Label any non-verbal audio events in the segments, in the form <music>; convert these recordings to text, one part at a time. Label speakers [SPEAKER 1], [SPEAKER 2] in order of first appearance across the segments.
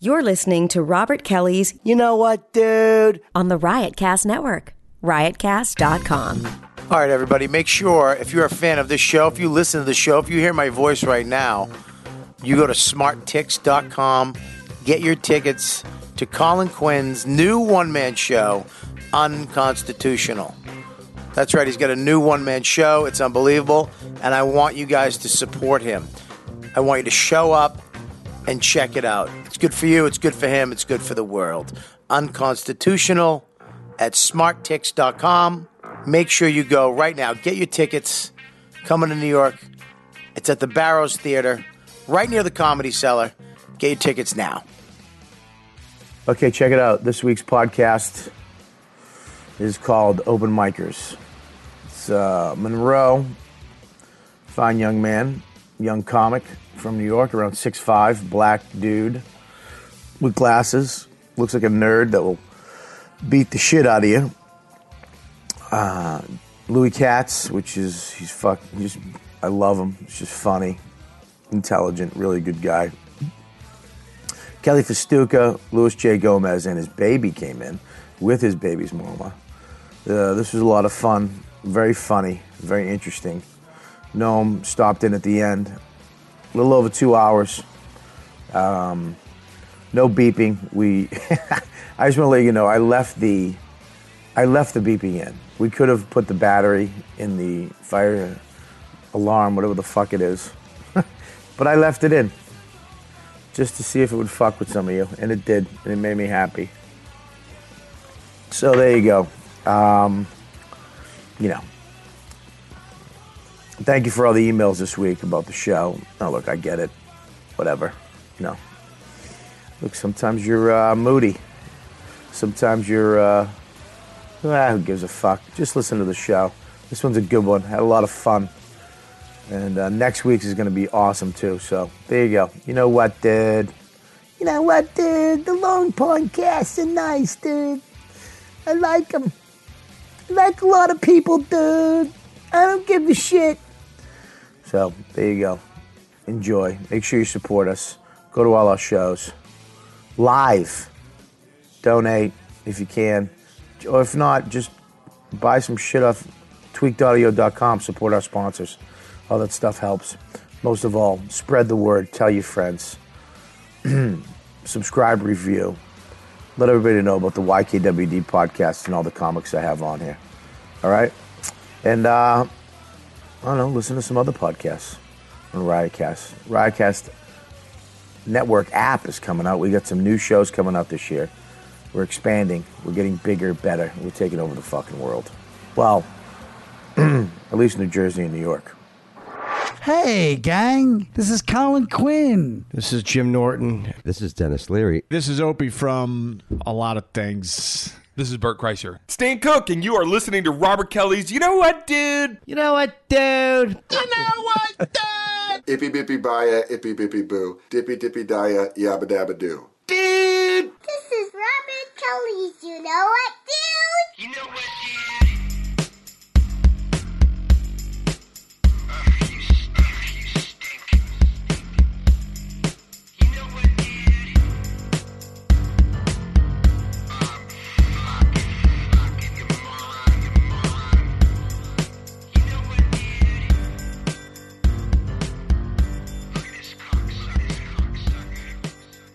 [SPEAKER 1] You're listening to Robert Kelly's
[SPEAKER 2] You know what, dude?
[SPEAKER 1] on the Riotcast Network, riotcast.com.
[SPEAKER 2] All right, everybody, make sure if you're a fan of this show, if you listen to the show, if you hear my voice right now, you go to smarttix.com, get your tickets to Colin Quinn's new one man show, Unconstitutional. That's right, he's got a new one man show. It's unbelievable, and I want you guys to support him. I want you to show up and check it out. It's good for you, it's good for him, it's good for the world. Unconstitutional at smarttix.com. Make sure you go right now. Get your tickets. Coming to New York. It's at the Barrows Theater, right near the Comedy Cellar. Get your tickets now. Okay, check it out. This week's podcast is called Open Micers. It's uh, Monroe, fine young man, young comic from New York, around 6'5, black dude with glasses. Looks like a nerd that will beat the shit out of you. Uh, Louis Katz, which is he's fuck, he's just I love him. He's just funny, intelligent, really good guy. Kelly Festuca, Louis J. Gomez, and his baby came in with his baby's mama. Uh, this was a lot of fun, very funny, very interesting. Gnome stopped in at the end, a little over two hours. Um, no beeping. We, <laughs> I just want to let you know, I left the I left the beeping in. We could have put the battery in the fire alarm, whatever the fuck it is. <laughs> but I left it in just to see if it would fuck with some of you. And it did. And it made me happy. So there you go. Um, you know. Thank you for all the emails this week about the show. Oh, look, I get it. Whatever. You know. Look, sometimes you're uh, moody. Sometimes you're. Uh, Ah, who gives a fuck? Just listen to the show. This one's a good one. Had a lot of fun. And uh, next week's is going to be awesome, too. So there you go. You know what, dude? You know what, dude? The Long Pond casts are nice, dude. I like them. I like a lot of people, dude. I don't give a shit. So there you go. Enjoy. Make sure you support us. Go to all our shows. Live donate if you can. Or if not, just buy some shit off tweakedaudio.com. Support our sponsors. All that stuff helps. Most of all, spread the word. Tell your friends. <clears throat> Subscribe, review. Let everybody know about the YKWD podcast and all the comics I have on here. All right? And, uh, I don't know, listen to some other podcasts on Riotcast. Riotcast Network app is coming out. We got some new shows coming out this year. We're expanding. We're getting bigger, better. We're taking over the fucking world. Well, <clears throat> at least New Jersey and New York.
[SPEAKER 3] Hey, gang, this is Colin Quinn.
[SPEAKER 4] This is Jim Norton.
[SPEAKER 5] This is Dennis Leary.
[SPEAKER 6] This is Opie from a lot of things.
[SPEAKER 7] This is Bert Kreischer. Stan Cook, and you are listening to Robert Kelly's You Know What, Dude?
[SPEAKER 4] You know what, dude?
[SPEAKER 8] Ippy bippy baya, ippy bippy boo, dippy dippy dia, yabba dabba doo.
[SPEAKER 9] This is Robert Kelly's You Know What Dude? You know what, dude?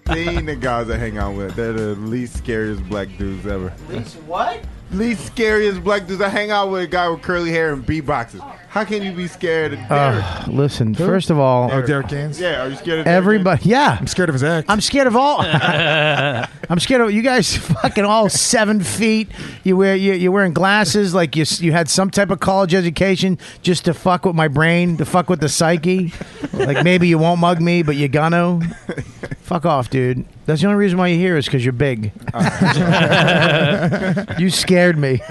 [SPEAKER 10] They ain't the guys I hang out with. They're the least scariest black dudes ever. Least what? Least scariest black dudes. I hang out with a guy with curly hair and beatboxes. How can you be scared
[SPEAKER 6] Uh,
[SPEAKER 10] of Derek?
[SPEAKER 11] Listen, first of all,
[SPEAKER 10] Derek.
[SPEAKER 6] Derek Gaines.
[SPEAKER 10] yeah, are you scared of Derek?
[SPEAKER 11] everybody, yeah,
[SPEAKER 6] I'm scared of his act.
[SPEAKER 11] I'm scared of all. I'm scared of you guys. <laughs> Fucking all seven feet. You wear you, you're wearing glasses like you s- you had some type of college education just to fuck with my brain, to fuck with the psyche. Like maybe you won't mug me, but you're gonna. Fuck off, dude. That's the only reason why you're here is because you're big. you scared me.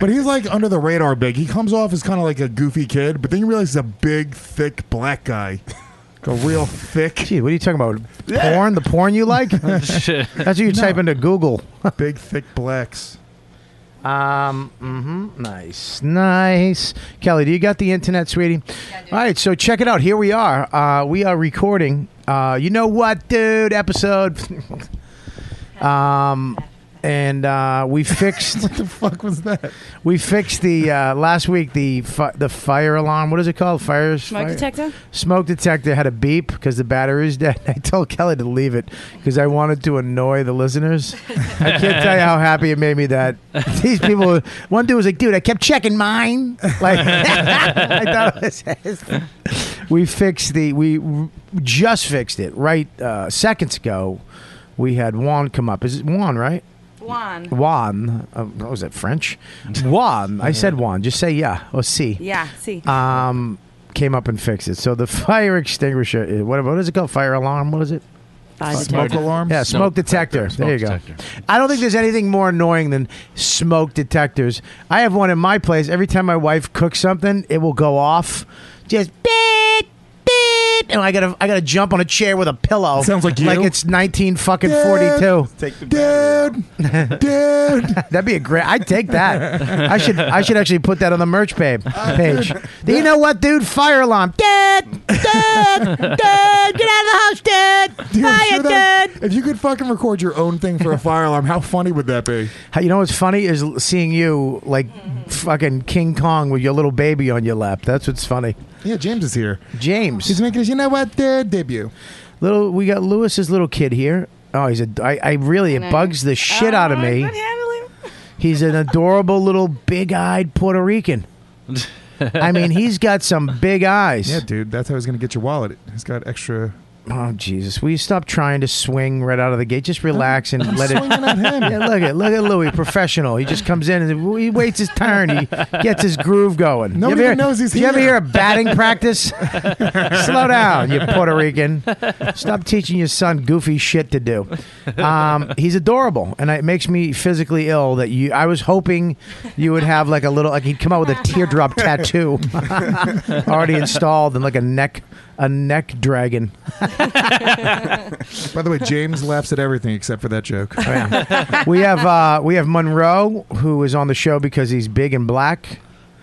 [SPEAKER 6] But he's like under the radar big. He comes off as kind of like a goofy kid, but then you realize he's a big, thick black guy. Like a real thick,
[SPEAKER 11] Gee, what are you talking about? Porn? The porn you like? <laughs> That's what you type into Google.
[SPEAKER 6] <laughs> big, thick blacks.
[SPEAKER 11] Um. Mm-hmm, nice, nice. Kelly, do you got the internet, sweetie? All right, so check it out. Here we are. Uh, we are recording
[SPEAKER 6] uh, you know what, dude,
[SPEAKER 11] <laughs>
[SPEAKER 6] episode. um, and uh, we fixed
[SPEAKER 12] What the fuck was that?
[SPEAKER 6] we fixed the uh, last week the fi- the fire alarm. What is it called? Fire
[SPEAKER 5] Smoke
[SPEAKER 6] fire-
[SPEAKER 5] detector?
[SPEAKER 6] Smoke detector had a beep because the battery's <laughs> dead. I told Kelly to leave it because I wanted to annoy the listeners. I can't tell you how happy it made me that <laughs> these people. One dude was like, "Dude, I kept checking mine." <laughs> Like I thought it was. we fixed the. We r- just fixed it right uh, seconds ago. We had Juan come up. Is it Juan right?
[SPEAKER 5] Juan.
[SPEAKER 6] Juan. Uh, what was that French? Juan. I said Juan. Just say yeah or si
[SPEAKER 5] Yeah, see.
[SPEAKER 6] um, came up and fixed it. So the <laughs> fire extinguisher, eh, what, what is it called? Fire alarm? What is it?
[SPEAKER 5] Fire
[SPEAKER 12] Smoke
[SPEAKER 5] detector.
[SPEAKER 12] alarm?
[SPEAKER 6] Yeah, smoke, detector. there you go. I don't think there's anything more annoying than smoke detectors. I have one in my place. Every time my wife cooks something, it will go off. Just beep, beep, and I gotta I gotta jump on a chair with a pillow.
[SPEAKER 12] Sounds like
[SPEAKER 6] like
[SPEAKER 12] you.
[SPEAKER 6] it's nineteen fucking
[SPEAKER 12] Dude.
[SPEAKER 6] forty two.
[SPEAKER 4] Take the
[SPEAKER 12] Dude, <laughs> dude.
[SPEAKER 6] That'd be a great. I'd take that. I should. I should actually put that on the merch babe page. you know what, dude? Fire alarm. Dad, dad, dad. Get out of the house, dad.
[SPEAKER 12] Dude, I'm
[SPEAKER 6] Fire,
[SPEAKER 12] sure that-
[SPEAKER 6] dad.
[SPEAKER 12] If you could fucking record your own thing for a fire alarm, how funny would that be?
[SPEAKER 6] How- You know what's funny is l- seeing you like fucking King Kong with your little baby on your lap. That's what's funny.
[SPEAKER 12] Yeah, James is here. He's
[SPEAKER 6] James,
[SPEAKER 12] making his, you know what, dude, debut.
[SPEAKER 6] little. We got Lewis's little kid here. Oh, he's a. I, I really it bugs the shit out of
[SPEAKER 5] Oh,
[SPEAKER 6] me.
[SPEAKER 5] good handling.
[SPEAKER 6] He's an adorable little big-eyed Puerto Rican. I mean, he's got some big eyes.
[SPEAKER 12] Yeah, dude, that's how he's gonna get your wallet. He's got <laughs> extra.
[SPEAKER 6] Oh Jesus! Will you stop trying to swing right out of the gate? Just relax and let it. Yeah, look at look at Louis, professional. He just comes in and he waits his turn. He gets his groove going.
[SPEAKER 12] Nobody
[SPEAKER 6] you ever
[SPEAKER 12] even knows he's
[SPEAKER 6] you ever
[SPEAKER 12] here.
[SPEAKER 6] hear a batting practice? <laughs> Slow down, you Puerto Rican. Stop teaching your son goofy shit to do. Um, he's adorable, and it makes me physically ill that you. I was hoping you would have like a little like he'd come out with a teardrop tattoo <laughs> already installed and like a neck a neck dragon.
[SPEAKER 12] <laughs> By the way, James laughs at everything except for that joke.
[SPEAKER 6] we have uh, we have Monroe who is on the show because he's big and black.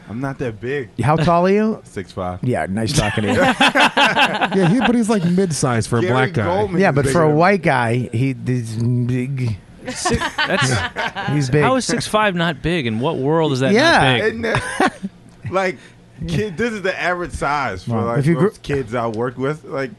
[SPEAKER 4] I'm not that big.
[SPEAKER 6] How tall are you?
[SPEAKER 4] <laughs> Six five.
[SPEAKER 6] Yeah, nice
[SPEAKER 4] <laughs>
[SPEAKER 6] talking <laughs> to you.
[SPEAKER 12] <laughs> yeah, he, but he's like mid-sized for a
[SPEAKER 4] Gary
[SPEAKER 12] black guy.
[SPEAKER 4] Goldman
[SPEAKER 6] yeah,
[SPEAKER 4] is
[SPEAKER 6] but
[SPEAKER 4] bigger
[SPEAKER 6] for a
[SPEAKER 4] than me.
[SPEAKER 6] white guy, he he's big. <laughs> he's big.
[SPEAKER 13] How is six five not big? In what world is that?
[SPEAKER 6] Yeah.
[SPEAKER 13] not big?
[SPEAKER 4] Isn't that- like kid, this is the average size for
[SPEAKER 6] Well,
[SPEAKER 4] like
[SPEAKER 6] if you
[SPEAKER 4] most
[SPEAKER 6] grew-
[SPEAKER 4] kids I worked with. Like,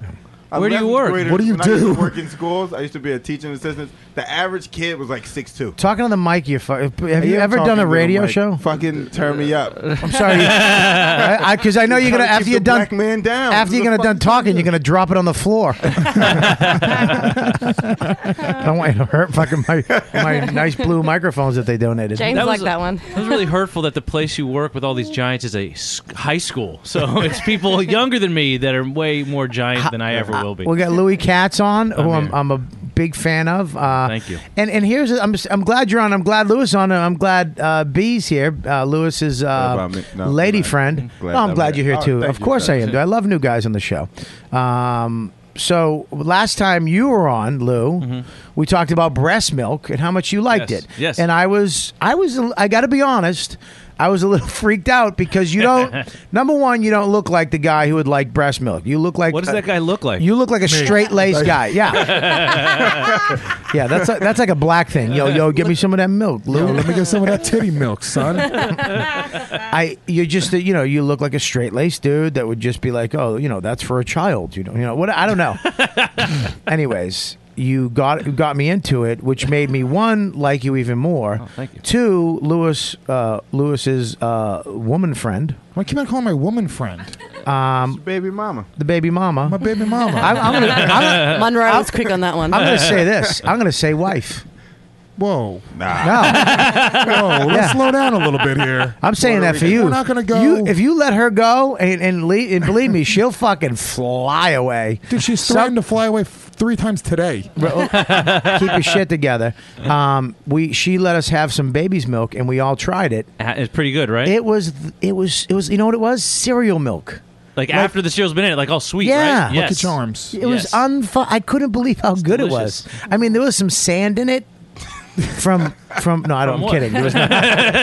[SPEAKER 13] Where do you
[SPEAKER 4] 11th
[SPEAKER 13] work?
[SPEAKER 4] graders,
[SPEAKER 12] What do you
[SPEAKER 4] when I used to
[SPEAKER 12] do?
[SPEAKER 4] work in schools. I used to be a teaching assistant. The average kid was like six two.
[SPEAKER 6] Talking on the mic, you fu- have you ever done a radio show?
[SPEAKER 4] Fucking turn me up.
[SPEAKER 6] I'm sorry,
[SPEAKER 4] <laughs>
[SPEAKER 6] because I, know you're gonna
[SPEAKER 4] Trying to
[SPEAKER 6] after
[SPEAKER 4] keep
[SPEAKER 6] you're
[SPEAKER 4] the
[SPEAKER 6] done
[SPEAKER 4] black man down.
[SPEAKER 6] after you're gonna
[SPEAKER 4] What the
[SPEAKER 6] done
[SPEAKER 4] fuck
[SPEAKER 6] talking, you're gonna drop it on the
[SPEAKER 4] <laughs>
[SPEAKER 6] floor. I don't want you to hurt fucking my my nice blue microphones that they donated.
[SPEAKER 5] James
[SPEAKER 13] That was-
[SPEAKER 5] liked that one.
[SPEAKER 13] It was really hurtful that the place you work with all these giants is a s- high school. So it's people younger than me that are way more giant than I ever will be.
[SPEAKER 6] We got Louis Katz on, who I'm,
[SPEAKER 13] here.
[SPEAKER 6] I'm a big fan of. Uh,
[SPEAKER 13] Thank you.
[SPEAKER 6] And and here's I'm I'm glad you're on. I'm glad Louis is on. and I'm glad uh, B's here. Uh, Louis is uh,
[SPEAKER 4] about me? No,
[SPEAKER 6] lady
[SPEAKER 4] glad-
[SPEAKER 6] friend.
[SPEAKER 4] glad
[SPEAKER 6] no, I'm
[SPEAKER 4] I'm
[SPEAKER 6] glad
[SPEAKER 4] here.
[SPEAKER 6] you're here
[SPEAKER 4] Oh,
[SPEAKER 6] too.
[SPEAKER 4] thank
[SPEAKER 6] Of
[SPEAKER 4] you,
[SPEAKER 6] course I
[SPEAKER 4] sir.
[SPEAKER 6] am. dude. I love new guys on the show. Um, so last time you were on, Lou, we talked about breast milk and how much you liked
[SPEAKER 13] Mm-hmm. Yes,
[SPEAKER 6] it.
[SPEAKER 13] yes.
[SPEAKER 6] And I was I was I got to be honest. I was a little <laughs> freaked out because you
[SPEAKER 13] <laughs>
[SPEAKER 6] don't. number one, you don't look like the guy who would like breast milk. You look like
[SPEAKER 13] What does that guy look like?
[SPEAKER 6] you look like a straight laced
[SPEAKER 13] <laughs>
[SPEAKER 6] guy. Yeah. <laughs> yeah, that's a, that's like a black thing. Yo, yo, give me some of that milk,
[SPEAKER 12] Yo,
[SPEAKER 6] Lou.
[SPEAKER 12] let me get some of that titty milk, son.
[SPEAKER 6] I you're just a, you know you look like a straight laced dude that would just be like, oh, you know, that's for a child. You know, you know what? I don't
[SPEAKER 13] <laughs>
[SPEAKER 6] know. Anyways, you got you got me into it, which made me one like you even more.
[SPEAKER 13] Oh, thank you.
[SPEAKER 6] Two, Lewis uh, Lewis's uh, woman friend,
[SPEAKER 12] Why keep on calling my woman friend?
[SPEAKER 4] It's your baby mama.
[SPEAKER 6] the baby mama.
[SPEAKER 12] My baby mama.
[SPEAKER 6] I'm, I'm gonna I'm, gonna-
[SPEAKER 5] <laughs> Monroe was quick on that one.
[SPEAKER 6] I'm gonna say this. I'm gonna
[SPEAKER 5] <laughs>
[SPEAKER 6] say wife.
[SPEAKER 12] Whoa.
[SPEAKER 4] Nah.
[SPEAKER 6] No.
[SPEAKER 12] Whoa, let's slow down a little bit here.
[SPEAKER 6] I'm saying
[SPEAKER 4] Puerto
[SPEAKER 6] that for
[SPEAKER 4] Rican.
[SPEAKER 6] you.
[SPEAKER 12] We're not gonna go-
[SPEAKER 6] You, if you let her go and and, le and believe me, she'll fucking fly away.
[SPEAKER 12] Dude, she's
[SPEAKER 6] Some-
[SPEAKER 12] threatened to fly away f- three times today.
[SPEAKER 6] Keep your shit together. Um, we she let us have some baby's milk and we all tried it.
[SPEAKER 13] Uh, It's pretty good, right?
[SPEAKER 6] It was it was it was you know what it was cereal milk.
[SPEAKER 13] like, after the show's been in it, like all sweet,
[SPEAKER 6] Yeah.
[SPEAKER 13] right?
[SPEAKER 6] Lucky
[SPEAKER 12] Look at your arms.
[SPEAKER 6] It was
[SPEAKER 13] Yes.
[SPEAKER 6] unfu- I couldn't believe how good
[SPEAKER 13] delicious.
[SPEAKER 6] it was. I mean, there was some sand in it. from from no, I don't, I'm kidding. There was no-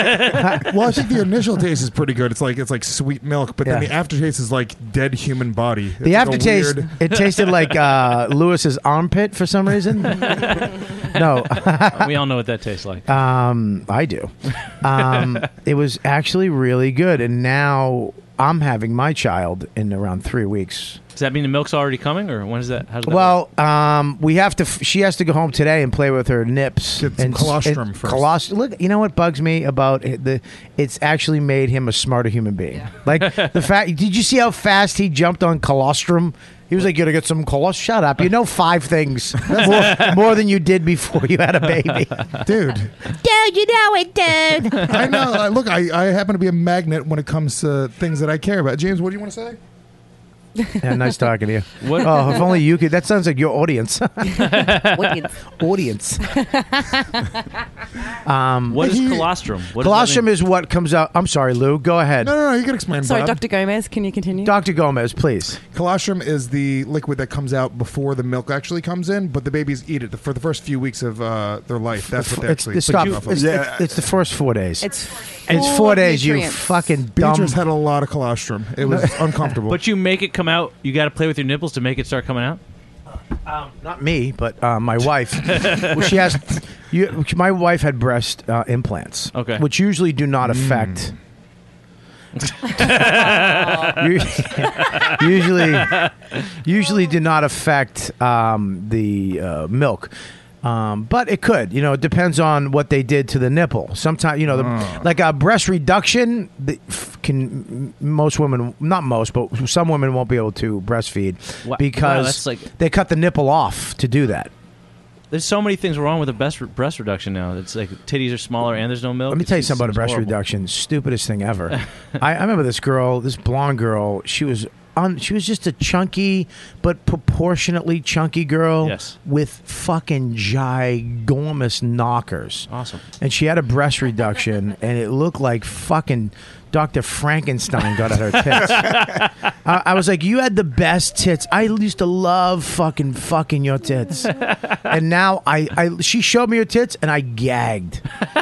[SPEAKER 12] well, I think the initial taste is pretty good. It's like it's like sweet milk, but then
[SPEAKER 6] Yeah.
[SPEAKER 12] the aftertaste is like dead human body. It's
[SPEAKER 6] the
[SPEAKER 12] like a
[SPEAKER 6] aftertaste
[SPEAKER 12] weird-
[SPEAKER 6] it tasted like uh, Lewis's armpit for some reason. no,
[SPEAKER 14] Uh, we all know what that tastes like.
[SPEAKER 6] Um, I do.
[SPEAKER 12] <laughs>
[SPEAKER 6] Um, it was actually really good, and now I'm having my child in around three weeks.
[SPEAKER 14] Does that mean the milk's already coming, or when is that? How's that
[SPEAKER 6] Well, um, we have to. f- She has to go home today and play with her nips
[SPEAKER 12] some
[SPEAKER 6] and s-
[SPEAKER 12] colostrum
[SPEAKER 6] and
[SPEAKER 12] first.
[SPEAKER 6] colos- look, you know what bugs me about it, the? It's actually made him a smarter human being. Like
[SPEAKER 12] <laughs>
[SPEAKER 6] the fact. Did you see how fast he jumped on colostrum? He was like, "You gotta get some colostrum." Shut up! You know five
[SPEAKER 12] <laughs>
[SPEAKER 6] things more, more than you did before you had a baby,
[SPEAKER 14] <laughs>
[SPEAKER 12] dude.
[SPEAKER 5] Dude, you know it, dude. <laughs>
[SPEAKER 12] I know. uh, Look, I, I happen to be a magnet when it comes to things that I care about. James, what do you want to say?
[SPEAKER 6] Yeah, nice talking to you.
[SPEAKER 12] What-
[SPEAKER 6] Oh, if only you could. That sounds like your audience. audience.
[SPEAKER 14] <laughs>
[SPEAKER 6] Audience. um,
[SPEAKER 14] What is colostrum? What does that
[SPEAKER 6] colostrum is what comes out. I'm sorry, Lou. Go ahead.
[SPEAKER 12] No, no, no. You can explain.
[SPEAKER 11] Sorry,
[SPEAKER 12] Bob.
[SPEAKER 11] Dr. Gomez, can you continue?
[SPEAKER 6] Dr. Gomez, please.
[SPEAKER 12] Colostrum is the liquid that comes out before the milk actually comes in, but the babies eat it for the first few weeks of uh, their life. That's what they
[SPEAKER 6] It's,
[SPEAKER 12] actually
[SPEAKER 6] it's, stop.
[SPEAKER 12] feed
[SPEAKER 6] It's,
[SPEAKER 12] off of.
[SPEAKER 6] it's- it's the first four days.
[SPEAKER 11] It's
[SPEAKER 6] it's
[SPEAKER 11] full
[SPEAKER 6] four
[SPEAKER 11] of
[SPEAKER 6] days. You
[SPEAKER 11] nutrients.
[SPEAKER 6] fucking dumb.
[SPEAKER 12] Beatrice had a lot of colostrum.
[SPEAKER 6] <laughs>
[SPEAKER 12] It was uncomfortable.
[SPEAKER 14] But you make it come out. You got to play with your nipples to make it start coming out.
[SPEAKER 6] Uh, um, Not me, but uh, my wife. Well, she has. You, my wife had breast uh, implants,
[SPEAKER 14] Okay.
[SPEAKER 6] which usually do not
[SPEAKER 14] <laughs>
[SPEAKER 6] affect. <laughs> U- usually, usually do not affect um, the uh, milk. Um, but it could, you know, it depends on what they did to the nipple. Sometimes, you know, the,
[SPEAKER 14] Oh.
[SPEAKER 6] like a breast reduction the, f- can m- most women, not most, but some women won't be able to breastfeed
[SPEAKER 14] Wow,
[SPEAKER 6] because
[SPEAKER 14] that's like-
[SPEAKER 6] they cut the nipple off to do that.
[SPEAKER 14] There's so many things wrong with a breast, breast reduction now. It's like titties are smaller and there's no milk.
[SPEAKER 6] Let me
[SPEAKER 14] It's
[SPEAKER 6] tell you
[SPEAKER 14] just-
[SPEAKER 6] something about a
[SPEAKER 14] it's
[SPEAKER 6] breast
[SPEAKER 14] horrible.
[SPEAKER 6] reduction. Stupidest
[SPEAKER 14] <laughs>
[SPEAKER 6] thing ever. I, I remember this girl, this blonde girl. She was on. She was just a chunky, but proportionately chunky girl
[SPEAKER 14] Yes.
[SPEAKER 6] with fucking gigormous knockers.
[SPEAKER 14] Awesome.
[SPEAKER 6] And she had
[SPEAKER 14] <laughs>
[SPEAKER 6] a breast reduction, and it looked like fucking Dr. Frankenstein got at her
[SPEAKER 14] <laughs>
[SPEAKER 6] tits. I, I was like, you had the best tits. I used to love fucking fucking your
[SPEAKER 14] <laughs>
[SPEAKER 6] tits, and now I, I she showed me her tits, and I gagged.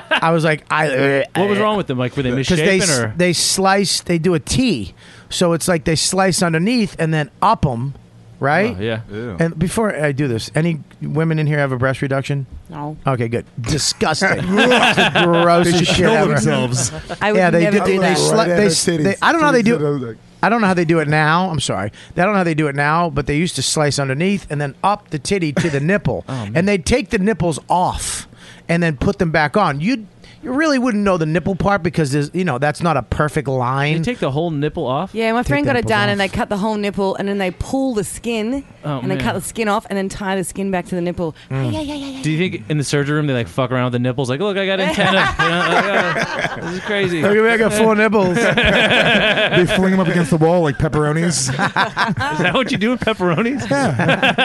[SPEAKER 6] I was like, I.
[SPEAKER 14] What was wrong with them? Like were they
[SPEAKER 6] Because
[SPEAKER 14] misshapen
[SPEAKER 6] they
[SPEAKER 14] or?
[SPEAKER 6] they slice, they do a T, so it's like they slice underneath and then up them, right?
[SPEAKER 14] Oh, yeah. Ew.
[SPEAKER 6] And before I do this, any women in here have a breast reduction?
[SPEAKER 11] No.
[SPEAKER 6] Okay, good.
[SPEAKER 11] <laughs>
[SPEAKER 6] Disgusting. It's the grossest
[SPEAKER 12] They should
[SPEAKER 6] shit
[SPEAKER 12] kill
[SPEAKER 6] ever.
[SPEAKER 12] themselves.
[SPEAKER 11] I would
[SPEAKER 6] yeah, they
[SPEAKER 11] never
[SPEAKER 6] do.
[SPEAKER 11] do
[SPEAKER 6] they,
[SPEAKER 11] that.
[SPEAKER 6] sli-
[SPEAKER 2] Right at her
[SPEAKER 6] they s-
[SPEAKER 2] titties.
[SPEAKER 6] they- I don't know how they
[SPEAKER 2] Titties, I was
[SPEAKER 6] do.
[SPEAKER 2] like-
[SPEAKER 6] I don't know how they do it now. I'm sorry. I don't know how they do it now, but they used to slice underneath and then up the titty
[SPEAKER 14] <laughs>
[SPEAKER 6] to the nipple,
[SPEAKER 14] Oh,
[SPEAKER 6] and they'd take the nipples off and then put them back on. You you really wouldn't know the nipple part because there's you know that's not a perfect
[SPEAKER 14] They
[SPEAKER 6] line.
[SPEAKER 14] take the whole nipple off.
[SPEAKER 11] Yeah, my friend
[SPEAKER 6] the
[SPEAKER 11] got it
[SPEAKER 6] nipples
[SPEAKER 11] done,
[SPEAKER 6] off.
[SPEAKER 11] and they cut the whole nipple, and then they pull the skin,
[SPEAKER 14] Oh,
[SPEAKER 11] and they cut
[SPEAKER 14] man.
[SPEAKER 11] the skin off, and then tie the skin back to the nipple.
[SPEAKER 6] Mm.
[SPEAKER 11] Yeah, yeah, yeah, yeah.
[SPEAKER 14] Do you think in the surgery room they like fuck around with the nipples? Like, look, I
[SPEAKER 11] <laughs>
[SPEAKER 14] got antenna. <laughs> You know, I got- this is crazy.
[SPEAKER 6] Look at me, I got
[SPEAKER 14] <laughs>
[SPEAKER 6] four nipples.
[SPEAKER 12] they fling them up against the wall
[SPEAKER 6] <laughs>
[SPEAKER 12] like pepperonis.
[SPEAKER 14] Is that what you do with pepperonis?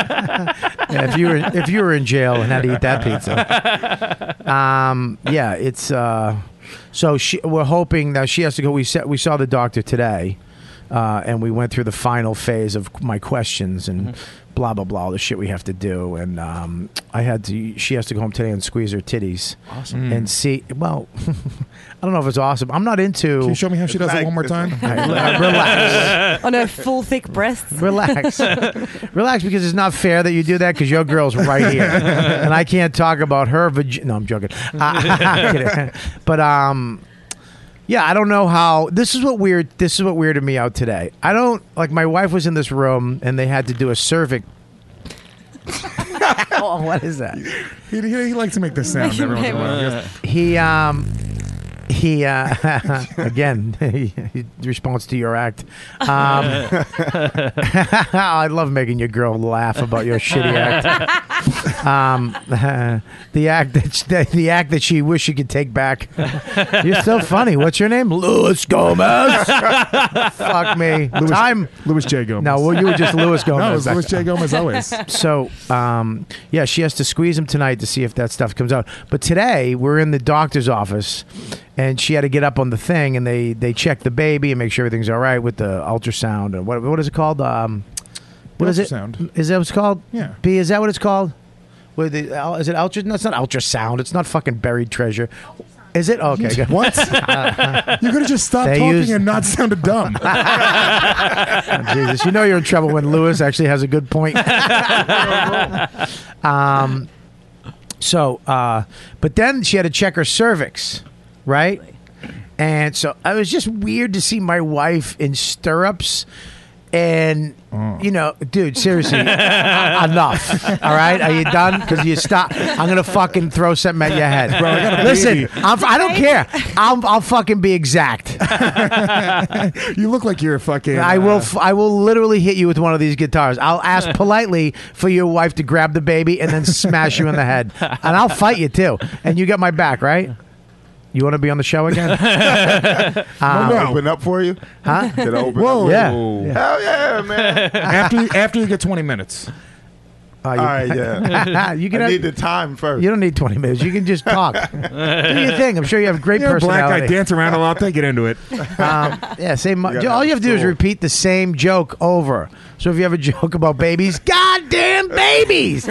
[SPEAKER 6] Yeah, if you were if you were in jail and had to eat that pizza,
[SPEAKER 12] <laughs>
[SPEAKER 6] um, yeah, it's uh, so she, we're hoping that she has to go. We set, we saw the doctor today, uh, and we went through the final phase of my questions and
[SPEAKER 12] Mm-hmm.
[SPEAKER 6] blah blah blah all the shit we have to do. And um, I had to. She has to go home today and squeeze her titties. Awesome.
[SPEAKER 12] Mm.
[SPEAKER 6] And see, well, <laughs> I don't know if it's awesome. I'm not into.
[SPEAKER 12] Can you show me how she does it one more time?
[SPEAKER 6] relax.
[SPEAKER 11] On her full thick
[SPEAKER 5] <laughs>
[SPEAKER 11] breasts.
[SPEAKER 6] Relax. Relax because it's not fair that you do that because your girl's right here. and I can't talk about her vagina. No, I'm joking. Uh, <laughs> I'm kidding. But, um,. Yeah, I don't know how. This is what weird. This is what weirded me out today. I don't like. My wife was in this room, and they had to do a cervix. <laughs> oh, what is that?
[SPEAKER 12] He, he, he likes to make this sound every once in a while. He
[SPEAKER 6] He
[SPEAKER 12] goes,
[SPEAKER 6] um he uh <laughs> again he- response to your act. Um, <laughs> I love making your girl laugh about your shitty act. Um, <laughs> the act that she, the, act that she wished she could take back. You're so funny. What's your name? Louis Gomez. Fuck me. Time.
[SPEAKER 12] Louis J. Gomez.
[SPEAKER 6] No, well, you were just Louis Gomez.
[SPEAKER 12] no, it was Louis J.
[SPEAKER 6] <laughs>
[SPEAKER 12] Gomez always.
[SPEAKER 6] So, um, yeah, she has to squeeze him tonight to see if that stuff comes out. But today we're in the doctor's office, and she had to get up on the thing, and they they check the baby and make sure everything's all right with the ultrasound and what what is it called? Um, what is
[SPEAKER 12] Ultrasound.
[SPEAKER 6] it? Is that what it's called?
[SPEAKER 12] Yeah.
[SPEAKER 6] B. Is that what it's called? With the, al- is it ultra? No, it's not ultrasound. It's not fucking buried treasure. Is it
[SPEAKER 12] <laughs>
[SPEAKER 6] okay? good. <laughs>
[SPEAKER 12] What? you could have just stopped
[SPEAKER 6] They
[SPEAKER 12] talking
[SPEAKER 6] use-
[SPEAKER 12] and not
[SPEAKER 6] <laughs>
[SPEAKER 12] sounded dumb.
[SPEAKER 6] Oh, Jesus, you know you're in trouble when Lewis actually has a good point. um, so, uh, but then she had to check her cervix, right? And so it was just weird to see my wife in stirrups. And you know, dude, seriously, enough. All right, are you done? Because you stop. I'm gonna fucking throw something at your head.
[SPEAKER 12] Bro, I got a
[SPEAKER 6] Listen,
[SPEAKER 12] baby.
[SPEAKER 6] I'm, I don't care. I'll, I'll fucking be exact.
[SPEAKER 12] you look like you're a fucking.
[SPEAKER 6] I will.
[SPEAKER 12] uh,
[SPEAKER 6] F- I will literally hit you with one of these guitars. I'll
[SPEAKER 4] <laughs>
[SPEAKER 6] ask politely for your wife to grab the baby and then smash you in the head, and I'll fight you too. And you got my back, right? You want to be on the show again? Um,
[SPEAKER 4] Did I open up for you?
[SPEAKER 6] Huh?
[SPEAKER 4] Did I open
[SPEAKER 6] Whoa.
[SPEAKER 4] up?
[SPEAKER 6] Yeah. Yeah.
[SPEAKER 4] Hell yeah, man.
[SPEAKER 12] <laughs> after you, after you get 20 minutes.
[SPEAKER 6] Oh, you-
[SPEAKER 4] All right,
[SPEAKER 12] <laughs>
[SPEAKER 4] yeah.
[SPEAKER 6] You can
[SPEAKER 4] I
[SPEAKER 6] have-
[SPEAKER 4] need the time first.
[SPEAKER 6] You don't need twenty minutes. You can just
[SPEAKER 4] <laughs>
[SPEAKER 6] talk. Do your thing. I'm sure you have great
[SPEAKER 12] You're a black guy,
[SPEAKER 6] personality.
[SPEAKER 12] dance around a lot. They get
[SPEAKER 4] <laughs>
[SPEAKER 12] into it.
[SPEAKER 6] Um, yeah, same.
[SPEAKER 12] gotta
[SPEAKER 6] all
[SPEAKER 12] have
[SPEAKER 6] you have to do is
[SPEAKER 12] soul.
[SPEAKER 6] repeat the same joke over. So if you have a <laughs> joke about babies, goddamn babies,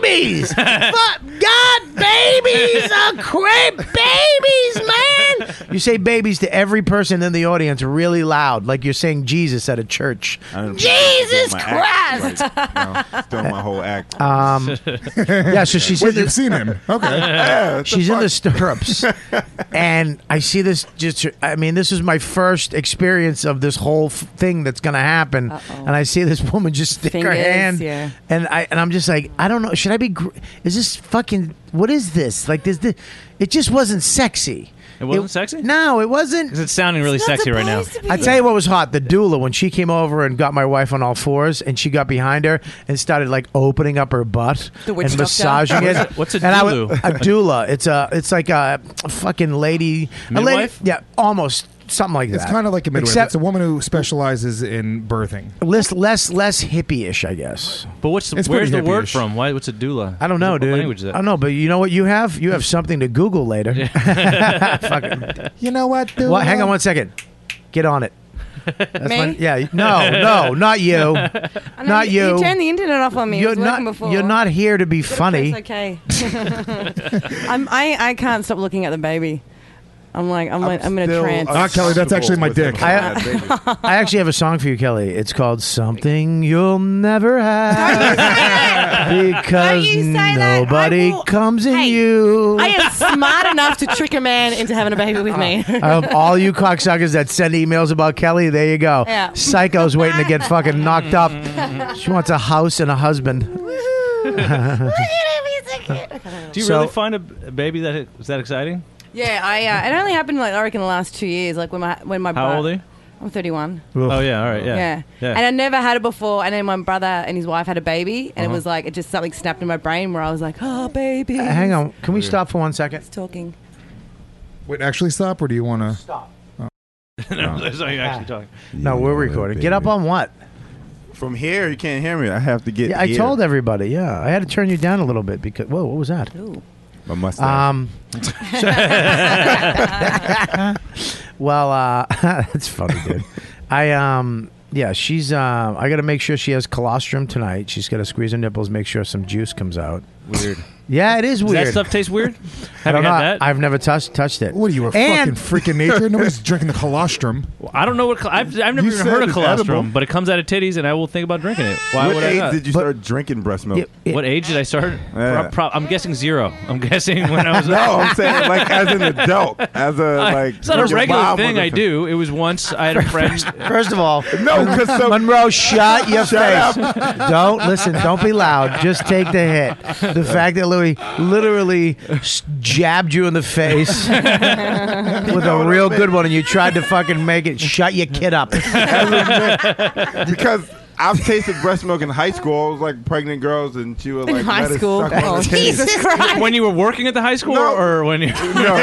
[SPEAKER 6] babies, fuck, god, babies are great, babies, man. You say babies to every person in the audience really loud, like you're saying Jesus at a church. Jesus Christ!
[SPEAKER 4] Still my whole act.
[SPEAKER 12] Uh,
[SPEAKER 6] Um, yeah, so she's
[SPEAKER 12] Wait,
[SPEAKER 6] in the-
[SPEAKER 12] you've seen him. <laughs> Okay.
[SPEAKER 6] She's in the stirrups, and I see this. Just, I mean, this is my first experience of this whole f- thing that's going to happen, and I see this woman just stick her
[SPEAKER 15] Fingers,
[SPEAKER 6] hand,
[SPEAKER 15] yeah.
[SPEAKER 6] and I and I'm just like, I don't know. Should I be? Gr- is this fucking? What is this? Like, this? this it just wasn't sexy.
[SPEAKER 13] It wasn't sexy?
[SPEAKER 6] No, it wasn't.
[SPEAKER 13] 'Cause it's sounding really sexy right now.
[SPEAKER 6] I tell you what was hot. The doula when she came over and got my wife on all fours, and she got behind her and started like opening up her butt
[SPEAKER 15] The witch
[SPEAKER 6] and
[SPEAKER 15] doctor.
[SPEAKER 6] massaging
[SPEAKER 13] What's
[SPEAKER 6] it.
[SPEAKER 13] a- what's a
[SPEAKER 6] And I
[SPEAKER 13] doula?
[SPEAKER 6] wa- a doula. It's a. It's like a fucking lady. a lady-
[SPEAKER 13] Midwife?
[SPEAKER 6] Yeah, almost something like
[SPEAKER 12] It's
[SPEAKER 6] that.
[SPEAKER 12] kind of like a midwife.
[SPEAKER 6] Except
[SPEAKER 12] it's a woman who specializes in birthing.
[SPEAKER 6] less less less hippie-ish, I guess.
[SPEAKER 13] But what's the,
[SPEAKER 12] It's
[SPEAKER 13] where's the
[SPEAKER 12] pretty
[SPEAKER 13] word
[SPEAKER 12] hippie-ish.
[SPEAKER 13] from? Why? What's a doula?
[SPEAKER 6] I don't know,
[SPEAKER 13] what
[SPEAKER 6] dude.
[SPEAKER 13] Language is that?
[SPEAKER 6] I don't know, but you know what you have? You have something to Google later. <laughs> Fucking-
[SPEAKER 12] You know what, dude?
[SPEAKER 6] well, hang on one second. Get on
[SPEAKER 15] <laughs>
[SPEAKER 6] it. That's
[SPEAKER 15] Me?
[SPEAKER 6] my- yeah. No, no, not you.
[SPEAKER 15] <laughs> I know,
[SPEAKER 6] Not you.
[SPEAKER 15] You turned the internet off on me. It
[SPEAKER 6] You're
[SPEAKER 15] was working
[SPEAKER 6] not.
[SPEAKER 15] before.
[SPEAKER 6] You're not here to be
[SPEAKER 15] But
[SPEAKER 6] funny.
[SPEAKER 15] It's
[SPEAKER 12] <laughs>
[SPEAKER 15] okay. I'm, I I can't stop looking at the baby. I'm like I'm, like, I'm in a
[SPEAKER 4] still
[SPEAKER 15] trance.
[SPEAKER 4] uncomfortable
[SPEAKER 12] Ah, Kelly, that's actually my
[SPEAKER 4] with him
[SPEAKER 12] dick.
[SPEAKER 4] having
[SPEAKER 6] I-
[SPEAKER 4] that baby.
[SPEAKER 6] I actually have a song for you, Kelly. It's called "Something You'll
[SPEAKER 15] <laughs>
[SPEAKER 6] Never Have," because
[SPEAKER 15] Don't you say that. I
[SPEAKER 6] nobody
[SPEAKER 15] will-
[SPEAKER 6] comes in
[SPEAKER 15] Hey,
[SPEAKER 6] you.
[SPEAKER 15] I am smart enough to trick a man into having a baby with
[SPEAKER 12] Uh,
[SPEAKER 15] me.
[SPEAKER 6] of Um, all you cocksuckers that send emails about Kelly, there you go.
[SPEAKER 15] Yeah.
[SPEAKER 6] Psycho's waiting to get fucking knocked
[SPEAKER 15] <laughs>
[SPEAKER 6] up. She wants a house and a husband.
[SPEAKER 13] Do you
[SPEAKER 6] So-
[SPEAKER 13] really find a b- a baby that i- is that <laughs> exciting?
[SPEAKER 15] yeah, I uh, it only happened like I reckon the last two years, like when my when my
[SPEAKER 13] How
[SPEAKER 15] bro-
[SPEAKER 13] old are you?
[SPEAKER 15] I'm 31.
[SPEAKER 13] Oh yeah, all right, yeah,
[SPEAKER 15] Yeah.
[SPEAKER 13] yeah.
[SPEAKER 15] and I never had it before. And then my brother and his wife had a baby, and
[SPEAKER 13] Uh-huh.
[SPEAKER 15] it was like it just something snapped in my brain where I was like, "Oh, baby."
[SPEAKER 6] Uh, Hang on, can we stop for one second?
[SPEAKER 15] Talking.
[SPEAKER 12] Wait, actually stop, or do you want to?
[SPEAKER 13] no, that's not you actually talking.
[SPEAKER 6] No, we're recording. Get up
[SPEAKER 4] baby.
[SPEAKER 6] on what?
[SPEAKER 4] <laughs> From here, you can't hear me. I have to get.
[SPEAKER 6] Yeah, I
[SPEAKER 4] here.
[SPEAKER 6] told everybody. Yeah, I had to turn you down a little bit because whoa, what was that?
[SPEAKER 4] My mustache.
[SPEAKER 12] <laughs>
[SPEAKER 6] Um, well, uh, <laughs> that's funny, dude. I um, yeah, she's uh, I got to make sure she has colostrum tonight. She's got to squeeze her nipples, make sure some juice comes out.
[SPEAKER 13] Weird.
[SPEAKER 6] Yeah, it is
[SPEAKER 13] Does
[SPEAKER 6] weird.
[SPEAKER 13] that stuff taste weird?
[SPEAKER 6] I
[SPEAKER 13] Have
[SPEAKER 6] don't
[SPEAKER 13] you
[SPEAKER 6] know.
[SPEAKER 13] had that?
[SPEAKER 6] I've never touched touched it.
[SPEAKER 12] What are you, a
[SPEAKER 6] and
[SPEAKER 12] fucking freak of nature? Nobody's drinking the colostrum.
[SPEAKER 13] I don't know what col- I've, I've never
[SPEAKER 4] You
[SPEAKER 13] even
[SPEAKER 4] said
[SPEAKER 13] heard of
[SPEAKER 4] it's
[SPEAKER 13] colostrum,
[SPEAKER 4] edible.
[SPEAKER 13] but it comes out of titties, and I will think about drinking it. Why
[SPEAKER 4] what
[SPEAKER 13] would I
[SPEAKER 4] age
[SPEAKER 13] not?
[SPEAKER 4] did you
[SPEAKER 6] But-
[SPEAKER 4] start drinking breast milk?
[SPEAKER 6] Yeah, yeah.
[SPEAKER 13] what age did I start?
[SPEAKER 4] Yeah.
[SPEAKER 13] Pro- pro- I'm guessing <laughs> zero. I'm guessing when I was. <laughs>
[SPEAKER 4] no, I'm saying like as an adult, as a like.
[SPEAKER 13] it's not a
[SPEAKER 4] your
[SPEAKER 13] regular
[SPEAKER 4] mom was
[SPEAKER 13] thing
[SPEAKER 4] a-
[SPEAKER 13] I do. It was once I had a friend.
[SPEAKER 6] First of all,
[SPEAKER 4] No, because so
[SPEAKER 6] Monroe, shut your face. Don't listen. Don't be loud. Just take the hit. The fact that Louis literally s- jabbed you in the face with a real good one, and you tried to fucking make it. Shut your kid up.
[SPEAKER 4] because I've tasted breast milk in high school. I was like pregnant girls, and she was like
[SPEAKER 15] in high
[SPEAKER 4] let us
[SPEAKER 15] school. Oh,
[SPEAKER 4] suck on her titties.
[SPEAKER 13] when you were working at the high school,
[SPEAKER 4] No.
[SPEAKER 13] or when you?
[SPEAKER 4] No,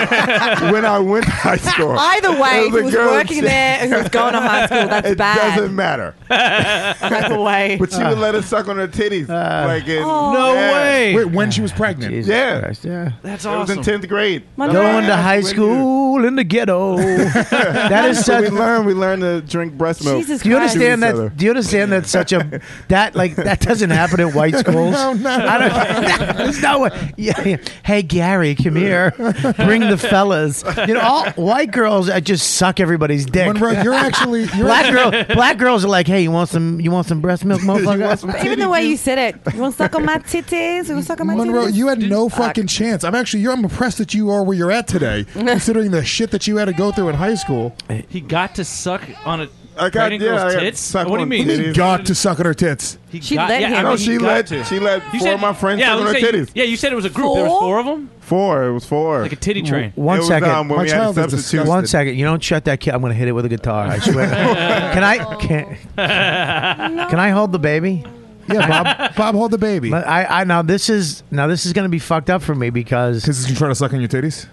[SPEAKER 4] when I went to high school.
[SPEAKER 15] Either way,
[SPEAKER 4] It was a
[SPEAKER 15] who was
[SPEAKER 4] girl
[SPEAKER 15] working
[SPEAKER 4] shit.
[SPEAKER 15] there and who was going to high school, that's
[SPEAKER 4] it doesn't
[SPEAKER 15] bad.
[SPEAKER 4] matter.
[SPEAKER 15] Either way. Uh, oh.
[SPEAKER 4] But she would let us suck on her titties. like in,
[SPEAKER 13] No
[SPEAKER 4] yeah.
[SPEAKER 13] way. Ah,
[SPEAKER 12] Wait, when she was pregnant.
[SPEAKER 4] Yeah.
[SPEAKER 6] yeah.
[SPEAKER 13] That's
[SPEAKER 4] It was in tenth grade.
[SPEAKER 15] My
[SPEAKER 4] That's
[SPEAKER 15] mom-
[SPEAKER 4] why I
[SPEAKER 6] Going to
[SPEAKER 4] asked
[SPEAKER 6] high
[SPEAKER 4] when you-
[SPEAKER 6] school cool in the
[SPEAKER 4] <laughs>
[SPEAKER 6] ghetto. that is
[SPEAKER 4] So
[SPEAKER 6] such.
[SPEAKER 4] we learn we learn to drink breast milk.
[SPEAKER 6] do you understand that? Do you understand that such
[SPEAKER 4] <laughs>
[SPEAKER 6] a that like that doesn't happen in white schools?
[SPEAKER 4] No, no.
[SPEAKER 6] I don't, <laughs> there's no way. Yeah, yeah. Hey Gary, come here. Bring the fellas. You know, all white girls uh, just suck everybody's dick.
[SPEAKER 12] Monroe,
[SPEAKER 4] <laughs>
[SPEAKER 12] you're actually- you're-
[SPEAKER 6] black girl. Black girls are like, hey, you want some? You want some breast
[SPEAKER 4] <laughs>
[SPEAKER 6] milk, motherfucker?
[SPEAKER 11] But even the way you said it, you want to suck on my titties? You want to suck on my
[SPEAKER 12] Monroe,
[SPEAKER 11] titties?
[SPEAKER 12] you had no fucking chance. I'm actually, you're, I'm impressed that you are where you're
[SPEAKER 15] <laughs>
[SPEAKER 12] at today, considering the shit that you had to go through in high school.
[SPEAKER 13] He got to suck on a
[SPEAKER 4] I got-
[SPEAKER 13] pregnant
[SPEAKER 4] yeah,
[SPEAKER 13] girl's
[SPEAKER 4] I got
[SPEAKER 13] tits.
[SPEAKER 4] suck
[SPEAKER 13] What do you
[SPEAKER 4] on
[SPEAKER 13] mean?
[SPEAKER 4] titties.
[SPEAKER 12] He got to suck on her tits.
[SPEAKER 13] He
[SPEAKER 4] She
[SPEAKER 13] got,
[SPEAKER 4] let
[SPEAKER 13] yeah,
[SPEAKER 4] him.
[SPEAKER 13] I
[SPEAKER 4] No,
[SPEAKER 13] mean,
[SPEAKER 4] she
[SPEAKER 13] he got
[SPEAKER 4] let-
[SPEAKER 13] to.
[SPEAKER 4] she let
[SPEAKER 13] You
[SPEAKER 4] four of my friends
[SPEAKER 13] yeah,
[SPEAKER 4] suck
[SPEAKER 13] I was
[SPEAKER 4] on her
[SPEAKER 13] saying-
[SPEAKER 4] titties.
[SPEAKER 13] Yeah, you said it was a group. There was four of them.
[SPEAKER 4] Four. It was four. Like
[SPEAKER 13] a titty train.
[SPEAKER 6] One
[SPEAKER 4] it
[SPEAKER 6] second.
[SPEAKER 4] Was, um, when we had a substitute.
[SPEAKER 6] One second. You don't shut that kid. I'm going to hit it with a guitar. I swear. can I? Can, can I hold the baby?
[SPEAKER 12] Yeah,
[SPEAKER 13] <laughs>
[SPEAKER 12] Bob, Bob, hold the baby.
[SPEAKER 6] But I, I now this is now this is going to be fucked up for me because
[SPEAKER 12] because he's trying to suck on
[SPEAKER 4] <laughs>
[SPEAKER 12] your titties.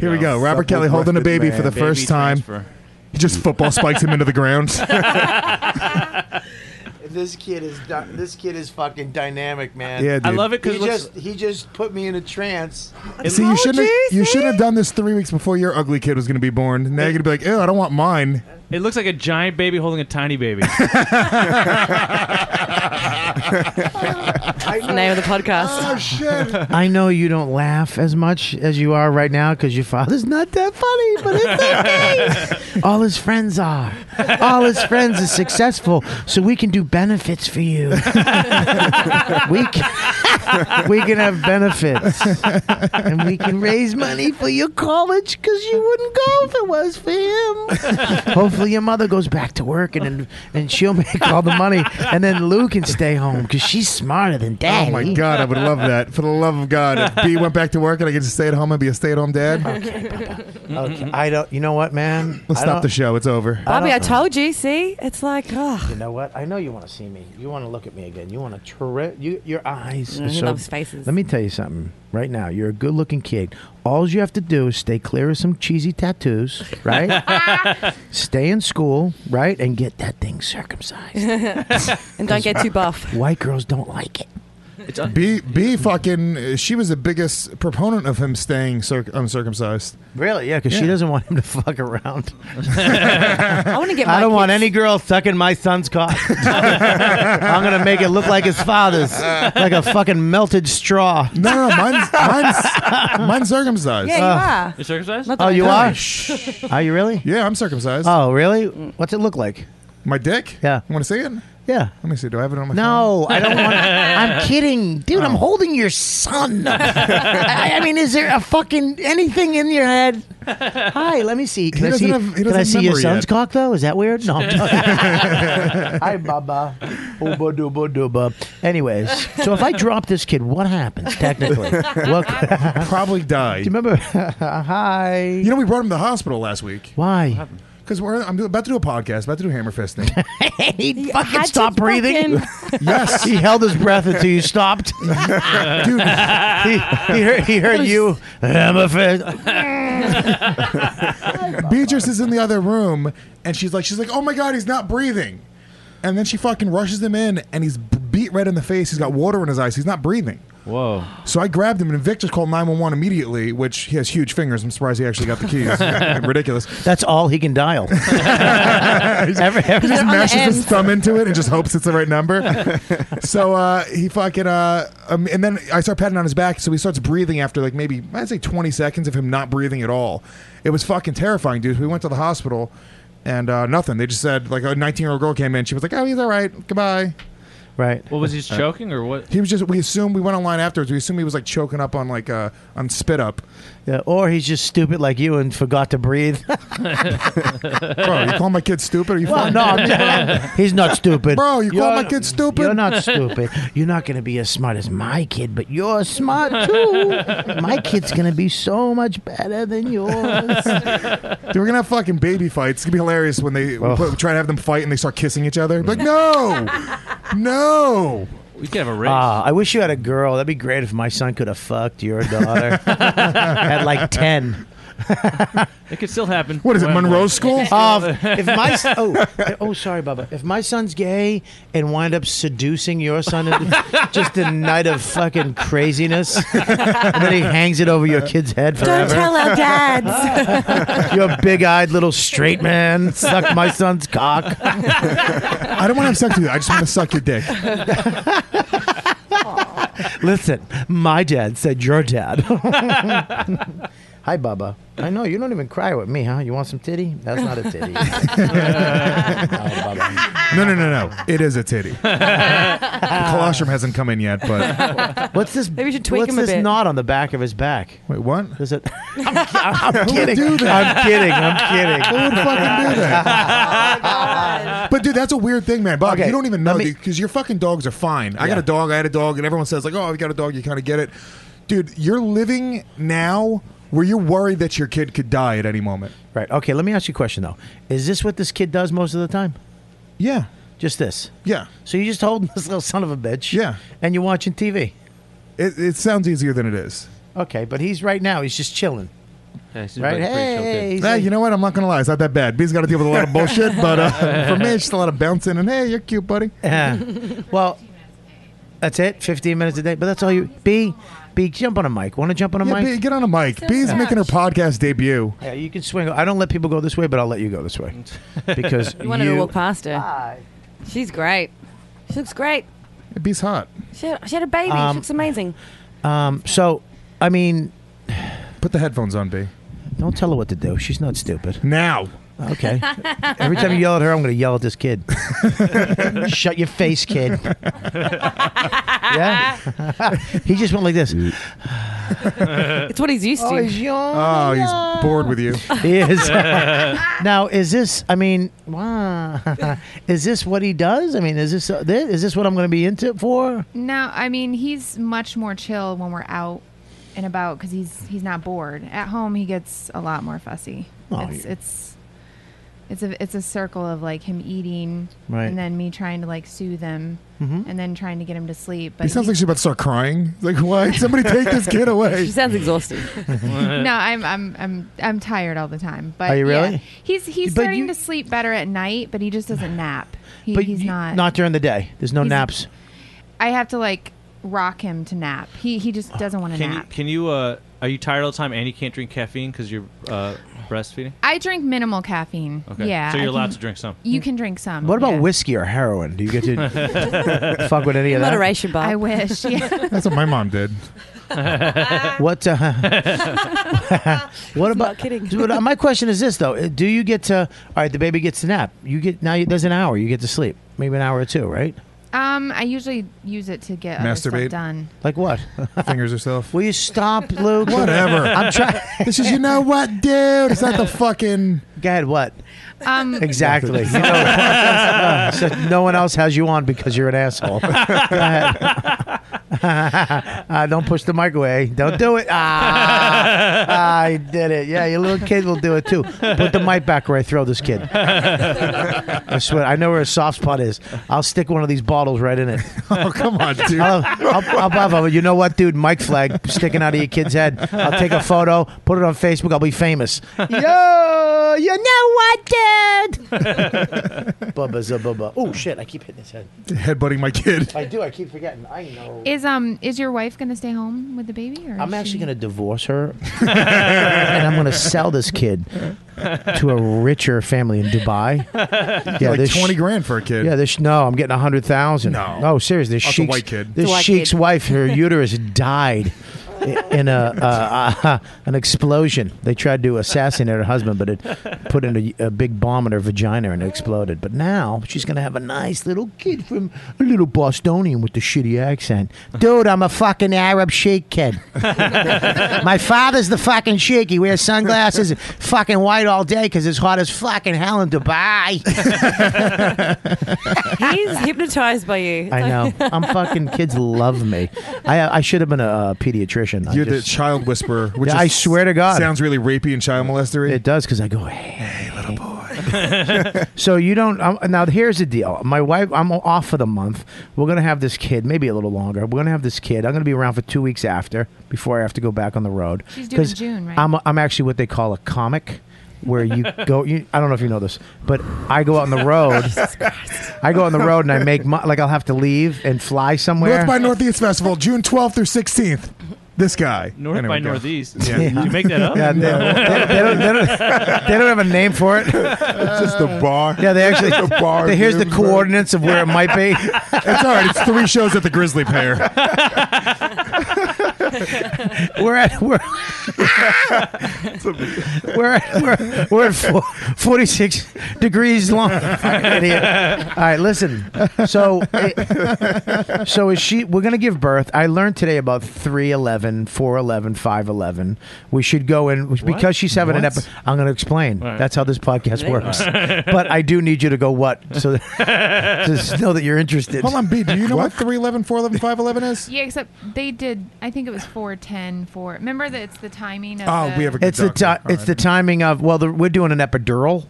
[SPEAKER 12] Here we go. Robert Kelly holding a baby for the
[SPEAKER 13] Baby
[SPEAKER 12] first time.
[SPEAKER 13] transfer.
[SPEAKER 12] He just football spikes him into
[SPEAKER 13] <laughs>
[SPEAKER 12] the ground.
[SPEAKER 16] This kid is dy- this kid is fucking dynamic, man.
[SPEAKER 12] Yeah, dude. I love
[SPEAKER 13] it 'cause
[SPEAKER 16] he
[SPEAKER 13] what's-
[SPEAKER 16] just he just put me in a trance.
[SPEAKER 12] See, you shouldn't have, you should have done this three weeks before your ugly kid was going to be born. Now you're going to be like, "Ew, I don't want mine."
[SPEAKER 13] It looks like a giant baby holding a tiny
[SPEAKER 15] <laughs>
[SPEAKER 13] baby.
[SPEAKER 11] That's the name of the podcast.
[SPEAKER 16] Oh shit!
[SPEAKER 6] I know you don't laugh as much as you are right now because your father's not that funny, but it's okay. All his friends are. All his friends are successful, so we can do benefits for you. we can, we can have benefits, and we can raise money for your college because you wouldn't go if it was for him. Hopefully, your mother goes back to work and and, and she'll make all the money, and then Lou can stay home because she's smarter than Daddy.
[SPEAKER 12] Oh my god, I would love that. For the love of God, if B went back to work and I could just stay at home and be a stay-at-home dad,
[SPEAKER 6] Okay, I don't. You know
[SPEAKER 11] <laughs>
[SPEAKER 6] what, man?
[SPEAKER 12] let's
[SPEAKER 6] I
[SPEAKER 12] stop
[SPEAKER 6] don't-
[SPEAKER 12] the show. It's over.
[SPEAKER 11] Bobby, I told you. See, it's like, oh,
[SPEAKER 6] You know what? I know you want to see me. You want to look at me again. You want to tri- you, your eyes.
[SPEAKER 11] Mm,
[SPEAKER 6] are
[SPEAKER 11] he loves faces.
[SPEAKER 6] Let me tell you something right now. You're a good-looking kid. All you have to do is stay clear of some cheesy tattoos,
[SPEAKER 11] <laughs>
[SPEAKER 6] right? stay in school, right, and get that thing
[SPEAKER 11] <laughs>
[SPEAKER 6] circumcised.
[SPEAKER 11] and don't get too buff.
[SPEAKER 6] White girls don't like it.
[SPEAKER 12] B B fucking uh, she was the biggest proponent of him staying circ- uncircumcised.
[SPEAKER 6] Really? Yeah, because she
[SPEAKER 12] Yeah.
[SPEAKER 6] doesn't want him to fuck around.
[SPEAKER 11] I want to get. My
[SPEAKER 6] <laughs> I don't want
[SPEAKER 11] kids-
[SPEAKER 6] any girl sucking my son's <laughs> cock. I'm gonna make it look like his father's, like a fucking melted straw.
[SPEAKER 12] No, no,
[SPEAKER 6] <laughs>
[SPEAKER 12] no mine's mine's, mine's circumcised. Uh,
[SPEAKER 11] Yeah, you are.
[SPEAKER 13] You circumcised?
[SPEAKER 11] Not that
[SPEAKER 6] Oh,
[SPEAKER 11] I
[SPEAKER 6] you
[SPEAKER 11] know.
[SPEAKER 6] are? Are you really?
[SPEAKER 12] Yeah, I'm circumcised.
[SPEAKER 6] Oh, really? What's it look like?
[SPEAKER 12] My dick?
[SPEAKER 6] Yeah.
[SPEAKER 12] You want to see it?
[SPEAKER 6] Yeah.
[SPEAKER 12] Let me see. Do I have it on my phone?
[SPEAKER 6] No, I don't want.
[SPEAKER 11] <laughs>
[SPEAKER 6] I'm kidding, dude.
[SPEAKER 11] Oh.
[SPEAKER 6] I'm holding your son. I, I mean, is there a fucking anything in your head? Hi, let me see. Can I
[SPEAKER 12] doesn't
[SPEAKER 6] see?
[SPEAKER 12] have- he
[SPEAKER 6] can I
[SPEAKER 12] doesn't
[SPEAKER 6] see your
[SPEAKER 12] remember
[SPEAKER 6] son's
[SPEAKER 12] yet.
[SPEAKER 6] cock though? Is that weird? No. I'm
[SPEAKER 12] <laughs>
[SPEAKER 6] Hi, Baba. Ooba dooba dooba. Anyways, so if I drop this kid, what happens technically?
[SPEAKER 11] <laughs>
[SPEAKER 6] Well, do
[SPEAKER 12] Probably died.
[SPEAKER 6] you
[SPEAKER 12] <laughs>
[SPEAKER 6] remember? Hi.
[SPEAKER 12] You know, we brought him to the hospital last week
[SPEAKER 6] Why?
[SPEAKER 12] because we're I'm about to do a podcast, about to do hammer fisting.
[SPEAKER 6] <laughs> he
[SPEAKER 11] I had
[SPEAKER 6] fucking
[SPEAKER 11] to
[SPEAKER 6] stopped breathing.
[SPEAKER 11] fucking-
[SPEAKER 6] <laughs> Yes, he held his breath until you
[SPEAKER 12] <laughs>
[SPEAKER 6] stopped.
[SPEAKER 12] Dude,
[SPEAKER 6] he, he heard, he heard you. I'm a fan.
[SPEAKER 12] Beatrice is in the other room and she's like, she's like, oh my god, he's not breathing. And then she fucking rushes him in and he's b- beat red in the face. He's got water in his eyes. He's not breathing.
[SPEAKER 13] Whoa.
[SPEAKER 12] So I grabbed him and Victor called 911 immediately, which he has huge fingers. I'm surprised he actually got the keys. <laughs> Ridiculous.
[SPEAKER 6] That's all he can dial. Every- every-
[SPEAKER 11] They're on the
[SPEAKER 12] mashes his
[SPEAKER 11] ends.
[SPEAKER 12] thumb into it and just hopes it's the right number. so uh, he fucking uh, um, and then I start patting on his back, so he starts breathing after like maybe I'd say twenty seconds of him not breathing at all. It was fucking terrifying, dude. We went to the hospital and uh, nothing. They just said like a nineteen year old girl came in. She was like, "Oh, he's all right. Goodbye."
[SPEAKER 6] right.
[SPEAKER 13] What was he just choking or what?
[SPEAKER 12] He was just. We assumed we went online afterwards. We assumed he was like choking up on like uh, on spit up.
[SPEAKER 6] Yeah, or he's just stupid like you and forgot to breathe.
[SPEAKER 12] Bro, you call my kid stupid? Are
[SPEAKER 6] <laughs>
[SPEAKER 12] you
[SPEAKER 6] well,
[SPEAKER 12] fucking-
[SPEAKER 6] no, I'm- <laughs> he's not stupid.
[SPEAKER 12] Bro, you call
[SPEAKER 6] You're-
[SPEAKER 12] my kid stupid?
[SPEAKER 6] You're not stupid. You're not going to be as smart as my kid, but you're smart too. my kid's going to be so much better than <laughs> yours.
[SPEAKER 12] Dude, we're gonna have fucking baby fights. It's gonna be hilarious when they
[SPEAKER 6] Oh.
[SPEAKER 12] put- try to have them fight and they start kissing each other. Like, no, no.
[SPEAKER 13] We could have a race.
[SPEAKER 6] Ah, I wish you <laughs> had a girl. That'd be great if my son could have fucked your daughter at like 10.
[SPEAKER 13] It could still happen.
[SPEAKER 12] What is it,
[SPEAKER 13] Well, <laughs>
[SPEAKER 12] Monroe School?
[SPEAKER 6] Um, if my s- oh oh sorry, Bubba. If my son's gay and wind up seducing your son, in <laughs> just a night of fucking craziness, and then he hangs it over your kid's head forever.
[SPEAKER 5] dads.
[SPEAKER 6] you a big-eyed little straight man. Suck my son's cock. I
[SPEAKER 12] don't want to have sex with you. I just want to suck your dick.
[SPEAKER 6] Listen, my dad said your dad. <laughs> Hi, Bubba. I know you don't even cry with me, huh? You want some titty? That's not a titty.
[SPEAKER 12] No, no, no, no. It is a titty. the colostrum hasn't come in yet, but
[SPEAKER 6] What's this? Maybe
[SPEAKER 5] you should tweak
[SPEAKER 6] what's
[SPEAKER 5] him a
[SPEAKER 6] this
[SPEAKER 5] bit.
[SPEAKER 6] knot on the back of his back?
[SPEAKER 12] Wait, what?
[SPEAKER 6] Is it? <laughs> I'm, I'm
[SPEAKER 12] Who would
[SPEAKER 6] kidding.
[SPEAKER 12] do that?
[SPEAKER 6] I'm kidding. I'm kidding.
[SPEAKER 12] Who would fucking do that? but dude, that's a weird thing, man. Bob,
[SPEAKER 6] Okay,
[SPEAKER 12] you don't even know
[SPEAKER 6] let me-
[SPEAKER 12] because your fucking dogs are fine. I got
[SPEAKER 6] Yeah.
[SPEAKER 12] a dog. I had a dog, and everyone says like, "Oh, you got a dog, you kind of get it." Dude, you're living now where you're worried that your kid could die at any moment.
[SPEAKER 6] Right. Okay. Let me ask you a question though. Is this what this kid does most of the time?
[SPEAKER 12] Yeah.
[SPEAKER 6] Just this.
[SPEAKER 12] Yeah.
[SPEAKER 6] So you're just holding <laughs> this little son of a bitch.
[SPEAKER 12] Yeah.
[SPEAKER 6] And you're watching TV.
[SPEAKER 12] It, it sounds easier than it is.
[SPEAKER 6] Okay, but he's right now. He's just chilling.
[SPEAKER 13] he's
[SPEAKER 6] right.
[SPEAKER 13] pretty chill kid.
[SPEAKER 6] Hey. he's
[SPEAKER 12] Hey,
[SPEAKER 6] like-
[SPEAKER 12] you know what? I'm not gonna lie. It's not that bad. B's got to deal with a lot of bullshit, but uh, for me, it's just a lot of bouncing. And hey, you're cute, buddy.
[SPEAKER 6] Yeah. well, that's it. Fifteen minutes a day, but that's all you. B, B, jump on a mic. Want to jump on a
[SPEAKER 12] Yeah,
[SPEAKER 6] mic?
[SPEAKER 12] B, get on a mic. B's making her podcast debut.
[SPEAKER 6] yeah, you can swing. I don't let people go this way, but I'll let you go
[SPEAKER 13] <laughs>
[SPEAKER 6] this way because
[SPEAKER 5] You wanted to
[SPEAKER 6] you-
[SPEAKER 5] walk past her. She's great. She looks great.
[SPEAKER 12] B's hot.
[SPEAKER 5] She had, she had a baby.
[SPEAKER 6] Um,
[SPEAKER 5] she looks amazing.
[SPEAKER 6] Um, so, I mean,
[SPEAKER 12] put the headphones on, B.
[SPEAKER 6] Don't tell her what to do. She's not stupid.
[SPEAKER 12] Now.
[SPEAKER 6] Okay. Every time you yell at her, I'm going to yell at this kid. Shut your face, kid. yeah. he just went like this.
[SPEAKER 5] It's what he's used to.
[SPEAKER 12] Oh, he's bored with you.
[SPEAKER 6] He is. <laughs> now, is this? I mean, wow. is this what he does? I mean, is this uh, thi- is this what I'm going to be into for?
[SPEAKER 15] No, I mean he's much more chill when we're out and about because he's he's not bored. At home, he gets a lot more fussy.
[SPEAKER 6] Oh,
[SPEAKER 15] it's,
[SPEAKER 6] yeah.
[SPEAKER 15] it's it's a it's a circle of <laughs> like him eating,
[SPEAKER 12] Right.
[SPEAKER 15] and then me trying to like soothe him,
[SPEAKER 12] Mhm.
[SPEAKER 6] Mm-hmm.
[SPEAKER 15] and then trying to get him to sleep. But
[SPEAKER 12] He sounds
[SPEAKER 15] he-
[SPEAKER 12] like she's about to start crying. Like,
[SPEAKER 15] <laughs>
[SPEAKER 12] why? Somebody take this kid away.
[SPEAKER 5] She <laughs> sounds <laughs> exhausted.
[SPEAKER 15] no, I'm I'm I'm I'm tired all the time. But
[SPEAKER 6] Are you
[SPEAKER 15] yeah.
[SPEAKER 6] really?
[SPEAKER 15] he's he's
[SPEAKER 6] But
[SPEAKER 15] starting
[SPEAKER 6] you-
[SPEAKER 15] to sleep better at night, but he just doesn't nap. He,
[SPEAKER 6] but
[SPEAKER 15] he's
[SPEAKER 6] you-
[SPEAKER 15] not.
[SPEAKER 6] Not during the day. There's no
[SPEAKER 15] He's-
[SPEAKER 6] naps.
[SPEAKER 15] I have to like rock him to nap. He he
[SPEAKER 6] Oh,
[SPEAKER 15] just doesn't want to
[SPEAKER 13] Can you,
[SPEAKER 15] nap.
[SPEAKER 13] can you? Uh, are you tired all the time and you can't drink caffeine because you're uh, breastfeeding?
[SPEAKER 15] I drink minimal caffeine.
[SPEAKER 13] Okay.
[SPEAKER 15] Yeah.
[SPEAKER 13] So you're
[SPEAKER 15] I
[SPEAKER 13] allowed
[SPEAKER 15] can-
[SPEAKER 13] to drink some.
[SPEAKER 15] You can drink some.
[SPEAKER 6] What about
[SPEAKER 15] yeah.
[SPEAKER 6] whiskey or heroin? Do you get to
[SPEAKER 15] <laughs>
[SPEAKER 6] fuck with any of that?
[SPEAKER 15] I
[SPEAKER 6] <laughs>
[SPEAKER 15] wish. Yeah. <laughs>
[SPEAKER 12] That's what my mom did.
[SPEAKER 6] what? Uh, <laughs> what about? Kidding. my question is this though: Uh, Do you get to? All right, the baby gets to nap. You get now. There's an hour. You get to sleep. Maybe an hour or two, right?
[SPEAKER 15] um, I usually use it to get other stuff
[SPEAKER 12] Masturbate?
[SPEAKER 15] done.
[SPEAKER 6] Like what? <laughs>
[SPEAKER 12] Fingers herself.
[SPEAKER 6] Will you stop, Luke?
[SPEAKER 12] Whatever.
[SPEAKER 6] I'm trying.
[SPEAKER 12] This is, you know what, dude? It's not the fucking. <laughs>
[SPEAKER 6] Go ahead. What?
[SPEAKER 15] Um,
[SPEAKER 6] <laughs> Exactly. You know- <laughs> so no one else has you on because you're an asshole. <laughs> Go ahead. <laughs> uh, don't push the mic away. Don't do it. Ah, I did it. Yeah, your little kid will do it too. Put the mic back where I throw this kid. I swear, I know where a soft spot is. I'll stick one of these bottles right in it.
[SPEAKER 12] Oh, come on, dude.
[SPEAKER 6] I'll, I'll, I'll, I'll, you know what, dude? Mic flag sticking out of your kid's head. I'll take a photo, put it on Facebook. I'll be famous. Yo, you know what, dude? Bubba's a bubba. Oh shit! I keep hitting his head.
[SPEAKER 12] Headbutting my kid.
[SPEAKER 6] I do. I keep forgetting. I know.
[SPEAKER 15] Is um is your wife gonna stay home with the baby? Or
[SPEAKER 6] I'm actually going to divorce her, and I'm going to sell this kid to a richer family in Dubai.
[SPEAKER 12] <laughs> Yeah, like
[SPEAKER 6] this
[SPEAKER 12] 20 grand for a kid.
[SPEAKER 6] Yeah, this no, I'm getting a hundred thousand.
[SPEAKER 12] No.
[SPEAKER 6] no, seriously, this
[SPEAKER 12] Oh, it's a
[SPEAKER 6] sheik's
[SPEAKER 12] white kid.
[SPEAKER 6] This
[SPEAKER 12] It's a white
[SPEAKER 6] sheik's
[SPEAKER 12] kid.
[SPEAKER 6] wife,
[SPEAKER 12] <laughs>
[SPEAKER 6] her uterus died i- in a uh, uh, an explosion. They tried to assassinate her husband, but it put in a, a big bomb in her vagina and it exploded. But now she's gonna have a nice little kid from a little Bostonian with the shitty accent. Dude, I'm a fucking Arab sheik kid. <laughs> My father's the fucking sheik. He wears sunglasses, fucking white all day because it's hot as fucking hell in Dubai.
[SPEAKER 12] <laughs>
[SPEAKER 5] He's hypnotized by you. It's
[SPEAKER 6] I know.
[SPEAKER 5] like-
[SPEAKER 6] I'm fucking kids love me. I I should have been a, uh pediatrician. I
[SPEAKER 12] You're
[SPEAKER 6] just-
[SPEAKER 12] the child whisperer, which
[SPEAKER 6] Yeah,
[SPEAKER 12] is,
[SPEAKER 6] I swear to God.
[SPEAKER 12] sounds really rapey and child molestery.
[SPEAKER 6] It does because I go, hey,
[SPEAKER 12] little boy.
[SPEAKER 6] so you don't. Um, now here's the deal. My wife, I'm off for the month. We're gonna have this kid, maybe a little longer. We're gonna have this kid. I'm gonna be around for two weeks after before I have to go back on the road.
[SPEAKER 15] She's due in
[SPEAKER 6] 'Cause
[SPEAKER 15] June, right?
[SPEAKER 6] I'm I'm actually what they call a comic. Where you go, you, I don't know if you know this, but I go out on the road. I go out on the road and I
[SPEAKER 15] <laughs>
[SPEAKER 6] make mo- like I'll have to leave and fly somewhere.
[SPEAKER 12] North by Northeast Festival, June 12th through 16th. This guy.
[SPEAKER 13] North
[SPEAKER 12] Anyway,
[SPEAKER 13] by
[SPEAKER 12] go.
[SPEAKER 13] Northeast. Did you make that up?
[SPEAKER 6] Yeah, they, they- they don't, they, don't, they don't have a name for it. It's
[SPEAKER 17] just a bar.
[SPEAKER 6] Yeah, they
[SPEAKER 12] <laughs>
[SPEAKER 6] actually.
[SPEAKER 17] It's a bar,
[SPEAKER 6] they- <laughs> here's the
[SPEAKER 17] dude.
[SPEAKER 6] coordinates of where it might be.
[SPEAKER 12] It's all right. It's three shows at the Grizzly
[SPEAKER 6] <laughs>
[SPEAKER 12] Pair.
[SPEAKER 6] We're at we're we're at, we're, we're at four, 46 degrees long. Fucking idiot. All right, listen. So eh, so is she? We're gonna give birth. I learned today about 311, 411, 511. We should go in because she's having an
[SPEAKER 13] What?
[SPEAKER 6] epi I'm gonna explain.
[SPEAKER 13] All right.
[SPEAKER 6] That's how this podcast
[SPEAKER 13] Thank
[SPEAKER 6] works.
[SPEAKER 13] you.
[SPEAKER 6] but I do need you to go what so <laughs> that, just know that you're interested.
[SPEAKER 12] Hold on, B. Do you know what 311, 411, 511 is?
[SPEAKER 15] <laughs> Yeah, except they did. I think it was four ten four. Remember that it's the timing of.
[SPEAKER 12] Oh,
[SPEAKER 15] the,
[SPEAKER 12] we have a good
[SPEAKER 6] It's the
[SPEAKER 12] doctor.
[SPEAKER 6] ti- it's the timing of well, the, we're doing an epidural,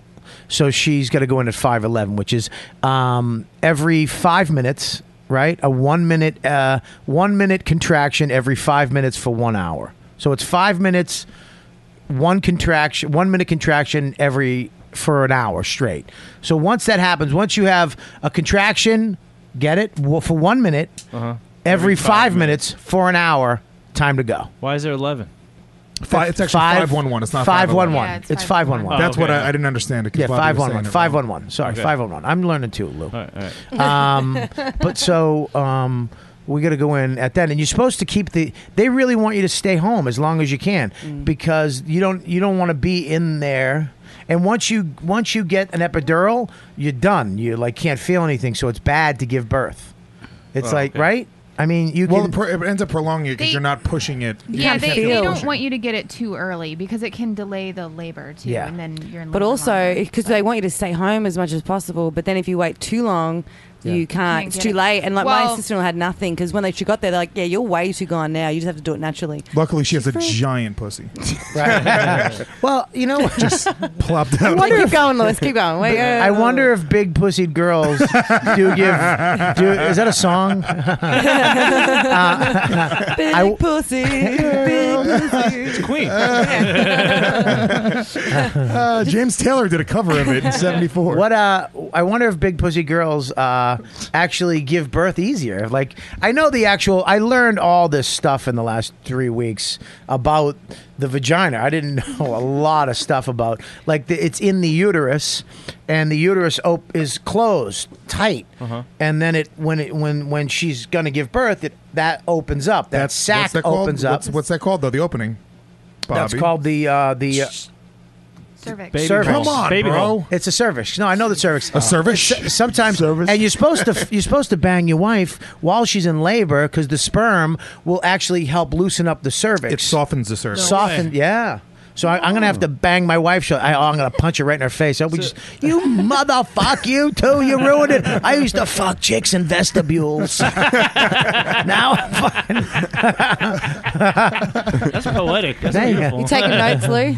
[SPEAKER 6] so she's got to go in at five eleven, which is um, every five minutes, right? A one minute uh, one minute contraction every five minutes for one hour. So it's five minutes, one contraction, one minute contraction every for an hour straight. So once that happens, once you have a contraction, get it well, for one minute
[SPEAKER 13] Uh-huh.
[SPEAKER 6] every, five, minutes for an hour. Time to go.
[SPEAKER 13] Why is there 11?
[SPEAKER 12] Fi- it's actually
[SPEAKER 6] Five-
[SPEAKER 12] 511. It's not
[SPEAKER 6] 511. Yeah, it's
[SPEAKER 12] it's
[SPEAKER 6] It's 511. 511.
[SPEAKER 12] That's what
[SPEAKER 6] Okay.
[SPEAKER 12] I, I didn't understand. It 'cause
[SPEAKER 6] Yeah,
[SPEAKER 12] Bobby was
[SPEAKER 6] five one
[SPEAKER 12] saying
[SPEAKER 6] one,
[SPEAKER 12] it
[SPEAKER 6] five
[SPEAKER 12] wrong.
[SPEAKER 6] one one. Sorry,
[SPEAKER 12] Okay.
[SPEAKER 6] five one one. I'm learning too, Lou. <laughs> Um, but so um, we got to go in at that, and you're supposed to keep the. They really want you to stay home as long as you can because you don't you don't want to be in there. And once you once you get an epidural, you're done. You like can't feel anything, so it's bad to give birth. It's
[SPEAKER 12] Oh,
[SPEAKER 6] like
[SPEAKER 12] okay.
[SPEAKER 6] right. I mean, you
[SPEAKER 12] Well,
[SPEAKER 6] can.
[SPEAKER 12] it pro- it ends up prolonging it
[SPEAKER 15] They-
[SPEAKER 12] because you're not pushing it.
[SPEAKER 15] Yeah,
[SPEAKER 12] You
[SPEAKER 15] they, they
[SPEAKER 12] can't feel
[SPEAKER 15] don't
[SPEAKER 12] pushing.
[SPEAKER 15] want you to get it too early because it can delay the labor too,
[SPEAKER 11] Yeah.
[SPEAKER 15] and then you're in.
[SPEAKER 11] But
[SPEAKER 15] labor
[SPEAKER 11] also,
[SPEAKER 15] longer.
[SPEAKER 11] because they want you to stay home as much as possible, but then if you wait too long, you can't.
[SPEAKER 15] Can't
[SPEAKER 11] uh, It's
[SPEAKER 15] get
[SPEAKER 11] too
[SPEAKER 15] it.
[SPEAKER 11] late. And like my
[SPEAKER 15] Well-
[SPEAKER 11] sister-in-law had nothing because when they she got there, they're like, "Yeah, you're way too gone now. You just have to do it naturally."
[SPEAKER 12] Luckily, she has a giant pussy. <laughs>
[SPEAKER 6] Right. well, you know,
[SPEAKER 12] just plopped out.
[SPEAKER 11] Keep going, Lewis. Keep going. Wait, wait,
[SPEAKER 6] I
[SPEAKER 11] wait, wait.
[SPEAKER 6] wonder if big pussied girls do give. Do, is that a song? Uh,
[SPEAKER 11] Big
[SPEAKER 6] I-
[SPEAKER 11] <laughs> pussy, big pussy.
[SPEAKER 13] It's Queen.
[SPEAKER 12] Uh, James Taylor did a cover of
[SPEAKER 15] <laughs>
[SPEAKER 12] it in '74.
[SPEAKER 6] What uh? I wonder if big pussy girls uh actually give birth easier. Like I know the actual. I learned all this stuff in the last three weeks about the vagina. I didn't <laughs> know a lot of stuff about like the, it's in the uterus, and the uterus op- is closed tight,
[SPEAKER 13] Uh-huh.
[SPEAKER 6] and then it when it when when she's gonna give birth, it that opens up. That sack
[SPEAKER 12] what's that called?
[SPEAKER 6] opens up.
[SPEAKER 12] What's, what's that called though? The opening.
[SPEAKER 6] That's
[SPEAKER 12] Bobby?
[SPEAKER 6] called the uh, the uh,
[SPEAKER 15] cervix.
[SPEAKER 6] Baby
[SPEAKER 12] Come on,
[SPEAKER 13] Baby
[SPEAKER 12] bro.
[SPEAKER 13] hole.
[SPEAKER 6] It's a cervix. No, I know the cervix.
[SPEAKER 12] A cervix?
[SPEAKER 6] It's- sometimes, and you're supposed to you're supposed to bang your wife while she's in labor because the sperm will actually help loosen up the cervix.
[SPEAKER 12] It softens the cervix.
[SPEAKER 6] Soften, yeah. So I, I'm gonna have to
[SPEAKER 12] Oh.
[SPEAKER 6] bang my wife. shut- I, oh, I'm gonna punch her right in her face. I would just, you motherfuck, you too. You ruined it. I used to fuck chicks in
[SPEAKER 13] <laughs>
[SPEAKER 6] vestibules. now I'm fucking.
[SPEAKER 13] That's poetic. That's
[SPEAKER 6] Dang it.
[SPEAKER 13] beautiful.
[SPEAKER 6] You
[SPEAKER 11] taking notes, Lou?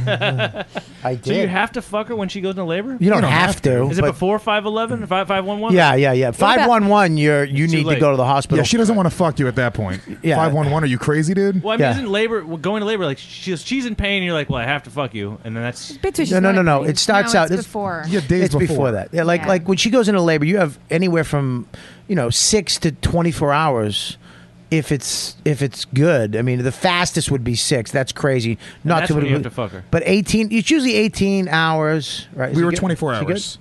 [SPEAKER 6] I
[SPEAKER 13] So you
[SPEAKER 6] did.
[SPEAKER 13] have to fuck her when she goes into labor?
[SPEAKER 6] You don't You don't have have to, to,
[SPEAKER 13] Is it
[SPEAKER 6] but-
[SPEAKER 13] before 511? 5511?
[SPEAKER 6] Yeah, yeah, yeah.
[SPEAKER 13] about-
[SPEAKER 6] Five one one. You're you
[SPEAKER 13] Too
[SPEAKER 6] need to
[SPEAKER 13] late.
[SPEAKER 6] go to the hospital.
[SPEAKER 12] Yeah, she doesn't want to fuck you at that point.
[SPEAKER 6] Yeah.
[SPEAKER 12] Five one one. Are you crazy, dude?
[SPEAKER 13] Well, I mean,
[SPEAKER 6] Yeah.
[SPEAKER 13] isn't labor well, going to labor like she's she's in pain? and You're like, well, I have to fuck you, and then that's
[SPEAKER 11] Bit too- she's
[SPEAKER 6] no, no,
[SPEAKER 11] not
[SPEAKER 6] no,
[SPEAKER 11] in
[SPEAKER 6] no.
[SPEAKER 11] pain.
[SPEAKER 6] It starts
[SPEAKER 15] No,
[SPEAKER 6] out.
[SPEAKER 15] it's before.
[SPEAKER 12] Yeah, days
[SPEAKER 6] it's before.
[SPEAKER 12] before.
[SPEAKER 6] that. Yeah, like
[SPEAKER 15] Yeah.
[SPEAKER 6] like when she goes into labor, you have anywhere from you know six to twenty four hours. If it's if it's good, I mean the fastest would be six. That's crazy. Not
[SPEAKER 13] that's
[SPEAKER 6] to,
[SPEAKER 13] when you have to fuck her.
[SPEAKER 6] But eighteen. It's usually eighteen hours, right? Is
[SPEAKER 12] We
[SPEAKER 6] it
[SPEAKER 12] were
[SPEAKER 6] good?
[SPEAKER 12] 24
[SPEAKER 6] Is she good?
[SPEAKER 12] hours.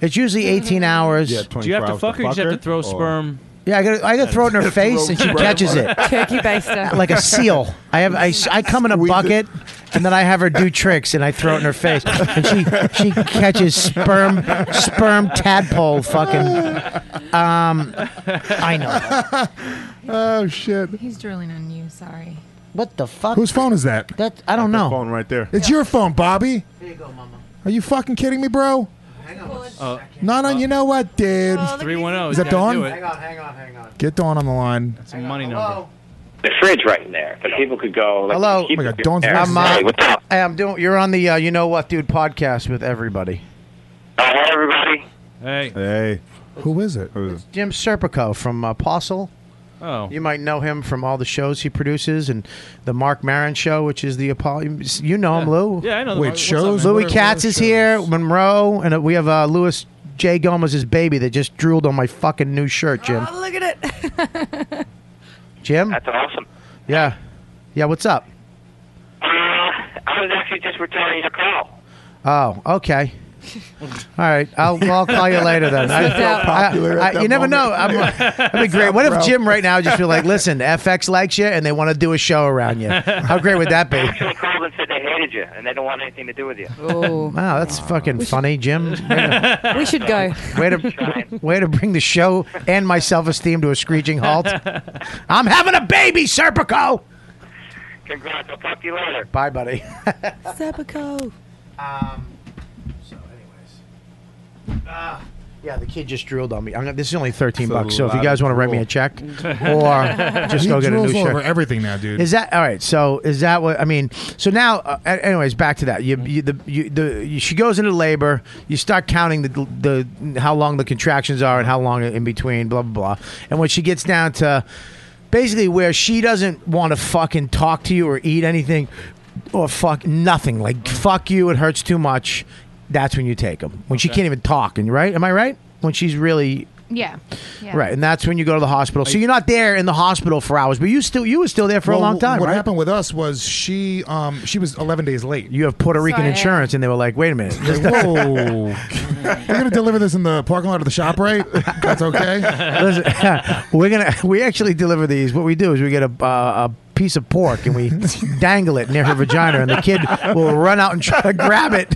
[SPEAKER 6] It's usually eighteen
[SPEAKER 13] Mm-hmm.
[SPEAKER 6] hours. Yeah,
[SPEAKER 13] Do you have to fuck her? or You just have to throw sperm.
[SPEAKER 6] I got I
[SPEAKER 12] <laughs>
[SPEAKER 6] got to throw it in her face and she catches it
[SPEAKER 11] turkey baster.
[SPEAKER 6] like a seal. I have I, I come in a bucket and then I have her do tricks and I throw it in her face and she she catches sperm sperm tadpole fucking. Um, I know
[SPEAKER 12] Oh shit!
[SPEAKER 15] He's drooling on you. Sorry.
[SPEAKER 6] what the fuck.
[SPEAKER 12] Whose phone is that?
[SPEAKER 6] that I don't know.
[SPEAKER 17] Phone right there.
[SPEAKER 12] It's your phone, Bobby. Here you go, mama. Are you fucking kidding me, bro?
[SPEAKER 13] Oh,
[SPEAKER 12] Not on. You know what,
[SPEAKER 11] Oh,
[SPEAKER 12] dude?
[SPEAKER 13] three one oh, zero.
[SPEAKER 12] Is that Dawn?
[SPEAKER 13] Hang on.
[SPEAKER 12] Get Dawn on the line.
[SPEAKER 13] It's a money number.
[SPEAKER 2] the fridge right in there, but people could go. Like,
[SPEAKER 6] Hello.
[SPEAKER 2] keep
[SPEAKER 6] Oh my
[SPEAKER 2] it
[SPEAKER 6] God, Dawn's
[SPEAKER 2] there.
[SPEAKER 6] voice is-
[SPEAKER 2] hey, what's up?
[SPEAKER 6] Hey, I'm doing. You're on the uh, you know what dude podcast with everybody.
[SPEAKER 2] Oh,
[SPEAKER 13] Hey.
[SPEAKER 18] Hey.
[SPEAKER 12] Who is it?
[SPEAKER 2] Jim Serpico from
[SPEAKER 6] uh,
[SPEAKER 2] Apostle.
[SPEAKER 13] Oh.
[SPEAKER 2] You might know him from all the shows he produces and the Mark Maron show, which is the Apollo. You know him, Lou.
[SPEAKER 13] Yeah, I know the Wait, Mark- what's up, shows? man?
[SPEAKER 2] Louis
[SPEAKER 13] What are-
[SPEAKER 2] Katz
[SPEAKER 13] what are
[SPEAKER 2] is here, Monroe, and uh, we have uh, Louis J. Gomez's baby that just drooled on my fucking new shirt, Jim.
[SPEAKER 11] Oh, look at it.
[SPEAKER 2] <laughs> Jim?
[SPEAKER 6] That's awesome.
[SPEAKER 2] Yeah. Yeah, what's up?
[SPEAKER 6] I was actually just returning your call.
[SPEAKER 2] Oh, okay. All right, I'll, well, I'll call you later then.
[SPEAKER 6] This is so popular at
[SPEAKER 2] you
[SPEAKER 6] that
[SPEAKER 2] never
[SPEAKER 6] moment.
[SPEAKER 2] know. I'm, that'd be great.
[SPEAKER 6] up,
[SPEAKER 2] What if
[SPEAKER 6] bro.
[SPEAKER 2] Jim right now just feel like, listen, FX likes you and they want to do a show around you? How great would that be?
[SPEAKER 6] They called and said they hated you and they don't want anything to do with you.
[SPEAKER 2] Wow, that's fucking funny, <laughs> Jim.
[SPEAKER 11] we should go.
[SPEAKER 2] Way to way to bring the show and my self esteem to a screeching <laughs> halt. I'm having a baby, Serpico.
[SPEAKER 6] Congrats. I'll talk to you later.
[SPEAKER 2] Bye, buddy.
[SPEAKER 11] Serpico.
[SPEAKER 2] Um, so, anyways, uh, yeah, the kid just drilled on me. I'm gonna, this is only thirteen
[SPEAKER 12] That's a
[SPEAKER 2] bucks. So if you
[SPEAKER 12] lot
[SPEAKER 2] guys
[SPEAKER 12] of
[SPEAKER 2] want to write me
[SPEAKER 12] drool.
[SPEAKER 2] a check or just
[SPEAKER 12] He
[SPEAKER 2] go get a new
[SPEAKER 12] drools all
[SPEAKER 2] shirt.
[SPEAKER 12] over everything now, dude.
[SPEAKER 2] Is that all right? So is that what I mean? So now, uh, a- anyways, back to that. You,
[SPEAKER 12] Mm-hmm.
[SPEAKER 2] you, the, you, the, you, she goes into labor. You start counting the, the how long the contractions are and how long in between. Blah blah blah. And when she gets down to basically where she doesn't want to fucking talk to you or eat anything or fuck nothing.
[SPEAKER 12] Mm-hmm.
[SPEAKER 2] Like fuck you. It hurts too much. That's when you take them. When she
[SPEAKER 15] Okay.
[SPEAKER 2] can't even talk. And right? Am I right? When she's really
[SPEAKER 15] Yeah. yeah.
[SPEAKER 2] Right, and that's when you go to the hospital. So you're not there in the hospital for hours, but you still you were still there for a
[SPEAKER 12] Well,
[SPEAKER 2] long time,
[SPEAKER 12] What
[SPEAKER 2] right?
[SPEAKER 12] happened with us was she um she was 11 days late.
[SPEAKER 2] You have Puerto Rican insurance, and they were like, "Wait a minute,
[SPEAKER 12] Like,
[SPEAKER 2] <laughs>
[SPEAKER 12] whoa, we're gonna deliver this in the parking lot of the
[SPEAKER 2] <laughs>
[SPEAKER 12] shop, right? That's okay.
[SPEAKER 2] Listen, we're gonna <laughs> we actually deliver these. What we do is we get a uh, a piece of pork and we dangle it near her vagina, and the kid will run out and try to grab it.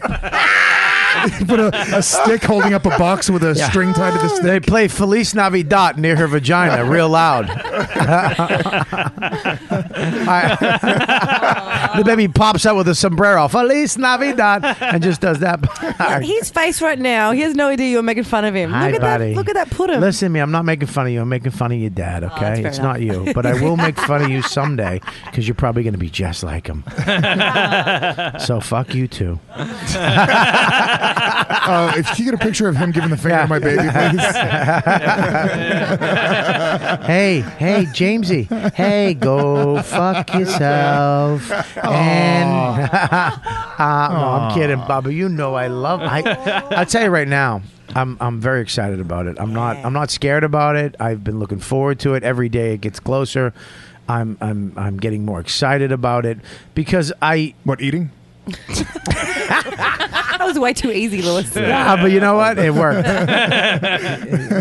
[SPEAKER 12] Put a, a stick holding up a box with a
[SPEAKER 2] Yeah.
[SPEAKER 12] string tied to the stick.
[SPEAKER 2] They play Feliz Navidad near her vagina, real loud.
[SPEAKER 12] <laughs>
[SPEAKER 2] I- <laughs> the baby pops out with a sombrero, Feliz Navidad, and just does that.
[SPEAKER 11] His face right now. He has no idea you're making fun of him.
[SPEAKER 2] Hi,
[SPEAKER 11] look at
[SPEAKER 2] buddy.
[SPEAKER 11] that. Look at that pudding.
[SPEAKER 2] Listen to me. I'm not making fun of you. I'm making fun of your dad.
[SPEAKER 11] that's
[SPEAKER 2] Okay,
[SPEAKER 11] fair
[SPEAKER 2] it's
[SPEAKER 11] enough.
[SPEAKER 2] not you, but I will make fun of you someday because you're probably going to be just like
[SPEAKER 11] <laughs>
[SPEAKER 2] him. so fuck you too.
[SPEAKER 12] Uh, if you get a picture of him giving the finger to
[SPEAKER 2] <laughs>
[SPEAKER 12] my baby, please.
[SPEAKER 2] hey, hey, Jamesy. Hey, go fuck yourself. And <laughs> uh, no, I'm kidding, Bubba. You know I love. I I tell you right now. I'm I'm very excited about it. I'm not I'm not scared about it. I've been looking forward to it. Every day it gets closer. I'm I'm I'm getting more excited about it because I
[SPEAKER 12] what eating?
[SPEAKER 11] that was way too easy, Lewis.
[SPEAKER 2] Yeah, but you know what? It worked.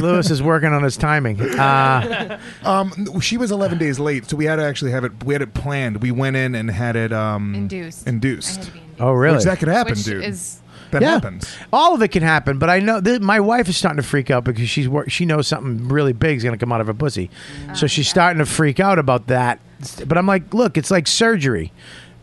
[SPEAKER 2] Lewis is working on his timing. Uh,
[SPEAKER 12] um, she was 11 days late, so we had to actually have it. We had it planned. We went in and had it um,
[SPEAKER 15] induced.
[SPEAKER 12] Induced.
[SPEAKER 2] Oh, really?
[SPEAKER 12] Which that could happen,
[SPEAKER 15] Which
[SPEAKER 12] dude.
[SPEAKER 15] is-
[SPEAKER 12] that
[SPEAKER 2] yeah,
[SPEAKER 12] happens.
[SPEAKER 2] all of it can happen. But I know th- my wife is starting to freak out because she's wor- she knows something really big is going to come out of her pussy, so she's starting to freak out about that. But I'm like, look, it's like surgery.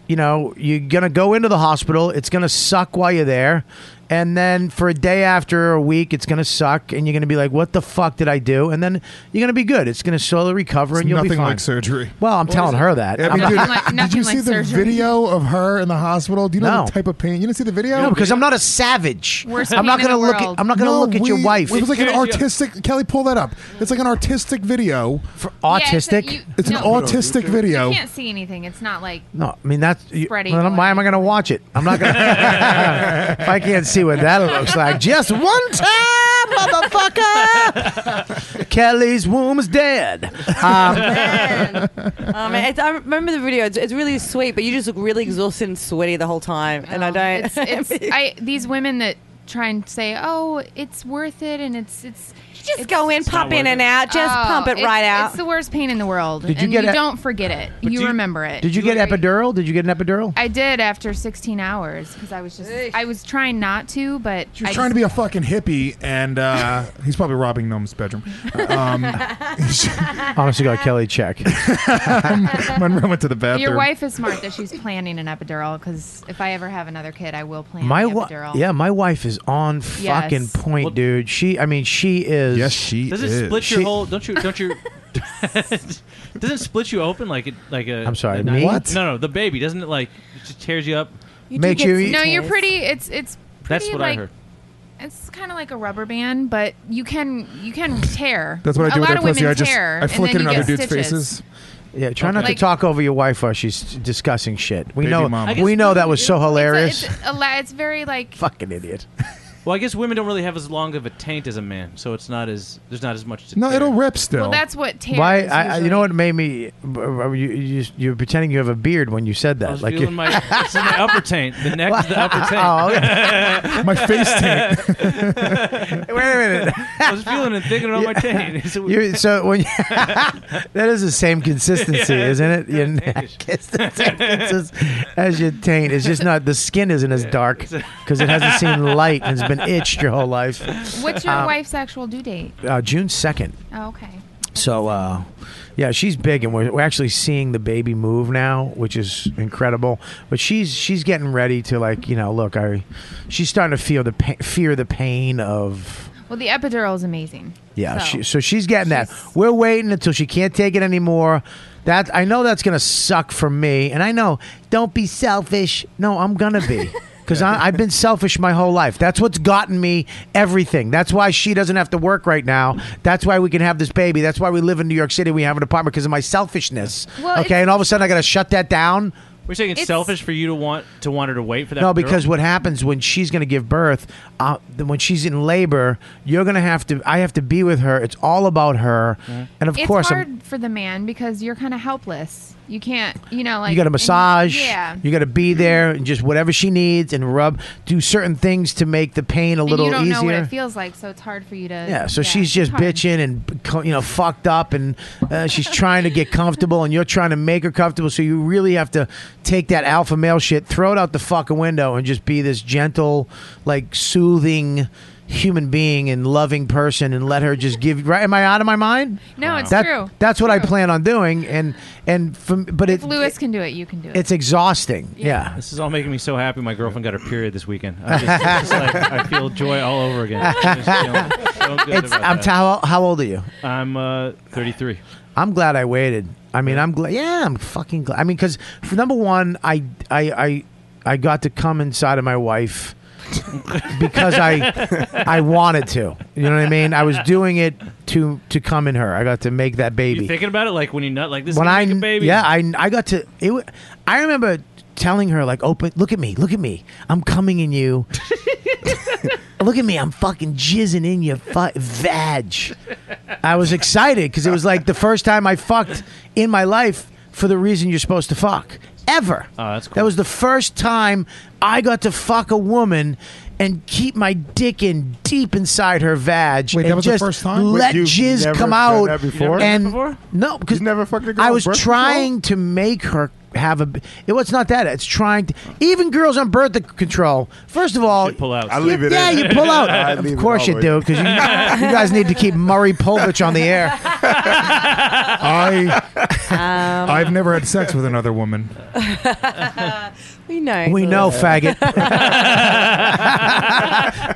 [SPEAKER 2] You know, you're gonna go into the hospital. It's gonna suck while you're there, and then for a day after or a week, it's gonna suck, and you're gonna be like, "What the fuck did I do?" And then you're gonna be good. It's gonna slowly recover,
[SPEAKER 12] It's
[SPEAKER 2] and you'll
[SPEAKER 12] nothing
[SPEAKER 2] be fine.
[SPEAKER 12] like surgery.
[SPEAKER 2] Well, I'm telling her that.
[SPEAKER 12] I
[SPEAKER 2] I'm
[SPEAKER 12] mean,
[SPEAKER 2] not-
[SPEAKER 12] dude, did you see the video of her in the hospital? Do you know
[SPEAKER 2] No.
[SPEAKER 12] the type of pain? You didn't see the video?
[SPEAKER 2] No, because I'm not a savage.
[SPEAKER 12] Worst
[SPEAKER 2] I'm not
[SPEAKER 12] pain in
[SPEAKER 2] gonna
[SPEAKER 12] the
[SPEAKER 2] look.
[SPEAKER 12] world.
[SPEAKER 2] At, I'm not gonna
[SPEAKER 12] No,
[SPEAKER 2] look at your
[SPEAKER 12] we-
[SPEAKER 2] wife.
[SPEAKER 12] It was like an artistic. Kelly, pull that up. It's like an artistic video for
[SPEAKER 15] Yeah, it's a- you-
[SPEAKER 12] It's an
[SPEAKER 15] no.
[SPEAKER 12] autistic video.
[SPEAKER 15] You can't see anything. It's not like
[SPEAKER 2] No, I mean that's. You,
[SPEAKER 15] Spreading
[SPEAKER 2] then why am I gonna watch it? I'm not gonna. if I can't see what that looks like, just one time, motherfucker. Kelly's womb is
[SPEAKER 11] <laughs>
[SPEAKER 2] dead. <laughs> Um,
[SPEAKER 11] Oh, man, it's, I remember the video. It's, it's really sweet, but you just look really exhausted and sweaty the whole time. And I don't.
[SPEAKER 15] um,
[SPEAKER 11] <laughs>
[SPEAKER 15] it's, it's I these women that try and say, "Oh, it's worth it," and it's it's
[SPEAKER 11] just go in, pop in and out, Uh, just pump it
[SPEAKER 15] Oh, it's-
[SPEAKER 11] right out.
[SPEAKER 15] It's the worst pain in the world,
[SPEAKER 2] Did you
[SPEAKER 15] and
[SPEAKER 2] get
[SPEAKER 15] you
[SPEAKER 2] a-
[SPEAKER 15] don't forget it.
[SPEAKER 2] But
[SPEAKER 15] You
[SPEAKER 2] do you-
[SPEAKER 15] remember it.
[SPEAKER 2] did you get epidural? Did you get an epidural?
[SPEAKER 15] I did after 16 hours because I was just I was trying not to, but
[SPEAKER 12] She was
[SPEAKER 15] I
[SPEAKER 12] trying
[SPEAKER 15] just-
[SPEAKER 12] to be a fucking hippie, and uh,
[SPEAKER 2] <laughs>
[SPEAKER 12] he's probably robbing Noam's bedroom. Um, <laughs>
[SPEAKER 2] Honestly, got Kelly check.
[SPEAKER 12] Monroe went to the bathroom.
[SPEAKER 15] Your wife is smart that she's planning an epidural because if I ever have another kid, I will plan
[SPEAKER 2] my
[SPEAKER 15] an
[SPEAKER 2] wife.
[SPEAKER 15] epidural.
[SPEAKER 2] Yeah, my wife is on
[SPEAKER 15] Yes.
[SPEAKER 2] fucking point, dude. She. I mean, she is. Yes,
[SPEAKER 12] she
[SPEAKER 13] Does it split your whole? Don't you? Don't <laughs> you? doesn't it split you open like it? Like a?
[SPEAKER 2] I'm sorry,
[SPEAKER 13] a-
[SPEAKER 2] me? What?
[SPEAKER 13] No, no, the baby doesn't it like it just tears you up?
[SPEAKER 2] You do Makes get you some eat-
[SPEAKER 15] No, you're pretty. It's it's pretty
[SPEAKER 13] That's what
[SPEAKER 15] like
[SPEAKER 13] I heard.
[SPEAKER 15] It's kind of like a rubber band, but you can you can tear.
[SPEAKER 2] That's what I do with
[SPEAKER 15] A lot
[SPEAKER 2] their
[SPEAKER 15] of
[SPEAKER 2] pussy.
[SPEAKER 15] women
[SPEAKER 2] I just-
[SPEAKER 15] tear,
[SPEAKER 2] I
[SPEAKER 15] and
[SPEAKER 2] flick
[SPEAKER 15] then
[SPEAKER 2] it in
[SPEAKER 15] you
[SPEAKER 2] other
[SPEAKER 15] get
[SPEAKER 2] dudes'
[SPEAKER 15] stitches.
[SPEAKER 2] faces. Yeah, try not
[SPEAKER 15] Like-
[SPEAKER 2] to talk over your wife while she's discussing shit. We
[SPEAKER 13] Baby
[SPEAKER 2] know
[SPEAKER 13] mama. I guess-
[SPEAKER 2] we know that was so hilarious.
[SPEAKER 15] <laughs> A la- it's very like
[SPEAKER 2] Fucking idiot.
[SPEAKER 13] Well, I guess women don't really have as long of a taint as a man, so it's not as there's not as much to.
[SPEAKER 2] No, it'll
[SPEAKER 12] rip still.
[SPEAKER 15] well, that's what tears.
[SPEAKER 2] Why? I, I-
[SPEAKER 15] usually.
[SPEAKER 2] you know what made me? You, you, you're pretending you have a beard when you said that.
[SPEAKER 13] I was
[SPEAKER 2] like you, <laughs>
[SPEAKER 13] feeling my, it's in my upper taint. The neck is the upper taint.
[SPEAKER 2] Oh, okay. My face <laughs> taint. Wait a minute.
[SPEAKER 13] I was feeling and thinking about my taint. <laughs> It's a-
[SPEAKER 2] you, so when you, that is the same consistency,
[SPEAKER 13] Yeah.
[SPEAKER 2] isn't it? Your neck is the same consist- as your taint. It's just not the skin isn't as dark because it hasn't seen light and it's been itched your whole life.
[SPEAKER 15] What's your
[SPEAKER 2] Um,
[SPEAKER 15] wife's actual due date?
[SPEAKER 2] Uh, June second.
[SPEAKER 15] Oh, okay.
[SPEAKER 2] So, uh, yeah, she's big, and we're, we're actually seeing the baby move now, which is incredible. But she's she's getting ready to like you know look, I she's starting to feel the pa- fear the pain of
[SPEAKER 15] Well, the epidural is amazing.
[SPEAKER 2] yeah.
[SPEAKER 15] So-
[SPEAKER 2] she, so she's getting that. We're waiting until she can't take it anymore. That I know that's gonna suck for me, and I know don't be selfish. No, I'm gonna
[SPEAKER 15] <laughs>
[SPEAKER 2] be. Because I've been selfish my whole life. That's what's gotten me everything. That's why she doesn't have to work right now. That's why we can have this baby. That's why we live in New York City. We have an apartment because of my selfishness.
[SPEAKER 15] Well,
[SPEAKER 2] okay,
[SPEAKER 15] it's-
[SPEAKER 2] and all of a sudden I got to shut that down.
[SPEAKER 13] We're saying it's,
[SPEAKER 15] It's-
[SPEAKER 13] selfish for you to want to want her to wait for that.
[SPEAKER 2] No,
[SPEAKER 13] epidural?
[SPEAKER 2] because what happens when she's going to give birth, uh, th- when she's in labor, you're going to have to. I have to be with her. It's all about her, and of
[SPEAKER 15] Mm-hmm. it's
[SPEAKER 2] course, I'm-
[SPEAKER 15] hard for the man because you're kind of helpless. You can't, you know, like
[SPEAKER 2] you got to
[SPEAKER 15] and
[SPEAKER 2] massage.
[SPEAKER 15] Yeah. Mm-hmm.
[SPEAKER 2] you got to be there and just whatever she needs and rub, do certain things to make the pain a
[SPEAKER 15] and
[SPEAKER 2] little
[SPEAKER 15] you don't
[SPEAKER 2] easier.
[SPEAKER 15] know what it feels like, so it's hard for you to.
[SPEAKER 2] Yeah, so she's
[SPEAKER 15] it's
[SPEAKER 2] just
[SPEAKER 15] hard.
[SPEAKER 2] bitching and co- you know fucked up, and uh, she's trying to get comfortable, and you're trying to make her comfortable. So you really have to take that alpha male shit, throw it out the fucking window, and just be this gentle, like soothing human being and loving person, and let her just give. Right? Am I out of my mind?
[SPEAKER 15] No, it's
[SPEAKER 2] That-
[SPEAKER 15] true.
[SPEAKER 2] That's what I plan on doing, and and from, but it,
[SPEAKER 15] If Lewis can do it, you can do it.
[SPEAKER 2] it's exhausting. yeah.
[SPEAKER 13] This is all making me so happy. My girlfriend got her period this weekend. I'm just, it's just like, I feel joy all over again. I'm just feeling so good
[SPEAKER 2] It's-
[SPEAKER 13] about
[SPEAKER 2] I'm
[SPEAKER 13] that.
[SPEAKER 2] t- how, how old are you?
[SPEAKER 13] I'm uh, 33.
[SPEAKER 2] I'm glad I waited. I mean, I'm glad. Yeah, I'm fucking glad. I mean, because number one, I, I, I, I got to come inside of my wife because I, I wanted to. You know what I mean? I was doing it to to come in her. I got to make that baby
[SPEAKER 13] You thinking about it like when you nut like this? is
[SPEAKER 2] when
[SPEAKER 13] gonna
[SPEAKER 2] I
[SPEAKER 13] make a baby.
[SPEAKER 2] yeah I I got to it. wa- I remember telling her like, "Open, look at me, look at me. I'm coming in you.
[SPEAKER 13] <laughs>
[SPEAKER 2] look at me. I'm fucking jizzing in your fu- vag." I was excited because it was like the first time I fucked in my life for the reason you're supposed to fuck ever.
[SPEAKER 13] Oh, that's cool.
[SPEAKER 2] That was the first time I got to fuck a woman. And keep my dick in deep inside her vag.
[SPEAKER 12] Wait, that
[SPEAKER 2] and
[SPEAKER 12] was the
[SPEAKER 2] just
[SPEAKER 12] first time?
[SPEAKER 2] Let
[SPEAKER 6] You've
[SPEAKER 2] jizz
[SPEAKER 6] never
[SPEAKER 2] come
[SPEAKER 6] done
[SPEAKER 2] out.
[SPEAKER 6] that before?
[SPEAKER 2] And
[SPEAKER 6] You've never
[SPEAKER 2] no, because
[SPEAKER 6] never fucked a girl
[SPEAKER 2] I was
[SPEAKER 6] with birth
[SPEAKER 2] trying to make her have a. It was not that. It's trying to. Even girls on birth control. First of all,
[SPEAKER 13] pull out. I
[SPEAKER 2] you-
[SPEAKER 13] leave it
[SPEAKER 2] Yeah,
[SPEAKER 13] in.
[SPEAKER 2] you pull
[SPEAKER 13] <laughs> I
[SPEAKER 2] out.
[SPEAKER 13] leave
[SPEAKER 2] of
[SPEAKER 13] it
[SPEAKER 2] course you
[SPEAKER 13] always.
[SPEAKER 2] do, because you, you
[SPEAKER 13] <laughs>
[SPEAKER 2] guys need to keep Murray Povich on the air.
[SPEAKER 12] I
[SPEAKER 5] Um,
[SPEAKER 12] I've never had sex with another woman.
[SPEAKER 5] we know.
[SPEAKER 2] We know,
[SPEAKER 5] Lewis.
[SPEAKER 2] faggot.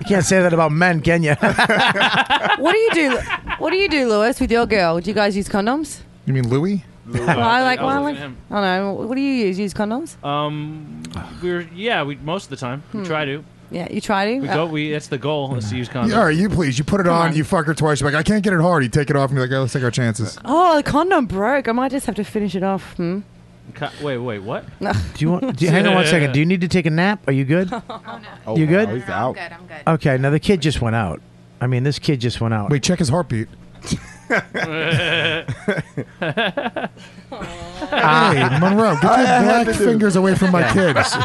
[SPEAKER 2] you can't say that about men, can you?
[SPEAKER 5] what do you do? What do you do, Lewis, with your girl? Do you guys use condoms?
[SPEAKER 12] You mean Louis?
[SPEAKER 5] I like. I like.
[SPEAKER 13] I was looking
[SPEAKER 5] I
[SPEAKER 13] at
[SPEAKER 5] don't
[SPEAKER 13] him.
[SPEAKER 5] know. What do you use? Use condoms?
[SPEAKER 13] Um, we're yeah, we most of the time we
[SPEAKER 5] Hmm.
[SPEAKER 13] try to.
[SPEAKER 5] Yeah, you try to.
[SPEAKER 13] We
[SPEAKER 5] Uh,
[SPEAKER 13] go. We that's the goal is to use condoms.
[SPEAKER 12] Yeah, all right, you please. You put it
[SPEAKER 5] Come
[SPEAKER 12] on,
[SPEAKER 5] on.
[SPEAKER 12] You fuck her twice. You're like I can't get it hard. You take it off and be like, oh, let's take our chances.
[SPEAKER 5] Oh, the condom broke. I might just have to finish it off. Hmm.
[SPEAKER 13] Co- wait, wait, what?
[SPEAKER 5] No.
[SPEAKER 2] Do you want? Do you, hang on one second. Do you need to take a nap? Are you good?
[SPEAKER 6] Oh,
[SPEAKER 2] You good?
[SPEAKER 6] wow, he's out.
[SPEAKER 2] Okay. Now the kid just went out. I mean, this kid just went out.
[SPEAKER 12] Wait, check his heartbeat. Hey, Monroe, get
[SPEAKER 2] I
[SPEAKER 12] your
[SPEAKER 2] had
[SPEAKER 12] black
[SPEAKER 2] to do-
[SPEAKER 12] fingers away from my
[SPEAKER 2] Yeah.
[SPEAKER 12] kids.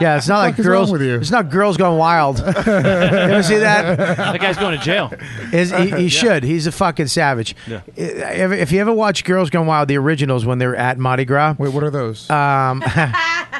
[SPEAKER 2] Yeah, it's not
[SPEAKER 12] What
[SPEAKER 2] like
[SPEAKER 12] the fuck is wrong
[SPEAKER 2] girls.
[SPEAKER 12] with you?
[SPEAKER 2] It's not girls going wild. <laughs> you ever see that?
[SPEAKER 13] That guy's going to jail.
[SPEAKER 2] Is, he he
[SPEAKER 13] Yeah.
[SPEAKER 2] should. He's a fucking savage.
[SPEAKER 13] Yeah.
[SPEAKER 2] I- If, if you ever watch Girls Gone Wild, the originals when they're at Mardi Gras.
[SPEAKER 12] Wait, what are those?
[SPEAKER 2] Um,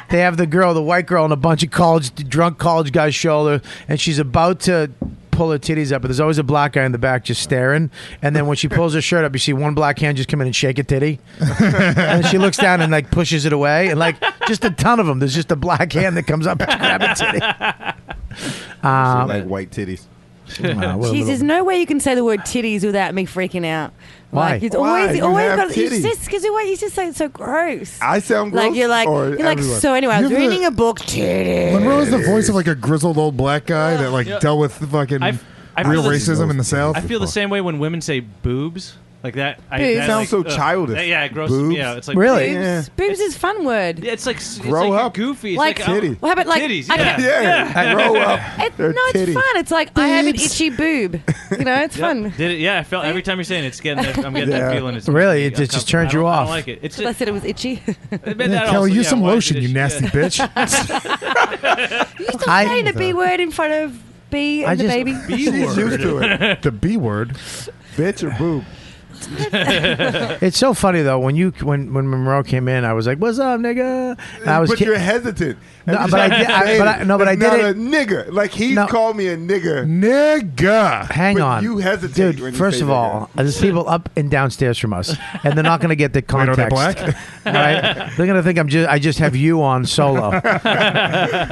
[SPEAKER 2] they have the girl, the white girl, on a bunch of college drunk college guy's shoulder, and she's about to pull her titties up, but there's always a black guy in the back just staring. And then when she pulls her shirt up, you see one black hand just come in and shake a titty, and she looks down and like pushes it away, and like just a ton of them. There's just a black hand that comes up and grab a titty. Um,
[SPEAKER 6] like white titties.
[SPEAKER 11] Ah, what a
[SPEAKER 5] Jeez,
[SPEAKER 11] little-
[SPEAKER 5] there's no way you can say the word titties without me freaking out.
[SPEAKER 11] Why?
[SPEAKER 5] Like, he's
[SPEAKER 11] Why?
[SPEAKER 5] always, he
[SPEAKER 11] You
[SPEAKER 5] always
[SPEAKER 11] have
[SPEAKER 5] got. He's
[SPEAKER 11] titties.
[SPEAKER 5] just because he he's just saying it's so gross.
[SPEAKER 10] I sound
[SPEAKER 5] like
[SPEAKER 10] gross
[SPEAKER 5] you're like
[SPEAKER 10] or
[SPEAKER 5] you're like
[SPEAKER 10] everyone?
[SPEAKER 5] so. Anyway, I was
[SPEAKER 6] You're the-
[SPEAKER 5] reading a book. Titties.
[SPEAKER 6] Monroe is the voice of like a grizzled old black guy that like
[SPEAKER 13] Yeah.
[SPEAKER 6] dealt with fucking
[SPEAKER 13] I've- I
[SPEAKER 6] real
[SPEAKER 13] feel the-
[SPEAKER 6] racism in the South.
[SPEAKER 13] I feel the same way when women say boobs. Like that, I,
[SPEAKER 5] Boobs.
[SPEAKER 13] that
[SPEAKER 5] Sounds
[SPEAKER 13] like,
[SPEAKER 10] so
[SPEAKER 13] ugh.
[SPEAKER 10] childish.
[SPEAKER 13] That- yeah, it grosses
[SPEAKER 10] Boobs?
[SPEAKER 13] me out. It's like
[SPEAKER 10] Really?
[SPEAKER 13] Boobs.
[SPEAKER 10] Yeah.
[SPEAKER 5] Boobs is a fun word.
[SPEAKER 13] It's like it's
[SPEAKER 10] Grow
[SPEAKER 13] like
[SPEAKER 10] up.
[SPEAKER 13] goofy. It's
[SPEAKER 5] Like,
[SPEAKER 13] like, oh,
[SPEAKER 5] titty. Well, how about, like,
[SPEAKER 13] titties?
[SPEAKER 5] I
[SPEAKER 13] Yeah,
[SPEAKER 5] can-
[SPEAKER 10] Yeah, grow up.
[SPEAKER 5] It, no, <laughs> it's
[SPEAKER 13] titties.
[SPEAKER 5] fun. It's like I have an itchy boob. You know, it's
[SPEAKER 13] Yep.
[SPEAKER 5] fun.
[SPEAKER 13] Did it? Yeah, I felt every time you're saying it, it's getting. That, I'm getting
[SPEAKER 11] Yeah.
[SPEAKER 13] that feeling. It's
[SPEAKER 11] Really? It
[SPEAKER 13] making me
[SPEAKER 11] just- just
[SPEAKER 13] uncomfortable.
[SPEAKER 11] turns you
[SPEAKER 13] I don't- I
[SPEAKER 11] off.
[SPEAKER 13] don't like it. It's
[SPEAKER 5] Because I said it was
[SPEAKER 13] <laughs>
[SPEAKER 5] itchy.
[SPEAKER 13] that
[SPEAKER 6] Yeah, Kelly, use some lotion, you nasty bitch.
[SPEAKER 5] Stop saying <laughs> the B word in front of B and the baby.
[SPEAKER 10] She's used to it.
[SPEAKER 6] The B word,
[SPEAKER 10] bitch or boob.
[SPEAKER 11] it's so funny though when you when when Monroe came in, I was like, "What's up, nigga?" And I was
[SPEAKER 10] but
[SPEAKER 11] ki-
[SPEAKER 10] you're hesitant.
[SPEAKER 11] No,
[SPEAKER 10] Every
[SPEAKER 11] but
[SPEAKER 10] time
[SPEAKER 11] I did-
[SPEAKER 10] you
[SPEAKER 11] I-
[SPEAKER 10] say
[SPEAKER 11] but I- no, but I
[SPEAKER 10] it's
[SPEAKER 11] did
[SPEAKER 10] not
[SPEAKER 11] it-
[SPEAKER 10] A nigga, like he's
[SPEAKER 11] No.
[SPEAKER 10] called me a nigga.
[SPEAKER 6] nigga.
[SPEAKER 11] Hang
[SPEAKER 10] But
[SPEAKER 11] on,
[SPEAKER 10] you hesitate
[SPEAKER 11] dude.
[SPEAKER 10] when you
[SPEAKER 11] first
[SPEAKER 10] say
[SPEAKER 11] of all, there's people up and downstairs from us, and they're not going to get the
[SPEAKER 6] <laughs> Wait, are
[SPEAKER 11] context. <laughs>
[SPEAKER 6] they
[SPEAKER 11] right? They're going to think I'm just I just have you on
[SPEAKER 6] <laughs>
[SPEAKER 11] solo.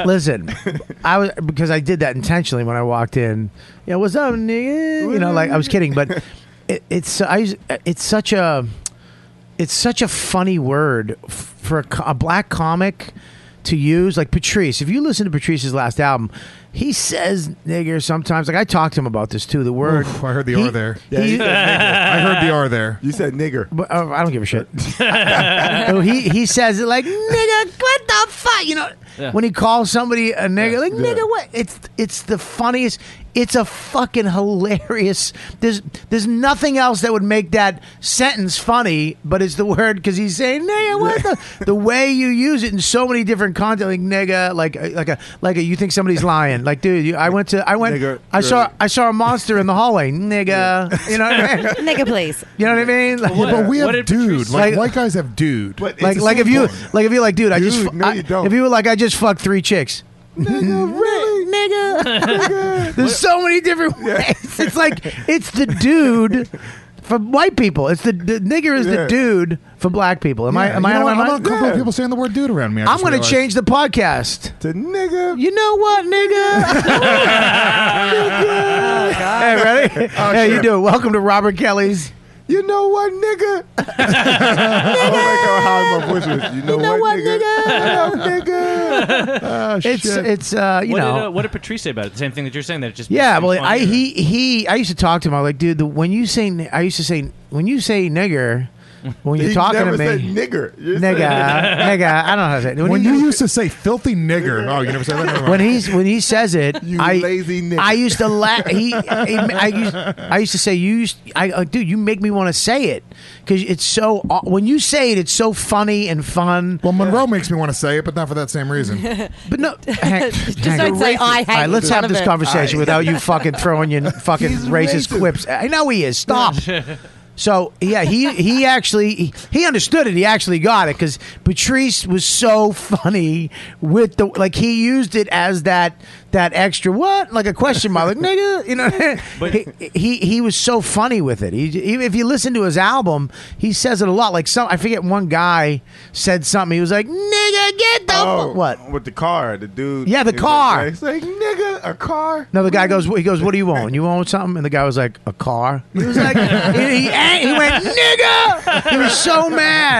[SPEAKER 11] Listen, I was because I did that intentionally when I walked in. Yeah, what's up, nigga? You know, like I was kidding, but it, it's I us- it's such a it's such a funny word f- for a, co- a black comic to use. Like Patrice, if you listen to Patrice's last album, he says nigger sometimes. Like I talked to him about this too. The word
[SPEAKER 6] Oof, I heard the
[SPEAKER 11] he-
[SPEAKER 6] R there.
[SPEAKER 11] he-
[SPEAKER 6] I heard the R there.
[SPEAKER 10] You said nigger.
[SPEAKER 11] But, uh, I don't give a shit. <laughs>
[SPEAKER 12] <laughs>
[SPEAKER 11] So he he says it like nigga, what the fuck? You know,
[SPEAKER 12] Yeah.
[SPEAKER 11] when he calls somebody a nigga, like
[SPEAKER 12] Yeah.
[SPEAKER 11] nigga, what? It's it's the funniest. It's a fucking hilarious. There's there's nothing else that would make that sentence funny, but it's the word because he's saying nigga. What
[SPEAKER 12] <laughs>
[SPEAKER 11] the the way you use it in so many different content, like nigga, like uh, like a like a you think somebody's lying, like dude, you, I went to I went
[SPEAKER 10] Nigga,
[SPEAKER 11] I saw
[SPEAKER 10] right.
[SPEAKER 11] I saw a monster in the hallway, nigga. You know what I mean?
[SPEAKER 5] <laughs> Nigga, please.
[SPEAKER 11] You know what I mean? Like,
[SPEAKER 6] Yeah, but we have dude. Like, white guys have dude.
[SPEAKER 11] like, like if you like if you like, dude, I just
[SPEAKER 6] Dude,
[SPEAKER 11] fu-
[SPEAKER 6] no,
[SPEAKER 11] I-
[SPEAKER 6] you don't.
[SPEAKER 11] if you were like, I just fucked three chicks. <laughs>
[SPEAKER 12] nigga.
[SPEAKER 11] There's so many different ways. It's like it's the dude for white people. It's the, the nigger is
[SPEAKER 6] Yeah.
[SPEAKER 11] the dude for black people. Am I?
[SPEAKER 6] Yeah,
[SPEAKER 11] Am
[SPEAKER 6] you
[SPEAKER 11] I?
[SPEAKER 6] know
[SPEAKER 11] out
[SPEAKER 6] what?
[SPEAKER 11] of
[SPEAKER 6] I'm
[SPEAKER 11] my mind?
[SPEAKER 6] uncomfortable with people saying the word dude around me. I
[SPEAKER 11] I'm
[SPEAKER 6] just
[SPEAKER 11] going to
[SPEAKER 6] realized.
[SPEAKER 11] change the podcast
[SPEAKER 10] to nigga.
[SPEAKER 11] You know what,
[SPEAKER 6] <laughs>
[SPEAKER 11] nigga? <laughs> hey, ready?
[SPEAKER 10] Oh,
[SPEAKER 11] hey, you
[SPEAKER 10] sure.
[SPEAKER 11] do. it. Welcome to Robert Kelly's.
[SPEAKER 10] You know what, nigga? I was like how high <laughs> my voice was. You know, what, nigga?
[SPEAKER 6] <laughs>
[SPEAKER 11] <laughs>
[SPEAKER 6] Oh,
[SPEAKER 11] it's it's uh, you
[SPEAKER 13] what
[SPEAKER 11] know.
[SPEAKER 13] Did, uh, what did Patrice say about it? The same thing that you're saying. That it just
[SPEAKER 11] Yeah,
[SPEAKER 13] makes
[SPEAKER 11] well,
[SPEAKER 13] it
[SPEAKER 11] I
[SPEAKER 13] funnier.
[SPEAKER 11] he he I used to talk to him. I was like, dude, the, when you say n- I used to say when you say nigger, when you're
[SPEAKER 10] He
[SPEAKER 11] talking
[SPEAKER 10] never
[SPEAKER 11] to
[SPEAKER 10] said
[SPEAKER 11] me,
[SPEAKER 10] nigger. You
[SPEAKER 11] nigga,
[SPEAKER 10] said-
[SPEAKER 11] nigga, I don't know how to say. It.
[SPEAKER 6] When, you used to say filthy nigger, oh, you never said that. Never mind.
[SPEAKER 11] when he's when he says it,
[SPEAKER 6] <laughs> You
[SPEAKER 11] I
[SPEAKER 6] lazy nigger.
[SPEAKER 11] I used to laugh. He, he- I used I used to say you used I uh, dude, you make me want to say it because it's so aw- when you say it, it's so funny and fun.
[SPEAKER 6] Well, Monroe makes me want to say it, but not for that same reason.
[SPEAKER 5] <laughs>
[SPEAKER 11] But no, hang,
[SPEAKER 5] Just
[SPEAKER 11] hang
[SPEAKER 5] don't
[SPEAKER 11] on.
[SPEAKER 5] say, "I hate
[SPEAKER 11] All right, let's
[SPEAKER 5] none
[SPEAKER 11] have
[SPEAKER 5] of
[SPEAKER 11] this
[SPEAKER 5] it."
[SPEAKER 11] conversation without you fucking throwing <laughs> your fucking racist, quips. I know he is. <laughs> Stop. So yeah, he he actually he, he understood it. He actually got it because Patrice was so funny with the like he used it as that that extra what like a question mark like nigga you <laughs> know he, he he was so funny with it. He, he if you listen to his album, he says it a lot. Like some I forget one guy said something. He was like nigga get the
[SPEAKER 10] Oh,
[SPEAKER 11] fu-" what
[SPEAKER 10] With the car, the dude.
[SPEAKER 11] Yeah, the
[SPEAKER 10] is
[SPEAKER 11] car.
[SPEAKER 10] Like, it's like, nigga, a car.
[SPEAKER 11] No, the guy goes. He goes. What do you own? You own something? And the guy was like, a car. He was like, <laughs> he, he, ang- he went, nigga. He was so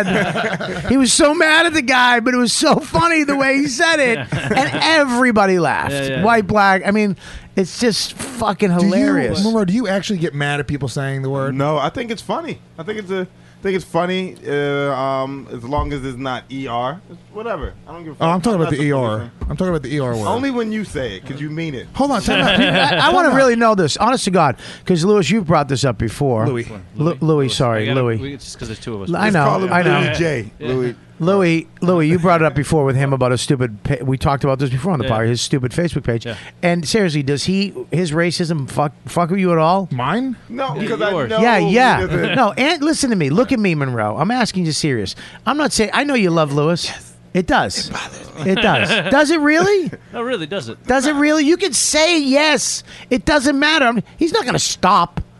[SPEAKER 11] mad. He was so mad at the guy, but it was so funny the way he said it, and everybody laughed.
[SPEAKER 6] Yeah, yeah.
[SPEAKER 11] White, black. I mean, it's just fucking hilarious.
[SPEAKER 6] Do you, Monroe, do you actually get mad at people saying the word?
[SPEAKER 10] No, I think it's funny. I think it's a. I think it's funny. Uh, um, as long as it's not er, it's whatever. I don't give. A fuck.
[SPEAKER 6] Oh, I'm talking about
[SPEAKER 10] That's
[SPEAKER 6] the
[SPEAKER 10] a-
[SPEAKER 6] ER. I'm talking about the ER word.
[SPEAKER 10] Only when you say it, because you mean it.
[SPEAKER 6] Hold on, time
[SPEAKER 10] <laughs>
[SPEAKER 6] out.
[SPEAKER 11] I, want to really know this, honest to God, because Louis, you brought this up before.
[SPEAKER 13] Louis.
[SPEAKER 11] Louis, Louis
[SPEAKER 13] I
[SPEAKER 11] sorry,
[SPEAKER 13] gotta-
[SPEAKER 11] Louis.
[SPEAKER 13] we- It's just because there's two of us.
[SPEAKER 11] I know. I know. Louis, Louis, you brought it up before with him about a stupid. Pa- we talked about this before on the
[SPEAKER 13] Yeah.
[SPEAKER 11] podcast. His stupid Facebook page.
[SPEAKER 13] Yeah.
[SPEAKER 11] And seriously, does he his racism fuck fuck with you at all?
[SPEAKER 6] Mine?
[SPEAKER 10] No, because I know.
[SPEAKER 11] yeah, E yeah.
[SPEAKER 10] he doesn't-
[SPEAKER 11] No, and listen to me. Look at me, Monroe. I'm asking you serious. I'm not saying. I know you love Louis. It does. It bothers It does. Does it really?
[SPEAKER 13] No, really, does it?
[SPEAKER 11] Does it really? You can say yes. It doesn't matter. I mean, he's not going to stop. <laughs>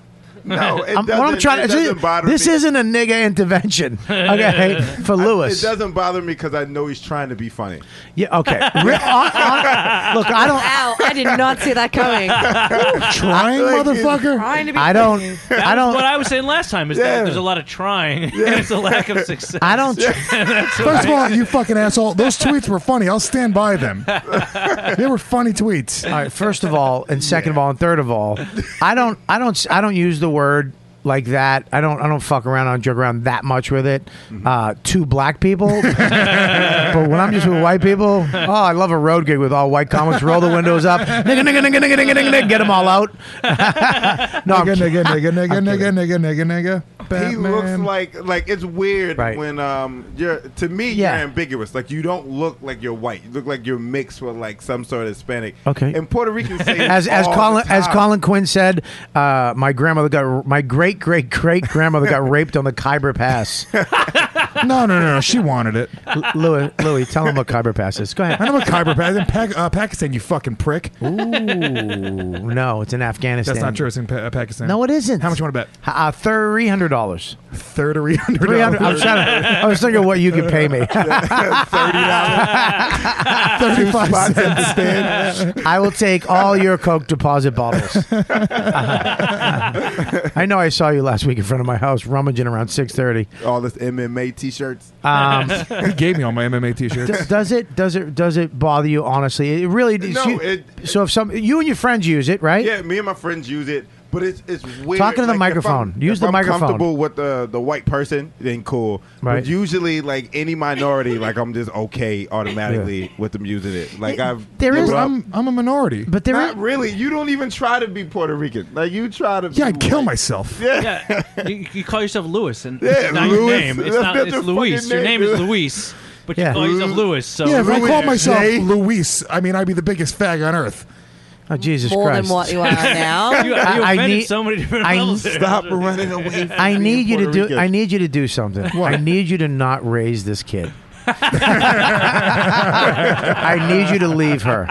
[SPEAKER 12] No,
[SPEAKER 11] I'm, what
[SPEAKER 12] it
[SPEAKER 11] I'm
[SPEAKER 12] doesn't-
[SPEAKER 11] trying.
[SPEAKER 12] it
[SPEAKER 11] This,
[SPEAKER 12] doesn't bother
[SPEAKER 11] this
[SPEAKER 12] me.
[SPEAKER 11] isn't a nigga
[SPEAKER 12] <laughs>
[SPEAKER 11] intervention, okay? For
[SPEAKER 12] I-
[SPEAKER 11] Lewis,
[SPEAKER 12] it doesn't bother me because I know he's trying to be funny.
[SPEAKER 11] Yeah, okay. Re- on- on- look, I don't.
[SPEAKER 5] Ow, I did not see that
[SPEAKER 11] <laughs>
[SPEAKER 5] coming.
[SPEAKER 11] Trying, motherfucker.
[SPEAKER 5] Trying to be
[SPEAKER 11] I don't.
[SPEAKER 13] That
[SPEAKER 11] I
[SPEAKER 13] was
[SPEAKER 11] don't.
[SPEAKER 13] what I was saying last time is
[SPEAKER 11] Yeah.
[SPEAKER 13] that there's a lot of trying. <laughs> and it's a lack of success.
[SPEAKER 11] I don't-
[SPEAKER 13] That's what
[SPEAKER 6] First of
[SPEAKER 13] I-
[SPEAKER 6] all, you fucking asshole. Those tweets were funny. I'll stand
[SPEAKER 10] <laughs>
[SPEAKER 6] by them. They were funny tweets.
[SPEAKER 11] All right. First of all, and second of all, and third of all, I don't, I don't, I don't use the word like that. I don't, I don't fuck around, I don't joke around that much with it. Uh, two black people, but when I'm just with white people, oh, I love a road gig with all white comics. Roll the windows up, nigga, nigga, nigga, nigga, nigga, nigga, nigga, get them all out. <laughs> no, I'm
[SPEAKER 6] nigga,
[SPEAKER 11] kidding.
[SPEAKER 6] nigga, nigga, nigga, nigga, nigga, nigga, nigga.
[SPEAKER 12] He
[SPEAKER 6] Batman.
[SPEAKER 12] looks like like it's weird
[SPEAKER 6] Right.
[SPEAKER 12] when um you're to me you're ambiguous like you don't look like you're white you look like you're mixed with like some sort of Hispanic
[SPEAKER 11] Okay.
[SPEAKER 12] and
[SPEAKER 11] <laughs>
[SPEAKER 12] Puerto Ricans say it
[SPEAKER 11] as as
[SPEAKER 12] all
[SPEAKER 11] Colin
[SPEAKER 12] the
[SPEAKER 11] as
[SPEAKER 12] time.
[SPEAKER 11] Colin Quinn said, uh, my grandmother got my great great great grandmother got raped on the Khyber Pass.
[SPEAKER 6] no, no, no, no. She wanted it.
[SPEAKER 11] Louis, Louis, tell him what Khyber Pass is. Go ahead.
[SPEAKER 6] I know what Khyber Pass in Pak- uh, Pakistan, you fucking prick.
[SPEAKER 11] Ooh, no, it's in Afghanistan.
[SPEAKER 6] That's not true. It's in pa- uh, Pakistan.
[SPEAKER 11] No, it isn't. How much
[SPEAKER 6] you want to bet?
[SPEAKER 11] Uh, three hundred dollars.
[SPEAKER 6] <laughs> Thirty hundred.
[SPEAKER 11] Three hundred. I was trying to. I was thinking what you could
[SPEAKER 12] <laughs>
[SPEAKER 11] pay me.
[SPEAKER 6] Thirty-five
[SPEAKER 11] spots
[SPEAKER 6] cents.
[SPEAKER 11] I will take all your Coke deposit
[SPEAKER 12] <laughs>
[SPEAKER 11] bottles. I know I saw you last week in front of my house rummaging around six thirty.
[SPEAKER 12] all this MMA t-shirts
[SPEAKER 11] Um,
[SPEAKER 6] he gave me all my MMA t-shirts.
[SPEAKER 11] D- does it does it does it bother you honestly it really does
[SPEAKER 12] No,
[SPEAKER 11] you,
[SPEAKER 12] it-
[SPEAKER 11] so if some you and your friends use it right
[SPEAKER 12] yeah me and my friends use it but it's it's weird
[SPEAKER 11] Talking to the
[SPEAKER 12] if
[SPEAKER 11] microphone.
[SPEAKER 12] I'm-
[SPEAKER 11] Use
[SPEAKER 12] if
[SPEAKER 11] the
[SPEAKER 12] I'm
[SPEAKER 11] microphone.
[SPEAKER 12] comfortable with the the white person then cool
[SPEAKER 11] Right.
[SPEAKER 12] but usually like any minority like I'm just okay automatically with them using it like I've
[SPEAKER 6] There
[SPEAKER 12] grew
[SPEAKER 6] is.
[SPEAKER 12] up-
[SPEAKER 6] I'm, I'm a minority.
[SPEAKER 11] But there
[SPEAKER 12] Not really. You don't even try to be Puerto Rican. Like you try to.
[SPEAKER 6] Yeah, I'd kill myself.
[SPEAKER 13] Yeah. You, you call yourself Lewis, and
[SPEAKER 12] Yeah,
[SPEAKER 13] it's not your
[SPEAKER 12] Louis.
[SPEAKER 13] name. It's
[SPEAKER 12] That's
[SPEAKER 13] not.
[SPEAKER 12] not
[SPEAKER 13] It's
[SPEAKER 12] your
[SPEAKER 13] Luis.
[SPEAKER 12] fucking
[SPEAKER 13] Your name
[SPEAKER 12] name,
[SPEAKER 13] is
[SPEAKER 12] dude.
[SPEAKER 13] Luis, but
[SPEAKER 11] Yeah.
[SPEAKER 13] you call yourself Louis. So
[SPEAKER 6] yeah, if I called
[SPEAKER 13] Louis.
[SPEAKER 6] myself
[SPEAKER 13] Hey.
[SPEAKER 6] Luis, I mean, I'd be the biggest fag on earth.
[SPEAKER 11] Oh, Jesus
[SPEAKER 5] More than
[SPEAKER 11] Christ.
[SPEAKER 5] what you are now.
[SPEAKER 11] <laughs>
[SPEAKER 13] You- you offended so many different levels there. Stop
[SPEAKER 12] running away.
[SPEAKER 11] I need you to do. I
[SPEAKER 12] I,
[SPEAKER 11] need you to do something.
[SPEAKER 6] What?
[SPEAKER 11] I need you to not raise this kid. I need you to leave her.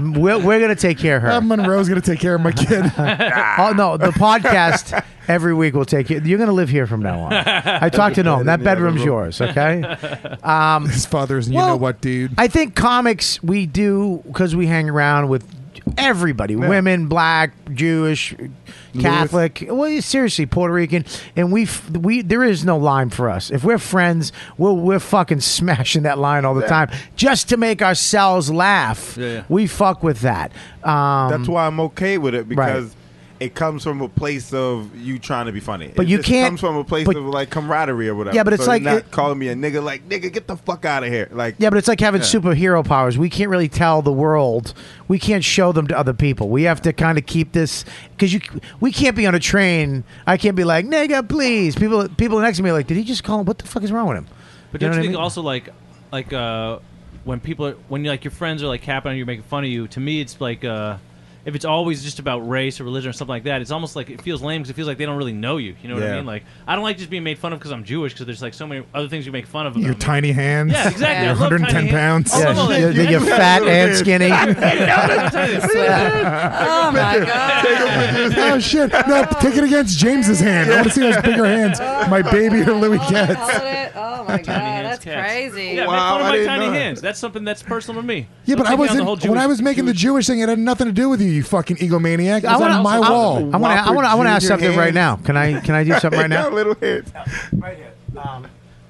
[SPEAKER 11] We're, we're gonna take care of her.
[SPEAKER 6] Ab Monroe's going to take care of my kid.
[SPEAKER 11] oh no, the podcast every week will take you. You're gonna live here from now on. I talked to Noam. That bedroom's yours. Okay. Um,
[SPEAKER 6] His father's, you
[SPEAKER 11] well,
[SPEAKER 6] know what, dude?
[SPEAKER 11] I think comics we do because we hang around with everybody women black jewish catholic well seriously puerto rican and we f- we there is no line for us if we're friends we're, we're fucking <laughs> smashing that line all the time just to make ourselves laugh
[SPEAKER 12] Yeah, yeah.
[SPEAKER 11] we fuck with that um
[SPEAKER 12] <laughs> that's why I'm okay with it because. It comes from a place of you trying to be funny.
[SPEAKER 11] But
[SPEAKER 12] it
[SPEAKER 11] you
[SPEAKER 12] just
[SPEAKER 11] can't-
[SPEAKER 12] comes from a place
[SPEAKER 11] but-
[SPEAKER 12] of like camaraderie or whatever.
[SPEAKER 11] Yeah, but it's
[SPEAKER 12] So
[SPEAKER 11] like
[SPEAKER 12] not
[SPEAKER 11] it-
[SPEAKER 12] calling me a nigga. Like nigga, get the fuck out of here. Like
[SPEAKER 11] Yeah, but it's like having
[SPEAKER 12] Yeah.
[SPEAKER 11] superhero powers. We can't really tell the world. We can't show them to other people. We have to kind of keep this because you. We can't be on a train. I can't be like nigga, please. People, people next to me are like, did he just call him? What the fuck is wrong with him?
[SPEAKER 13] But
[SPEAKER 11] You
[SPEAKER 13] don't
[SPEAKER 11] know what I
[SPEAKER 13] you, think
[SPEAKER 11] mean?
[SPEAKER 13] also like like uh when people are, when like your friends are like capping on you making fun of you, to me it's like uh if it's always just about race or religion or something like that, it's almost like it feels lame because it feels like they don't really know you. You know what I
[SPEAKER 6] Yeah.
[SPEAKER 13] mean? Like I don't like just being made fun of because I'm Jewish because there's like so many other things you make fun of.
[SPEAKER 6] Your
[SPEAKER 13] about me.
[SPEAKER 6] tiny hands.
[SPEAKER 13] Yeah, exactly. I
[SPEAKER 6] Your
[SPEAKER 13] love tiny
[SPEAKER 6] 110
[SPEAKER 13] hands.
[SPEAKER 6] pounds.
[SPEAKER 13] Oh, Yeah, yeah,
[SPEAKER 11] you're,
[SPEAKER 13] yeah. <laughs>
[SPEAKER 11] you're fat and skinny.
[SPEAKER 12] <laughs>
[SPEAKER 5] Oh my god.
[SPEAKER 6] oh shit! No, take it against James's hand. I want to see those bigger hands. My baby <laughs> or Louis
[SPEAKER 15] <laughs>
[SPEAKER 6] gets.
[SPEAKER 5] Oh my god, that's
[SPEAKER 13] cats.
[SPEAKER 5] crazy.
[SPEAKER 13] Yeah,
[SPEAKER 12] Wow,
[SPEAKER 13] make
[SPEAKER 12] I
[SPEAKER 13] fun of
[SPEAKER 12] didn't
[SPEAKER 13] my tiny
[SPEAKER 12] know that.
[SPEAKER 13] hands. That's something that's personal to me.
[SPEAKER 6] Yeah,
[SPEAKER 13] Don't
[SPEAKER 6] but I
[SPEAKER 13] take me on the
[SPEAKER 6] wasn't
[SPEAKER 13] whole
[SPEAKER 6] when I
[SPEAKER 13] Jewish-
[SPEAKER 6] was making the Jewish thing. It had nothing to do with you. You fucking egomaniac. It was
[SPEAKER 11] I want to.
[SPEAKER 6] on my
[SPEAKER 11] I
[SPEAKER 6] wall.
[SPEAKER 11] want to. I want to. I want to ask
[SPEAKER 12] Whopper
[SPEAKER 11] something right
[SPEAKER 12] Jr.
[SPEAKER 11] now. Can I? Can I do something right now?
[SPEAKER 13] <laughs>
[SPEAKER 12] Got little heads.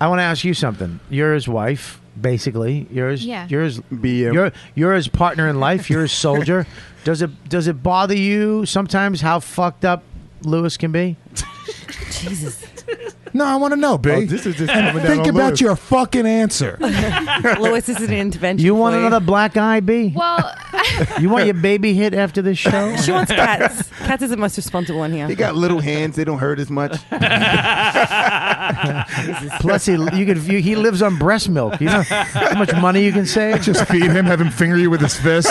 [SPEAKER 11] I want to ask you something. You're his wife, basically. You're his,
[SPEAKER 15] Yeah.
[SPEAKER 11] you're his, you're, you're his partner in life. You're his soldier. does it does it bother you sometimes how fucked up Lewis can be?
[SPEAKER 5] Jesus.
[SPEAKER 6] No, I want to know, B.
[SPEAKER 12] Oh, this is just
[SPEAKER 6] and
[SPEAKER 12] coming down
[SPEAKER 6] think
[SPEAKER 12] on
[SPEAKER 6] about
[SPEAKER 12] Louis.
[SPEAKER 6] your fucking answer.
[SPEAKER 5] Lewis this is an intervention.
[SPEAKER 11] You want
[SPEAKER 5] for
[SPEAKER 11] another black eye, B?
[SPEAKER 15] Well, <laughs>
[SPEAKER 11] You want your baby hit after
[SPEAKER 5] <laughs>
[SPEAKER 11] this show?
[SPEAKER 5] <laughs> She wants cats.
[SPEAKER 11] <laughs>
[SPEAKER 5] Cats is the most responsible one here.
[SPEAKER 12] He got little hands. They don't hurt as much.
[SPEAKER 11] Plus, he you could you, he lives on breast milk. You know how much money you can save.
[SPEAKER 6] Just feed him, have him finger you with his fist.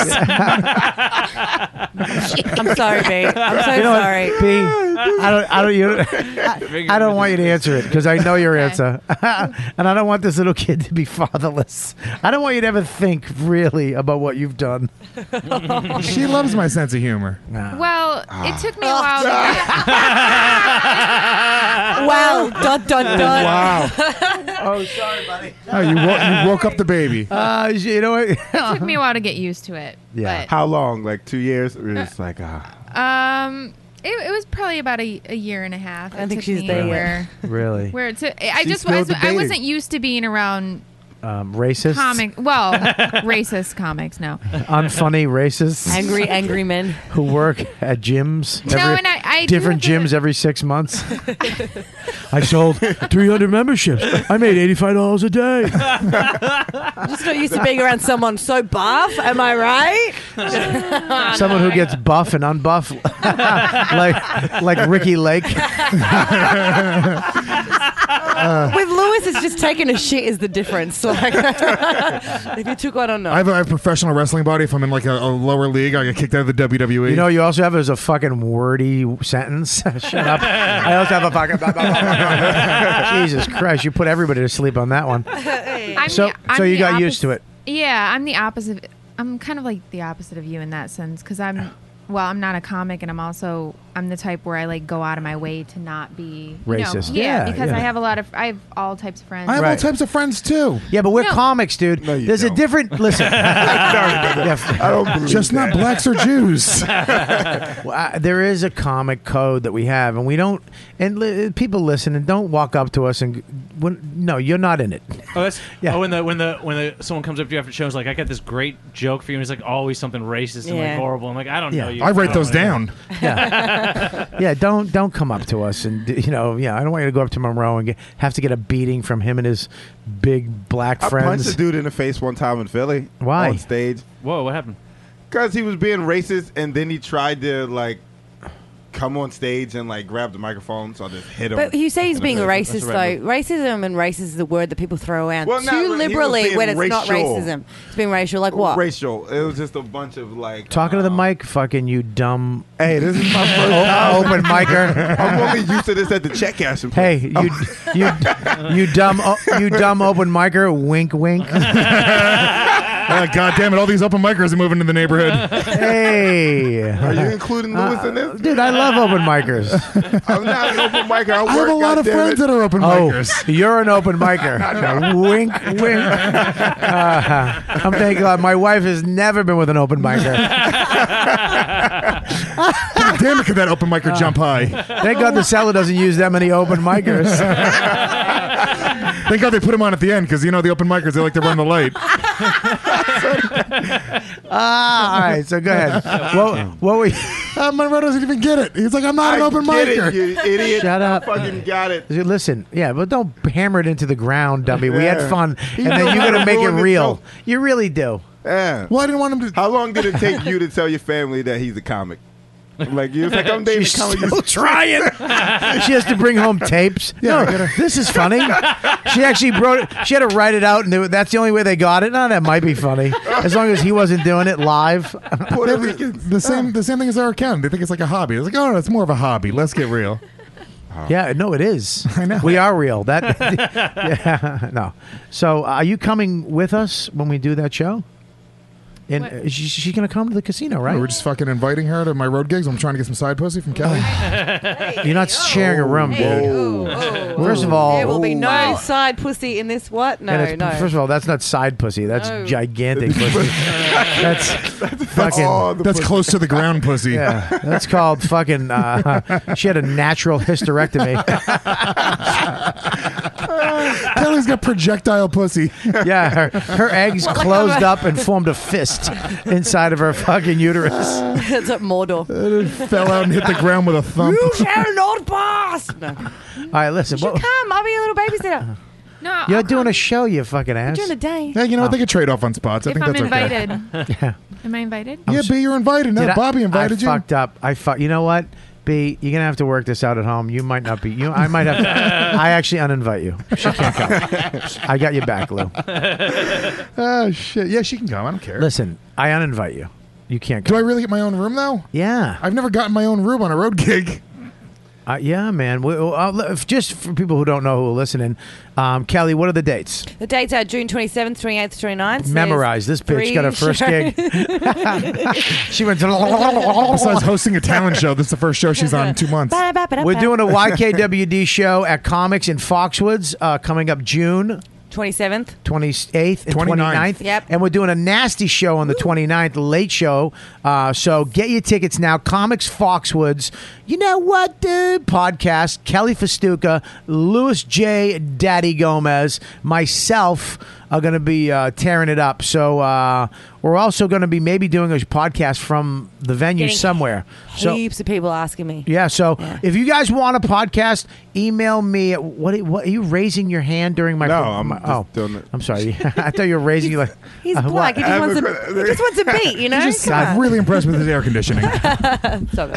[SPEAKER 5] I'm sorry, babe. I'm so
[SPEAKER 11] You know what,
[SPEAKER 5] sorry.
[SPEAKER 11] B, I don't, I don't, you don't, I don't want you to answer it because I know your answer, <laughs> and I don't want this little kid to be fatherless. I don't want you to ever think really about what you've done.
[SPEAKER 6] <laughs> she loves my sense of humor.
[SPEAKER 15] Well,
[SPEAKER 2] Ah.
[SPEAKER 15] it took me
[SPEAKER 2] <laughs>
[SPEAKER 15] a while. To
[SPEAKER 5] wow. Dun, dun, dun.
[SPEAKER 6] Wow.
[SPEAKER 11] oh, sorry, buddy.
[SPEAKER 6] Oh, you, wo-
[SPEAKER 15] <laughs>
[SPEAKER 6] you woke up the baby.
[SPEAKER 11] Uh, <laughs> you know what?
[SPEAKER 15] it took me a while to get used to it.
[SPEAKER 10] Yeah. How long? Like two years? Or it's like, ah.
[SPEAKER 15] But, um, it, it was probably about a, a year and a half. I
[SPEAKER 5] think she's there yet.
[SPEAKER 15] Where,
[SPEAKER 11] really
[SPEAKER 15] where it took, I
[SPEAKER 11] She's
[SPEAKER 15] just
[SPEAKER 11] still
[SPEAKER 15] was, I
[SPEAKER 11] debating.
[SPEAKER 15] wasn't used to being around
[SPEAKER 11] um, racist,
[SPEAKER 15] comic. Well, racist comics. No.
[SPEAKER 11] unfunny racists,
[SPEAKER 5] Angry, angry men.
[SPEAKER 11] <laughs> who work at gyms.
[SPEAKER 15] No, and I- I do
[SPEAKER 11] different
[SPEAKER 15] have a-
[SPEAKER 11] gyms every six
[SPEAKER 15] <laughs>
[SPEAKER 11] months. I sold 300 memberships. I made 85 dollars a
[SPEAKER 15] <laughs>
[SPEAKER 11] day.
[SPEAKER 5] I'm just not used to being around someone so buff. Am I right?
[SPEAKER 11] Someone who gets buff and unbuff, <laughs> like like Ricky Lake.
[SPEAKER 5] With Lewis, it's just taking a shit is the difference. Like, if you took one or
[SPEAKER 6] I
[SPEAKER 5] not.
[SPEAKER 6] have, a, I have a professional wrestling body. If I'm in like a, a lower league, I get kicked out of the E. WWE.
[SPEAKER 11] You know, you also have is a fucking wordy sentence. <laughs> Shut up. I also have a fucking. blah, blah, blah, blah,
[SPEAKER 15] <laughs>
[SPEAKER 11] blah. Jesus Christ! You put everybody to sleep on that one.
[SPEAKER 15] I'm
[SPEAKER 11] so
[SPEAKER 15] the- I'm
[SPEAKER 11] so you
[SPEAKER 15] the
[SPEAKER 11] got used to
[SPEAKER 15] opposite-
[SPEAKER 11] it.
[SPEAKER 15] Yeah, I'm the opposite. I'm kind of like the opposite of you in that sense because I'm, well, I'm not a comic, and I'm also I'm the type where I like go out of my way to not be you know,
[SPEAKER 11] Racist.
[SPEAKER 15] yeah,
[SPEAKER 11] Yeah,
[SPEAKER 15] because
[SPEAKER 11] yeah.
[SPEAKER 15] I have a lot of I have all types of friends.
[SPEAKER 6] I have all types of friends too.
[SPEAKER 11] Yeah, but we're
[SPEAKER 15] No.
[SPEAKER 11] comics, dude. There's a different. Listen, I
[SPEAKER 6] don't believe Just not that. blacks or Jews.
[SPEAKER 11] well, I, there is a comic code that we have, and we don't. And li- people listen and don't walk up to us and. g- When, no, you're not in it.
[SPEAKER 13] Oh, that's Oh, when the when the when the someone comes up to you after the show and is like, "I got this great joke for you," and it's like always something racist and
[SPEAKER 11] Yeah.
[SPEAKER 13] like horrible. I'm like, I don't
[SPEAKER 11] Yeah.
[SPEAKER 13] know you.
[SPEAKER 11] I write
[SPEAKER 13] don't
[SPEAKER 11] those
[SPEAKER 13] know you."
[SPEAKER 6] down.
[SPEAKER 11] yeah, don't don't come up to us and d- you know yeah. I don't want you to go up to Monroe and get, have to get a beating from him and his big black
[SPEAKER 10] I
[SPEAKER 11] friends.
[SPEAKER 10] punched a dude in the face one time in Philly.
[SPEAKER 11] Why?
[SPEAKER 10] On stage.
[SPEAKER 13] Whoa, what happened?
[SPEAKER 10] Because he was being racist, and then he tried to like come on stage and like grab the microphone, so I just hit him.
[SPEAKER 5] But you say he's
[SPEAKER 10] in the
[SPEAKER 5] being a
[SPEAKER 10] face. That's
[SPEAKER 5] racist,
[SPEAKER 10] the red
[SPEAKER 5] though. Racism and racist is the word that people throw around
[SPEAKER 10] Well,
[SPEAKER 5] too
[SPEAKER 10] not really. He was
[SPEAKER 5] liberally
[SPEAKER 10] being
[SPEAKER 5] when it's not
[SPEAKER 10] racial.
[SPEAKER 5] racism. It's being racial. Like
[SPEAKER 10] button.
[SPEAKER 5] what?
[SPEAKER 10] Racial. It was just a bunch of like.
[SPEAKER 11] Talking to the mic, fucking you dumb.
[SPEAKER 10] Oh. Hey, this is my first
[SPEAKER 11] oh,
[SPEAKER 10] time.
[SPEAKER 11] open
[SPEAKER 10] <laughs>
[SPEAKER 11] micer.
[SPEAKER 10] I'm only used to this at the check cashing.
[SPEAKER 11] Hey, you, you, you dumb, oh, you dumb open micer. Wink, wink.
[SPEAKER 6] Uh, God damn it! All these open micers are moving to
[SPEAKER 10] <laughs>
[SPEAKER 6] the neighborhood.
[SPEAKER 11] Hey, are
[SPEAKER 10] you including Lewis in this?
[SPEAKER 11] Uh, dude? I love open micers.
[SPEAKER 10] I'm not an open micer. I, work,
[SPEAKER 6] I have a lot of
[SPEAKER 10] goddammit.
[SPEAKER 6] friends that are open
[SPEAKER 11] Oh,
[SPEAKER 6] micers.
[SPEAKER 11] you're an
[SPEAKER 10] <laughs>
[SPEAKER 11] open micer. wink, wink. Uh, I'm thank God my wife has never been with an open micer.
[SPEAKER 6] God damn it! Could that open micer jump <laughs> high?
[SPEAKER 11] Thank God the seller doesn't use that many open micers.
[SPEAKER 6] Thank God they put him on at the end because you know the open micers they like to run the light.
[SPEAKER 11] Ah, all right. So go ahead. What, what were you?
[SPEAKER 6] Uh, Monroe doesn't even get it. He's like, I'm not an
[SPEAKER 10] I
[SPEAKER 6] open
[SPEAKER 10] get it,
[SPEAKER 6] micer.
[SPEAKER 10] you idiot.
[SPEAKER 11] Shut
[SPEAKER 10] I
[SPEAKER 11] up.
[SPEAKER 10] fucking got it.
[SPEAKER 11] Listen, yeah, but don't hammer it into the ground, dummy. We had
[SPEAKER 10] Yeah.
[SPEAKER 11] fun,
[SPEAKER 10] You
[SPEAKER 11] and then
[SPEAKER 10] know
[SPEAKER 11] you're
[SPEAKER 10] how
[SPEAKER 11] gonna
[SPEAKER 10] to
[SPEAKER 11] make it
[SPEAKER 10] ruin the
[SPEAKER 11] real.
[SPEAKER 10] joke.
[SPEAKER 11] You really do.
[SPEAKER 10] Yeah.
[SPEAKER 6] Well, I didn't want him to.
[SPEAKER 10] How long did it take you to tell your family that he's a comic? Like you was
[SPEAKER 11] <laughs>
[SPEAKER 10] like I'm dating a comic. You-
[SPEAKER 11] trying.
[SPEAKER 10] <laughs>
[SPEAKER 11] she has to bring home tapes.
[SPEAKER 6] Yeah,
[SPEAKER 11] no,
[SPEAKER 6] I gotta-
[SPEAKER 11] this is funny. She actually wrote it. She had to write it out, and they- that's the only way they got it. Now that might be funny, as long as he wasn't doing it live.
[SPEAKER 10] Puerto
[SPEAKER 6] They're the,
[SPEAKER 10] Ricans.
[SPEAKER 6] the same the same thing as our account. They think it's like a hobby. It's like, oh no, it's more of a hobby. Let's get real.
[SPEAKER 11] yeah, no, it is. <laughs> I know we are real. That, <laughs> yeah, no. So, are you coming with us when we do that show? And
[SPEAKER 15] What?
[SPEAKER 11] uh, she, she's gonna come to the casino, right?
[SPEAKER 6] We were just fucking inviting her to my road gigs. I'm trying to get some side pussy from Kelly.
[SPEAKER 11] You're not
[SPEAKER 5] oh.
[SPEAKER 11] sharing a room, dude. First of all, oh,
[SPEAKER 5] There will be no
[SPEAKER 11] Wow.
[SPEAKER 5] side pussy in this. What?
[SPEAKER 11] And
[SPEAKER 5] No,
[SPEAKER 11] it's-
[SPEAKER 5] no.
[SPEAKER 11] First of all, that's not side pussy. That's
[SPEAKER 5] No.
[SPEAKER 11] gigantic <laughs> pussy. that's fucking.
[SPEAKER 10] all the
[SPEAKER 6] That's
[SPEAKER 10] pussy.
[SPEAKER 6] close to the ground pussy.
[SPEAKER 11] Yeah, that's called fucking. Uh, <laughs> she had a natural <laughs> hysterectomy.
[SPEAKER 6] Kelly's got projectile <laughs> pussy.
[SPEAKER 11] Yeah, her, her eggs closed up and formed a fist inside of her fucking uterus.
[SPEAKER 5] it's at
[SPEAKER 11] <laughs>
[SPEAKER 5] Mordor.
[SPEAKER 6] It fell out and hit the ground with a thump.
[SPEAKER 5] you shall not pass. No.
[SPEAKER 11] All right, listen.
[SPEAKER 5] You
[SPEAKER 11] What,
[SPEAKER 5] come. I'll be a little
[SPEAKER 11] <laughs>
[SPEAKER 5] babysitter.
[SPEAKER 15] No,
[SPEAKER 11] you're
[SPEAKER 15] I'll
[SPEAKER 11] doing
[SPEAKER 15] come
[SPEAKER 11] a show, you fucking ass.
[SPEAKER 5] During the day.
[SPEAKER 6] Yeah, you know what? They could trade off on spots. I
[SPEAKER 15] if
[SPEAKER 6] think
[SPEAKER 15] I'm
[SPEAKER 6] that's okay.
[SPEAKER 15] invited.
[SPEAKER 11] Yeah.
[SPEAKER 15] Am I invited?
[SPEAKER 6] Yeah, B, you're invited. No,
[SPEAKER 11] Did I-
[SPEAKER 6] Bobby invited
[SPEAKER 11] I
[SPEAKER 6] you.
[SPEAKER 11] fucked up. I fuck. You know what? B, you're gonna have to work this out at home. You might not be. You, I might
[SPEAKER 6] <laughs>
[SPEAKER 11] have. I actually uninvite you. She can't come. I got your back, Lou.
[SPEAKER 6] oh shit! Yeah, she can come. I don't care.
[SPEAKER 11] Listen, I uninvite you. You can't.
[SPEAKER 6] Do I really get my own room though?
[SPEAKER 11] Yeah.
[SPEAKER 6] I've never gotten my own room on a
[SPEAKER 11] <laughs>
[SPEAKER 6] road gig.
[SPEAKER 11] Uh, yeah, man. We, uh, if- just for people who don't know who are listening, um, Kelly, what are the dates?
[SPEAKER 5] The dates are June 27th, 28th, 29th. There's
[SPEAKER 11] Memorize. This bitch
[SPEAKER 5] three
[SPEAKER 11] got her first gig. <laughs> She went. Oh.
[SPEAKER 6] Besides hosting a talent show, this is the first show she's on in two months.
[SPEAKER 11] We're
[SPEAKER 5] <laughs>
[SPEAKER 11] doing a YKWd show at Comics in Foxwoods uh, coming up June
[SPEAKER 5] 27th.
[SPEAKER 11] 28th and
[SPEAKER 5] 29th.
[SPEAKER 11] 29th.
[SPEAKER 5] Yep.
[SPEAKER 11] And we're doing a nasty show on the 29th, late show. Uh, so get your tickets now. Comics Foxwoods. You know what, dude? Podcast. Kelly Festuca, Louis J. Daddy Gomez, myself are going to be uh, tearing it up. So uh, we're also going to be maybe doing a podcast from the venue
[SPEAKER 5] Getting
[SPEAKER 11] somewhere. So
[SPEAKER 5] Heaps of people asking me.
[SPEAKER 11] yeah, so if you guys want a podcast, email me at what? What are you raising your hand during my?
[SPEAKER 10] No, I'm
[SPEAKER 11] my-
[SPEAKER 10] just
[SPEAKER 11] oh, I'm sorry. <laughs> I thought you were raising. You like
[SPEAKER 5] <laughs> He's
[SPEAKER 11] uh,
[SPEAKER 5] black.
[SPEAKER 11] what?
[SPEAKER 5] He just, wants a, he just wants a
[SPEAKER 11] <laughs>
[SPEAKER 5] beat, you know? Come on.
[SPEAKER 6] I'm really impressed with his air
[SPEAKER 15] <laughs>
[SPEAKER 6] conditioning.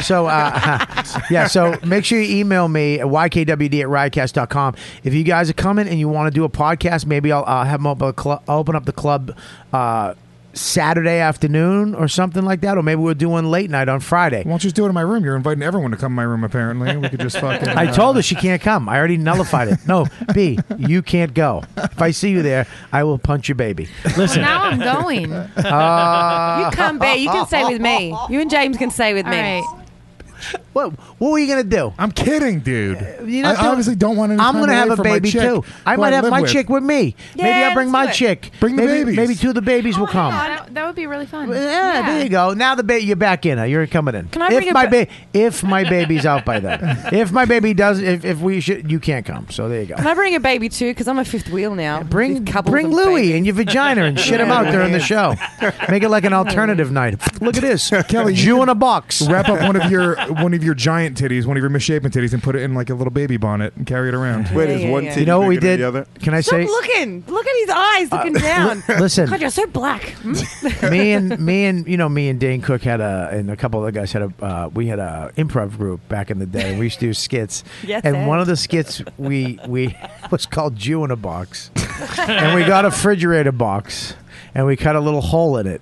[SPEAKER 11] So uh, <laughs> yeah, so make sure you email me at ykwd at riotcast.com. If you guys are coming and you want to do a podcast, maybe I'll uh, have them open, a cl- open up the club uh, Saturday afternoon or something like that, or maybe we'll do one late night on Friday.
[SPEAKER 6] Why don't you just do it in my room? You're inviting everyone to come to my room. Apparently, we could just fucking. <laughs> uh,
[SPEAKER 11] I told her she can't come. I already nullified it. No, B, you can't go. If I see you there, I will punch your baby. Listen.
[SPEAKER 15] Now
[SPEAKER 11] <laughs>
[SPEAKER 15] I'm going.
[SPEAKER 11] Uh,
[SPEAKER 5] you come, Bear. You can stay with me. You and James can stay with me.
[SPEAKER 11] What What were you gonna do?
[SPEAKER 6] I'm kidding, dude.
[SPEAKER 15] Uh,
[SPEAKER 11] You're not
[SPEAKER 6] I
[SPEAKER 11] doing-
[SPEAKER 6] obviously don't want any.
[SPEAKER 11] I'm
[SPEAKER 6] time
[SPEAKER 11] gonna
[SPEAKER 6] away
[SPEAKER 11] have a
[SPEAKER 6] from my
[SPEAKER 11] baby
[SPEAKER 6] chick
[SPEAKER 11] too. I
[SPEAKER 6] who
[SPEAKER 11] might
[SPEAKER 6] I
[SPEAKER 11] have
[SPEAKER 6] live
[SPEAKER 11] my
[SPEAKER 6] with.
[SPEAKER 11] chick with me. maybe
[SPEAKER 15] Yeah,
[SPEAKER 11] I'll bring
[SPEAKER 15] let's
[SPEAKER 11] my
[SPEAKER 15] do it. Oh
[SPEAKER 11] chick.
[SPEAKER 6] Bring the
[SPEAKER 11] maybe,
[SPEAKER 6] babies.
[SPEAKER 11] Maybe two of the babies will come.
[SPEAKER 15] that, that would be really fun.
[SPEAKER 11] Yeah, there you go. Now the baby, you're back in. You're coming in.
[SPEAKER 15] Can I
[SPEAKER 11] if
[SPEAKER 15] bring a
[SPEAKER 11] my ba-
[SPEAKER 15] ba-
[SPEAKER 11] if my baby's out by then? If my baby does, if, if we should, you can't come. So there you go.
[SPEAKER 5] Can I bring a baby too? Because I'm a fifth wheel now.
[SPEAKER 11] Bring bring Louie and your vagina and shit him out during the show. Make it like an alternative night. Look
[SPEAKER 10] <laughs>
[SPEAKER 11] at this,
[SPEAKER 6] Kelly, you
[SPEAKER 11] Jew in a box.
[SPEAKER 6] Wrap up one of
[SPEAKER 11] <laughs>
[SPEAKER 6] your one of your giant titties, one of your misshapen titties, and put it in like a little baby bonnet and carry it around.
[SPEAKER 10] Wait, is Yeah, yeah, one yeah. titty
[SPEAKER 11] You know what we
[SPEAKER 10] bigger than
[SPEAKER 11] did?
[SPEAKER 10] the other?
[SPEAKER 11] Can I
[SPEAKER 5] Stop
[SPEAKER 11] say? Uh,
[SPEAKER 5] looking. Look at his eyes looking down.
[SPEAKER 11] <laughs> listen.
[SPEAKER 5] God, you're so black.
[SPEAKER 11] <laughs>
[SPEAKER 5] <laughs> Hmm?
[SPEAKER 11] me and me and you know me and Dane Cook had a and a couple other guys had a uh, we had a improv group back in the day. We used to do skits,
[SPEAKER 12] Yes,
[SPEAKER 11] and
[SPEAKER 12] and.
[SPEAKER 11] one of the skits we we <laughs> was called Jew in a box, and we got a refrigerator box and we cut a little hole in it.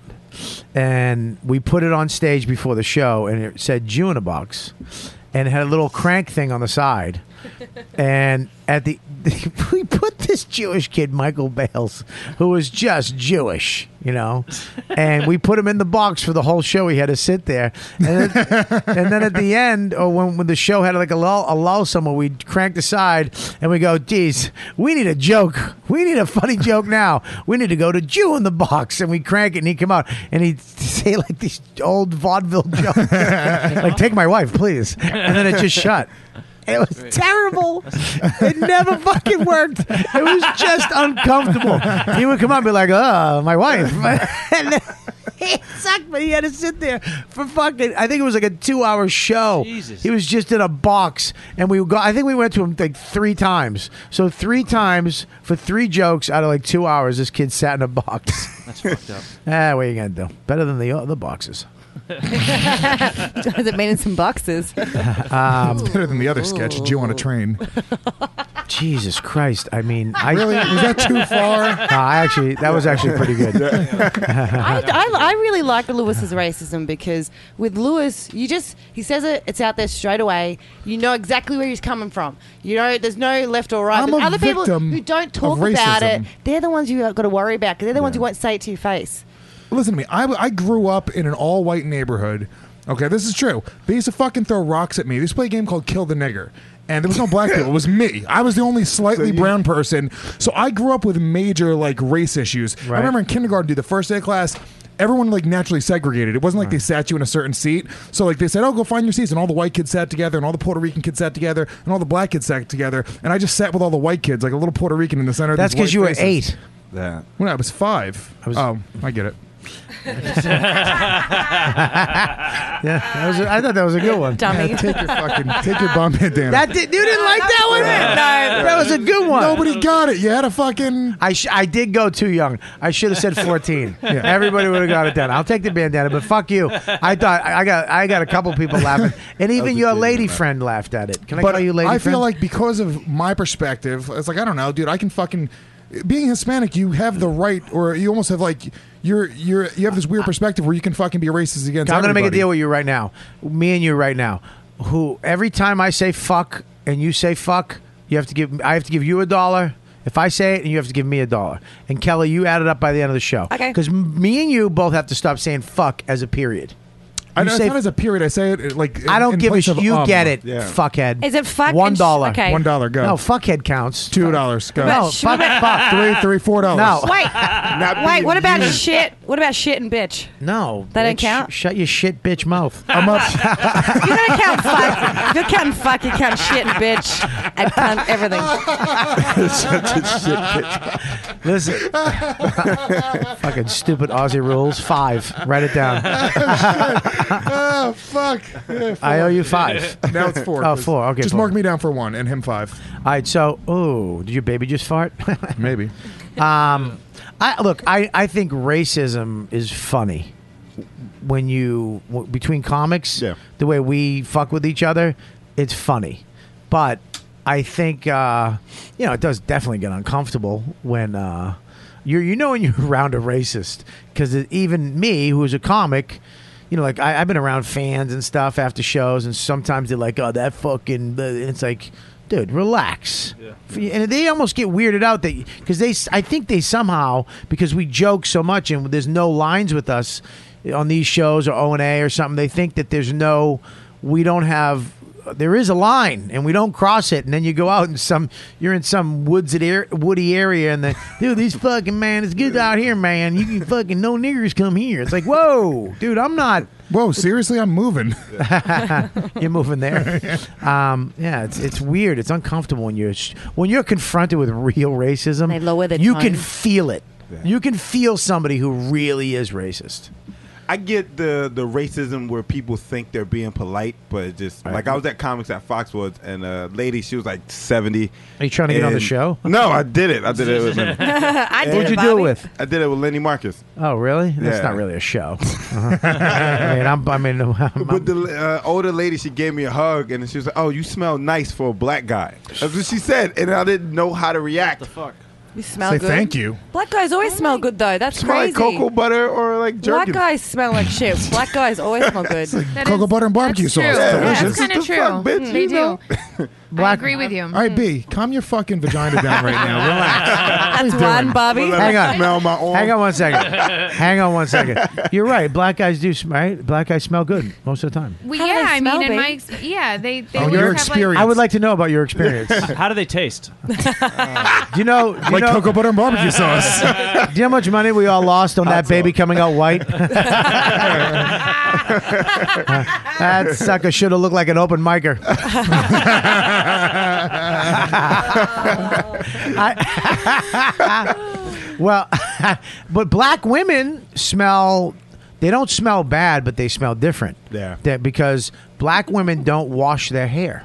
[SPEAKER 11] And we put it on stage before the show, and it said Jew in a box, and it had a little crank thing on the side. And at the, <laughs> we put this Jewish kid, Michael Bales, who was just Jewish, you know, and we put him in the box for the whole show. He had to sit there. And then, and then at the end, or when, when the show had like a lull, a lull somewhere, we cranked aside and we go, geez, we need a joke. We need a funny joke now. We need to go to Jew in the box. And we crank it and he <laughs> come out and he'd say like these old vaudeville jokes, like, take my wife, please. And then it just shut. It was terrible. It never fucking worked. It was just uncomfortable. He would come out and be like, "Oh, my wife," <laughs> and then it sucked. But he had to sit there for fucking. I think it was like a two-hour show.
[SPEAKER 12] Jesus.
[SPEAKER 11] He was just in a box, and we go. I think we went to him like three times. So three times for three jokes out of like two hours, this kid sat in a box. <laughs>
[SPEAKER 13] That's fucked up.
[SPEAKER 11] Ah, what are you gonna do? Better than the other boxes.
[SPEAKER 5] Does it mean in some boxes?
[SPEAKER 11] Um,
[SPEAKER 6] It's better than the other sketch, Jew on a train.
[SPEAKER 11] Jesus Christ! I <laughs> mean, I
[SPEAKER 6] Really? Was that too far?
[SPEAKER 11] <laughs> No, I actually that was actually pretty good.
[SPEAKER 6] <laughs>
[SPEAKER 5] I, I, I really like Lewis's racism because with Lewis, you just he says it, it's out there straight away. You know exactly where he's coming from. You know, there's no left or right.
[SPEAKER 6] I'm
[SPEAKER 5] But
[SPEAKER 6] a
[SPEAKER 5] other people
[SPEAKER 6] victim
[SPEAKER 5] who don't talk
[SPEAKER 6] of
[SPEAKER 5] about it,
[SPEAKER 6] racism.
[SPEAKER 5] they're the ones you got to worry about because they're the ones who won't say it to your face.
[SPEAKER 6] Listen to me. I, I grew up in an all white neighborhood. Okay, this is true. They used to fucking throw rocks at me. They used to play a game called Kill the Nigger. And there was no black people. It was me. I was the only slightly brown person. So I grew up with major like race issues. I remember in kindergarten, dude, the first day of class, everyone like naturally segregated. It wasn't like they sat you in a certain seat. So like they said, "Oh, go find your seats," and all the white kids sat together, and all the Puerto Rican kids sat together, and all the black kids sat together. And I just sat with all the white kids, like a little Puerto Rican in the center. of
[SPEAKER 11] That's
[SPEAKER 6] these white
[SPEAKER 11] because you were
[SPEAKER 6] faces.
[SPEAKER 11] eight.
[SPEAKER 10] That.
[SPEAKER 6] When I was five.
[SPEAKER 11] was-
[SPEAKER 6] oh, I get it.
[SPEAKER 11] yeah, <laughs> that was a, I thought that was a good one.
[SPEAKER 6] Dummy. Yeah, take your fucking- take your bum hit, Dan.
[SPEAKER 11] That did, you didn't like that one.
[SPEAKER 6] No.
[SPEAKER 11] that was a good one.
[SPEAKER 6] Nobody got it. You had a fucking.
[SPEAKER 11] I sh- I did go too young. I should have <laughs> said fourteen. Everybody would have got it down. I'll take the bandana, but fuck you. I thought I I got I got a couple people laughing, and even your lady friend laughed at it. Can I
[SPEAKER 6] but
[SPEAKER 11] call you lady?
[SPEAKER 6] I
[SPEAKER 11] friend?
[SPEAKER 6] feel like because of my perspective, it's like I don't know, dude. I can fucking being Hispanic, you have the right, or you almost have like you're you're you have this weird perspective where you can fucking be racist against.
[SPEAKER 11] I'm going to make a
[SPEAKER 6] everybody.
[SPEAKER 11] deal with you right now. Me and you right now. Who every time I say fuck and you say fuck, you have to give I have to give you a dollar. If I say it, and you have to give me a dollar. And Kelly, you add it up by the end of the show. Okay. Because me and you both have to stop saying fuck as a period.
[SPEAKER 6] I
[SPEAKER 11] You
[SPEAKER 6] know,
[SPEAKER 11] say
[SPEAKER 6] it's not as a period. I say it, it like
[SPEAKER 11] I don't
[SPEAKER 6] in
[SPEAKER 11] give a
[SPEAKER 6] place
[SPEAKER 11] sh-
[SPEAKER 6] of
[SPEAKER 11] you
[SPEAKER 6] um.
[SPEAKER 11] get it, fuckhead.
[SPEAKER 12] Is it fuck
[SPEAKER 11] One
[SPEAKER 12] and sh-
[SPEAKER 11] dollar.
[SPEAKER 12] okay.
[SPEAKER 6] One dollar, go.
[SPEAKER 11] No, fuckhead counts.
[SPEAKER 6] Two dollars, go.
[SPEAKER 11] No,
[SPEAKER 12] But sh- <laughs>
[SPEAKER 11] fuck,
[SPEAKER 12] but-
[SPEAKER 11] fuck.
[SPEAKER 6] Three, three, four dollars.
[SPEAKER 11] No.
[SPEAKER 12] <laughs> Wait, wait. What
[SPEAKER 6] <laughs>
[SPEAKER 12] about
[SPEAKER 11] used.
[SPEAKER 12] shit? What about shit and bitch?
[SPEAKER 11] No.
[SPEAKER 12] That didn't
[SPEAKER 11] bitch.
[SPEAKER 12] count?
[SPEAKER 11] Shut your shit bitch mouth.
[SPEAKER 6] <laughs> I'm up.
[SPEAKER 11] <laughs>
[SPEAKER 12] You gotta count fuck. You count fuck. You count shit and bitch and cunt everything.
[SPEAKER 11] Such a shit bitch. Listen, fucking stupid Aussie rules. Five. Write it
[SPEAKER 6] <laughs>
[SPEAKER 11] down.
[SPEAKER 6] oh fuck!
[SPEAKER 11] <laughs>
[SPEAKER 6] Yeah, four.
[SPEAKER 11] I owe you five.
[SPEAKER 6] now it's
[SPEAKER 11] <laughs>
[SPEAKER 6] four.
[SPEAKER 11] Oh,
[SPEAKER 6] please.
[SPEAKER 11] four. Okay.
[SPEAKER 6] Just
[SPEAKER 11] four.
[SPEAKER 6] mark me down for one and
[SPEAKER 11] <laughs>
[SPEAKER 6] him five.
[SPEAKER 11] All right. So, oh, did your baby just fart? <laughs>
[SPEAKER 6] Maybe.
[SPEAKER 11] Um, I look. I I think racism is funny when you w- between comics. The way we fuck with each other, it's funny, but I think uh, you know it does definitely get uncomfortable when. Uh, you're, you know when you're <laughs> around a racist because even me who's a comic you know, like I, I've been around fans and stuff after shows, and sometimes they're like, "Oh, that fucking," blah," and it's like, dude, relax. F- And they almost get weirded out that because they, s- I think they somehow because we joke so much and there's no lines with us on these shows or O and A or something, they think that there's no, we don't have. There is a line, and we don't cross it. And then you go out and some, you're in some woods at air, woody area, and the dude, these fucking man, it's good out here, man. You can fucking no niggers come here. It's like, whoa, dude, I'm not.
[SPEAKER 6] Whoa, seriously, I'm moving.
[SPEAKER 11] you're moving there. Um, yeah, it's it's weird. It's uncomfortable when you're sh- when you're confronted with real racism. They lower
[SPEAKER 12] the
[SPEAKER 11] You
[SPEAKER 12] tone.
[SPEAKER 11] can feel it. You can feel somebody who really is racist.
[SPEAKER 10] I get the the racism where people think they're being polite, but it's just like I was at comics at Foxwoods, and a lady, she was like seventy.
[SPEAKER 11] Are you trying to get on the
[SPEAKER 10] and-
[SPEAKER 11] show?
[SPEAKER 10] No, I did it. I did it.
[SPEAKER 12] <laughs>
[SPEAKER 10] With
[SPEAKER 12] I did
[SPEAKER 11] Who'd
[SPEAKER 12] it,
[SPEAKER 11] you do it
[SPEAKER 12] Bobby.
[SPEAKER 11] with?
[SPEAKER 10] I did it with Lenny Marcus.
[SPEAKER 11] Oh, really? That's
[SPEAKER 10] Yeah.
[SPEAKER 11] not really
[SPEAKER 10] <laughs>
[SPEAKER 11] a show. Uh-huh. I mean, I'm, I mean, I'm,
[SPEAKER 10] But the uh, older lady, she gave me a hug, and she was like, "Oh, you smell nice for a black guy." That's what she said, and I didn't know how to react. the fuck?
[SPEAKER 12] You smell
[SPEAKER 10] Say
[SPEAKER 12] good.
[SPEAKER 10] thank you.
[SPEAKER 12] Black guys always smell good though. That's
[SPEAKER 10] Smell
[SPEAKER 12] crazy.
[SPEAKER 10] like cocoa butter or like
[SPEAKER 12] Black
[SPEAKER 10] jerky.
[SPEAKER 12] guys smell like shit. Black guys always smell good.
[SPEAKER 6] Cocoa butter and barbecue sauce. Delicious.
[SPEAKER 15] that's kind of true.
[SPEAKER 12] Mm,
[SPEAKER 10] bitch,
[SPEAKER 15] they
[SPEAKER 10] you
[SPEAKER 15] do.
[SPEAKER 10] know?
[SPEAKER 15] I agree with you.
[SPEAKER 6] All right, B, calm your fucking vagina down right now. Relax. What
[SPEAKER 12] That's
[SPEAKER 6] are you doing?
[SPEAKER 12] one, Bobby.
[SPEAKER 11] Hang on.
[SPEAKER 10] Smell my arm.
[SPEAKER 11] Hang on one second. Hang on
[SPEAKER 10] <laughs>
[SPEAKER 11] one second. You're right. Black guys do sm- right. Black guys smell good most of the time.
[SPEAKER 15] Well,
[SPEAKER 12] How do
[SPEAKER 15] yeah,
[SPEAKER 12] they
[SPEAKER 15] I
[SPEAKER 12] smell,
[SPEAKER 15] mean, in
[SPEAKER 12] babe?
[SPEAKER 15] my ex- yeah, they they
[SPEAKER 11] Oh,
[SPEAKER 15] always
[SPEAKER 11] your
[SPEAKER 15] have
[SPEAKER 11] experience. I would like to know about your experience. How do they taste? you know, do you
[SPEAKER 6] Like
[SPEAKER 11] know-
[SPEAKER 6] cocoa butter and barbecue
[SPEAKER 11] <laughs>
[SPEAKER 6] sauce.
[SPEAKER 11] do you know how much money we all lost on that baby coming out white? that sucker should have looked like an open micer. I- <laughs> well, but black women smell. They don't smell bad, but they smell different.
[SPEAKER 10] Yeah.
[SPEAKER 11] That because black women don't wash their hair.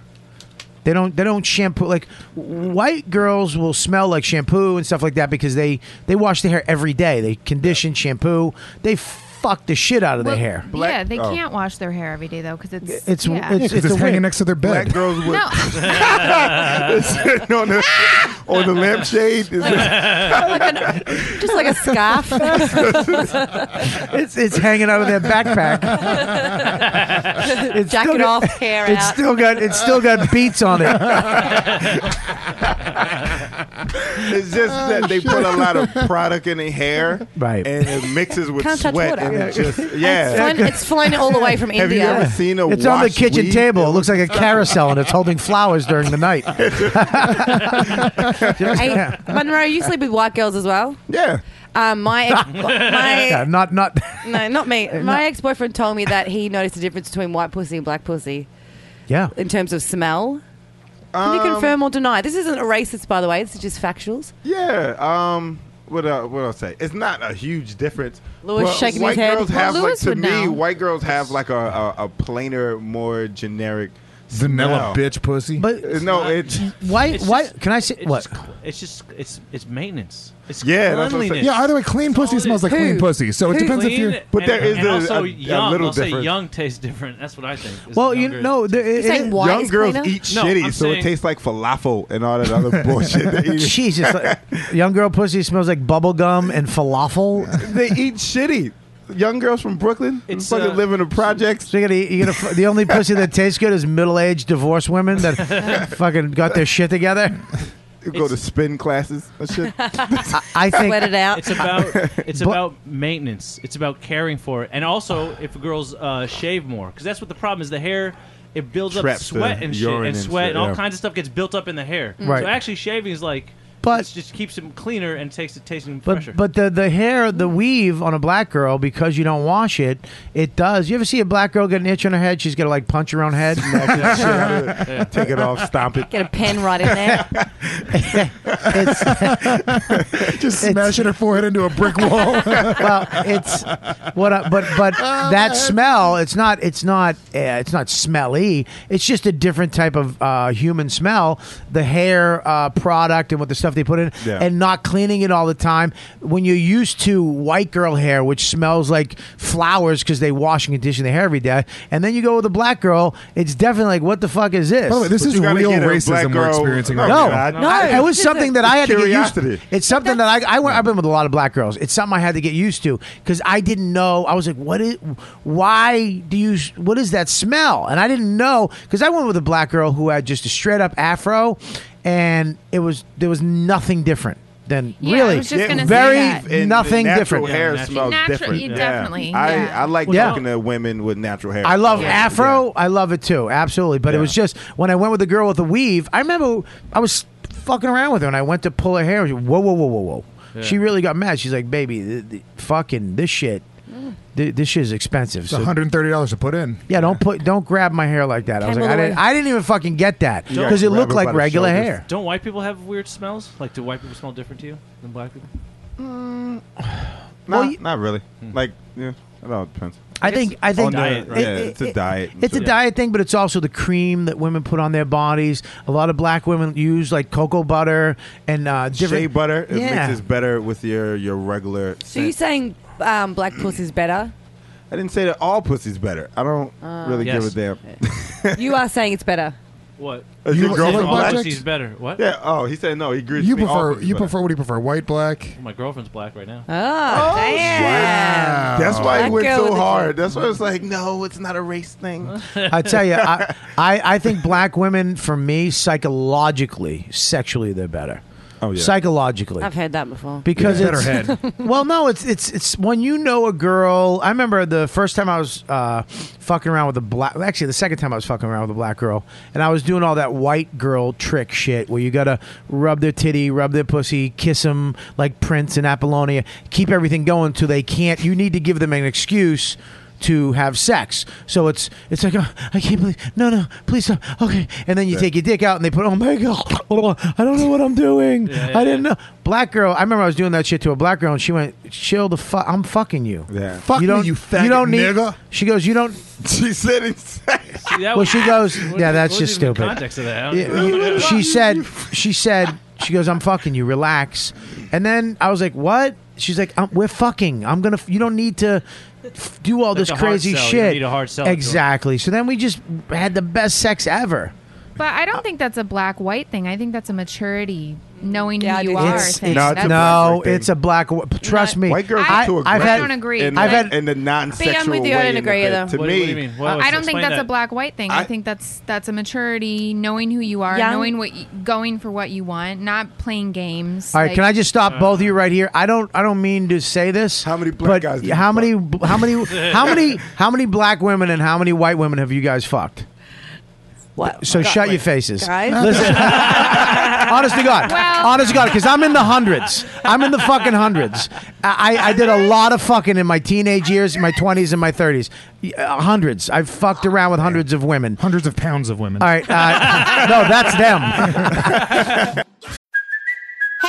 [SPEAKER 11] They don't. They don't shampoo. Like white girls will smell like shampoo and stuff like that because they they wash their hair every day. They condition, shampoo. They fuck the shit out of
[SPEAKER 15] Well,
[SPEAKER 11] their
[SPEAKER 12] <laughs>
[SPEAKER 11] hair. <laughs>
[SPEAKER 15] yeah, they
[SPEAKER 10] oh.
[SPEAKER 15] can't wash their hair every day though, because it's
[SPEAKER 11] It's
[SPEAKER 15] yeah.
[SPEAKER 11] it's, it's, a weird-
[SPEAKER 6] next to their
[SPEAKER 10] Black
[SPEAKER 6] bed.
[SPEAKER 10] girls with
[SPEAKER 15] No.
[SPEAKER 10] <laughs> sitting on
[SPEAKER 5] <laughs>
[SPEAKER 10] the on the lampshade.
[SPEAKER 12] <laughs> Just like
[SPEAKER 10] <laughs>
[SPEAKER 12] a scarf.
[SPEAKER 11] it's it's hanging out of their
[SPEAKER 12] <laughs>
[SPEAKER 11] backpack. It's
[SPEAKER 12] Jacket
[SPEAKER 11] still got-
[SPEAKER 12] off, hair
[SPEAKER 11] It's
[SPEAKER 12] out.
[SPEAKER 11] still got it's still got beats on it.
[SPEAKER 12] <laughs>
[SPEAKER 10] It's just that they put a lot of product in their hair,
[SPEAKER 11] right?
[SPEAKER 10] And it mixes with
[SPEAKER 12] Can't touch
[SPEAKER 10] sweat,
[SPEAKER 12] water.
[SPEAKER 10] and it just
[SPEAKER 12] It's
[SPEAKER 10] yeah.
[SPEAKER 12] flown, it's flown all the way from
[SPEAKER 10] <laughs> Have you
[SPEAKER 12] India.
[SPEAKER 10] ever seen a
[SPEAKER 11] <laughs> It's on the
[SPEAKER 10] washed
[SPEAKER 11] kitchen
[SPEAKER 10] weed?
[SPEAKER 11] table. It looks like a carousel, and it's holding flowers during
[SPEAKER 10] <laughs>
[SPEAKER 11] the night.
[SPEAKER 12] Hey, Monroe, you sleep with white girls as well.
[SPEAKER 10] Yeah.
[SPEAKER 12] Um, my ex-
[SPEAKER 10] <laughs>
[SPEAKER 12] my
[SPEAKER 11] Yeah, not not.
[SPEAKER 12] no, not me.
[SPEAKER 11] not-
[SPEAKER 12] My ex boyfriend told me that he noticed the difference between white pussy and black pussy
[SPEAKER 11] Yeah.
[SPEAKER 12] in terms of smell. Can you
[SPEAKER 10] Um,
[SPEAKER 12] confirm or deny? This isn't a racist, by the way. This is just factuals.
[SPEAKER 10] Yeah. Um, what I, what I'll say. It's not a huge difference.
[SPEAKER 5] Louis
[SPEAKER 10] but
[SPEAKER 5] shaking his
[SPEAKER 10] white
[SPEAKER 5] head.
[SPEAKER 10] Girls
[SPEAKER 5] Well,
[SPEAKER 10] have,
[SPEAKER 5] Louis
[SPEAKER 10] like, to
[SPEAKER 5] would
[SPEAKER 10] me,
[SPEAKER 5] know.
[SPEAKER 10] white girls have like a, a, a plainer, more generic
[SPEAKER 6] Vanilla
[SPEAKER 10] smell.
[SPEAKER 6] bitch pussy.
[SPEAKER 11] But
[SPEAKER 10] no, it's
[SPEAKER 11] why?
[SPEAKER 13] It's
[SPEAKER 11] Why
[SPEAKER 13] just-
[SPEAKER 11] can I say
[SPEAKER 13] it's
[SPEAKER 11] what?
[SPEAKER 13] just cl- it's just it's it's maintenance. It's
[SPEAKER 10] Yeah, that's what I'm saying.
[SPEAKER 13] cleanliness.
[SPEAKER 6] Yeah, either way, clean pussy smells like clean pussy. So it depends if you're.
[SPEAKER 10] But there is
[SPEAKER 13] and
[SPEAKER 10] a-
[SPEAKER 13] also
[SPEAKER 10] a- a
[SPEAKER 13] young.
[SPEAKER 10] little
[SPEAKER 13] I'll say
[SPEAKER 10] difference.
[SPEAKER 13] young tastes different. That's what I think. is
[SPEAKER 11] Well, you
[SPEAKER 13] younger.
[SPEAKER 11] know, there, it, it-
[SPEAKER 10] young girls eat
[SPEAKER 13] No,
[SPEAKER 10] shitty,
[SPEAKER 13] I'm
[SPEAKER 10] so it
[SPEAKER 13] saying-
[SPEAKER 10] tastes like falafel and all that
[SPEAKER 11] <laughs>
[SPEAKER 10] other bullshit. They
[SPEAKER 12] <laughs>
[SPEAKER 10] eat.
[SPEAKER 11] Jesus, like, young girl pussy smells like bubble gum and falafel.
[SPEAKER 10] they eat shitty. Young girls from Brooklyn
[SPEAKER 13] It's,
[SPEAKER 10] fucking
[SPEAKER 13] uh,
[SPEAKER 10] live in the projects.
[SPEAKER 11] So you gotta, you gotta, the only pussy that tastes good is middle-aged divorced women that fucking got their shit together.
[SPEAKER 10] You go to spin classes. and
[SPEAKER 11] <laughs>
[SPEAKER 10] shit.
[SPEAKER 11] I, I think
[SPEAKER 10] <laughs>
[SPEAKER 13] It's about it's about maintenance. It's about caring for it, and also if girls uh, shave more, because that's what the problem is. The hair it builds up
[SPEAKER 10] Traps
[SPEAKER 13] sweat
[SPEAKER 10] the urine
[SPEAKER 13] and shit,
[SPEAKER 10] and
[SPEAKER 13] and sweat,
[SPEAKER 10] shit,
[SPEAKER 13] and all
[SPEAKER 10] yeah.
[SPEAKER 13] kinds of stuff gets built up in the hair.
[SPEAKER 11] Mm. Right.
[SPEAKER 13] So actually, shaving is like, but just keeps them cleaner and takes it tasting
[SPEAKER 11] But
[SPEAKER 13] fresher.
[SPEAKER 11] but the the hair, the weave on a black girl because you don't wash it, it does. You ever see a black girl get an itch on her head? She's gonna like punch her own head. <laughs>
[SPEAKER 10] Yeah. Take it off, stomp it.
[SPEAKER 12] Get a pen right in there.
[SPEAKER 6] Just smashing her forehead into a
[SPEAKER 12] <laughs>
[SPEAKER 10] <laughs>
[SPEAKER 6] brick wall.
[SPEAKER 11] well, it's what, I, but but that smell. It's not. It's not. Uh, it's not smelly. It's just a different type of uh, human smell. The hair uh, product and what the stuff they put in,
[SPEAKER 10] Yeah.
[SPEAKER 11] and not cleaning it all the time. When you're used to white girl hair, which smells like flowers because they wash and condition their hair every day, and then you go with a black girl, it's definitely like, what the fuck is this?
[SPEAKER 6] By the way, this
[SPEAKER 10] But
[SPEAKER 6] is
[SPEAKER 10] you gotta
[SPEAKER 6] real
[SPEAKER 10] get a black
[SPEAKER 6] racism we're
[SPEAKER 10] girl-
[SPEAKER 6] experiencing
[SPEAKER 10] No,
[SPEAKER 6] right
[SPEAKER 11] No,
[SPEAKER 6] now.
[SPEAKER 10] No,
[SPEAKER 11] I- it was something that I had to get used to.
[SPEAKER 10] Curiosity.
[SPEAKER 11] It's something that I, I went, I've been with a lot of black girls. It's something I had to get used to because I didn't know. I was like, what is, why do you, what is that smell? And I didn't know because I went with a black girl who had just a straight up afro and it was, there was nothing different than
[SPEAKER 15] Yeah, I
[SPEAKER 11] really
[SPEAKER 15] was just gonna say
[SPEAKER 11] very
[SPEAKER 15] that. And
[SPEAKER 10] And
[SPEAKER 11] nothing
[SPEAKER 10] natural
[SPEAKER 11] different.
[SPEAKER 10] Hair
[SPEAKER 13] Yeah,
[SPEAKER 10] smells
[SPEAKER 15] natural-
[SPEAKER 10] Oh, different.
[SPEAKER 15] you definitely, yeah.
[SPEAKER 10] I, I like
[SPEAKER 11] Yeah.
[SPEAKER 10] talking to women with natural hair.
[SPEAKER 11] I love
[SPEAKER 10] Yeah.
[SPEAKER 11] afro. I love it too, absolutely. But it was just when I went with the girl with the weave. I remember I was fucking around with her, and I went to pull her hair. She- Whoa, whoa, whoa, whoa, whoa!
[SPEAKER 13] Yeah.
[SPEAKER 11] She really got mad. She's like, "Baby, th th- fucking this shit,
[SPEAKER 10] Mm.
[SPEAKER 11] th- this shit is expensive."
[SPEAKER 6] It's
[SPEAKER 11] So
[SPEAKER 6] $130 to put in.
[SPEAKER 11] yeah, don't put, don't grab my hair like that. I was
[SPEAKER 12] Came
[SPEAKER 11] like, I
[SPEAKER 12] all the
[SPEAKER 11] didn't,
[SPEAKER 12] way.
[SPEAKER 11] I didn't even fucking get that
[SPEAKER 10] You gotta
[SPEAKER 11] because it
[SPEAKER 10] grab
[SPEAKER 11] looked
[SPEAKER 10] it by
[SPEAKER 11] like
[SPEAKER 10] the
[SPEAKER 11] regular
[SPEAKER 10] shoulders.
[SPEAKER 11] hair.
[SPEAKER 13] Don't white people have weird smells? Like, do white people smell different to you than black people?
[SPEAKER 10] Nah,
[SPEAKER 11] Well, you-
[SPEAKER 10] not really.
[SPEAKER 15] Hmm.
[SPEAKER 10] Like, yeah, it all depends.
[SPEAKER 11] I think I think
[SPEAKER 13] diet, right?
[SPEAKER 11] it-
[SPEAKER 10] Yeah,
[SPEAKER 11] it-
[SPEAKER 10] it's a
[SPEAKER 11] it-
[SPEAKER 10] diet.
[SPEAKER 11] It's a
[SPEAKER 10] Yeah.
[SPEAKER 11] diet thing, but it's also the cream that women put on their bodies. A lot of black women use like cocoa butter and uh, different
[SPEAKER 10] Shea butter. It
[SPEAKER 11] Yeah.
[SPEAKER 10] mixes better with your your regular.
[SPEAKER 12] So you
[SPEAKER 10] Scent.
[SPEAKER 12] saying um, black pussy's better? Uh,
[SPEAKER 10] I didn't say that all pussy's better. I don't really
[SPEAKER 13] Yes.
[SPEAKER 10] give a damn.
[SPEAKER 12] You are saying it's better.
[SPEAKER 13] What?
[SPEAKER 10] Is
[SPEAKER 6] You
[SPEAKER 10] your
[SPEAKER 6] like
[SPEAKER 10] girlfriend
[SPEAKER 6] black
[SPEAKER 10] black?
[SPEAKER 6] chicks?
[SPEAKER 13] She's better.
[SPEAKER 10] <laughs>
[SPEAKER 13] What?
[SPEAKER 10] Yeah. Oh, he said no. He agrees.
[SPEAKER 6] You
[SPEAKER 10] with me. All
[SPEAKER 6] prefer
[SPEAKER 10] pussy's
[SPEAKER 6] you
[SPEAKER 10] better.
[SPEAKER 6] prefer what do you prefer? White, black?
[SPEAKER 13] My girlfriend's black right now.
[SPEAKER 15] Uh,
[SPEAKER 12] Oh, damn.
[SPEAKER 10] That's why he
[SPEAKER 12] Black
[SPEAKER 10] went
[SPEAKER 12] girl Uh.
[SPEAKER 10] so
[SPEAKER 12] with the-
[SPEAKER 10] hard. That's why I was like, no, it's not a race thing.
[SPEAKER 11] I tell you, I, I, I think black women, for me, psychologically, sexually, they're better.
[SPEAKER 10] Oh, yeah.
[SPEAKER 11] Psychologically,
[SPEAKER 12] I've heard that before.
[SPEAKER 11] because
[SPEAKER 6] Yeah.
[SPEAKER 11] it's
[SPEAKER 6] Better head.
[SPEAKER 11] <laughs> well, no, it's it's it's when you know a girl. I remember the first time I was uh, fucking around with a black. Actually, the second time I was fucking around with a black girl, and I was doing all that white girl trick shit where you gotta rub their titty, rub their pussy, kiss them like Prince and Apollonia, keep everything going till they can't. You need to give them an excuse to have sex. So it's it's like oh, I can't believe no no please stop okay and then you take your dick out and they put oh my god I don't know what I'm doing
[SPEAKER 13] Yeah,
[SPEAKER 11] I didn't know black girl I remember I was doing that shit to a black girl and she went chill the fuck I'm fucking you
[SPEAKER 10] Yeah.
[SPEAKER 6] Fuck me, you faggot
[SPEAKER 11] don't need
[SPEAKER 6] nigga.
[SPEAKER 11] she goes you don't
[SPEAKER 10] she said insane.
[SPEAKER 13] See, that
[SPEAKER 11] well
[SPEAKER 13] was-
[SPEAKER 11] she goes
[SPEAKER 13] what-
[SPEAKER 11] yeah that's
[SPEAKER 13] what
[SPEAKER 11] just
[SPEAKER 13] is the
[SPEAKER 11] stupid
[SPEAKER 13] Context of that. I don't
[SPEAKER 11] yeah,
[SPEAKER 13] know.
[SPEAKER 11] you- she said she said she goes i'm fucking you relax and then i was like what she's like i we're fucking i'm gonna f- you don't need to f- do all
[SPEAKER 13] Like
[SPEAKER 11] this
[SPEAKER 13] a hard
[SPEAKER 11] crazy
[SPEAKER 13] sell. You
[SPEAKER 11] shit
[SPEAKER 13] don't need a hard sell to do it.
[SPEAKER 11] exactly so then we just had the best sex ever
[SPEAKER 15] But I don't think that's a black white thing. I think that's a maturity, knowing
[SPEAKER 12] Yeah,
[SPEAKER 15] who
[SPEAKER 12] I do
[SPEAKER 15] you
[SPEAKER 12] too.
[SPEAKER 15] are.
[SPEAKER 12] It's-
[SPEAKER 15] thing.
[SPEAKER 10] No, it's a
[SPEAKER 15] That's-
[SPEAKER 11] no
[SPEAKER 10] black thing.
[SPEAKER 11] it's a black wo- trust
[SPEAKER 15] Not-
[SPEAKER 11] me
[SPEAKER 10] White girls
[SPEAKER 15] I-
[SPEAKER 10] are too
[SPEAKER 11] I've
[SPEAKER 10] aggressive.
[SPEAKER 11] had-
[SPEAKER 15] I don't agree.
[SPEAKER 10] In,
[SPEAKER 11] I've had-
[SPEAKER 10] in the non-sexual
[SPEAKER 12] See, I'm with you. I
[SPEAKER 10] way in
[SPEAKER 12] don't
[SPEAKER 10] a
[SPEAKER 12] agree
[SPEAKER 10] bit.
[SPEAKER 12] either.
[SPEAKER 10] To
[SPEAKER 13] What,
[SPEAKER 10] me,
[SPEAKER 13] what do you mean? What-
[SPEAKER 15] I don't think
[SPEAKER 13] explain
[SPEAKER 15] that's
[SPEAKER 13] that.
[SPEAKER 15] a black white thing. I,
[SPEAKER 10] I-
[SPEAKER 15] think that's that's a maturity, knowing who you are,
[SPEAKER 12] Young-
[SPEAKER 15] knowing what, you, going for what you want, not playing games.
[SPEAKER 11] all right, can I
[SPEAKER 15] Like,
[SPEAKER 11] just stop both of you right here? I don't, I don't mean to say this.
[SPEAKER 10] How many black
[SPEAKER 11] but
[SPEAKER 10] guys did you
[SPEAKER 11] How many, how many, how many, how many black women and how many white women have you guys fucked?
[SPEAKER 12] What?
[SPEAKER 11] So
[SPEAKER 12] God,
[SPEAKER 11] shut
[SPEAKER 12] wait.
[SPEAKER 11] your faces.
[SPEAKER 12] Guys?
[SPEAKER 11] Listen. <laughs> honest to
[SPEAKER 12] <laughs>
[SPEAKER 11] God.
[SPEAKER 15] Well-
[SPEAKER 11] honest to God, because I'm in the hundreds. I'm in the fucking hundreds. I, I I did a lot of fucking in my teenage years, my 20s, and my 30s. Y- uh, Hundreds. I've fucked around with hundreds of women.
[SPEAKER 6] Hundreds of pounds of
[SPEAKER 11] <laughs>
[SPEAKER 6] women.
[SPEAKER 10] <laughs>
[SPEAKER 11] All right. Uh, no, that's them.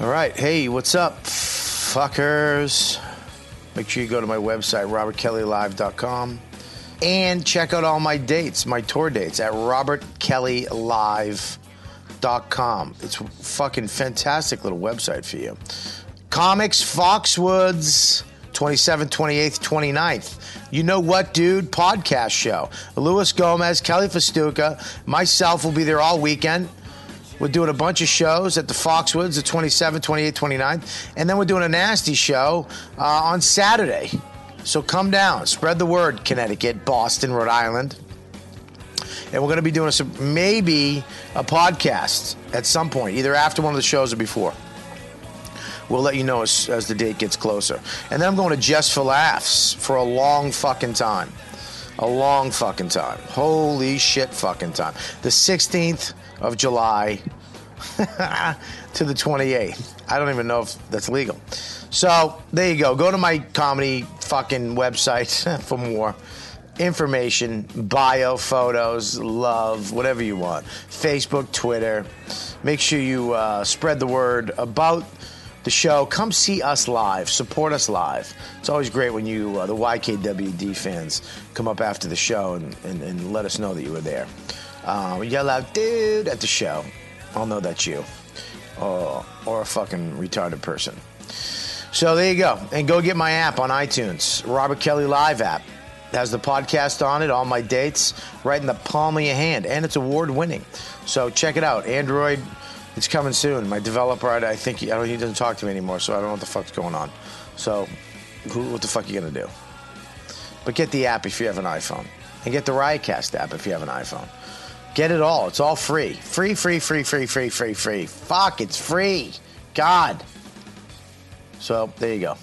[SPEAKER 2] All right. Hey, what's up, fuckers? Make sure you go to my website, robertkellylive.com, and check out all my dates, my tour dates at robertkellylive.com. It's a fucking fantastic little website for you. Comics Foxwoods, 27th, 28th, 29th. You know what, dude? Podcast show. Luis Gomez, Kelly Festuca, myself will be there all weekend. We're doing a bunch of shows at the Foxwoods the 27th, 28th, 29th. And then we're doing a nasty show uh, on Saturday. So come down, spread the word, Connecticut, Boston, Rhode Island. And we're going to be doing some, maybe a podcast at some point, either after one of the shows or before. We'll let you know as, as the date gets closer. And then I'm going to Just for Laughs for a long fucking time. A long fucking time. Holy shit fucking time. The 16th of July to the 28th. I don't even know if that's legal. So there you go. Go to my comedy fucking website <laughs> for more information, bio, photos, love, whatever you want. Facebook, Twitter. Make sure you uh, spread the word about the show. Come see us live. Support us live. It's always great when you, uh, the YKWD fans, come up after the show and, and, and let us know that you were there. Uh, yell out, dude, at the show. I'll know that's you. Or, or a fucking retarded person. So there you go. And go get my app on iTunes, Robert Kelly Live app. It has the podcast on it, all my dates, right in the palm of your hand. And it's award winning. So check it out. Android it's coming soon. My developer, I I think, he, I don't, he doesn't talk to me anymore, so I don't know what the fuck's going on. So, who, what the fuck are you gonna do? But get the app if you have an iPhone, and get the Riotcast app if you have an iPhone. Get it all. It's all free. Free, free, free, free, free, free, free. Fuck, it's free. God. So there you go.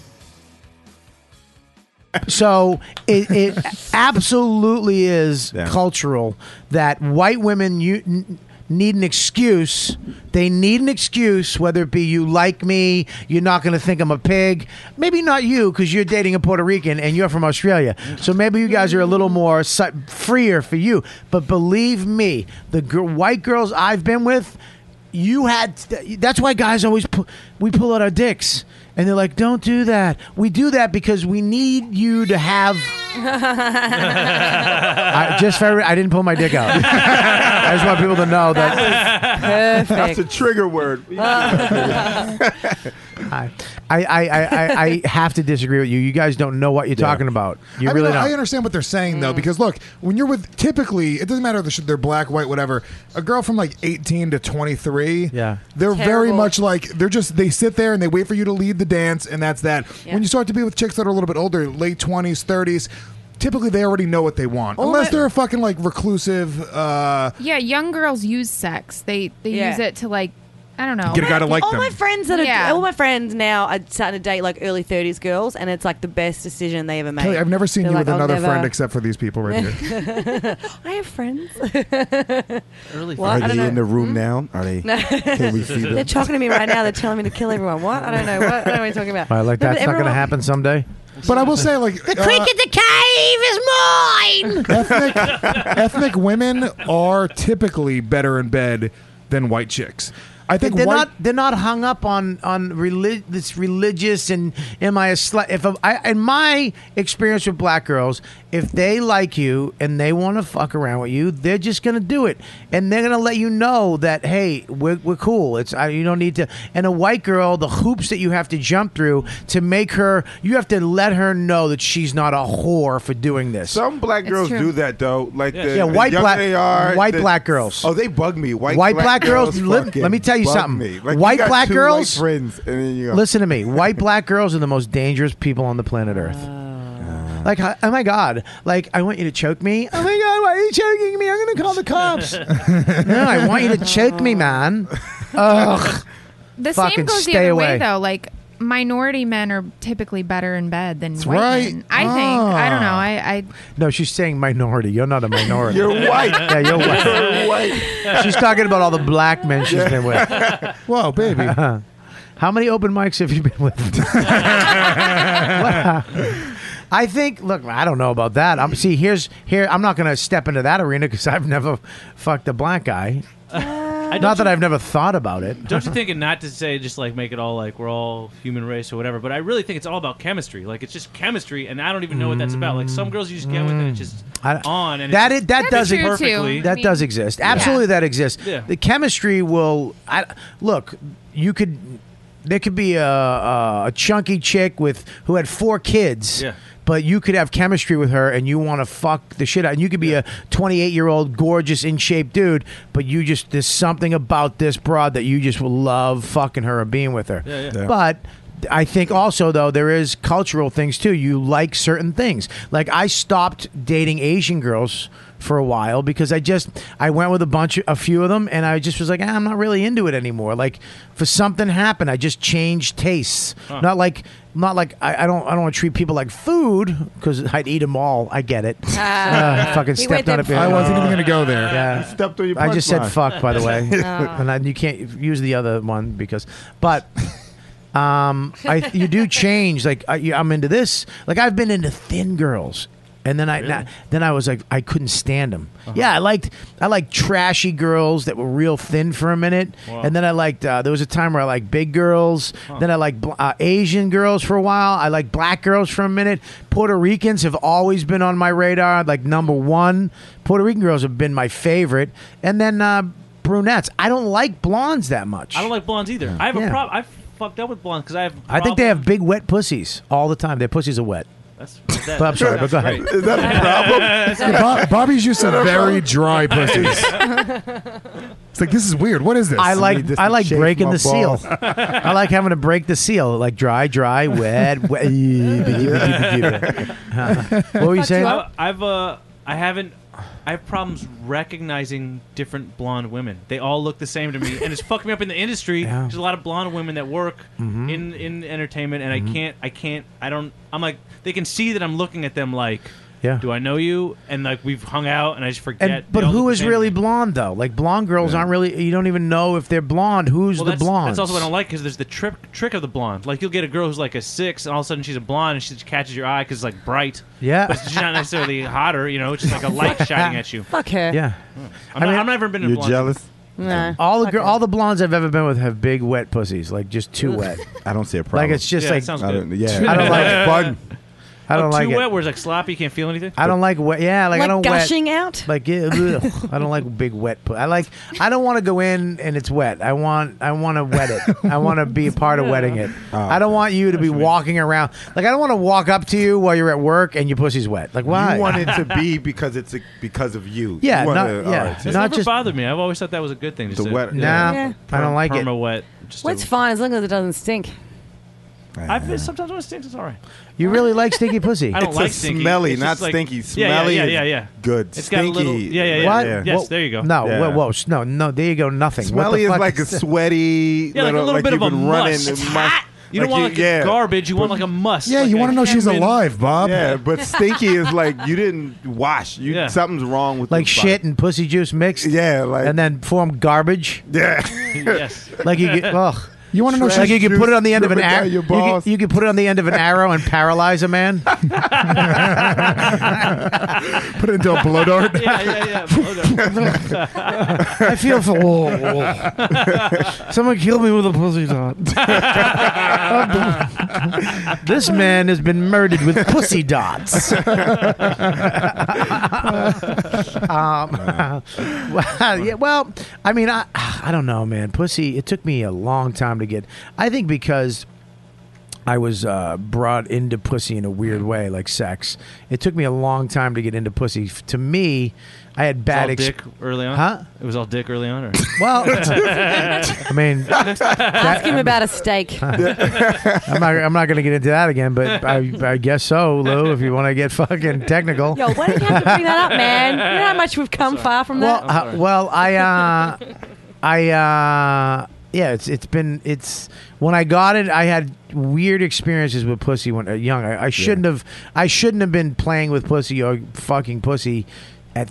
[SPEAKER 11] So it, it absolutely is cultural that white women you n- need an excuse. They need an excuse, whether it be you like me, you're not going to think I'm a pig. Maybe not you because you're dating a Puerto Rican and you're from Australia. So maybe you guys are a little more si- freer for you. But believe me, the gr- white girls I've been with, you had. That's why guys always pu- we pull out our dicks. And they're like, don't do that. We do that because we need you to have. I, just for every, I didn't pull my dick out. I just want people to know that.
[SPEAKER 10] That's a trigger word.
[SPEAKER 11] I, I, I, I, I have to disagree with you. You guys don't know what you're talking about. You
[SPEAKER 6] I mean,
[SPEAKER 11] really
[SPEAKER 6] I
[SPEAKER 11] don't.
[SPEAKER 6] understand what they're saying though, because look, when you're with typically, it doesn't matter if they're black, white, whatever. A girl from like 18 to 23, yeah, they're very
[SPEAKER 11] Terrible.
[SPEAKER 6] much like they're just they sit there and they wait for you to lead the dance, and that's that. When you start to be with chicks that are a little bit older, late 20s, 30s. Typically, they already know what they want,
[SPEAKER 15] Oh,
[SPEAKER 6] unless
[SPEAKER 15] but-
[SPEAKER 6] they're a fucking like reclusive. Uh,
[SPEAKER 15] Yeah, young girls use sex. They they
[SPEAKER 12] Yeah.
[SPEAKER 15] use it to like I don't know.
[SPEAKER 6] Get a guy to like
[SPEAKER 12] all
[SPEAKER 6] them.
[SPEAKER 12] my friends that are
[SPEAKER 15] Yeah.
[SPEAKER 12] all my friends now are starting to date like early thirties girls, and it's like the best decision they ever made.
[SPEAKER 6] Kelly, I've never seen
[SPEAKER 12] They're
[SPEAKER 6] you
[SPEAKER 12] like,
[SPEAKER 6] with
[SPEAKER 12] "I'll
[SPEAKER 6] another
[SPEAKER 12] never-
[SPEAKER 6] friend except for these people right here.
[SPEAKER 12] I have friends.
[SPEAKER 13] Early
[SPEAKER 12] What? I
[SPEAKER 10] Are
[SPEAKER 12] don't
[SPEAKER 10] they
[SPEAKER 12] know.
[SPEAKER 10] in the
[SPEAKER 4] Hmm?
[SPEAKER 10] room now? Are they?
[SPEAKER 12] No.
[SPEAKER 10] Can we see
[SPEAKER 12] They're
[SPEAKER 10] them?
[SPEAKER 12] talking to me right now. They're telling me to kill everyone. What? I don't know. What? I don't know what you're talking about.
[SPEAKER 11] I like
[SPEAKER 12] No, but
[SPEAKER 11] that's not going to
[SPEAKER 12] everyone-
[SPEAKER 11] happen someday.
[SPEAKER 6] But I will say, like,
[SPEAKER 12] The creek in the cave is mine.
[SPEAKER 6] ethnic, uh, ethnic women are typically better in bed than white chicks. I think
[SPEAKER 11] they're
[SPEAKER 6] white,
[SPEAKER 11] not they're not hung up on on relig- this religious and am I a slut? If I'm- I, in my experience with black girls, if they like you and they want to fuck around with you, they're just gonna do it, and they're gonna let you know that hey, we're, we're cool. It's I, you don't need to. And a white girl, the hoops that you have to jump through to make her, you have to let her know that she's not a whore for doing this.
[SPEAKER 10] Some black girls do that though. Like
[SPEAKER 11] Yeah.
[SPEAKER 10] the,
[SPEAKER 11] Yeah,
[SPEAKER 10] the
[SPEAKER 11] white
[SPEAKER 10] younger
[SPEAKER 11] black-
[SPEAKER 10] they are,
[SPEAKER 11] white
[SPEAKER 10] the-
[SPEAKER 11] black girls.
[SPEAKER 10] Oh, they bug me. White,
[SPEAKER 11] White black girls li-
[SPEAKER 10] fucking
[SPEAKER 11] let me tell you
[SPEAKER 10] bug
[SPEAKER 11] something.
[SPEAKER 10] me. Like, you
[SPEAKER 11] White
[SPEAKER 10] got
[SPEAKER 11] black
[SPEAKER 10] two
[SPEAKER 11] girls-
[SPEAKER 10] white friends, and then you go,
[SPEAKER 15] <laughs> Ah.
[SPEAKER 11] Listen to me. White black girls are the most dangerous people on the planet Earth. Like, I- oh my god, like I want you to choke me. Oh my god, why are you choking me? I'm gonna call the
[SPEAKER 15] <laughs>
[SPEAKER 11] cops. no, I want you to choke me, man. Ugh.
[SPEAKER 15] The
[SPEAKER 11] Fucking
[SPEAKER 15] same goes the
[SPEAKER 11] stay
[SPEAKER 15] other
[SPEAKER 11] away.
[SPEAKER 15] way though. Like minority men are typically better in bed than
[SPEAKER 11] That's
[SPEAKER 15] white
[SPEAKER 11] right.
[SPEAKER 15] men. I think. I don't know.
[SPEAKER 11] Ah.
[SPEAKER 15] I,
[SPEAKER 11] No, she's saying minority. You're not a minority.
[SPEAKER 15] You're white.
[SPEAKER 11] Yeah, you're white.
[SPEAKER 15] <laughs>
[SPEAKER 10] <laughs>
[SPEAKER 15] You're
[SPEAKER 11] white. She's talking about all the black men she's been with. Whoa, baby. How many open mics have you been
[SPEAKER 13] <laughs>
[SPEAKER 11] with? Wow. I think. Look, I don't know about that. I'm see. Here's here. I'm not going to step into that arena because I've never fucked a black guy.
[SPEAKER 13] I
[SPEAKER 11] not
[SPEAKER 13] don't
[SPEAKER 11] that
[SPEAKER 13] you-
[SPEAKER 11] I've never thought about it.
[SPEAKER 13] Don't you think, and not to say just like make it all like we're all human race or whatever, but I really think it's all about chemistry. Like it's just chemistry, and I don't even know what that's about. Like some girls you just get with and it's just
[SPEAKER 11] Mm. I-
[SPEAKER 13] on and
[SPEAKER 11] that
[SPEAKER 13] it's
[SPEAKER 11] it, that does
[SPEAKER 13] perfectly.
[SPEAKER 11] That does exist. Absolutely, that exists.
[SPEAKER 13] Yeah.
[SPEAKER 11] The chemistry will. I, look, you could. There could be a, a, a chunky chick with who had four kids.
[SPEAKER 13] Yeah.
[SPEAKER 11] But you could have chemistry with her, and you want to fuck the shit out. And you could be a 28 year old, gorgeous, in shape dude, but you just there's something about this broad that you just will love fucking her or being with her.
[SPEAKER 13] Yeah, yeah. Yeah.
[SPEAKER 11] But I think also though there is cultural things too. You like certain things. Like I stopped dating Asian girls for a while because I just I went with a bunch a few of them and I just was like ah, I'm not really into it anymore. Like for something happened, I just changed tastes.
[SPEAKER 13] Huh.
[SPEAKER 11] Not like not like I, I don't I don't want to treat people like food because I'd eat them all. I get
[SPEAKER 6] <laughs>
[SPEAKER 11] it. Uh, fucking
[SPEAKER 6] He
[SPEAKER 11] stepped on
[SPEAKER 6] waited
[SPEAKER 11] it.
[SPEAKER 6] for I wasn't even gonna go there.
[SPEAKER 11] Yeah.
[SPEAKER 6] You stepped on your
[SPEAKER 11] I just
[SPEAKER 13] <laughs>
[SPEAKER 11] said
[SPEAKER 6] punchline.
[SPEAKER 11] fuck by the way,
[SPEAKER 6] <laughs> Oh.
[SPEAKER 11] and I, you can't use the other one because but. Um, <laughs> I you do change. Like I, you- I'm into this. Like I've been into thin girls, and then I na- then I was like I couldn't stand them.
[SPEAKER 13] Uh-huh.
[SPEAKER 11] Yeah, I liked I liked trashy girls that were real thin for a minute,
[SPEAKER 13] Wow.
[SPEAKER 11] and then I liked uh, there was a time where I liked big girls. Then I liked bl- uh, Asian girls for a while. I liked black girls for a minute. Puerto Ricans have always been on my radar, like number one. Puerto Rican girls have been my favorite, and then. Uh, Brunettes. I don't like blondes that much.
[SPEAKER 13] I don't like blondes either. I have
[SPEAKER 11] Yeah.
[SPEAKER 13] a problem. I've fucked up with blondes because I have.
[SPEAKER 11] I think they have big wet pussies all the time. Their pussies are wet.
[SPEAKER 13] That's,
[SPEAKER 11] <laughs> But I'm sorry, but go ahead.
[SPEAKER 13] Is that a problem?
[SPEAKER 6] Bob, Bobby's
[SPEAKER 11] <laughs>
[SPEAKER 6] used to
[SPEAKER 13] Is that a
[SPEAKER 6] very
[SPEAKER 13] problem?
[SPEAKER 6] dry pussies. It's like this is weird. What is this?
[SPEAKER 11] I like I like breaking the seal. <laughs> I like having to break the seal, like dry, dry, wet,
[SPEAKER 13] <laughs>
[SPEAKER 11] wet. Huh. what were you saying?
[SPEAKER 13] I- I've uh, I haven't. I have problems recognizing different blonde women. They all look the same to me, and it's fucked me up in the
[SPEAKER 11] <laughs>
[SPEAKER 13] industry.
[SPEAKER 11] Yeah.
[SPEAKER 13] There's a lot of blonde women that work
[SPEAKER 11] Mhm.
[SPEAKER 13] in in entertainment, and
[SPEAKER 11] Mhm.
[SPEAKER 13] I can't. I can't. I don't. I'm like they can see that I'm looking at them like.
[SPEAKER 11] Yeah.
[SPEAKER 13] Do I know you? And like we've hung out, and I just forget.
[SPEAKER 11] And,
[SPEAKER 13] They
[SPEAKER 11] but
[SPEAKER 13] all look
[SPEAKER 11] who
[SPEAKER 13] the
[SPEAKER 11] is
[SPEAKER 13] same.
[SPEAKER 11] really blonde though? Like blonde girls aren't really. You don't even know if they're blonde. Who's
[SPEAKER 13] Well,
[SPEAKER 11] the
[SPEAKER 13] that's,
[SPEAKER 11] blonde?
[SPEAKER 13] That's also what I don't like because there's the trick trick of the blonde. Like you'll get a girl who's like a six, and all of a sudden she's a blonde, and she just catches your eye because it's like bright.
[SPEAKER 11] Yeah.
[SPEAKER 13] but she's not necessarily hotter. You know, it's just like a
[SPEAKER 11] <laughs>
[SPEAKER 13] light shining at you.
[SPEAKER 12] Fuck her.
[SPEAKER 11] Yeah.
[SPEAKER 13] I'm not- I've never been to
[SPEAKER 11] You're
[SPEAKER 13] blonde.
[SPEAKER 11] jealous?
[SPEAKER 12] Nah.
[SPEAKER 11] All the gir- all the blondes I've ever been with have big wet pussies, like just too
[SPEAKER 13] Ugh. <laughs>
[SPEAKER 11] wet.
[SPEAKER 10] I don't see a
[SPEAKER 11] Like it's just
[SPEAKER 13] Yeah, it
[SPEAKER 11] like
[SPEAKER 13] sounds
[SPEAKER 11] I
[SPEAKER 13] good.
[SPEAKER 11] don't, I don't
[SPEAKER 13] <laughs>
[SPEAKER 11] like it. I don't
[SPEAKER 13] oh,
[SPEAKER 11] like
[SPEAKER 13] too
[SPEAKER 11] it.
[SPEAKER 13] wet, where it's like sloppy, you can't feel anything.
[SPEAKER 11] I don't like wet. Yeah, like, I
[SPEAKER 12] Like
[SPEAKER 11] don't
[SPEAKER 12] <laughs> gushing
[SPEAKER 11] wet,
[SPEAKER 12] out?
[SPEAKER 11] Like yeah, ugh. I don't like big wet. pu- I like. I don't want to go in and it's wet. I want. I want to wet it. I want to be a part of wetting it. I don't want you to be walking around. Like I don't want to walk up to you while you're at work and your pussy's wet. Like why?
[SPEAKER 10] You want it to be because it's a, because of you.
[SPEAKER 11] Yeah,
[SPEAKER 10] You wanna-
[SPEAKER 11] not-
[SPEAKER 10] all
[SPEAKER 11] yeah.
[SPEAKER 10] right.
[SPEAKER 13] It's
[SPEAKER 11] Not
[SPEAKER 13] never
[SPEAKER 11] just-
[SPEAKER 13] bothered me. I've always thought that was a good thing. Just
[SPEAKER 10] The
[SPEAKER 13] to-
[SPEAKER 10] wet-
[SPEAKER 13] yeah.
[SPEAKER 11] <laughs> Nah, Yeah. I don't like it.
[SPEAKER 13] Perma wet. Just
[SPEAKER 12] Well, it's fine as long as it doesn't stink.
[SPEAKER 13] I've been sometimes when it stinks, it's all right.
[SPEAKER 11] You really like stinky pussy.
[SPEAKER 13] I don't
[SPEAKER 10] It's a
[SPEAKER 13] like stinky.
[SPEAKER 10] smelly,
[SPEAKER 13] It's
[SPEAKER 10] not
[SPEAKER 13] just like-
[SPEAKER 10] stinky.
[SPEAKER 13] Yeah, yeah,
[SPEAKER 10] Smelly
[SPEAKER 13] yeah,
[SPEAKER 10] is
[SPEAKER 13] yeah, yeah.
[SPEAKER 10] good.
[SPEAKER 13] It's got a little.
[SPEAKER 10] Stinky-
[SPEAKER 13] Yeah, yeah, yeah.
[SPEAKER 11] What?
[SPEAKER 13] Yes,
[SPEAKER 11] Whoa.
[SPEAKER 13] there you go.
[SPEAKER 11] No,
[SPEAKER 10] Yeah.
[SPEAKER 11] whoa, whoa, sh- no, no. There you go. Nothing. What
[SPEAKER 10] Smelly
[SPEAKER 11] the
[SPEAKER 10] is
[SPEAKER 11] fuck
[SPEAKER 10] like a sweaty.
[SPEAKER 13] Yeah, like a little bit
[SPEAKER 10] you've
[SPEAKER 13] of a
[SPEAKER 10] been running
[SPEAKER 13] must. It's
[SPEAKER 10] and
[SPEAKER 13] hot. You don't
[SPEAKER 10] like
[SPEAKER 13] want like
[SPEAKER 10] yeah.
[SPEAKER 13] garbage. You want like a must.
[SPEAKER 10] Yeah,
[SPEAKER 13] like
[SPEAKER 10] you
[SPEAKER 13] a
[SPEAKER 10] wanna know she's
[SPEAKER 13] human-
[SPEAKER 6] alive, Bob.
[SPEAKER 10] Yeah, but stinky is like
[SPEAKER 13] <laughs>
[SPEAKER 10] you didn't wash. You
[SPEAKER 13] Yeah.
[SPEAKER 10] something's wrong with
[SPEAKER 11] Like
[SPEAKER 10] this body.
[SPEAKER 11] shit and pussy juice mixed. Yeah, like and then form garbage.
[SPEAKER 10] Yeah.
[SPEAKER 13] <laughs> yes.
[SPEAKER 11] Like you get ugh.
[SPEAKER 6] You wanna know
[SPEAKER 11] Like
[SPEAKER 6] she's-
[SPEAKER 11] you could put it on the end of an
[SPEAKER 6] Rub it down
[SPEAKER 11] arrow.
[SPEAKER 6] your
[SPEAKER 11] You could,
[SPEAKER 6] balls.
[SPEAKER 11] you could put it on the end of an arrow and paralyze a man.
[SPEAKER 6] Put it into a blow dart.
[SPEAKER 13] yeah,
[SPEAKER 11] <laughs>
[SPEAKER 13] yeah, yeah. blow dart.
[SPEAKER 11] I feel for. Oh, <laughs> oh. Someone killed me with a pussy dot. <laughs> this man has been murdered with pussy dots. <laughs> um, well, yeah, well, I mean, I, I don't know, man. Pussy. It took me a long time to get. I think because I was uh, brought into pussy in a weird way, like sex. It took me a long time to get into pussy. F- To me, I had
[SPEAKER 13] It's all
[SPEAKER 11] bad
[SPEAKER 13] dick
[SPEAKER 11] experiences.
[SPEAKER 13] early on.
[SPEAKER 11] Huh?
[SPEAKER 13] It was all dick
[SPEAKER 11] <laughs>
[SPEAKER 13] early on, or
[SPEAKER 10] <laughs>
[SPEAKER 11] Well, I mean,
[SPEAKER 12] <laughs> Ask him about a steak.
[SPEAKER 11] I'm not, I'm not going to get into that again, but I, I guess so, Lou, if you want to get fucking technical.
[SPEAKER 12] Yo, why did you have to bring that up, man? You know how much we've come far from
[SPEAKER 11] well,
[SPEAKER 12] that?
[SPEAKER 11] uh, well, I, uh, I, uh, yeah, it's it's been it's when I got it, I had weird experiences with pussy when uh, young. I, I shouldn't have, I shouldn't have been playing with pussy or fucking pussy at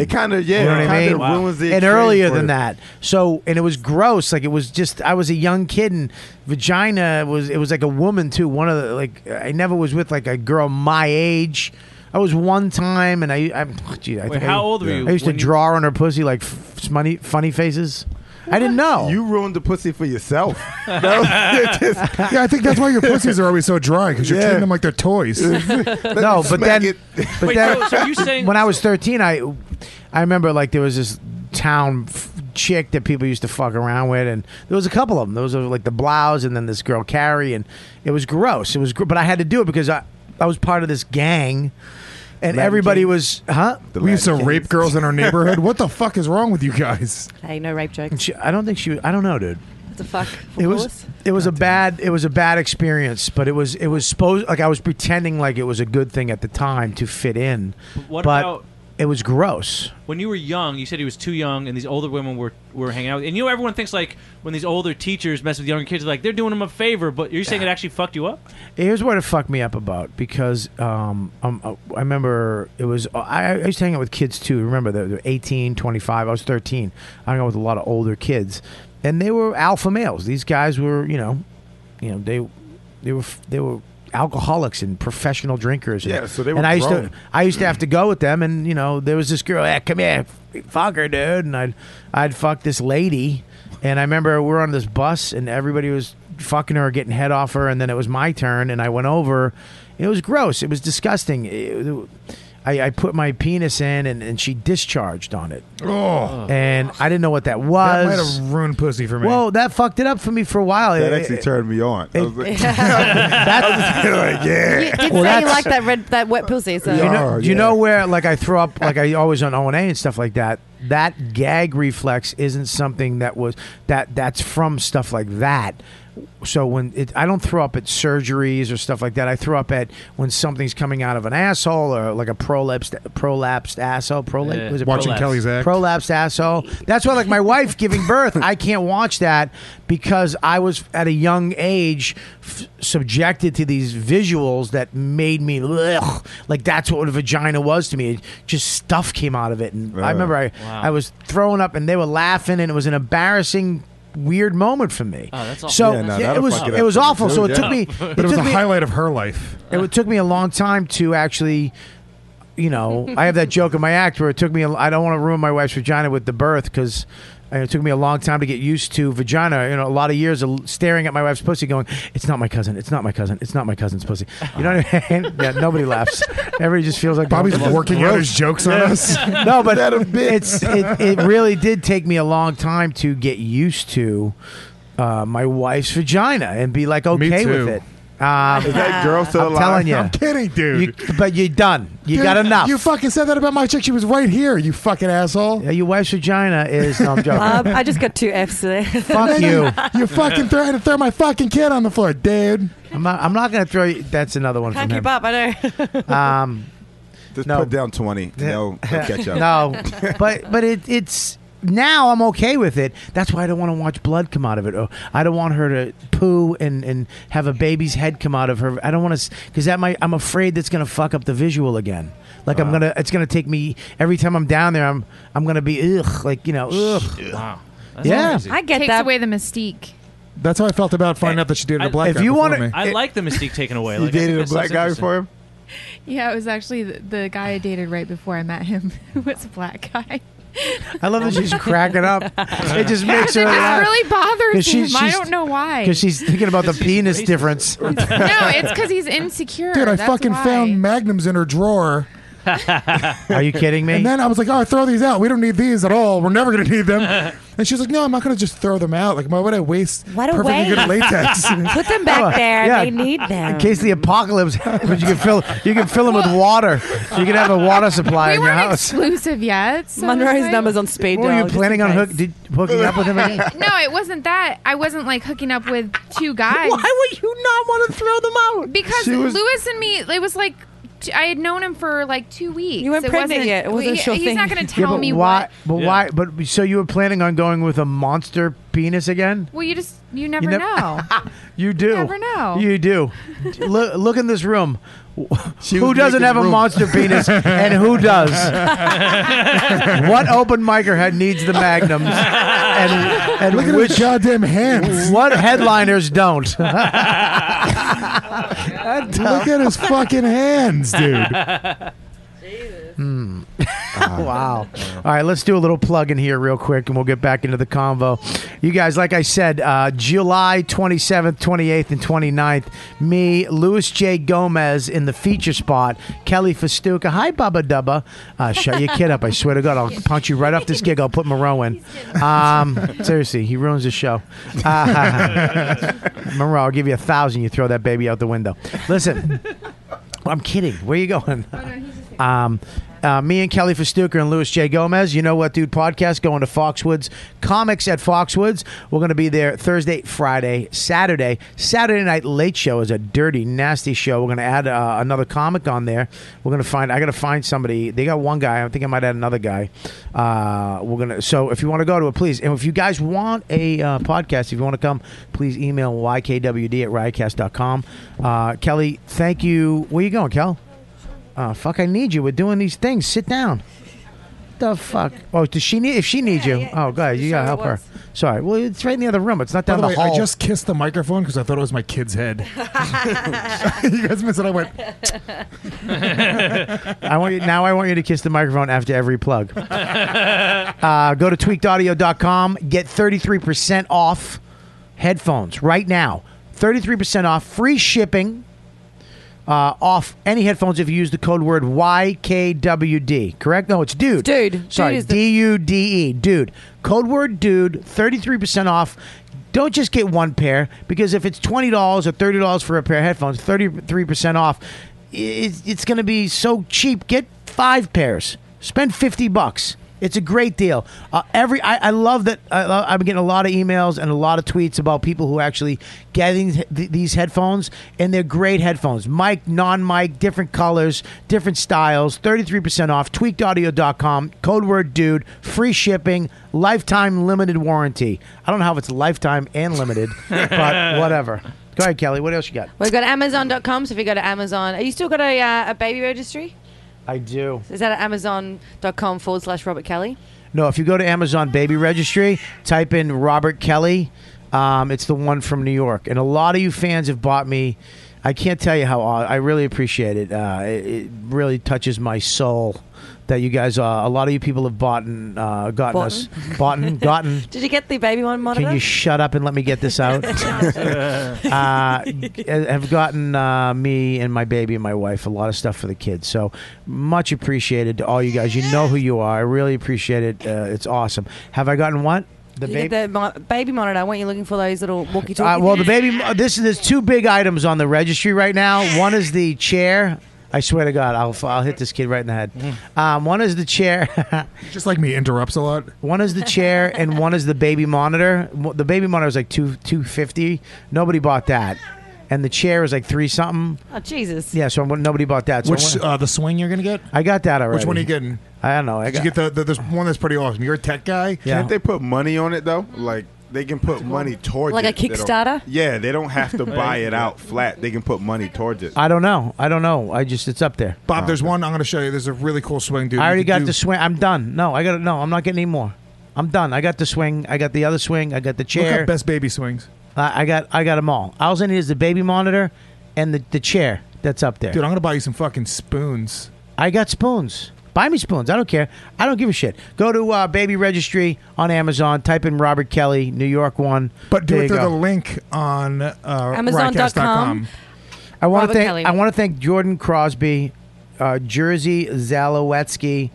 [SPEAKER 10] <laughs> It kinda- yeah,
[SPEAKER 11] you know
[SPEAKER 10] it
[SPEAKER 11] what I
[SPEAKER 10] kinda
[SPEAKER 11] mean.
[SPEAKER 10] Wow. ruins the
[SPEAKER 11] and
[SPEAKER 10] experience
[SPEAKER 11] earlier
[SPEAKER 10] for
[SPEAKER 11] than
[SPEAKER 10] you.
[SPEAKER 11] that. So and it was gross. Like it was just I was a young kid and vagina was it was like a woman too. One of the like I never was with like a girl my age. I was one time, and I, I, gee, I
[SPEAKER 13] Wait,
[SPEAKER 11] think I-
[SPEAKER 13] how old were you
[SPEAKER 11] I used to
[SPEAKER 13] when you-
[SPEAKER 11] draw on her pussy like f- funny, funny faces. I didn't know.
[SPEAKER 10] You ruined the pussy for yourself.
[SPEAKER 6] yeah, I think that's why your pussies are always so dry because you're
[SPEAKER 11] Yeah.
[SPEAKER 6] treating them like they're
[SPEAKER 11] <laughs>
[SPEAKER 6] toys.
[SPEAKER 11] no, but then, but
[SPEAKER 13] Wait,
[SPEAKER 11] then,
[SPEAKER 13] so- so you saying-
[SPEAKER 11] when I was thirteen, I, I remember like there was this town f- chick that people used to fuck around with, and there was a couple of them. Those were like the Blouse, and then this girl Carrie, and it was gross. It was, gr- but I had to do it because I, I was part of this gang, and everybody was, huh?
[SPEAKER 6] we used to rape girls in our neighborhood. What the fuck is wrong with you guys?
[SPEAKER 12] <laughs> hey, no rape joke.
[SPEAKER 11] And she, I don't think she. was- I don't know, dude.
[SPEAKER 12] What the fuck?
[SPEAKER 11] It was it was a bad it was a bad experience, but it was it was supposed like I was pretending like it was a good thing at the time to fit in.
[SPEAKER 13] But what
[SPEAKER 11] but
[SPEAKER 13] about-
[SPEAKER 11] it was gross.
[SPEAKER 13] when you were young, you said he was too young, and these older women were were hanging out. And you know, everyone thinks like when these older teachers mess with younger kids, like they're doing them a favor. But you're saying it actually fucked you up.
[SPEAKER 11] Here's what it fucked me up about because um, um I remember it was uh, I, I used to hang out with kids too. Remember they were 18, 25. I was 13. I hung out with a lot of older kids, and they were alpha males. These guys were you know, you know they they were they were alcoholics and professional drinkers.
[SPEAKER 10] Yeah,
[SPEAKER 11] and,
[SPEAKER 10] so they were
[SPEAKER 11] And I used
[SPEAKER 10] grown.
[SPEAKER 11] to I used to have to go with them, and you know, there was this girl. Hey, come here, f- fuck her, dude. And I'd I'd fuck this lady, and I remember we were on this bus, and everybody was fucking her, or getting head off her, and then it was my turn, and I went over. It was gross. It was disgusting. It- I, I put my penis in, and, and she discharged on it.
[SPEAKER 6] Oh.
[SPEAKER 11] and I didn't know what that
[SPEAKER 6] That
[SPEAKER 11] was.
[SPEAKER 6] might have ruined pussy for me.
[SPEAKER 11] Whoa, that fucked it up for me for a while.
[SPEAKER 10] That
[SPEAKER 11] It-
[SPEAKER 10] actually
[SPEAKER 11] it-
[SPEAKER 10] turned me on. I
[SPEAKER 11] <laughs>
[SPEAKER 10] was like, <laughs>
[SPEAKER 11] that's,
[SPEAKER 12] You did say you like that red, that wet pussy. So
[SPEAKER 11] you know, you know where like I throw up like I always on O and A and stuff like that. That gag reflex isn't something that was that that's from stuff like that. So when it, I don't throw up at surgeries or stuff like that, I throw up at when something's coming out of an asshole or like a prolapsed prolapsed asshole. Prolapsed
[SPEAKER 6] Yeah.
[SPEAKER 11] was it
[SPEAKER 6] Watching
[SPEAKER 11] prolapsed?
[SPEAKER 6] Kelly's act.
[SPEAKER 11] Prolapsed asshole. That's why like my wife giving birth, I can't watch that because I was at a young age f- subjected to these visuals that made me ugh, like that's what a vagina was to me. Just stuff came out of it, and I
[SPEAKER 10] Right.
[SPEAKER 11] remember I
[SPEAKER 10] Wow.
[SPEAKER 11] I was throwing up, and they were laughing, and it was an embarrassing. Weird moment for me.
[SPEAKER 13] Oh, that's awful.
[SPEAKER 11] So
[SPEAKER 13] Yeah, no,
[SPEAKER 11] yeah, it
[SPEAKER 13] that'll
[SPEAKER 11] was
[SPEAKER 13] fuck it
[SPEAKER 11] it,
[SPEAKER 13] up
[SPEAKER 11] was
[SPEAKER 13] for you
[SPEAKER 11] awful.
[SPEAKER 13] too,
[SPEAKER 11] So it
[SPEAKER 13] yeah. <laughs>
[SPEAKER 11] took me.
[SPEAKER 13] But
[SPEAKER 6] But it was
[SPEAKER 11] took
[SPEAKER 6] a
[SPEAKER 11] me-
[SPEAKER 6] highlight of her life.
[SPEAKER 11] it would- took me a long time to actually, you know, I have that joke in my act where it took me. A, I don't want to ruin my wife's vagina with the birth because. It took me a long time to get used to vagina. You know, a lot of years of staring at my wife's pussy, going, "It's not my cousin. It's not my cousin. It's not my cousin's pussy." You know what I mean? <laughs> Yeah, nobody laughs. Everybody just feels like
[SPEAKER 6] Bobby's working out his jokes on
[SPEAKER 11] Yeah. <laughs>
[SPEAKER 6] us.
[SPEAKER 11] No,
[SPEAKER 6] <laughs>
[SPEAKER 11] but it's it, it really did take me a long time to get used to uh, my wife's vagina and be like okay with
[SPEAKER 6] too.
[SPEAKER 11] it. Um,
[SPEAKER 10] Is that girl still
[SPEAKER 11] I'm
[SPEAKER 10] alive?
[SPEAKER 11] telling you,
[SPEAKER 10] I'm
[SPEAKER 6] kidding, <laughs> dude.
[SPEAKER 11] You- but you're done. You
[SPEAKER 6] Dude,
[SPEAKER 11] got enough.
[SPEAKER 6] You fucking said that about my chick. She was right here. You fucking asshole.
[SPEAKER 11] Yeah, your wife's vagina is. No, I'm joking.
[SPEAKER 12] Um, I just got two Fs there. <laughs>
[SPEAKER 11] Fuck you.
[SPEAKER 6] You fucking throw, had to throw my fucking kid on the floor, dude.
[SPEAKER 11] I'm not. I'm not gonna throw you. That's another one
[SPEAKER 12] Can't
[SPEAKER 11] from
[SPEAKER 12] keep
[SPEAKER 11] him.
[SPEAKER 12] up. I know.
[SPEAKER 11] Um,
[SPEAKER 10] Just
[SPEAKER 11] no.
[SPEAKER 10] put down 20.
[SPEAKER 11] <laughs>
[SPEAKER 10] No, they'll catch up.
[SPEAKER 11] no, but but it, it's now I'm okay with it. That's why I don't want to watch blood come out of it. Oh, I don't want her to poo and and have a baby's head come out of her. I don't want to because that might. I'm afraid that's gonna fuck up the visual again. Like
[SPEAKER 6] Uh-huh.
[SPEAKER 11] I'm gonna. It's gonna take me every time I'm down there. I'm I'm gonna be ugh. Like you know ugh.
[SPEAKER 13] Wow.
[SPEAKER 11] yeah,
[SPEAKER 15] Takes away the mystique.
[SPEAKER 6] That's how I felt about finding out that she dated a black
[SPEAKER 11] if
[SPEAKER 6] guy.
[SPEAKER 11] you
[SPEAKER 6] before
[SPEAKER 11] wanna-
[SPEAKER 6] me.
[SPEAKER 13] I like the mystique taken away.
[SPEAKER 10] You
[SPEAKER 13] Like,
[SPEAKER 10] dated a
[SPEAKER 13] that's-
[SPEAKER 10] black
[SPEAKER 13] that's
[SPEAKER 10] guy
[SPEAKER 13] interesting.
[SPEAKER 10] before him?
[SPEAKER 15] Yeah, it was actually the, the guy I dated right before I met him. <laughs> was a black guy.
[SPEAKER 11] I love that she's cracking up. It just makes her
[SPEAKER 15] It just
[SPEAKER 11] laugh.
[SPEAKER 15] really bothers
[SPEAKER 11] 'Cause
[SPEAKER 15] him. I don't know why.
[SPEAKER 11] Because she's thinking about the penis difference.
[SPEAKER 15] no, it's because he's insecure.
[SPEAKER 6] Dude, I
[SPEAKER 15] That's
[SPEAKER 6] fucking
[SPEAKER 15] why.
[SPEAKER 6] found magnums in her drawer.
[SPEAKER 11] Are you kidding me?
[SPEAKER 6] And then I was like, "All right, throw these out. We don't need these at all. We're never going to need <laughs> them." and she's like, "No, I'm not going to just throw them out. Like, why would I waste
[SPEAKER 12] What a
[SPEAKER 6] perfectly good
[SPEAKER 12] waste.
[SPEAKER 6] latex?
[SPEAKER 12] <laughs> Put them back there. They need them.
[SPEAKER 11] In case the apocalypse happens, you can fill you can fill them with water. You can have a water supply
[SPEAKER 15] we
[SPEAKER 11] in your
[SPEAKER 15] weren't
[SPEAKER 11] house.
[SPEAKER 15] exclusive yet. So
[SPEAKER 12] Monroe's
[SPEAKER 15] like-
[SPEAKER 12] numbers on speed
[SPEAKER 11] Were
[SPEAKER 12] dial.
[SPEAKER 11] you planning on hook, did, hooking up with him? Again?
[SPEAKER 15] No, it wasn't that. I wasn't like hooking up with two guys.
[SPEAKER 11] Why
[SPEAKER 15] would you not want to throw them out? Because
[SPEAKER 11] She was-
[SPEAKER 15] Lewis and me, it was like t- I had known him for like two weeks.
[SPEAKER 12] You weren't
[SPEAKER 15] It
[SPEAKER 12] pregnant
[SPEAKER 15] wasn't-
[SPEAKER 12] yet. It wasn't a
[SPEAKER 15] he-
[SPEAKER 12] sure
[SPEAKER 15] He's
[SPEAKER 12] thing.
[SPEAKER 15] not going to tell
[SPEAKER 11] but
[SPEAKER 15] me
[SPEAKER 11] why?
[SPEAKER 15] what.
[SPEAKER 11] But why? But so you were planning on going with a monster penis again?
[SPEAKER 15] Well, you just you never
[SPEAKER 11] nev-
[SPEAKER 15] know.
[SPEAKER 11] You do.
[SPEAKER 15] never know.
[SPEAKER 11] You do. look, look in this room. who
[SPEAKER 10] was
[SPEAKER 11] doesn't
[SPEAKER 10] making
[SPEAKER 11] have a
[SPEAKER 10] room.
[SPEAKER 11] monster
[SPEAKER 6] <laughs>
[SPEAKER 11] penis and who does? what open micer head needs the magnums? And, and
[SPEAKER 6] Look at
[SPEAKER 11] which
[SPEAKER 6] his goddamn hands.
[SPEAKER 11] What headliners don't? Look
[SPEAKER 6] Look at his fucking hands, dude."
[SPEAKER 11] wow. All right, let's do a little plug in here real quick, and we'll get back into the convo. You guys, like I said, uh, July 27th, 28th, and 29th, me, Louis J. Gomez in the feature spot, Kelly Festuca. Hi, Bubba Dubba. Uh, shut your kid up. I swear to God, I'll punch you right off this gig. I'll put Moreau in. Um, seriously, he ruins the show. <laughs> Uh, Moreau, I'll give you a thousand. You throw that baby out the window. Listen. I'm kidding. Where you going? Um, uh, me and Kelly Festuca and Louis J. Gomez, you know what, dude, podcast going to Foxwoods Comics at Foxwoods. We're going to be there Thursday, Friday, Saturday. Saturday Night Late Show is a dirty, nasty show. We're going to add uh, another comic on there. We're going to find, I got to find somebody. They got one guy. I think I might add another guy. Uh, we're going to, so if you want to go to it, please. And if you guys want a uh, podcast, if you want to come, please email ykwd at riotcast.com. Uh, Kelly, thank you. Where you going, Kel? Oh fuck! I need you. We're doing these things. Sit down. The fuck? Oh, does she need? If she needs you, oh god, you gotta help her. Sorry. Well, it's right in the other room. It's not
[SPEAKER 6] By
[SPEAKER 11] down
[SPEAKER 6] the
[SPEAKER 11] the,
[SPEAKER 6] way,
[SPEAKER 11] hall.
[SPEAKER 6] I just kissed the microphone because I thought it was my kid's
[SPEAKER 12] <laughs>
[SPEAKER 6] head. <laughs> you guys missed it. I went.
[SPEAKER 11] I want you now. I want you to kiss the microphone after every
[SPEAKER 6] <laughs>
[SPEAKER 11] plug. uh, go to tweakedaudio.com. Get thirty three percent off headphones right now. Thirty three percent off. Free shipping. uh, off any headphones if you use the code word YKWD. Correct? No, it's dude.
[SPEAKER 12] Dude. Dude
[SPEAKER 11] Sorry,
[SPEAKER 12] is the-
[SPEAKER 11] D U D E. Dude. Code word dude. Thirty three percent off. Don't just get one pair because if it's twenty dollars or thirty dollars for a pair of headphones, thirty three percent off. i- It's, it's going to be so cheap. Get five pairs. Spend fifty bucks. It's a great deal. Uh, every I, I love that I love, I'm getting a lot of emails and a lot of tweets about people who are actually getting th- th- these headphones, and they're great headphones. Mic, non-mic, different colors, different styles. Thirty-three percent off. Tweakedaudio.com. Code word dude. Free shipping. Lifetime limited warranty. I don't know how if it's lifetime and limited, but whatever. Go ahead, Kelly. What else you got?
[SPEAKER 12] We've got Amazon.com. So if you go to Amazon, are you still got a, uh, a baby registry?
[SPEAKER 11] I do.
[SPEAKER 12] Is that at Amazon.com forward slash Robert Kelly?
[SPEAKER 11] No, if you go to Amazon Baby Registry, type in Robert Kelly. Um, it's the one from New York, and a lot of you fans have bought me. I can't tell you how aw- I really appreciate it. Uh, it, it really touches my soul that you guys. Uh, a lot of you people have bought and uh, gotten
[SPEAKER 12] Bought
[SPEAKER 11] us, bought and gotten.
[SPEAKER 12] Did you get the baby one monitor?
[SPEAKER 11] Can you shut up and let me get this out? uh, g- have gotten uh, me and my baby and my wife a lot of stuff for the kids. So much appreciated to all you guys. You know who you are. I really appreciate it. Uh, it's awesome. Have I gotten what? The
[SPEAKER 12] Did you get the mo- baby monitor? Weren't you looking for those little
[SPEAKER 11] uh,
[SPEAKER 12] walkie-talkie?
[SPEAKER 11] well, the baby. This is there's two big items on the registry right now. One is the chair. I swear to God, I'll I'll hit this kid right in the head. Um, one is the chair. <laughs>
[SPEAKER 6] Just like me, interrupts a lot.
[SPEAKER 11] One is the chair, and one is the baby monitor. Mo- The baby monitor was like two two fifty. Nobody bought that, and the chair is like three something.
[SPEAKER 12] Oh, Jesus.
[SPEAKER 11] Yeah, so I'm, nobody bought that. So
[SPEAKER 6] Which
[SPEAKER 11] I,
[SPEAKER 6] uh, the swing you're gonna get?
[SPEAKER 11] I got that already.
[SPEAKER 6] Which one are you getting?
[SPEAKER 11] I don't know. I
[SPEAKER 6] Did
[SPEAKER 11] got,
[SPEAKER 6] you get the, the there's one that's pretty awesome. You're a tech guy.
[SPEAKER 11] Yeah.
[SPEAKER 10] Can't they put money on it though? Like they can put money towards
[SPEAKER 12] Like
[SPEAKER 10] it.
[SPEAKER 12] a
[SPEAKER 10] They don't-
[SPEAKER 12] Kickstarter?
[SPEAKER 10] yeah, they don't have
[SPEAKER 12] <laughs>
[SPEAKER 10] to buy it out flat. They can put money towards it.
[SPEAKER 11] I don't know. I don't know. I just it's up there.
[SPEAKER 6] Bob, there's one I'm gonna show you. There's a really cool swing, dude.
[SPEAKER 11] I already
[SPEAKER 6] You
[SPEAKER 11] got
[SPEAKER 6] could
[SPEAKER 11] the
[SPEAKER 6] do-
[SPEAKER 11] swing. I'm done. No, I got no. I'm not getting any more. I'm done. I got the swing. I got the other swing. I got the
[SPEAKER 6] Look
[SPEAKER 11] chair.
[SPEAKER 6] up best baby swings.
[SPEAKER 11] I, I got I got them all. All I need is the baby monitor and the, the chair that's up there.
[SPEAKER 6] Dude, I'm gonna buy you some fucking spoons.
[SPEAKER 11] I got spoons. Buy me spoons. I don't care. I don't give a shit. Go to uh, Baby Registry on Amazon. Type in Robert Kelly, New York one.
[SPEAKER 6] But do
[SPEAKER 11] There
[SPEAKER 6] it
[SPEAKER 11] you
[SPEAKER 6] through
[SPEAKER 11] go.
[SPEAKER 6] the link on uh,
[SPEAKER 12] Amazon.com.
[SPEAKER 6] riotcast.com.
[SPEAKER 11] I want
[SPEAKER 12] Robert
[SPEAKER 11] to thank
[SPEAKER 12] Kelly.
[SPEAKER 11] I want to thank Jordan Crosby, uh, Jersey Zalowetsky.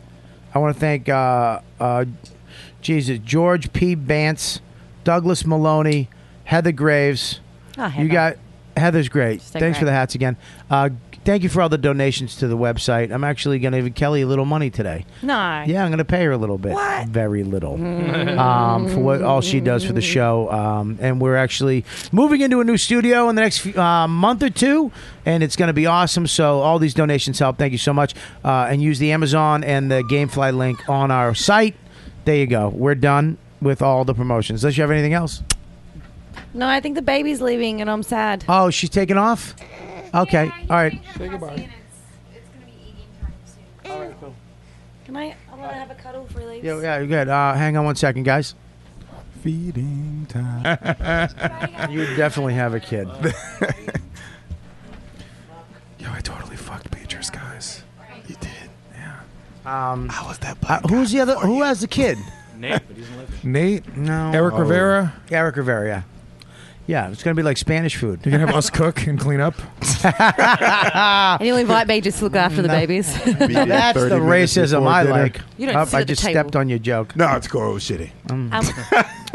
[SPEAKER 11] I want to thank, uh, uh, Jesus, George P. Bance, Douglas Maloney, Heather Graves.
[SPEAKER 12] Oh,
[SPEAKER 11] You
[SPEAKER 12] Heather.
[SPEAKER 11] got Heather's great.
[SPEAKER 12] She's so
[SPEAKER 11] Thanks for
[SPEAKER 12] great.
[SPEAKER 11] the hats again. Uh, thank you for all the donations to the website. I'm actually going to give Kelly a little money today.
[SPEAKER 5] Nice.
[SPEAKER 11] Yeah, I'm going to pay her a little bit. Very little.
[SPEAKER 12] Mm.
[SPEAKER 11] um, for what all she does for the show. Um, and we're actually moving into a new studio in the next few, uh, month or two, and it's going to be awesome. So all these donations help. Thank you so much. Uh, and use the Amazon and the GameFly link on our site. There you go. We're done with all the promotions. Unless you have anything else.
[SPEAKER 12] No, I think the baby's leaving and I'm sad.
[SPEAKER 11] Oh, she's taking off? Okay. All right.
[SPEAKER 12] Say goodbye. Can I? I want to have a cuddle for you.
[SPEAKER 11] Yeah, yeah, you're good. Uh, hang on one second, guys.
[SPEAKER 10] Feeding
[SPEAKER 12] <laughs>
[SPEAKER 10] time.
[SPEAKER 11] you definitely have a kid.
[SPEAKER 6] Yo, I totally fucked Beatrice, guys. You did.
[SPEAKER 11] Um, How was that? who's the other? Who has the kid?
[SPEAKER 13] Nate, but he doesn't live
[SPEAKER 6] Nate?
[SPEAKER 11] No.
[SPEAKER 6] Eric Rivera?
[SPEAKER 11] Eric Rivera, yeah. Yeah, it's going to be like Spanish food.
[SPEAKER 6] You're going to have us cook and clean up?
[SPEAKER 12] and you'll invite me just to look after the
[SPEAKER 11] Ah. No.
[SPEAKER 12] babies.
[SPEAKER 11] <laughs> That's the racism I like.
[SPEAKER 12] You don't
[SPEAKER 11] Oh,
[SPEAKER 12] sit
[SPEAKER 11] I
[SPEAKER 12] at the
[SPEAKER 11] just
[SPEAKER 12] table.
[SPEAKER 10] <laughs>
[SPEAKER 11] stepped on your joke.
[SPEAKER 10] No, it's Goro City. <laughs>
[SPEAKER 12] Um,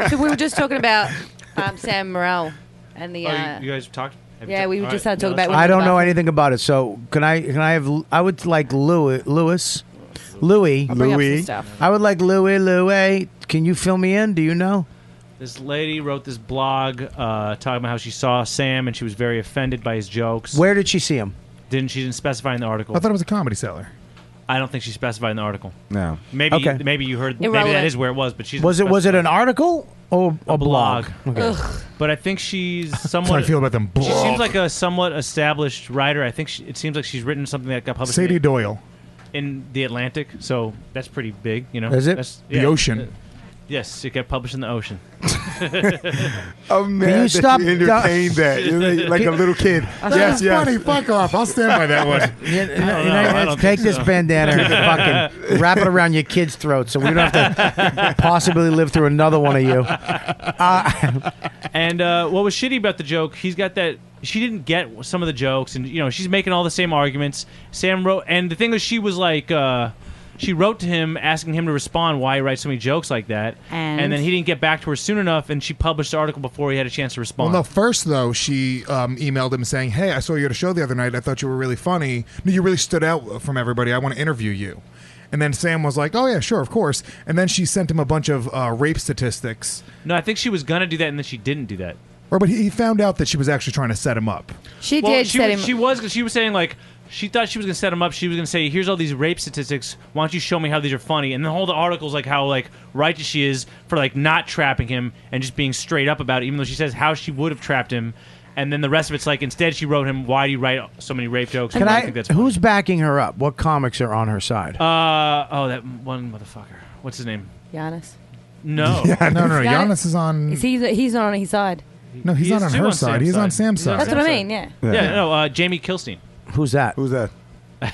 [SPEAKER 12] so we were just talking about um, Sam Morrell and the.
[SPEAKER 13] Oh, you-
[SPEAKER 12] Uh,
[SPEAKER 13] you, guys talked. have you
[SPEAKER 12] yeah,
[SPEAKER 13] talked-
[SPEAKER 12] we
[SPEAKER 13] all
[SPEAKER 12] just
[SPEAKER 13] right.
[SPEAKER 12] had to talk
[SPEAKER 13] No,
[SPEAKER 12] about.
[SPEAKER 11] I don't know anything about it, so can I? Can I have? I would like Louis. Louis. Louis.
[SPEAKER 12] I'll bring up some Louis. stuff.
[SPEAKER 11] I would like Louis. Louis. Can you fill me in? Do you know?
[SPEAKER 13] This lady wrote this blog uh, talking about how she saw Sam and she was very offended by his jokes.
[SPEAKER 11] Where did she see him?
[SPEAKER 13] Didn't she didn't specify in the article?
[SPEAKER 6] I thought it was a comedy seller.
[SPEAKER 13] I don't think she specified in the article.
[SPEAKER 10] No.
[SPEAKER 13] Maybe
[SPEAKER 11] Okay.
[SPEAKER 13] maybe you heard. Maybe
[SPEAKER 11] Irrelevant.
[SPEAKER 13] that is where it was. But she's
[SPEAKER 11] Was it? Was it an article or a, blog? Okay.
[SPEAKER 13] But I think she's somewhat.
[SPEAKER 6] I feel about them
[SPEAKER 13] She seems
[SPEAKER 6] blog.
[SPEAKER 13] like a somewhat established writer. I think she, it seems like she's written something that got published.
[SPEAKER 6] Sadie
[SPEAKER 13] in,
[SPEAKER 6] Doyle.
[SPEAKER 13] in the Atlantic, so that's pretty big. You know,
[SPEAKER 6] Is it?
[SPEAKER 13] That's-
[SPEAKER 6] The ocean.
[SPEAKER 13] Uh, yes, it got published in the ocean.
[SPEAKER 10] I'm mad
[SPEAKER 11] you
[SPEAKER 10] that
[SPEAKER 11] stop-
[SPEAKER 10] you entertained that. You're like, like a little kid.
[SPEAKER 6] That's
[SPEAKER 10] yes, yes.
[SPEAKER 6] funny. Fuck off. I'll stand by that one.
[SPEAKER 11] Yeah,
[SPEAKER 6] I don't
[SPEAKER 11] you
[SPEAKER 6] know.
[SPEAKER 11] know,
[SPEAKER 6] I don't
[SPEAKER 11] take
[SPEAKER 6] think
[SPEAKER 11] this
[SPEAKER 6] so.
[SPEAKER 11] bandana and
[SPEAKER 6] <laughs>
[SPEAKER 11] fucking wrap it around your kid's throat so we don't have to possibly live through another one of you.
[SPEAKER 13] And uh, what was shitty about the joke? He's got that. She didn't get some of the jokes, and you know she's making all the same arguments. Sam wrote, and the thing was, she was like, uh, she wrote to him asking him to respond why he writes so many jokes like that,
[SPEAKER 6] And?
[SPEAKER 13] then he didn't get back to her soon enough, and she published the article before he had a chance
[SPEAKER 6] <laughs>
[SPEAKER 13] to
[SPEAKER 6] Well,
[SPEAKER 13] respond.
[SPEAKER 6] no. First, though, she um, emailed him saying, "Hey, I saw you at a show the other night. I thought you were really funny. No, you really stood out from everybody. I want to interview you." And then Sam was like, "Oh yeah, sure, of course." And then she sent him a bunch of uh, rape statistics.
[SPEAKER 13] No, I think she was gonna do that, and then she didn't do that.
[SPEAKER 6] Or, but he he found out that she was actually trying to set him up.
[SPEAKER 12] She
[SPEAKER 13] Well,
[SPEAKER 12] did
[SPEAKER 13] She
[SPEAKER 12] set
[SPEAKER 13] was,
[SPEAKER 12] him.
[SPEAKER 13] She was. She was saying like she thought she was gonna set him up. She was gonna say, "Here's all these rape statistics. Why don't you show me how these are funny?" And then all the articles like how like righteous she is for like not trapping him and just being straight up about it, even though she says how she would have trapped him. And then the rest of it's like instead she wrote him, "Why do you write so many rape jokes?"
[SPEAKER 11] Can
[SPEAKER 13] And
[SPEAKER 11] I?
[SPEAKER 13] think that's
[SPEAKER 11] who's backing her up? What comics are on her side?
[SPEAKER 13] uh oh that one motherfucker. What's his name?
[SPEAKER 12] Giannis.
[SPEAKER 13] No.
[SPEAKER 11] <laughs>
[SPEAKER 6] Yeah, <laughs> no, no, no.
[SPEAKER 12] Got it?
[SPEAKER 6] Giannis is on.
[SPEAKER 12] Is he, he's not on his side.
[SPEAKER 6] No, he's
[SPEAKER 13] He
[SPEAKER 6] not
[SPEAKER 13] is
[SPEAKER 6] on
[SPEAKER 13] too
[SPEAKER 6] her
[SPEAKER 13] on
[SPEAKER 6] side.
[SPEAKER 13] Sam's
[SPEAKER 6] He's on
[SPEAKER 13] side.
[SPEAKER 6] Sam's
[SPEAKER 13] He's on
[SPEAKER 6] side.
[SPEAKER 12] That's what I mean, yeah.
[SPEAKER 13] Yeah,
[SPEAKER 6] Yeah.
[SPEAKER 13] no, uh, Jamie Kilstein.
[SPEAKER 11] Who's that?
[SPEAKER 10] Who's that?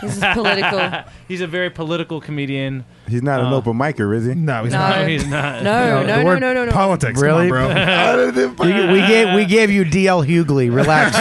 [SPEAKER 12] This is political.
[SPEAKER 13] He's a very political comedian.
[SPEAKER 10] He's not
[SPEAKER 6] Uh,
[SPEAKER 10] an open micer, is he?
[SPEAKER 6] No,
[SPEAKER 13] he's No. not. No, he's not. No,
[SPEAKER 10] the
[SPEAKER 13] no, no,
[SPEAKER 10] word
[SPEAKER 13] no, no, no.
[SPEAKER 6] Politics,
[SPEAKER 11] really,
[SPEAKER 10] Come
[SPEAKER 6] <laughs>
[SPEAKER 10] on, bro.
[SPEAKER 11] You- we gave we gave you DL Hughley.
[SPEAKER 6] <laughs>
[SPEAKER 11] Relax.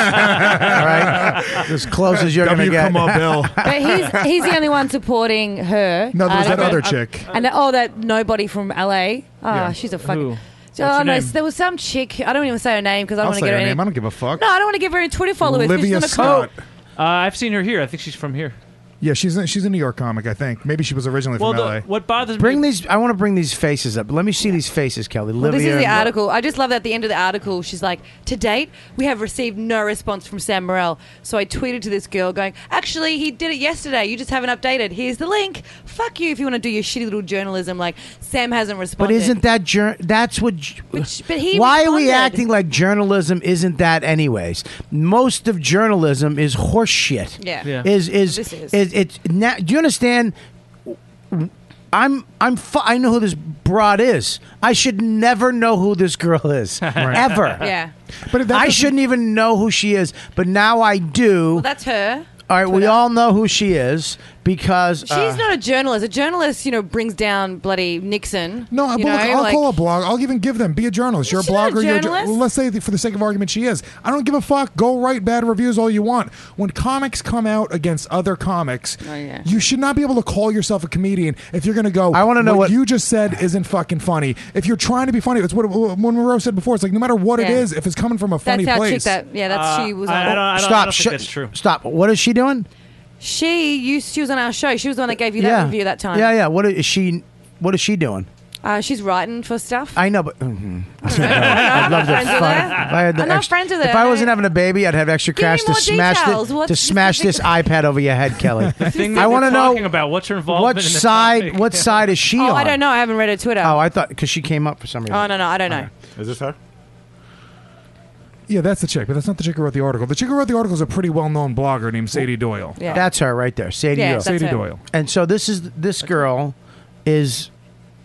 [SPEAKER 11] All right, as close as you're
[SPEAKER 6] W.
[SPEAKER 11] gonna get.
[SPEAKER 6] Come <laughs> on, Bill.
[SPEAKER 12] but he's he's the only one supporting her.
[SPEAKER 6] No, there was
[SPEAKER 12] Uh,
[SPEAKER 6] that other chick.
[SPEAKER 12] And that, oh, that nobody from LA. Oh,
[SPEAKER 6] Yeah.
[SPEAKER 12] she's a fucking.
[SPEAKER 6] Who?
[SPEAKER 12] So,
[SPEAKER 6] What's
[SPEAKER 12] oh,
[SPEAKER 6] her
[SPEAKER 12] no,
[SPEAKER 6] name?
[SPEAKER 12] there was some chick. I don't even say her name because I
[SPEAKER 6] I'll
[SPEAKER 12] don't want to
[SPEAKER 6] say
[SPEAKER 12] get
[SPEAKER 6] her
[SPEAKER 12] her any.
[SPEAKER 6] name. I don't give a fuck.
[SPEAKER 12] No, I don't want to give her any Twitter followers. 'cause
[SPEAKER 6] Livia
[SPEAKER 12] she's gonna
[SPEAKER 6] Scott.
[SPEAKER 12] call-
[SPEAKER 13] Uh, I've seen her here. I think she's from here.
[SPEAKER 6] Yeah, she's a, she's a New York comic, I think. Maybe she was originally
[SPEAKER 13] Well,
[SPEAKER 6] from
[SPEAKER 13] the,
[SPEAKER 6] L.A.
[SPEAKER 13] what bothers
[SPEAKER 11] Bring these. I want to bring these faces up. Let me see these faces, Kelly.
[SPEAKER 12] Well, this
[SPEAKER 11] Livia
[SPEAKER 12] is the
[SPEAKER 11] and-
[SPEAKER 12] article. I just love that at the end of the article, she's like, To date, we have received no response from Sam Morrell. So I tweeted to this girl, going, Actually, he did it yesterday. You just haven't updated. Here's the link. Fuck you if you want to do your shitty little journalism. Like, Sam hasn't
[SPEAKER 11] But
[SPEAKER 12] responded.
[SPEAKER 11] isn't that jour- that's what? j-
[SPEAKER 12] but he
[SPEAKER 11] Why are we
[SPEAKER 12] responded.
[SPEAKER 11] acting like journalism isn't that? Anyways, most of journalism is horseshit.
[SPEAKER 12] Yeah. Yeah.
[SPEAKER 11] Is is
[SPEAKER 12] This is.
[SPEAKER 11] is, it's na- Do you understand? I'm I'm fu- I know who this broad is. I should never know who this girl
[SPEAKER 6] <laughs>
[SPEAKER 11] is ever.
[SPEAKER 12] Yeah.
[SPEAKER 11] But I shouldn't even know who she is. But now I do.
[SPEAKER 12] Well, that's her.
[SPEAKER 11] All right, we all know who she is because uh,
[SPEAKER 12] She's not a journalist. A journalist, you know, brings down bloody Nixon.
[SPEAKER 6] No,
[SPEAKER 12] you
[SPEAKER 6] but
[SPEAKER 12] know,
[SPEAKER 6] look, I'll
[SPEAKER 12] like-
[SPEAKER 6] call a blog. I'll even give them. Be a journalist. You're a
[SPEAKER 12] she's not a
[SPEAKER 6] blogger. you're a jour-
[SPEAKER 12] journalist.
[SPEAKER 6] well, let's say, that for the sake of argument, she is. I don't give a fuck. Go write bad reviews all you want. When comics come out against other comics,
[SPEAKER 12] Oh,
[SPEAKER 6] you should not be able to call yourself a comedian if you're going to go. I want to
[SPEAKER 11] know what-
[SPEAKER 6] you just said isn't fucking funny. If you're trying to be funny, it's what when Monroe said before. It's like no matter what it
[SPEAKER 11] Yeah.
[SPEAKER 6] is, if it's coming from a funny
[SPEAKER 12] that's how
[SPEAKER 6] place.
[SPEAKER 12] chick that. Yeah, that's
[SPEAKER 11] Uh,
[SPEAKER 12] she was. "Oh,
[SPEAKER 11] I-
[SPEAKER 12] on.
[SPEAKER 11] I don't- I don't- I don't think that's true. Stop. What is she doing?
[SPEAKER 12] She used. She was on our show. She was the one that gave you that
[SPEAKER 11] yeah.
[SPEAKER 12] review that time.
[SPEAKER 11] Yeah, yeah. What is she? What is she doing?
[SPEAKER 12] Uh, she's writing for stuff.
[SPEAKER 11] I know, but Mhm. I'd love to.
[SPEAKER 12] Friends are
[SPEAKER 11] fuck-
[SPEAKER 12] there.
[SPEAKER 11] If I had the
[SPEAKER 12] I know
[SPEAKER 11] extra-
[SPEAKER 12] friends are there.
[SPEAKER 11] If I wasn't having a baby, I'd have extra
[SPEAKER 12] Give me
[SPEAKER 11] cash to
[SPEAKER 12] more
[SPEAKER 11] smash
[SPEAKER 12] details.
[SPEAKER 11] this
[SPEAKER 12] What
[SPEAKER 11] to smash this iPad over your head,
[SPEAKER 12] <laughs>
[SPEAKER 11] Kelly. <laughs>
[SPEAKER 13] The thing that
[SPEAKER 11] I
[SPEAKER 13] we're
[SPEAKER 11] want to know
[SPEAKER 13] talking about what's her involvement.
[SPEAKER 11] what
[SPEAKER 13] in the
[SPEAKER 11] side.
[SPEAKER 13] topic.
[SPEAKER 11] What side is she
[SPEAKER 12] oh,
[SPEAKER 11] on?
[SPEAKER 12] I don't know. I haven't read her Twitter.
[SPEAKER 11] Oh, I thought because she came up for some reason.
[SPEAKER 12] Oh, no, no, I don't know.
[SPEAKER 11] Is this her?
[SPEAKER 6] yeah, that's the chick, but that's not the chick who wrote the article. The chick who wrote the article is a pretty well-known blogger named Sadie Doyle.
[SPEAKER 12] Yeah.
[SPEAKER 11] That's her right there, Sadie
[SPEAKER 6] Yeah,
[SPEAKER 11] Doyle.
[SPEAKER 6] that's Sadie her. Doyle.
[SPEAKER 11] And so this is this girl is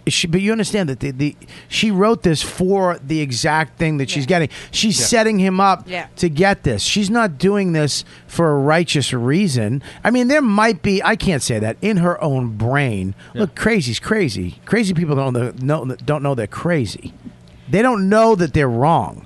[SPEAKER 11] is she but you understand that the, the she wrote this for the exact thing that she's getting. She's
[SPEAKER 19] Yeah.
[SPEAKER 11] setting him up
[SPEAKER 19] Yeah.
[SPEAKER 11] to get this. She's not doing this for a righteous reason. I mean, there might be I can't say that in her own brain. Look, crazy's crazy. Crazy people don't know, know don't know they're crazy. They don't know that they're wrong.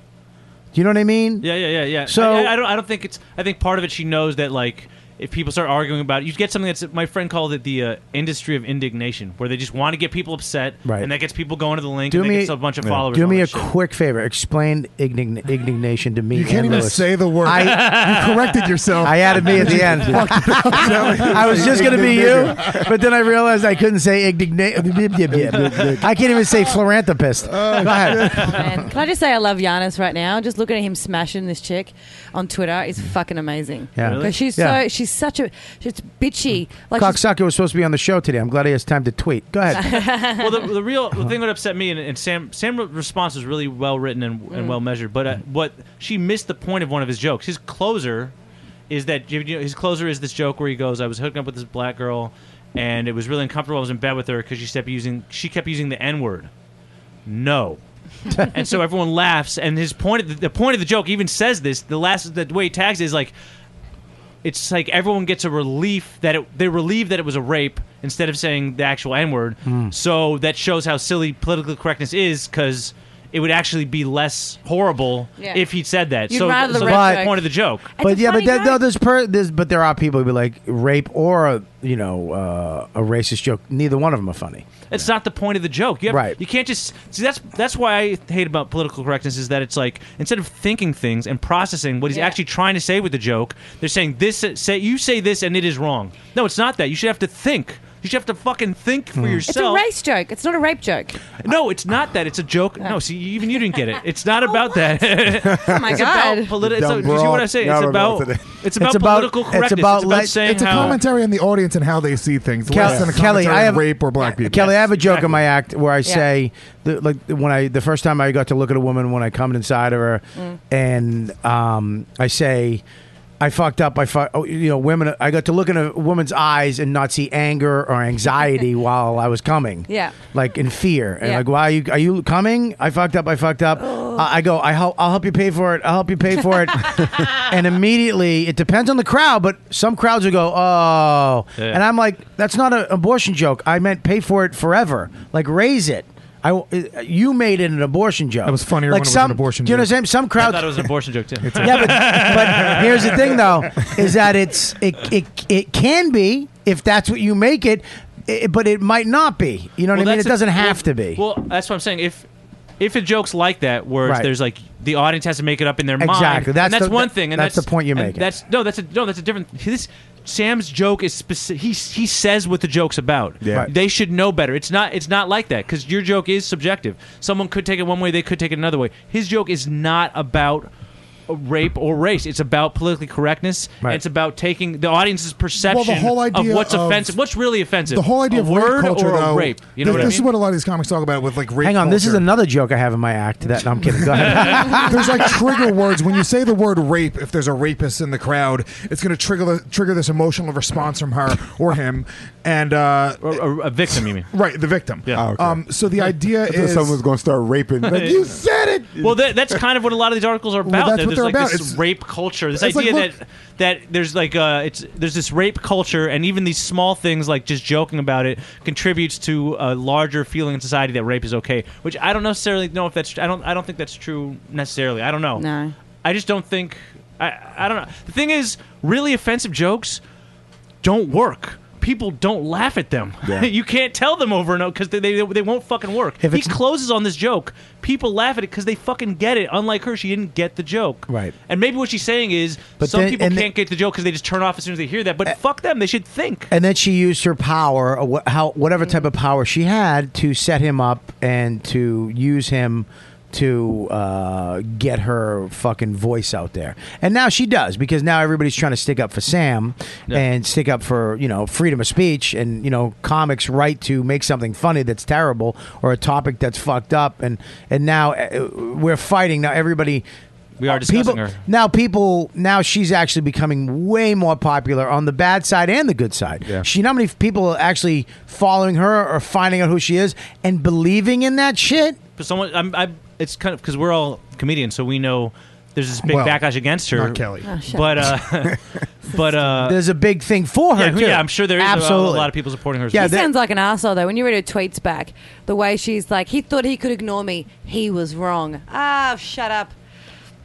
[SPEAKER 11] Do you know what I mean?
[SPEAKER 13] Yeah, yeah, yeah, yeah.
[SPEAKER 11] So-
[SPEAKER 13] I, I- I don't. I don't think it's. I think part of it, she knows that like if people start arguing about it, you get something that's my friend called it the uh, industry of indignation, where they just want to get people upset,
[SPEAKER 11] Right.
[SPEAKER 13] And that gets people going to the link, and that gets a bunch of
[SPEAKER 11] yeah.
[SPEAKER 13] followers.
[SPEAKER 11] Do
[SPEAKER 13] and all
[SPEAKER 11] me
[SPEAKER 13] that
[SPEAKER 11] a
[SPEAKER 13] shit.
[SPEAKER 11] quick favor. Explain indign- indignation to me.
[SPEAKER 6] You can't
[SPEAKER 11] and
[SPEAKER 6] even
[SPEAKER 11] Lewis.
[SPEAKER 6] say the word.
[SPEAKER 11] I-
[SPEAKER 6] you corrected
[SPEAKER 11] <laughs>
[SPEAKER 6] yourself.
[SPEAKER 11] I added me at the
[SPEAKER 6] <laughs>
[SPEAKER 11] end. <laughs>
[SPEAKER 6] Fucked it up, Sally.
[SPEAKER 11] I was just gonna
[SPEAKER 6] <laughs>
[SPEAKER 11] be you, but then I realized I couldn't say indignation. I can't even say philanthropist.
[SPEAKER 6] Oh,
[SPEAKER 11] Go ahead.
[SPEAKER 12] Man, can I just say I love Giannis right now? Just looking at him smashing this chick on Twitter is fucking amazing.
[SPEAKER 11] Yeah. Really?
[SPEAKER 12] because she's
[SPEAKER 11] Yeah.
[SPEAKER 12] so she's such a she's bitchy. Like she's-
[SPEAKER 11] Cocksucker was supposed to be on the show today. I'm glad he has time to tweet. Go ahead.
[SPEAKER 13] <laughs> well, the, the real the thing that upset me and, and Sam Sam's response was really well written and, and
[SPEAKER 11] Mm.
[SPEAKER 13] well measured, but uh, what she missed the point of one of his jokes. His closer is that you know, his closer is this joke where he goes, "I was hooking up with this black girl, and it was really uncomfortable. I was in bed with her because she kept using she kept using the N word." No. and so everyone laughs, and his point, of the, the point of the joke, even says this. The last, the way he tags it is like, it's like everyone gets a relief that it, they're relieved that it was a rape instead of saying the actual N word. So that shows how silly political correctness is because it would actually be less horrible
[SPEAKER 12] Yeah.
[SPEAKER 13] if he'd said that.
[SPEAKER 12] You'd
[SPEAKER 13] so
[SPEAKER 12] rather
[SPEAKER 13] so
[SPEAKER 12] the red
[SPEAKER 13] that's the
[SPEAKER 12] joke.
[SPEAKER 13] point of the joke.
[SPEAKER 11] but yeah, but that, no, there's per, there's but there are people who be like rape or a, you know uh, a racist joke. Neither one of them are funny.
[SPEAKER 13] It's not the point of the joke. You have,
[SPEAKER 11] Right.
[SPEAKER 13] You can't just see. That's that's why I hate about political correctness is that it's like instead of thinking things and processing what he's actually trying to say with the joke, they're saying this. Say you say this and it is wrong. No, it's not that. You should have to think. You should have to fucking think for
[SPEAKER 12] it's a
[SPEAKER 13] yourself.
[SPEAKER 12] race joke. It's not a rape joke.
[SPEAKER 13] No, it's not that. It's a joke. No, see, even you didn't get it. It's not about that. <laughs> oh
[SPEAKER 12] <laughs> my
[SPEAKER 13] it's
[SPEAKER 12] God.
[SPEAKER 13] About politi- it's
[SPEAKER 10] Dumb
[SPEAKER 13] a- do you see what
[SPEAKER 10] broad.
[SPEAKER 13] I say? It's
[SPEAKER 10] Y'all
[SPEAKER 13] about.
[SPEAKER 10] remember
[SPEAKER 13] It's about, political correctness. It's about,
[SPEAKER 11] let-
[SPEAKER 13] saying
[SPEAKER 6] it's a
[SPEAKER 13] how.
[SPEAKER 6] commentary on the audience and how they see things.
[SPEAKER 11] Kelly-
[SPEAKER 6] less than a
[SPEAKER 11] Kelly,
[SPEAKER 6] commentary
[SPEAKER 11] I
[SPEAKER 6] on
[SPEAKER 11] have-
[SPEAKER 6] rape or black people.
[SPEAKER 11] Kelly, I have a joke in my act where I
[SPEAKER 6] Yeah.
[SPEAKER 11] say, the, like, when I the first time I got to look at a woman when I come inside of her,
[SPEAKER 19] Mm.
[SPEAKER 11] and um, I say, I fucked up. I fuck, oh, you know, women. I got to look in a woman's eyes and not see anger or anxiety <laughs> while I was coming.
[SPEAKER 12] Yeah.
[SPEAKER 11] like in fear and
[SPEAKER 12] Yeah.
[SPEAKER 11] like, why are you are you coming? I fucked up. I fucked up. I, I go. I help. I'll help you pay for it. I'll help you pay for it. and immediately, it depends on the crowd, but some crowds will go, oh,
[SPEAKER 19] Yeah.
[SPEAKER 11] and I'm like, that's not an abortion joke. I meant pay for it forever, like raise it. I, uh, you made it an abortion joke. That was
[SPEAKER 6] funnier
[SPEAKER 11] like
[SPEAKER 6] when it was
[SPEAKER 11] some,
[SPEAKER 6] an abortion
[SPEAKER 11] Do you know what I'm saying?
[SPEAKER 6] joke.
[SPEAKER 11] Some
[SPEAKER 13] I
[SPEAKER 11] crowds
[SPEAKER 13] thought it was an abortion joke too.
[SPEAKER 11] yeah, but, but here's the thing, though, is that it's it, it it can be if that's what you make it, i but it might not be. You know what
[SPEAKER 13] Well,
[SPEAKER 11] I mean? It
[SPEAKER 13] that's a-
[SPEAKER 11] doesn't
[SPEAKER 13] well,
[SPEAKER 11] have to be.
[SPEAKER 13] Well, that's what I'm saying. If if a joke's like that, where it's-
[SPEAKER 11] Right.
[SPEAKER 13] there's like the audience has to make it up in their mind,
[SPEAKER 11] Exactly. That's
[SPEAKER 13] and that's
[SPEAKER 11] the-
[SPEAKER 13] one thing, and
[SPEAKER 11] that's
[SPEAKER 13] that's,
[SPEAKER 11] the point you're
[SPEAKER 13] and
[SPEAKER 11] making.
[SPEAKER 13] That's no, that's a no, that's a different. This Sam's joke is specific. He he says what the joke's about.
[SPEAKER 11] Yeah. Right.
[SPEAKER 13] They should know better. It's not it's not like that because your joke is subjective. Someone could take it one way, they could take it another way. His joke is not about. Rape or race. It's about politically correctness. and It's about taking the audience's perception
[SPEAKER 6] whole
[SPEAKER 13] of
[SPEAKER 6] idea
[SPEAKER 13] what's
[SPEAKER 6] of-
[SPEAKER 13] offensive. What's really offensive?
[SPEAKER 6] The whole idea
[SPEAKER 13] a
[SPEAKER 6] of rape
[SPEAKER 13] word
[SPEAKER 6] culture,
[SPEAKER 13] or a
[SPEAKER 6] though,
[SPEAKER 13] rape. You know
[SPEAKER 6] this,
[SPEAKER 13] what I
[SPEAKER 6] this
[SPEAKER 13] mean?
[SPEAKER 6] is what a lot of these comics talk about with like rape.
[SPEAKER 11] Hang on, this is
[SPEAKER 6] culture.
[SPEAKER 11] another joke I have in my act. That no, I'm kidding. Go
[SPEAKER 13] <laughs>
[SPEAKER 11] ahead.
[SPEAKER 6] <laughs>
[SPEAKER 11] <laughs>
[SPEAKER 6] there's like trigger words when you say the word rape. If there's a rapist in the crowd, it's going to trigger the, trigger this emotional response from her or him, and uh,
[SPEAKER 13] a, victim. You mean
[SPEAKER 6] right? The victim. Yeah.
[SPEAKER 11] Oh,
[SPEAKER 6] Um. So the idea
[SPEAKER 10] I thought
[SPEAKER 6] is <laughs>
[SPEAKER 10] someone was going to start raping. Like, you
[SPEAKER 6] said it.
[SPEAKER 13] Well, that, that's kind of what a lot of these articles are about.
[SPEAKER 6] Well, that's
[SPEAKER 13] There-
[SPEAKER 6] what
[SPEAKER 13] there's
[SPEAKER 6] they're
[SPEAKER 13] like
[SPEAKER 6] about.
[SPEAKER 13] this
[SPEAKER 6] It's-
[SPEAKER 13] rape culture. This
[SPEAKER 6] it's like,
[SPEAKER 13] idea
[SPEAKER 6] look-
[SPEAKER 13] that that there's like uh, it's there's this rape culture, and even these small things like just joking about it contributes to a larger feeling in society that rape is okay. Which I don't necessarily know if that's. I don't. I don't think that's true necessarily. I don't know.
[SPEAKER 12] No.
[SPEAKER 13] I just don't think. I I don't know. The thing is, really offensive jokes don't work. People don't laugh at them.
[SPEAKER 11] Yeah.
[SPEAKER 13] <laughs> you can't tell them over and over because they, they, they won't fucking work.
[SPEAKER 11] If
[SPEAKER 13] he
[SPEAKER 11] it's-
[SPEAKER 13] closes on this joke. People laugh at it because they fucking get it. Unlike her, she didn't get the joke.
[SPEAKER 11] Right.
[SPEAKER 13] And maybe what she's saying is
[SPEAKER 11] But
[SPEAKER 13] some
[SPEAKER 11] then-
[SPEAKER 13] people
[SPEAKER 11] and
[SPEAKER 13] can't get the joke because they just turn off as soon as they hear that. But fuck them. They should think.
[SPEAKER 11] And then she used her power, or wha- how whatever type of power she had, to set him up and to use him to uh, get her fucking voice out there. And now she does because now everybody's trying to stick up for Sam and stick up for you know freedom of speech and you know comics' right to make something funny that's terrible or a topic that's fucked up. And and now uh, we're fighting. Now everybody. uh,
[SPEAKER 13] We are discussing
[SPEAKER 11] people,
[SPEAKER 13] her.
[SPEAKER 11] now people now she's actually becoming way more popular on the bad side and the good side she you know how many f- people are actually following her or finding out who she is and believing in that shit
[SPEAKER 13] But someone, I'm, I, it's kind of because we're all comedians, so we know there's this big
[SPEAKER 11] Well,
[SPEAKER 13] backlash against her.
[SPEAKER 11] not <laughs> Kelly. Oh, shut
[SPEAKER 13] but
[SPEAKER 11] up.
[SPEAKER 13] uh, but uh,
[SPEAKER 11] there's a big thing for her
[SPEAKER 13] yeah,
[SPEAKER 11] too.
[SPEAKER 13] yeah, I'm sure there is a-
[SPEAKER 11] absolutely
[SPEAKER 13] a lot of people supporting her. as well.
[SPEAKER 12] she sounds like an asshole though. When you read her tweets back, the way she's like, he thought he could ignore me. He was wrong. Ah, shut up.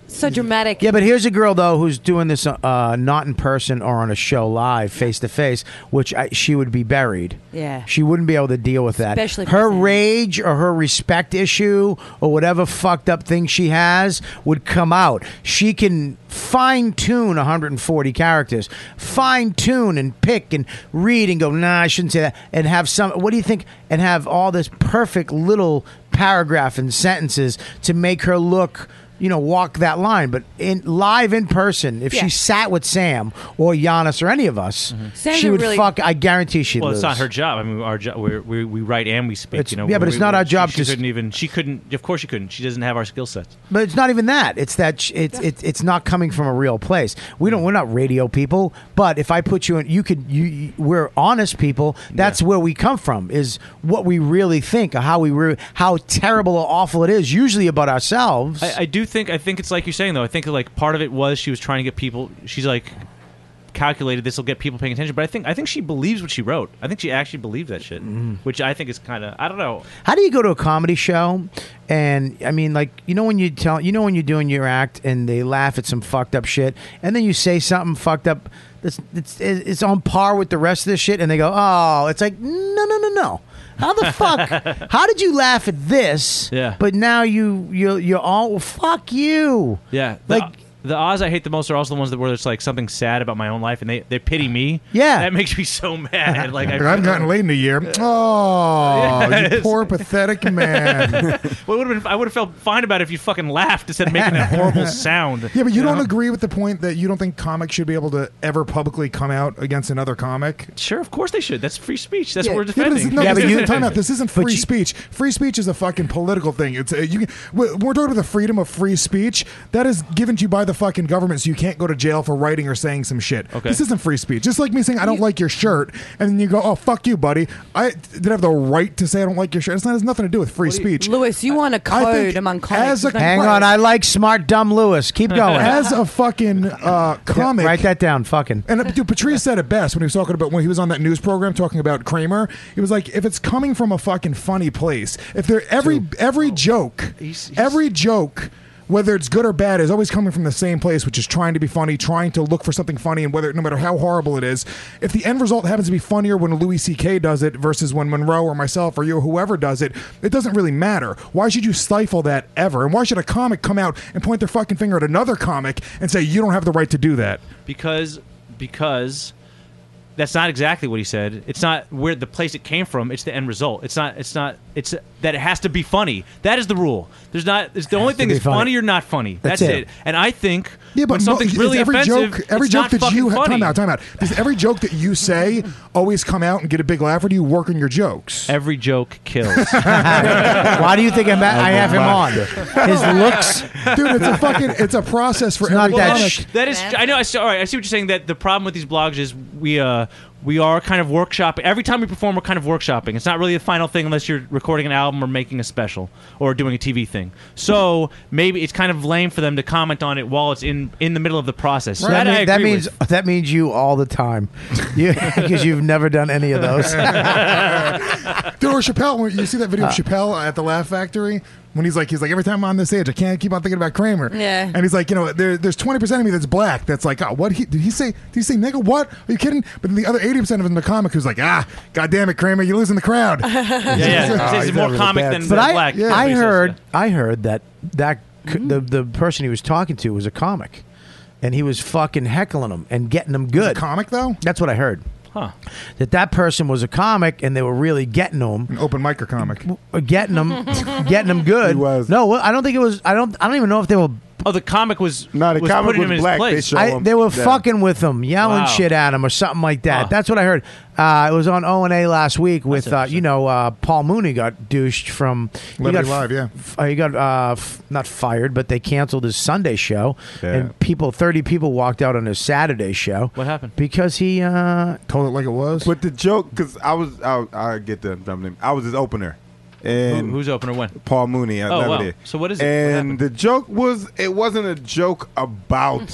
[SPEAKER 12] So dramatic.
[SPEAKER 11] Yeah, but here's a girl though who's doing this uh, not in person or on a show live, face to face, which I, she would be buried.
[SPEAKER 12] Yeah.
[SPEAKER 11] she wouldn't be able to deal with that.
[SPEAKER 12] Especially
[SPEAKER 11] her rage or her respect issue or whatever fucked up thing she has would come out. She can fine tune 140 characters, fine tune and pick and read and go, nah, I shouldn't say that, and have some. What do you think? And have all this perfect little paragraph and sentences to make her look you know, walk that line. But in live in person, if
[SPEAKER 12] Yeah. Mm-hmm.
[SPEAKER 11] she sat with Sam or Giannis or any of us,
[SPEAKER 12] Sam's
[SPEAKER 11] she
[SPEAKER 12] a
[SPEAKER 11] would
[SPEAKER 12] really-
[SPEAKER 11] fuck. I guarantee she'd
[SPEAKER 13] well,
[SPEAKER 11] lose.
[SPEAKER 13] it's not her job. I mean, our job. We're, we we write and we speak.
[SPEAKER 11] It's-
[SPEAKER 13] you know.
[SPEAKER 11] yeah, but
[SPEAKER 13] we-
[SPEAKER 11] it's
[SPEAKER 13] we-
[SPEAKER 11] not our
[SPEAKER 13] she-
[SPEAKER 11] job
[SPEAKER 13] She
[SPEAKER 11] to s-
[SPEAKER 13] couldn't even. She couldn't. Of course, she couldn't. She doesn't have our skill sets.
[SPEAKER 11] But it's not even that. It's that sh- it's it's it's not coming from a real place. We don't. We're not radio people. But if I put you in, you could. You, you we're honest people. That's where we come from. Is what we really think. Or how we re- how terrible or awful it is. Usually about ourselves.
[SPEAKER 13] I, I do think I think it's like you're saying though. I think like part of it was she was trying to get people. She's like calculated this will get people paying attention. But I think I think she believes what she wrote. I think she actually believed that shit,
[SPEAKER 6] Mm-hmm.
[SPEAKER 13] which I think is kind of I don't know.
[SPEAKER 11] How do you go to a comedy show and I mean like you know when you tell you know when you're doing your act and they laugh at some fucked up shit and then you say something fucked up that's it's, it's on par with the rest of this shit and they go oh it's like no no no no how
[SPEAKER 13] <laughs>
[SPEAKER 11] the fuck how did you laugh at this
[SPEAKER 13] Yeah.
[SPEAKER 11] but now you you you're all well, fuck you
[SPEAKER 13] Yeah,
[SPEAKER 11] Like-
[SPEAKER 13] like the Oz I hate the most are also the ones that where it's like something sad about my own life and they they pity me.
[SPEAKER 11] Yeah.
[SPEAKER 13] that makes me so
[SPEAKER 6] <laughs>
[SPEAKER 13] mad. Like I,
[SPEAKER 6] Like, I've
[SPEAKER 13] <laughs>
[SPEAKER 6] gotten late in a year.
[SPEAKER 11] <laughs>
[SPEAKER 6] Oh, you poor pathetic man.
[SPEAKER 13] Well, it would have been I would have felt fine about it if you fucking laughed instead of making
[SPEAKER 6] <laughs>
[SPEAKER 13] that horrible sound.
[SPEAKER 6] Yeah, but you don't
[SPEAKER 13] know?
[SPEAKER 6] agree with the point that you don't think comics should be able to ever publicly come out against another comic.
[SPEAKER 13] Sure, of course they should. That's free speech. That's
[SPEAKER 6] Yeah,
[SPEAKER 13] what we're
[SPEAKER 6] yeah, but this-
[SPEAKER 13] defending.
[SPEAKER 6] no, this isn't, time out. This isn't free speech. Free speech is a fucking political thing. It's uh, you. Can, we're we're talking about the freedom of free speech that is given to you by the fucking government, so you can't go to jail for writing or saying some shit.
[SPEAKER 13] Okay.
[SPEAKER 6] This isn't free speech. Just like me saying I don't like your shirt, and then you go, "Oh fuck you, buddy." I did have the right to say I don't like your shirt. It's not it has nothing to do with free speech.
[SPEAKER 12] Lewis, you want a
[SPEAKER 6] I think
[SPEAKER 12] code among comics.
[SPEAKER 6] as a-
[SPEAKER 12] There's no
[SPEAKER 11] hang
[SPEAKER 12] code.
[SPEAKER 11] on I like smart dumb Lewis
[SPEAKER 13] <laughs>
[SPEAKER 11] keep going
[SPEAKER 6] As a fucking uh, comic,
[SPEAKER 11] write that down
[SPEAKER 6] <laughs>
[SPEAKER 11] fucking
[SPEAKER 6] And uh, dude, Patrice said it best when he was talking about when he was on that news program talking about Kramer. He was like, if it's coming from a fucking funny place, if there every every joke, every joke. Whether it's good or bad is always coming from the same place, which is trying to be funny, trying to look for something funny, and whether no matter how horrible it is, if the end result happens to be funnier when Louis C.K. does it versus when Monroe or myself or you or whoever does it, it doesn't really matter. Why should you stifle that ever? And why should a comic come out and point their fucking finger at another comic and say you don't have the right to do that?
[SPEAKER 13] because because that's not exactly what he said. It's not where the place it came from. It's the end result. It's not. It's not. It's that it has to be funny. That is the rule. There's not. It's the only
[SPEAKER 6] to
[SPEAKER 13] thing
[SPEAKER 6] be
[SPEAKER 13] is
[SPEAKER 6] funny.
[SPEAKER 13] funny. or not funny.
[SPEAKER 6] That's
[SPEAKER 13] That's,
[SPEAKER 6] it.
[SPEAKER 13] it. And I think
[SPEAKER 6] Yeah,
[SPEAKER 13] when
[SPEAKER 6] but no,
[SPEAKER 13] something's
[SPEAKER 6] it's
[SPEAKER 13] really
[SPEAKER 6] every
[SPEAKER 13] offensive,
[SPEAKER 6] joke, every
[SPEAKER 13] it's
[SPEAKER 6] joke
[SPEAKER 13] not
[SPEAKER 6] that
[SPEAKER 13] fucking
[SPEAKER 6] you
[SPEAKER 13] funny.
[SPEAKER 6] time out, time out. Does every joke that you say <laughs> always come out and get a big laugh, or do you work on your jokes?
[SPEAKER 13] Every joke kills.
[SPEAKER 6] <laughs>
[SPEAKER 11] why do you think I'm at, I have him on his looks
[SPEAKER 6] dude. It's
[SPEAKER 13] <laughs>
[SPEAKER 6] a fucking, it's a process for
[SPEAKER 11] not
[SPEAKER 6] every
[SPEAKER 11] that
[SPEAKER 6] comic.
[SPEAKER 13] that is. I know. I see, all right. I see what you're saying. That the problem with these blogs is we uh we are kind of workshopping. Every time we perform, we're kind of workshopping. It's not really the final thing unless you're recording an album or making a special or doing a TV thing. So maybe it's kind of lame for them to comment on it while it's in in the middle of the process.
[SPEAKER 11] So that,
[SPEAKER 13] That I
[SPEAKER 11] mean- that <laughs>
[SPEAKER 13] agree
[SPEAKER 11] means that means you all the time, <laughs> because you've never done any of
[SPEAKER 13] <laughs>
[SPEAKER 11] those.
[SPEAKER 6] Dude, or Chappelle, when you see that video of
[SPEAKER 11] Uh.
[SPEAKER 6] Chappelle at the Laugh Factory when he's like, he's like, every time I'm on this stage, I can't keep on thinking about Kramer.
[SPEAKER 20] Yeah.
[SPEAKER 6] And he's like, you know, there, there's 20 percent of me that's black. That's like, oh, what he, did he say? Did he say nigga? What are you kidding? But then the other 80 percent of them, the comic who's like, ah, god damn it, Kramer, you're losing the crowd.
[SPEAKER 13] yeah, yeah. This is more comic than,
[SPEAKER 11] but
[SPEAKER 13] than
[SPEAKER 11] I,
[SPEAKER 13] black.
[SPEAKER 11] I heard, I heard that that c the the person he was talking to was a comic, and he was fucking heckling him and getting him good.
[SPEAKER 6] comic
[SPEAKER 13] <laughs>
[SPEAKER 6] though.
[SPEAKER 11] That's what I heard.
[SPEAKER 13] Huh.
[SPEAKER 11] That that person was a comic, and they were really getting him. An
[SPEAKER 6] open micer comic.
[SPEAKER 11] Getting him, getting him good. No, well, I don't think it was. I don't. I don't even know if they were.
[SPEAKER 13] Oh, the comic was
[SPEAKER 11] No,
[SPEAKER 13] the was comic putting was him in his black. place. They show
[SPEAKER 11] I,
[SPEAKER 13] him-
[SPEAKER 11] they were
[SPEAKER 13] Yeah.
[SPEAKER 11] fucking with him, yelling
[SPEAKER 13] Wow.
[SPEAKER 11] shit at him or something like that. That's what I heard. Uh, it was on O and A last week with uh, you know uh, Paul Mooney got douched from he
[SPEAKER 6] Liberty
[SPEAKER 11] got
[SPEAKER 6] Live, yeah.
[SPEAKER 11] f- uh, he got uh, f- not fired, but they canceled his Sunday show, and people thirty people walked out on his Saturday show.
[SPEAKER 13] What happened?
[SPEAKER 11] Because he uh,
[SPEAKER 6] told it like it was.
[SPEAKER 4] But the joke, because I was, I, I get the dumb name. I was his opener. And
[SPEAKER 13] Who- who's opener when?
[SPEAKER 4] Paul Mooney. I
[SPEAKER 13] Oh,
[SPEAKER 4] love
[SPEAKER 13] wow.
[SPEAKER 4] it.
[SPEAKER 13] So what is it? What
[SPEAKER 4] And the joke was, it wasn't a joke about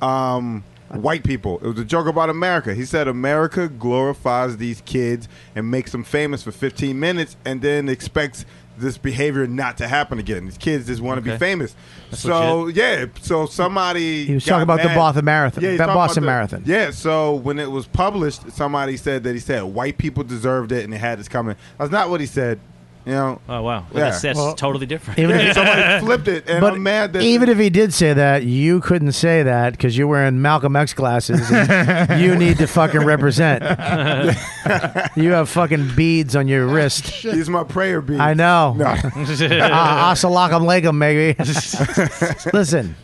[SPEAKER 4] um, white people. It was a joke about America. He said America glorifies these kids and makes them famous for 15 minutes, and then expects this behavior not to happen again. These kids just want to
[SPEAKER 11] Okay.
[SPEAKER 4] be famous.
[SPEAKER 11] That's
[SPEAKER 4] so yeah, so somebody
[SPEAKER 11] He was
[SPEAKER 4] got
[SPEAKER 11] talking about the
[SPEAKER 4] mad.
[SPEAKER 11] Boston Marathon-
[SPEAKER 4] Yeah, he's
[SPEAKER 11] the
[SPEAKER 4] talking about
[SPEAKER 11] Boston
[SPEAKER 4] the-
[SPEAKER 11] Marathon.
[SPEAKER 4] yeah, so when it was published, somebody said that he said white people deserved it and they had this coming. That's not what he said. You know.
[SPEAKER 13] Oh wow,
[SPEAKER 4] Yeah.
[SPEAKER 13] that's, that's totally different.
[SPEAKER 11] even <laughs>
[SPEAKER 4] Yeah, somebody flipped it, and
[SPEAKER 11] but
[SPEAKER 4] I'm mad that
[SPEAKER 11] even if he did say that, you couldn't say that because you're wearing Malcolm X glasses.
[SPEAKER 4] <laughs>
[SPEAKER 11] And you need to fucking represent. you have fucking beads on your wrist.
[SPEAKER 4] he's my prayer beads.
[SPEAKER 11] I know. <laughs>
[SPEAKER 4] No.
[SPEAKER 11] uh, Asalakam Legum, maybe. <laughs> Listen.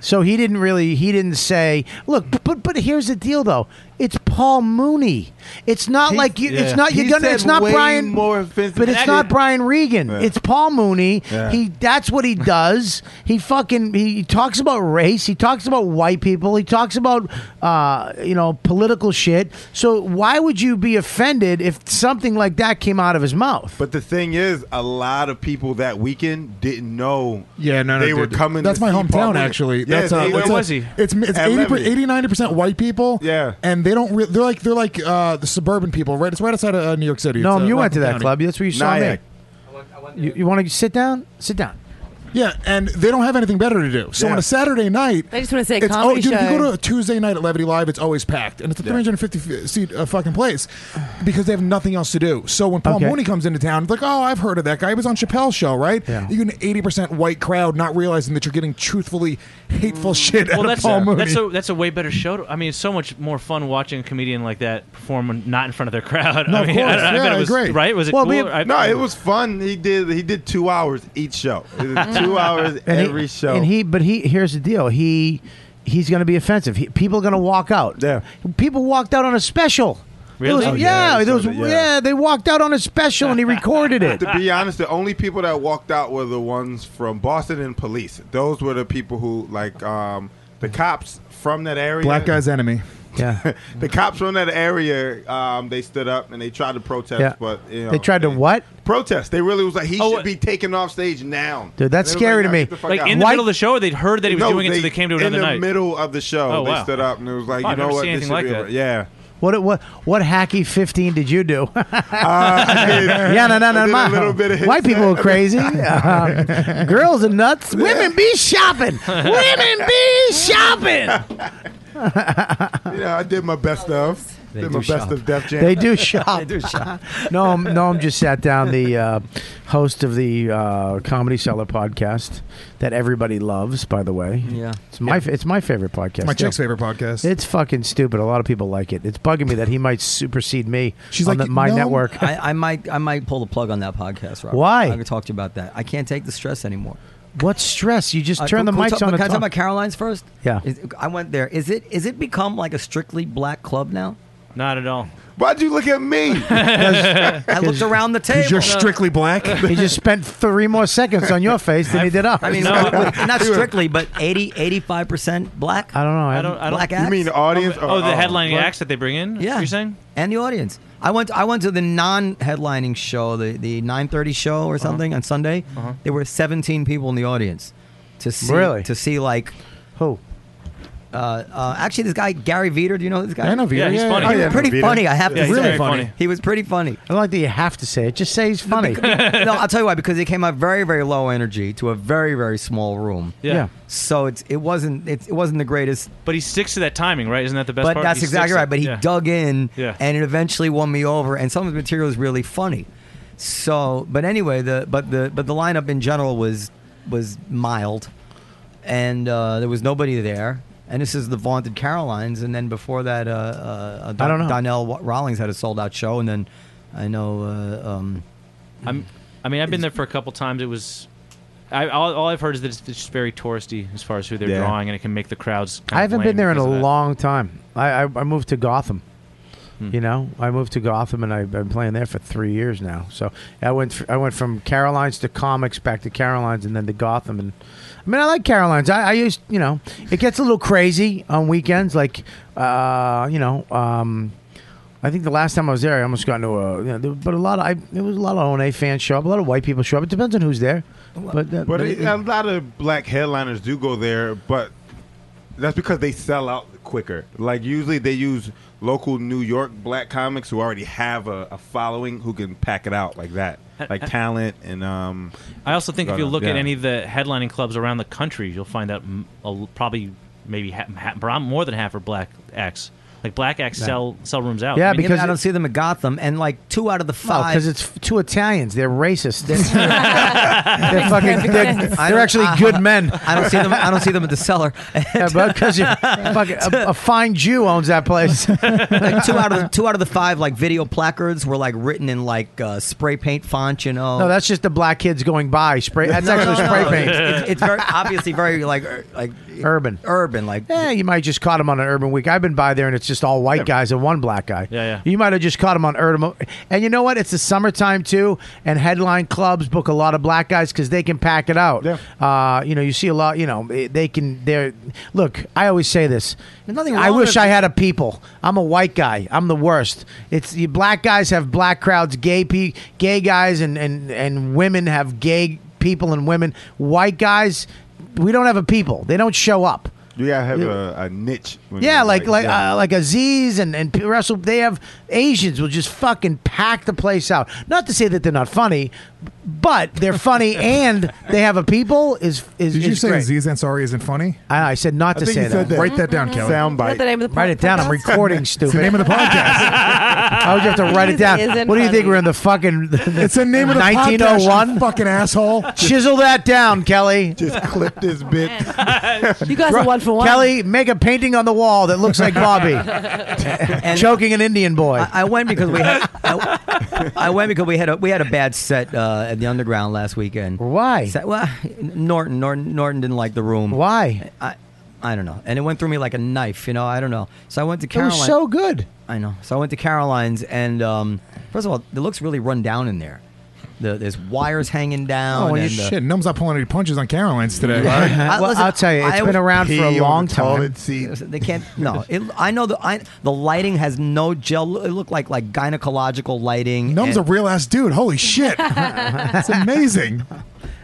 [SPEAKER 11] So he didn't really. He didn't say. Look, but but, but here's the deal, though. It's Paul Mooney. It's not
[SPEAKER 4] He-
[SPEAKER 11] like you. It's
[SPEAKER 4] yeah.
[SPEAKER 11] not you're
[SPEAKER 4] He
[SPEAKER 11] gonna.
[SPEAKER 4] said
[SPEAKER 11] It's not
[SPEAKER 4] way
[SPEAKER 11] Brian.
[SPEAKER 4] more offensive
[SPEAKER 11] but it's
[SPEAKER 4] than
[SPEAKER 11] not
[SPEAKER 4] that.
[SPEAKER 11] Brian Regan.
[SPEAKER 4] Yeah.
[SPEAKER 11] It's Paul Mooney.
[SPEAKER 4] Yeah.
[SPEAKER 11] He that's what he does. He fucking he talks about race. He talks about white people. He talks about uh, you know political shit. So why would you be offended if something like that came out of his mouth?
[SPEAKER 4] But the thing is, a lot of people that weekend didn't know.
[SPEAKER 6] Yeah, no, no,
[SPEAKER 4] they were
[SPEAKER 6] dude.
[SPEAKER 4] coming.
[SPEAKER 6] That's
[SPEAKER 4] to
[SPEAKER 6] my
[SPEAKER 4] see Paul
[SPEAKER 6] hometown,
[SPEAKER 4] Mooney.
[SPEAKER 6] actually.
[SPEAKER 4] Yeah,
[SPEAKER 6] that's, uh,
[SPEAKER 4] they-
[SPEAKER 6] that's, uh, It's it's
[SPEAKER 4] At
[SPEAKER 6] 80, per-
[SPEAKER 4] Levy.
[SPEAKER 6] 89 percent white people.
[SPEAKER 4] Yeah,
[SPEAKER 6] and they don't. Re- they're like they're like uh, the suburban people, right? It's right outside of uh, New York City.
[SPEAKER 11] No,
[SPEAKER 6] It's, uh,
[SPEAKER 11] you went to that
[SPEAKER 6] Rockland
[SPEAKER 11] club.
[SPEAKER 6] County.
[SPEAKER 11] That's where you saw me. You, you want to sit down? Sit down.
[SPEAKER 6] Yeah, and they don't have anything better to do. So on
[SPEAKER 11] Yeah.
[SPEAKER 6] a Saturday night,
[SPEAKER 21] I just want to say
[SPEAKER 6] it's,
[SPEAKER 21] comedy
[SPEAKER 6] oh, dude,
[SPEAKER 21] show.
[SPEAKER 6] if you go to a Tuesday night at Levity Live, it's always packed, and it's a 350 f- seat uh, fucking place because they have nothing else to do. So when Paul
[SPEAKER 11] Okay.
[SPEAKER 6] Mooney comes into town, it's like, oh, I've heard of that guy. He was on Chappelle's show, right?
[SPEAKER 11] Yeah.
[SPEAKER 6] You get an 80 percent white crowd not realizing that you're getting truthfully hateful shit out
[SPEAKER 13] Mm. well,
[SPEAKER 6] of
[SPEAKER 13] that's
[SPEAKER 6] Paul
[SPEAKER 13] a,
[SPEAKER 6] Mooney.
[SPEAKER 13] that's a that's a way better show. To, I mean, it's so much more fun watching a comedian like that perform when not in front of their crowd. <laughs>
[SPEAKER 4] No,
[SPEAKER 13] I
[SPEAKER 4] of
[SPEAKER 13] mean,
[SPEAKER 4] course.
[SPEAKER 13] I, I
[SPEAKER 4] Yeah,
[SPEAKER 13] bet
[SPEAKER 4] I
[SPEAKER 13] it was
[SPEAKER 4] agree.
[SPEAKER 13] right. Was it cool? I-
[SPEAKER 4] no, it was fun. He did he did two hours each show. He did <laughs> two hours
[SPEAKER 11] And he-
[SPEAKER 4] every show.
[SPEAKER 11] And he, but he, here's the deal. He, he's going to be offensive. He, people are going to walk out. Yeah. People walked out on a special. There
[SPEAKER 4] Really?
[SPEAKER 11] was-
[SPEAKER 4] Oh, yeah,
[SPEAKER 11] yeah.
[SPEAKER 4] I
[SPEAKER 11] there
[SPEAKER 4] saw
[SPEAKER 11] was, yeah.
[SPEAKER 4] that, yeah.
[SPEAKER 11] They walked out on a special and he recorded
[SPEAKER 4] <laughs>
[SPEAKER 11] it.
[SPEAKER 4] to be honest, the only people that walked out were the ones from Boston and police. Those were the people who like um, the cops from that area.
[SPEAKER 6] Black guy's enemy.
[SPEAKER 11] Yeah.
[SPEAKER 4] The cops from that area, um, they stood up and they tried to protest,
[SPEAKER 11] Yeah.
[SPEAKER 4] but you know,
[SPEAKER 11] They tried to what?
[SPEAKER 4] protest. They really was like he should be taken off stage now.
[SPEAKER 11] Dude, that's
[SPEAKER 4] And it was
[SPEAKER 11] scary
[SPEAKER 4] like,
[SPEAKER 11] to
[SPEAKER 4] "Nah,
[SPEAKER 11] me.
[SPEAKER 4] get the fuck
[SPEAKER 13] Oh, like
[SPEAKER 4] out."
[SPEAKER 13] in the middle of the show, they'd heard that he was
[SPEAKER 4] No,
[SPEAKER 13] doing it, so they came to it
[SPEAKER 4] in
[SPEAKER 13] another
[SPEAKER 4] the
[SPEAKER 13] night.
[SPEAKER 4] middle of the show.
[SPEAKER 13] Oh,
[SPEAKER 4] they
[SPEAKER 13] wow.
[SPEAKER 4] stood up and it was like,
[SPEAKER 13] Wow,
[SPEAKER 4] you
[SPEAKER 13] I've
[SPEAKER 4] know
[SPEAKER 13] never
[SPEAKER 4] what?
[SPEAKER 13] seen anything
[SPEAKER 4] This should
[SPEAKER 13] like
[SPEAKER 4] be
[SPEAKER 13] that.
[SPEAKER 4] re- Yeah.
[SPEAKER 11] What what what hacky fifteen did you do? <laughs>
[SPEAKER 4] did-
[SPEAKER 11] yeah, no, no, no,
[SPEAKER 4] Uh,
[SPEAKER 11] no.
[SPEAKER 4] I did a little bit of
[SPEAKER 11] White people
[SPEAKER 4] <laughs>
[SPEAKER 11] are
[SPEAKER 4] hip-hop.
[SPEAKER 11] crazy. Um, girls are nuts. Women be
[SPEAKER 4] <laughs>
[SPEAKER 11] shopping. Women be shopping.
[SPEAKER 4] You know, I did my best of.
[SPEAKER 11] They
[SPEAKER 4] did
[SPEAKER 11] do
[SPEAKER 4] my best
[SPEAKER 11] shop.
[SPEAKER 4] of Def Jam.
[SPEAKER 11] They do
[SPEAKER 12] <laughs>
[SPEAKER 11] shop. They do shop. No, <laughs> Noam just sat down the uh, host of the uh, Comedy Cellar podcast that everybody loves. By the way,
[SPEAKER 6] Yeah.
[SPEAKER 11] it's my fa- it's my favorite podcast.
[SPEAKER 6] my
[SPEAKER 11] too.
[SPEAKER 6] chick's favorite podcast.
[SPEAKER 11] It's fucking stupid. A lot of people like it. It's bugging me that he might supersede me
[SPEAKER 12] She's
[SPEAKER 11] on
[SPEAKER 12] like,
[SPEAKER 11] the, my
[SPEAKER 12] "No."
[SPEAKER 11] network.
[SPEAKER 12] I, I might, I might pull the plug on that podcast. Robert.
[SPEAKER 11] Why?
[SPEAKER 12] I'm gonna talk to you about that. I can't take the stress anymore.
[SPEAKER 11] What stress? You just
[SPEAKER 12] Uh,
[SPEAKER 11] turn
[SPEAKER 12] can-
[SPEAKER 11] the
[SPEAKER 12] can we
[SPEAKER 11] mics
[SPEAKER 12] talk-
[SPEAKER 11] on.
[SPEAKER 12] Can I
[SPEAKER 11] and
[SPEAKER 12] talk
[SPEAKER 11] talk.
[SPEAKER 12] about Caroline's first?
[SPEAKER 11] Yeah.
[SPEAKER 12] Is- I went there. Is it is it become like a strictly black club now?
[SPEAKER 13] Not at all.
[SPEAKER 4] Why'd you look
[SPEAKER 13] <laughs>
[SPEAKER 4] at me?
[SPEAKER 12] I looked around the table.
[SPEAKER 13] uh, <laughs>
[SPEAKER 6] black.
[SPEAKER 11] he just spent three more seconds on your face than he did ours. <laughs>
[SPEAKER 12] I mean, <laughs> not- not strictly, but 80, 85% black.
[SPEAKER 11] I don't know.
[SPEAKER 12] I
[SPEAKER 13] don't- I don't-
[SPEAKER 12] black
[SPEAKER 13] You
[SPEAKER 12] acts?
[SPEAKER 13] mean the audience Oh, or- the oh, headlining black- acts that they bring in?
[SPEAKER 12] Yeah.
[SPEAKER 13] You're saying?
[SPEAKER 12] And the audience. I went. I went to the non-headlining show, the the 9:30 show
[SPEAKER 11] Uh-huh.
[SPEAKER 12] or something on Sunday. There were 17 people in the audience to see.
[SPEAKER 11] Really?
[SPEAKER 12] To see like
[SPEAKER 11] who.
[SPEAKER 12] Uh, uh, actually, this guy Gary Veter. Do you know this guy?
[SPEAKER 11] I know Veter, Yeah, he's yeah, funny. yeah.
[SPEAKER 12] He
[SPEAKER 11] I
[SPEAKER 12] was
[SPEAKER 11] know
[SPEAKER 12] pretty
[SPEAKER 11] Veter.
[SPEAKER 12] funny. I have
[SPEAKER 11] Yeah,
[SPEAKER 12] to
[SPEAKER 11] he's
[SPEAKER 12] say,
[SPEAKER 11] very funny.
[SPEAKER 12] He was pretty funny.
[SPEAKER 11] I don't like that you have to say it. Just say he's funny. <laughs>
[SPEAKER 12] no, I'll tell you why. Because they came out very, very low energy to a very, very small room.
[SPEAKER 13] Yeah. Yeah.
[SPEAKER 12] So it's it wasn't it, it wasn't the greatest,
[SPEAKER 13] But he sticks to that timing, right? Isn't that the best
[SPEAKER 12] but
[SPEAKER 13] part?
[SPEAKER 12] that's
[SPEAKER 13] He sticks
[SPEAKER 12] exactly
[SPEAKER 13] to-
[SPEAKER 12] right. But he
[SPEAKER 13] yeah.
[SPEAKER 12] dug in,
[SPEAKER 13] Yeah.
[SPEAKER 12] and it eventually won me over. And some of the material is really funny. So, but anyway, the but the but the lineup in general was was mild, and uh, there was nobody there. And this is the vaunted Carolines, and then before that, uh, uh, uh, Don-
[SPEAKER 11] I don't know.
[SPEAKER 12] Donnell Wa- Rawlings had a sold out show, and then I know. Uh, um,
[SPEAKER 13] I'm, I mean, I've been there for a couple times. It was. I, all, all I've heard is that it's, it's just very touristy as far as who they're
[SPEAKER 11] Yeah.
[SPEAKER 13] drawing, and it can make the crowds. Kind
[SPEAKER 11] I haven't
[SPEAKER 13] of lame
[SPEAKER 11] been there in a
[SPEAKER 13] because of that.
[SPEAKER 11] long time. I, I, I moved to Gotham.
[SPEAKER 13] Hmm.
[SPEAKER 11] You know, I moved to Gotham and I've been playing there for three years now. So I went fr- I went from Carolines to comics, back to Carolines, and then to Gotham. And I mean, I like Carolines. I, I used you know, it gets a little crazy on weekends. Like, uh, you know, um, I think the last time I was there, I almost got into a. You know, there, but a lot of I, there was a lot of ONA fans show up. A lot of white people show up. It depends on who's there. But uh, that,
[SPEAKER 4] But uh, it, a lot of black headliners do go there, but that's because they sell out quicker. Like usually they use local New York black comics who already have a, a following who can pack it out like that, like talent and. um
[SPEAKER 13] I also think if you
[SPEAKER 4] uh,
[SPEAKER 13] look at
[SPEAKER 4] yeah.
[SPEAKER 13] any of the headlining clubs around the country, you'll find out m- a l- probably maybe ha- ha- bro- more than half are black acts. Like black acts
[SPEAKER 12] Yeah.
[SPEAKER 13] sell sell rooms out.
[SPEAKER 11] Yeah,
[SPEAKER 13] I mean,
[SPEAKER 11] because
[SPEAKER 12] I don't see them at Gotham, and like two out of the five.
[SPEAKER 11] because it's f- two Italians. They're racist.
[SPEAKER 12] <laughs>
[SPEAKER 11] they're
[SPEAKER 12] Makes
[SPEAKER 11] fucking.
[SPEAKER 12] perfect
[SPEAKER 11] They're,
[SPEAKER 12] sense.
[SPEAKER 11] they're actually good men.
[SPEAKER 12] <laughs> I don't see them. I don't see them at the cellar.
[SPEAKER 11] <laughs> Yeah, but because
[SPEAKER 12] <laughs>
[SPEAKER 11] you, fucking, a, a fine Jew owns that place.
[SPEAKER 12] like two out of the, two out of the five like video placards were like written in like uh, spray paint font, you know.
[SPEAKER 11] No, that's just the black kids going by. Spray. That's
[SPEAKER 12] No, no,
[SPEAKER 11] actually
[SPEAKER 12] no,
[SPEAKER 11] spray
[SPEAKER 12] it's-
[SPEAKER 11] paint.
[SPEAKER 12] It's, it's very obviously very like er, like
[SPEAKER 11] urban.
[SPEAKER 12] Urban, like
[SPEAKER 11] yeah, Eh, you might just caught him on an urban week. I've been by there and it's just all white guys and one black guy.
[SPEAKER 13] Yeah,
[SPEAKER 11] You might have just caught him on urban. And you know what? It's the summertime too, and headline clubs book a lot of black guys because they can pack it out. Yeah. Uh, you know, you see a lot. You know, eh, they can. They're look. I always say this.
[SPEAKER 12] There's nothing
[SPEAKER 11] I
[SPEAKER 12] wrong
[SPEAKER 11] wish
[SPEAKER 12] with-
[SPEAKER 11] I had a people. I'm a white guy. I'm the worst. It's the black guys have black crowds. Gay pe- gay guys and and and women have gay people and women. White guys, we don't have a people. They don't show up.
[SPEAKER 4] You gotta have a, a niche. when
[SPEAKER 11] Yeah,
[SPEAKER 4] you're
[SPEAKER 11] like like
[SPEAKER 4] yeah.
[SPEAKER 11] uh, like Aziz and and P- Russell, they have Asians will just fucking pack the place out. Not to say that they're not funny, but they're
[SPEAKER 6] <laughs>
[SPEAKER 11] funny and they have a people is is.
[SPEAKER 6] Did
[SPEAKER 11] is
[SPEAKER 6] you say
[SPEAKER 11] great.
[SPEAKER 6] Aziz Ansari isn't funny?
[SPEAKER 11] I, I said not
[SPEAKER 6] I
[SPEAKER 11] to
[SPEAKER 6] think
[SPEAKER 11] say
[SPEAKER 6] you said that. Write that down, Kelly. Soundbite. Is that the name
[SPEAKER 11] of the write it down. I'm recording. Stupid. the name of the podcast. <laughs> I would have to write it
[SPEAKER 6] Aziz
[SPEAKER 11] down.
[SPEAKER 6] isn't
[SPEAKER 11] What do you think
[SPEAKER 6] funny.
[SPEAKER 11] we're in the fucking? <laughs>
[SPEAKER 6] It's the name of the <laughs> podcast, you
[SPEAKER 11] 1901. Fucking
[SPEAKER 6] asshole. <laughs>
[SPEAKER 11] Chisel that down, Kelly. Just
[SPEAKER 4] clip this bit.
[SPEAKER 11] you
[SPEAKER 22] guys are one for one.
[SPEAKER 11] Kelly, make a painting on the wall that looks like Bobby. <laughs> choking an Indian boy.
[SPEAKER 12] I, I went because we had I, I went because we had a we had a bad set uh, at the underground last weekend.
[SPEAKER 11] Why?
[SPEAKER 12] well, Norton Norton Norton didn't like the room.
[SPEAKER 11] Why?
[SPEAKER 12] I I don't know, and it went through me like a knife. You know, I don't know. So I went to
[SPEAKER 11] It
[SPEAKER 12] Caroline.
[SPEAKER 11] was so good.
[SPEAKER 12] I know. So I went to Caroline's, and um, first of all, it looks really run down in there. The, there's wires hanging down.
[SPEAKER 6] Oh, you
[SPEAKER 12] and, uh,
[SPEAKER 6] shit. Numb's not pulling any punches on Caroline's today.
[SPEAKER 12] I- listen,
[SPEAKER 11] it's
[SPEAKER 12] I
[SPEAKER 11] been
[SPEAKER 12] always
[SPEAKER 11] around for a
[SPEAKER 12] pee on
[SPEAKER 11] long
[SPEAKER 12] the
[SPEAKER 11] time.
[SPEAKER 12] toilet seat. They can't. No, it, I know the I, the lighting has no gel. It looked like like gynecological lighting.
[SPEAKER 6] Numb's a
[SPEAKER 12] and-
[SPEAKER 6] real ass dude.
[SPEAKER 11] <laughs>
[SPEAKER 6] Holy shit. It's amazing.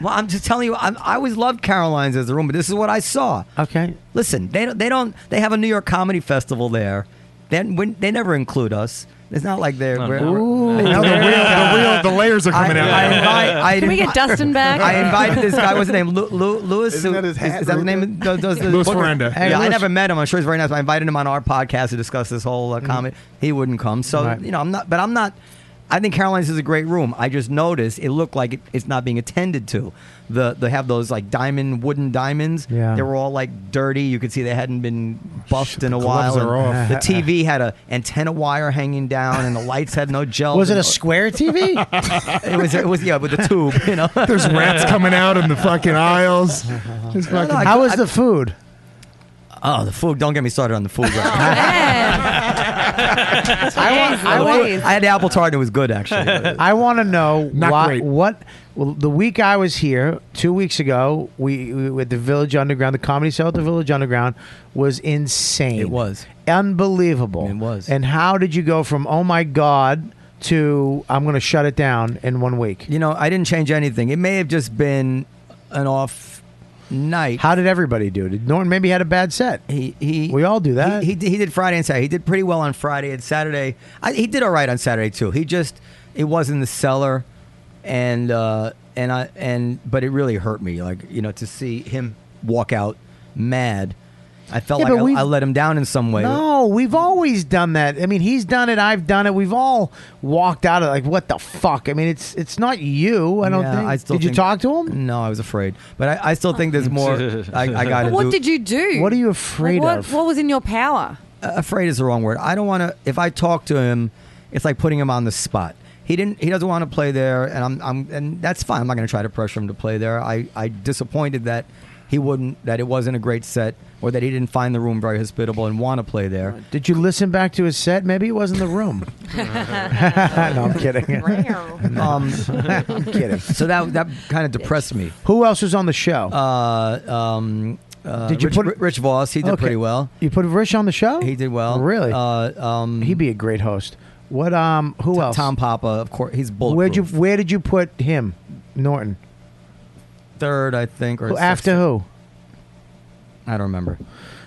[SPEAKER 12] Well, I'm just telling you, I'm, I always loved Caroline's as a room, but this is what I saw.
[SPEAKER 11] Okay.
[SPEAKER 12] Listen, they don't. They don't. They have a New York Comedy Festival there. Then when they never include us. It's not like they're. we're-
[SPEAKER 6] Ooh. Now the real- the real- the layers are coming
[SPEAKER 12] I,
[SPEAKER 6] out.
[SPEAKER 12] I invite, I <laughs>
[SPEAKER 22] Can we get
[SPEAKER 12] invite-
[SPEAKER 22] Dustin back?
[SPEAKER 12] <laughs> I invited this guy. What's his name? Lu, Lu, Lewis. Isn't that his
[SPEAKER 4] hat
[SPEAKER 12] Is, that the
[SPEAKER 4] right
[SPEAKER 12] name? Does, does, does,
[SPEAKER 6] Louis
[SPEAKER 12] what-
[SPEAKER 6] Ferrando. Hey,
[SPEAKER 12] yeah, I
[SPEAKER 6] Louis-
[SPEAKER 12] never met him. I'm sure he's very nice. But I invited him on our podcast to discuss this whole uh, comment. He wouldn't come. So
[SPEAKER 11] Right.
[SPEAKER 12] you know, I'm not. But I'm not. I think Caroline's is a great room. I just noticed it looked like it, it's not being attended to. The they have those like diamond wooden diamonds.
[SPEAKER 11] Yeah.
[SPEAKER 12] They were all like dirty. You could see they hadn't been buffed in a
[SPEAKER 11] gloves
[SPEAKER 12] while.
[SPEAKER 11] are off.
[SPEAKER 12] and The TV had a antenna wire hanging down, and the lights had no <laughs> gel.
[SPEAKER 11] Was it a
[SPEAKER 12] and-
[SPEAKER 11] square TV?
[SPEAKER 12] it was. It was yeah, with a tube. You know,
[SPEAKER 6] There's rats
[SPEAKER 12] <laughs>
[SPEAKER 6] coming out in the fucking aisles. Just
[SPEAKER 12] No, no,
[SPEAKER 6] fucking-
[SPEAKER 22] <laughs>
[SPEAKER 12] I-
[SPEAKER 11] How was the food?
[SPEAKER 12] <laughs> Oh, the food! Don't get me started on the food. Right
[SPEAKER 11] I, want, I, want- I had apple tart and it was good actually. <laughs>
[SPEAKER 4] I want to know
[SPEAKER 11] Not
[SPEAKER 4] why,
[SPEAKER 11] great.
[SPEAKER 4] what. Well, the week I was here, two weeks ago, we, we were at the Village Underground, the comedy show at the Village Underground was insane. It was unbelievable. It was. And how did you go from oh my god to I'm going to shut it down in one week?
[SPEAKER 11] You know, I didn't change anything. It may have just been an off night. How
[SPEAKER 4] did everybody do? Did Norton maybe had a bad set?
[SPEAKER 11] He he.
[SPEAKER 4] We all do that.
[SPEAKER 11] He, he, he did Friday and Saturday. He did pretty well on Friday and Saturday. I, he did all right on Saturday too. He just it was in the cellar, and uh, and I and but it really hurt me. Like you know, to see him walk out mad, I felt
[SPEAKER 4] Yeah, but
[SPEAKER 11] like
[SPEAKER 4] we've-
[SPEAKER 11] I, I let him down in some way.
[SPEAKER 4] No, we've always done that. I mean, he's done it. I've done it. We've all walked out of like, what the fuck? I mean, it's it's not you. I don't
[SPEAKER 11] Yeah,
[SPEAKER 4] think.
[SPEAKER 11] I still
[SPEAKER 4] did you
[SPEAKER 11] think-
[SPEAKER 4] talk to him?
[SPEAKER 11] No, I was afraid, but I, I still think there's more. I, I got to
[SPEAKER 12] But what did you do?
[SPEAKER 4] What are you afraid
[SPEAKER 12] what,
[SPEAKER 11] of?
[SPEAKER 12] What was in your power?
[SPEAKER 11] uh, afraid is the wrong word. I don't want to. If I talk to him, it's like putting him on the spot. He didn't. He doesn't want to play there, and I'm. I'm, and that's fine. I'm not going to try to pressure him to play there. I. I disappointed that he wouldn't. That it wasn't a great set, or that he didn't find the room very hospitable and want to play there.
[SPEAKER 4] Oh, Did you listen back to his set? Maybe it wasn't the room. <laughs> no,
[SPEAKER 12] <laughs>
[SPEAKER 4] I'm <laughs> kidding.
[SPEAKER 11] Um,
[SPEAKER 4] <laughs> I'm kidding.
[SPEAKER 11] So that that kind of depressed me.
[SPEAKER 4] Who else was on the show?
[SPEAKER 11] Uh, um, uh,
[SPEAKER 4] Did you
[SPEAKER 11] Rich,
[SPEAKER 4] put-
[SPEAKER 11] Rich Voss? He did
[SPEAKER 4] Okay.
[SPEAKER 11] pretty well.
[SPEAKER 4] You put Rich on the show?
[SPEAKER 11] He did well.
[SPEAKER 4] Really?
[SPEAKER 11] Uh, um,
[SPEAKER 4] He'd be a great host. What? Um, who else?
[SPEAKER 11] Tom Papa, of course. He's bulletproof.
[SPEAKER 4] Where'd you <laughs> Where did you put him, Norton?
[SPEAKER 11] third, I think, or
[SPEAKER 4] Who- after
[SPEAKER 11] sixth.
[SPEAKER 4] who?
[SPEAKER 11] I don't remember.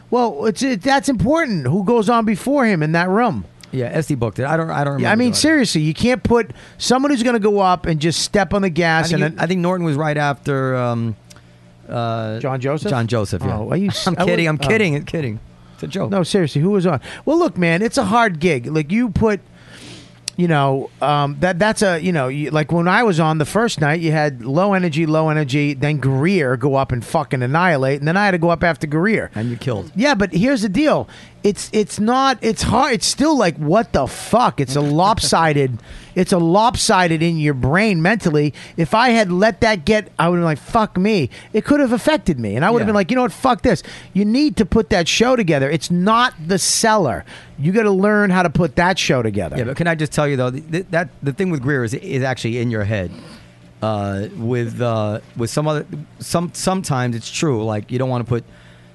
[SPEAKER 4] Well, it's it, that's important. Who goes on before him in that room?
[SPEAKER 11] Yeah, Esty booked it. I don't. I don't remember.
[SPEAKER 4] Yeah, I mean,
[SPEAKER 11] doing it.
[SPEAKER 4] seriously, you can't put someone who's going to go up and just step on the
[SPEAKER 11] I
[SPEAKER 4] gas
[SPEAKER 11] think,
[SPEAKER 4] and
[SPEAKER 11] you- I think Norton was right after um, uh,
[SPEAKER 4] John Joseph.
[SPEAKER 11] John Joseph. Yeah.
[SPEAKER 4] Oh,
[SPEAKER 11] <laughs>
[SPEAKER 4] are you?
[SPEAKER 11] I'm
[SPEAKER 4] I
[SPEAKER 11] kidding. I'm
[SPEAKER 4] would- oh.
[SPEAKER 11] kidding. I'm kidding. It's a joke.
[SPEAKER 4] No, seriously, who was on? Well, look, man, it's a hard gig. Like you put, you know, um, that that's a you know, you, like when I was on the first night, you had low energy, low energy, then Greer go up and fucking annihilate, and then I had to go up after Greer.
[SPEAKER 11] And you killed.
[SPEAKER 4] Yeah, but here's the deal. It's it's not it's hard it's still like what the fuck? It's a lopsided <laughs> it's a lopsided in your brain mentally. If I had let that get I would have been like, fuck me. It could have affected me. And I would have
[SPEAKER 11] Yeah.
[SPEAKER 4] been like, you know what, fuck this. You need to put that show together. It's not the seller. You gotta learn how to put that show together.
[SPEAKER 11] Yeah, but can I just tell you though th- th- that the thing with Greer is is actually in your head. Uh, with uh, with some other some sometimes it's true. Like you don't want to put.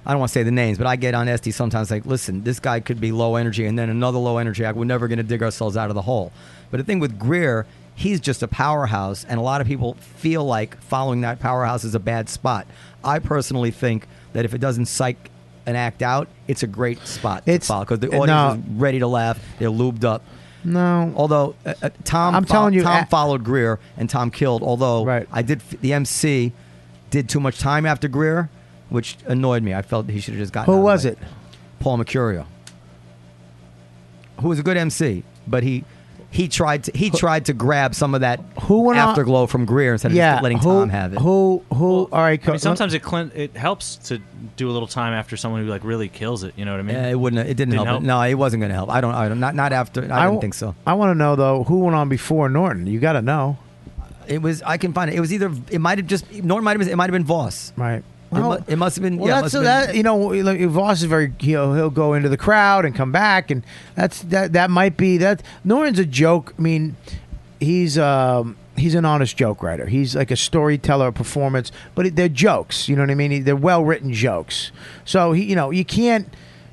[SPEAKER 11] I don't want to say the names, but I get on Esty sometimes like, listen, this guy could be low energy and then another low energy act. We're never going to dig ourselves out of the hole. But the thing with Greer, he's just a powerhouse, and a lot of people feel like following that powerhouse is a bad spot. I personally think that if it doesn't psych an act out, it's a great spot to follow because the
[SPEAKER 4] no.
[SPEAKER 11] audience is ready to laugh. They're lubed up.
[SPEAKER 4] No.
[SPEAKER 11] Although uh, uh, Tom,
[SPEAKER 4] I'm
[SPEAKER 11] fo-
[SPEAKER 4] telling you,
[SPEAKER 11] Tom
[SPEAKER 4] a-
[SPEAKER 11] followed Greer and Tom killed. Although I did f- the MC did too much time after Greer, which annoyed me. I felt he should have just gotten.
[SPEAKER 4] Who
[SPEAKER 11] out of the
[SPEAKER 4] was
[SPEAKER 11] way.
[SPEAKER 4] it?
[SPEAKER 11] Paul Mercurio, who was a good MC, but he he tried to he tried to grab some of that
[SPEAKER 4] who went on-
[SPEAKER 11] afterglow from Greer instead of
[SPEAKER 4] yeah,
[SPEAKER 11] just letting
[SPEAKER 4] who,
[SPEAKER 11] Tom have it.
[SPEAKER 4] Who who all right,
[SPEAKER 13] I
[SPEAKER 4] co-
[SPEAKER 13] mean, sometimes it clin- it helps to do a little time after someone who like really kills it. You know what I mean?
[SPEAKER 11] Yeah, it wouldn't. It didn't, help. it. No, it wasn't going to help. I don't. I don't. Not not after. I,
[SPEAKER 4] w-
[SPEAKER 11] don't think so.
[SPEAKER 4] I wanna know though, who went on before Norton? You gotta know.
[SPEAKER 11] It was. I can find it. It was either. It might have just. Norton might have been. It might have been Voss.
[SPEAKER 4] Right.
[SPEAKER 11] it, mu- it must have been.
[SPEAKER 4] Well,
[SPEAKER 11] yeah, it
[SPEAKER 4] that's
[SPEAKER 11] must have been-
[SPEAKER 4] that. You know, like, Voss is very. He'll he'll go into the crowd and come back, and that's that. That might be that. Norton's a joke. I mean, he's um he's an honest joke writer. He's like a storyteller, a performance, but it, they're jokes. You know what I mean? They're well written jokes. So he, you know, you can't.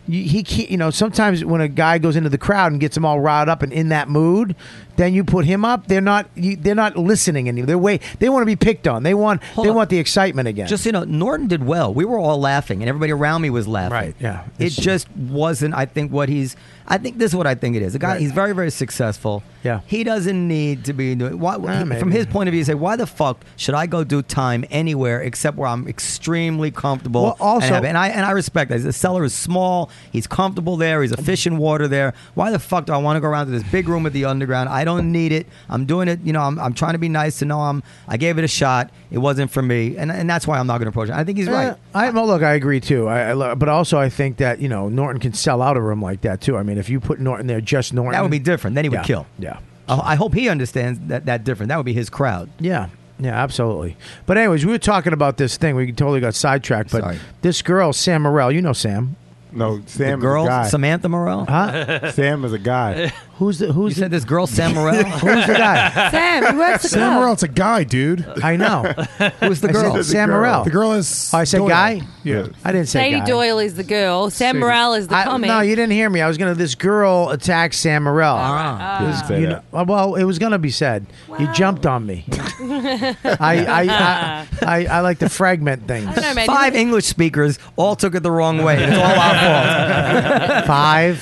[SPEAKER 4] you- He can't, you know. Sometimes when a guy goes into the crowd and gets them all riled up and in that mood, then you put him up. They're not, you, they're not listening anymore. They're wait, they want to be picked on. They want, they want the excitement again.
[SPEAKER 11] Just so you know, Norton did well. We were all laughing, and everybody around me was laughing.
[SPEAKER 4] Right, yeah.
[SPEAKER 11] It
[SPEAKER 4] It's-
[SPEAKER 11] just wasn't. I think what he's. I think this is what I think it is. The guy. He's very, very successful.
[SPEAKER 4] Yeah. Eh,
[SPEAKER 11] He doesn't need to be doing. Why, he-
[SPEAKER 4] maybe.
[SPEAKER 11] from his point of view, you say, why the fuck should I go do time anywhere except where I'm extremely comfortable?
[SPEAKER 4] Well, also-
[SPEAKER 11] and, happy? and I and I respect that. The cellar is small. He's comfortable there. He's a fish in water there. Why the fuck do I want to go around to this big room at the underground? I don't need it. I'm doing it. You know, I'm, I'm trying to be nice to know I'm. I gave it a shot. It wasn't for me, and and that's why I'm not going to approach it. Uh, I think he's
[SPEAKER 4] Yeah,
[SPEAKER 11] right.
[SPEAKER 4] I well, look, I agree too. I, I lo- but also I think that you know Norton can sell out a room like that too. I mean, if you put Norton there, just Norton,
[SPEAKER 11] That would be different. Then he would
[SPEAKER 4] Yeah,
[SPEAKER 11] kill.
[SPEAKER 4] Yeah,
[SPEAKER 11] I I hope he understands that that different. That would be his crowd.
[SPEAKER 4] yeah, yeah, absolutely. But anyways, we were talking about this thing. We totally got sidetracked. But this girl, Sam Morrell, you know Sam.
[SPEAKER 10] No, Sam.
[SPEAKER 23] girl,
[SPEAKER 10] is a
[SPEAKER 11] <laughs>
[SPEAKER 13] <laughs>
[SPEAKER 10] guy.
[SPEAKER 23] Samantha Morrell?
[SPEAKER 10] Huh? Sam is a guy.
[SPEAKER 11] Who's the
[SPEAKER 10] <laughs>
[SPEAKER 11] who's
[SPEAKER 23] you said this girl Sam Morrell?
[SPEAKER 11] <laughs> Who's the guy?
[SPEAKER 12] Sam, who works the
[SPEAKER 6] Sam
[SPEAKER 11] club?
[SPEAKER 6] Morrill's a guy, dude.
[SPEAKER 11] I know.
[SPEAKER 23] Who's
[SPEAKER 11] the girl? Sam Morrell.
[SPEAKER 6] The girl is.
[SPEAKER 11] Oh, I said
[SPEAKER 6] Doyle.
[SPEAKER 11] guy?
[SPEAKER 6] Yeah.
[SPEAKER 11] I didn't say
[SPEAKER 12] Sadie
[SPEAKER 11] guy.
[SPEAKER 12] Doyle is the girl. Sam
[SPEAKER 11] Sadie-
[SPEAKER 12] Morrell is the
[SPEAKER 11] I-
[SPEAKER 12] comic.
[SPEAKER 11] No, you didn't hear me. I was gonna. This girl attacked Sam Morrell.
[SPEAKER 4] Uh,
[SPEAKER 12] Didn't
[SPEAKER 11] This-
[SPEAKER 12] say
[SPEAKER 11] you
[SPEAKER 12] that.
[SPEAKER 11] know- well, it was gonna be said. You jumped on me. I,
[SPEAKER 2] <laughs>
[SPEAKER 11] I, I, I I like to fragment things.
[SPEAKER 12] <laughs> don't know, man.
[SPEAKER 23] Five English speakers all took it the wrong way. It's all
[SPEAKER 11] <laughs>
[SPEAKER 23] our fault.
[SPEAKER 11] Five. Five. <laughs>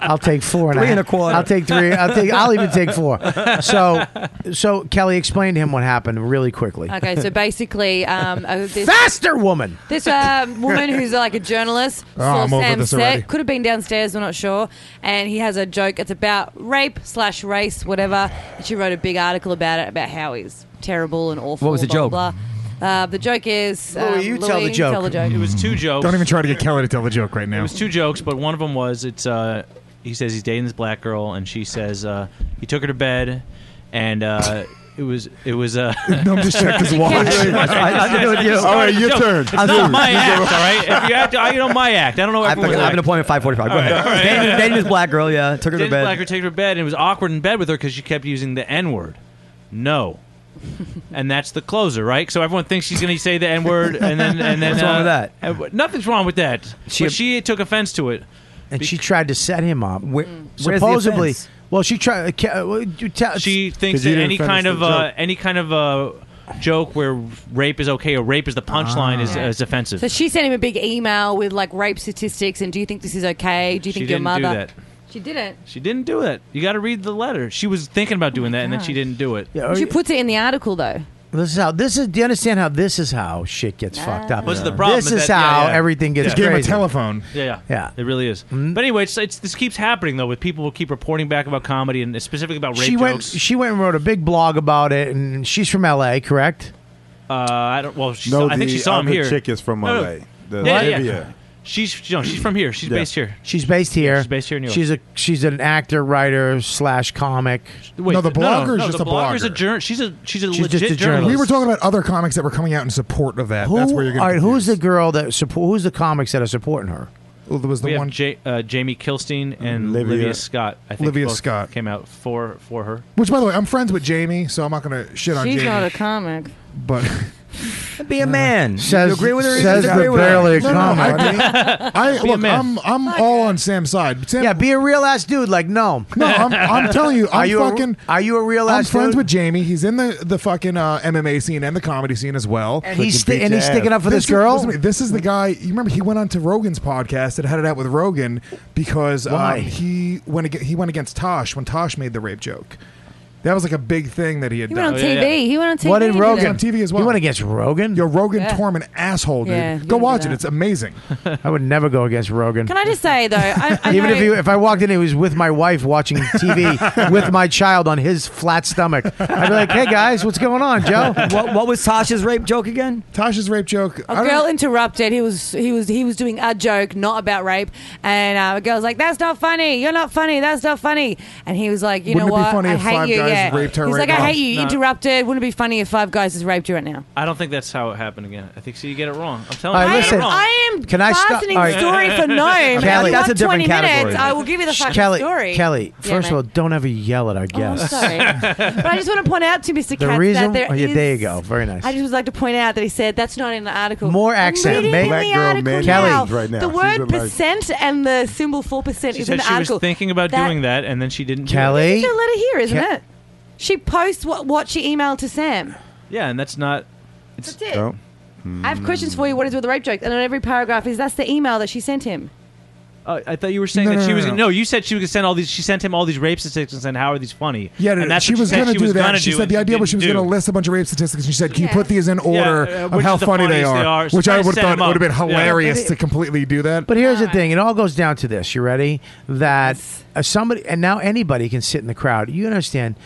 [SPEAKER 11] I'll take four.
[SPEAKER 23] Three and a
[SPEAKER 11] half.
[SPEAKER 23] quarter.
[SPEAKER 11] I'll take three. I'll take. I'll even take four. So, so Kelly, explain to him what happened really quickly.
[SPEAKER 12] Okay, so basically, um,
[SPEAKER 4] <laughs>
[SPEAKER 12] uh, this,
[SPEAKER 11] faster, woman.
[SPEAKER 12] This um, woman who's uh, like a journalist
[SPEAKER 11] <laughs> Oh,
[SPEAKER 12] saw
[SPEAKER 11] I'm over
[SPEAKER 12] Sam
[SPEAKER 11] this already.
[SPEAKER 12] set. Could have been downstairs. We're not sure. And he has a joke. It's about rape slash race, whatever. And she wrote a big article about it about how he's terrible and awful.
[SPEAKER 23] What was the
[SPEAKER 12] blah,
[SPEAKER 23] joke?
[SPEAKER 12] Blah. blah. Uh, the joke is um, Louis,
[SPEAKER 13] It was two jokes.
[SPEAKER 6] Mm-hmm. Don't even try to get Kelly to tell the joke right
[SPEAKER 13] It
[SPEAKER 6] <laughs> now.
[SPEAKER 13] was two jokes, but one of them was it's uh he says he's dating this black girl and she says uh he took her to bed and uh it was it was uh <laughs>
[SPEAKER 6] No, I'm just checking his watch.
[SPEAKER 11] <laughs>
[SPEAKER 6] <laughs> I- I'm with you. All right, your turn.
[SPEAKER 13] It's not
[SPEAKER 6] You
[SPEAKER 13] my
[SPEAKER 6] go.
[SPEAKER 13] act, all
[SPEAKER 23] <laughs>
[SPEAKER 13] right? If you act, I, you know my act. I don't know
[SPEAKER 23] I have, to, I
[SPEAKER 13] everyone's
[SPEAKER 23] have
[SPEAKER 13] act.
[SPEAKER 23] an appointment at 545. Go ahead. Dating, dating this black girl, yeah. Took her to
[SPEAKER 13] James
[SPEAKER 23] bed.
[SPEAKER 13] Blacker took her to bed and it was awkward in bed with her because she kept using the N word. <laughs> No. and that's the closer, right? So everyone thinks she's going to say the N word, and then and then
[SPEAKER 23] What's wrong with that?
[SPEAKER 13] uh, and- nothing's wrong with that.
[SPEAKER 11] She-
[SPEAKER 13] She but she took offense to it.
[SPEAKER 11] And she tried to set him up.
[SPEAKER 13] Mm. where's the
[SPEAKER 11] Supposedly.
[SPEAKER 13] offense?
[SPEAKER 11] Well, she tried. Ke- uh, you tell-
[SPEAKER 13] She thinks that any kind of uh, any kind of uh, joke where rape is okay or rape is the punchline is,
[SPEAKER 12] Ah.
[SPEAKER 13] is offensive.
[SPEAKER 12] So she sent him a big email with like rape statistics and do you think this is okay? Do you
[SPEAKER 13] She
[SPEAKER 12] think your
[SPEAKER 13] didn't
[SPEAKER 12] mother?
[SPEAKER 13] do that.
[SPEAKER 12] She didn't.
[SPEAKER 13] She didn't do it. You got to read the letter. She was thinking about doing that, and then she didn't do it.
[SPEAKER 11] Oh,
[SPEAKER 12] she puts it in the article though.
[SPEAKER 11] This is how this is. Do you understand how this is how shit gets fucked up?
[SPEAKER 13] What's the problem
[SPEAKER 11] This
[SPEAKER 13] is
[SPEAKER 11] is
[SPEAKER 13] that- yeah,
[SPEAKER 11] how
[SPEAKER 13] yeah.
[SPEAKER 11] everything gets
[SPEAKER 13] Just
[SPEAKER 11] crazy.
[SPEAKER 13] give him a telephone. Yeah, yeah,
[SPEAKER 11] Yeah.
[SPEAKER 13] It really is. But anyway, it's, it's this keeps happening though. With people who keep reporting back about comedy and specifically about rape
[SPEAKER 11] She went.
[SPEAKER 13] jokes.
[SPEAKER 11] She went and wrote a big blog about it, and she's from L.A. Correct?
[SPEAKER 13] Uh, I don't. Well, she
[SPEAKER 11] No,
[SPEAKER 13] saw, I think
[SPEAKER 11] the
[SPEAKER 13] she saw him
[SPEAKER 11] other
[SPEAKER 13] here.
[SPEAKER 11] chick is from
[SPEAKER 13] No, no.
[SPEAKER 11] LA, the
[SPEAKER 13] yeah, yeah.
[SPEAKER 11] Olivia.
[SPEAKER 13] She's no, she's from here. She's
[SPEAKER 11] Yeah.
[SPEAKER 13] based here.
[SPEAKER 11] She's based here. she's
[SPEAKER 13] based here in New York.
[SPEAKER 11] She's a she's an actor, writer slash comic.
[SPEAKER 13] Wait, no, the blogger's a jour- She's a she's a
[SPEAKER 11] She's
[SPEAKER 13] legit
[SPEAKER 11] just a
[SPEAKER 13] journalist.
[SPEAKER 11] journalist.
[SPEAKER 6] We were talking about other comics that were coming out in support of that.
[SPEAKER 11] Who,
[SPEAKER 6] That's where you're
[SPEAKER 11] all
[SPEAKER 6] going.
[SPEAKER 11] right, who's the girl that support? Who's the comics that are supporting her?
[SPEAKER 6] Well, there was the
[SPEAKER 13] we
[SPEAKER 6] one-
[SPEAKER 13] have Ja- uh, Jamie Kilstein and
[SPEAKER 11] Olivia-
[SPEAKER 13] Olivia, Scott. I think
[SPEAKER 6] Olivia
[SPEAKER 13] both
[SPEAKER 6] Scott.
[SPEAKER 13] came out for for her.
[SPEAKER 6] Which, by the way, I'm friends with Jamie, so I'm not going to shit on
[SPEAKER 12] She's
[SPEAKER 6] Jamie.
[SPEAKER 12] not a comic.
[SPEAKER 6] but
[SPEAKER 23] Be a man.
[SPEAKER 6] Says-
[SPEAKER 23] you agree with her?
[SPEAKER 6] says
[SPEAKER 23] disagree
[SPEAKER 6] the
[SPEAKER 23] with her?
[SPEAKER 6] barely
[SPEAKER 23] No, no,
[SPEAKER 6] comic.
[SPEAKER 23] I agree.
[SPEAKER 6] I
[SPEAKER 23] Be a
[SPEAKER 6] look,
[SPEAKER 23] man.
[SPEAKER 6] I'm I'm all on Sam's side. Sam,
[SPEAKER 11] Yeah, be a real ass dude. Like no,
[SPEAKER 6] no, I'm, I'm telling you,
[SPEAKER 11] <laughs>
[SPEAKER 6] I'm
[SPEAKER 11] are you
[SPEAKER 6] fucking.
[SPEAKER 11] A, are you a real
[SPEAKER 6] I'm
[SPEAKER 11] ass
[SPEAKER 6] friends
[SPEAKER 11] dude?
[SPEAKER 6] with Jamie. He's in the the fucking uh, MMA scene and the comedy scene as well.
[SPEAKER 11] And he's sti- and he's sticking up for this
[SPEAKER 6] is-
[SPEAKER 11] girl? Mm.
[SPEAKER 6] listen to me, this is the guy. You remember he went on to Rogan's podcast and had it out with Rogan because
[SPEAKER 11] Why?
[SPEAKER 6] um, he went against, he went against Tosh when Tosh made the rape joke. That was like a big thing that he had
[SPEAKER 12] He
[SPEAKER 6] done.
[SPEAKER 12] went on TV. He went on TV.
[SPEAKER 6] What did
[SPEAKER 12] and did
[SPEAKER 6] Rogan
[SPEAKER 12] it.
[SPEAKER 6] on TV as well? You went
[SPEAKER 11] against Rogan?
[SPEAKER 6] Yo, Rogan
[SPEAKER 12] Yeah.
[SPEAKER 6] tore him an asshole, dude.
[SPEAKER 12] Yeah, you
[SPEAKER 6] Go
[SPEAKER 12] did
[SPEAKER 6] watch
[SPEAKER 12] that.
[SPEAKER 6] it. It's amazing.
[SPEAKER 11] I would never go against Rogan.
[SPEAKER 12] Can I just say though? I,
[SPEAKER 11] <laughs>
[SPEAKER 12] I
[SPEAKER 11] Even
[SPEAKER 12] know,
[SPEAKER 11] if you, if I walked in, and he was with my wife watching TV with my child on his flat stomach. I'd be like, "Hey guys, what's going on, Joe?"
[SPEAKER 23] What, what was Tasha's rape joke again?
[SPEAKER 6] Tasha's rape joke.
[SPEAKER 12] A girl interrupted. He was he was he was doing a joke, not about rape. And uh, a girl's like, "That's not funny. You're not funny. That's not funny." And he was like, "You
[SPEAKER 6] Wouldn't
[SPEAKER 12] know
[SPEAKER 6] it be
[SPEAKER 12] what?
[SPEAKER 6] funny
[SPEAKER 12] I
[SPEAKER 6] if
[SPEAKER 12] hate
[SPEAKER 6] five
[SPEAKER 12] you."
[SPEAKER 6] guys
[SPEAKER 12] yeah.
[SPEAKER 6] raped her
[SPEAKER 12] He's
[SPEAKER 6] right
[SPEAKER 12] like,
[SPEAKER 6] now?
[SPEAKER 12] "I hate you. You
[SPEAKER 13] No.
[SPEAKER 12] interrupted. Wouldn't it be funny if five guys has raped you right now?"
[SPEAKER 13] I don't think that's how it happened again. I think see you get it wrong. I'm telling
[SPEAKER 11] All
[SPEAKER 13] you,
[SPEAKER 11] right,
[SPEAKER 13] you
[SPEAKER 11] listen.
[SPEAKER 13] get it wrong.
[SPEAKER 11] Can I stop?
[SPEAKER 12] fastening
[SPEAKER 11] all
[SPEAKER 12] the story for Noam.
[SPEAKER 11] Kelly,
[SPEAKER 12] I've got 20 minutes. I will give you the
[SPEAKER 11] Shh,
[SPEAKER 12] fucking
[SPEAKER 11] Kelly,
[SPEAKER 12] story.
[SPEAKER 11] Kelly,
[SPEAKER 12] Yeah,
[SPEAKER 11] first
[SPEAKER 12] mate. Oh,
[SPEAKER 11] of all, don't ever yell at our guests.
[SPEAKER 12] sorry. <laughs> but I just want to point out to Mr.
[SPEAKER 11] the
[SPEAKER 12] Katz
[SPEAKER 11] reason,
[SPEAKER 12] that there
[SPEAKER 11] oh, yeah,
[SPEAKER 12] is-
[SPEAKER 11] there you go. Very nice.
[SPEAKER 12] I just would like to point out that he said that's not in the article.
[SPEAKER 11] More
[SPEAKER 12] I'm
[SPEAKER 11] accent,
[SPEAKER 12] reading
[SPEAKER 11] mate.
[SPEAKER 12] the
[SPEAKER 11] Black girl
[SPEAKER 12] article
[SPEAKER 11] man
[SPEAKER 12] now.
[SPEAKER 11] is right now.
[SPEAKER 12] The
[SPEAKER 11] She's
[SPEAKER 12] word
[SPEAKER 11] been like-
[SPEAKER 12] percent and the symbol four percent
[SPEAKER 13] She
[SPEAKER 12] is
[SPEAKER 13] said
[SPEAKER 12] in the
[SPEAKER 13] she
[SPEAKER 12] article.
[SPEAKER 13] was thinking about
[SPEAKER 12] That-
[SPEAKER 13] doing that, and then she didn't. do it.
[SPEAKER 11] Kelly?
[SPEAKER 12] It's a letter here, isn't
[SPEAKER 11] Ca-
[SPEAKER 12] it? She posts what, what she emailed to Sam.
[SPEAKER 13] Yeah, and that's not. It's,
[SPEAKER 12] That's it. I have questions for you. What is with the rape joke? And on every paragraph is that's the email that she sent him.
[SPEAKER 13] Uh, I thought you were saying
[SPEAKER 6] No,
[SPEAKER 13] that
[SPEAKER 6] no,
[SPEAKER 13] she
[SPEAKER 6] no,
[SPEAKER 13] was.
[SPEAKER 6] no.
[SPEAKER 13] No. you said she was gonna send all these. She sent him all these rape statistics and said, "How are these funny?"
[SPEAKER 6] Yeah,
[SPEAKER 13] and that's
[SPEAKER 6] she
[SPEAKER 13] what
[SPEAKER 6] was
[SPEAKER 13] said
[SPEAKER 6] going to
[SPEAKER 13] she
[SPEAKER 6] do
[SPEAKER 13] was
[SPEAKER 6] that.
[SPEAKER 13] gonna
[SPEAKER 6] She
[SPEAKER 13] do
[SPEAKER 6] said the
[SPEAKER 13] and
[SPEAKER 6] idea was she was
[SPEAKER 13] didn't
[SPEAKER 6] going to
[SPEAKER 13] do.
[SPEAKER 6] list a bunch of rape statistics, and she said, "Can you put these in order
[SPEAKER 13] uh,
[SPEAKER 6] of
[SPEAKER 13] which
[SPEAKER 6] how
[SPEAKER 13] is the
[SPEAKER 6] funny they
[SPEAKER 13] funniest
[SPEAKER 6] are?"
[SPEAKER 13] they are.
[SPEAKER 6] Which I
[SPEAKER 13] Somebody
[SPEAKER 6] would have
[SPEAKER 13] set
[SPEAKER 6] thought
[SPEAKER 13] them
[SPEAKER 6] it would have
[SPEAKER 13] up.
[SPEAKER 6] been
[SPEAKER 13] Yeah.
[SPEAKER 6] hilarious
[SPEAKER 13] But it-
[SPEAKER 6] to completely do that.
[SPEAKER 11] But here's the thing: it all goes down to this. You ready? That uh, somebody, and now anybody can sit in the crowd. You understand?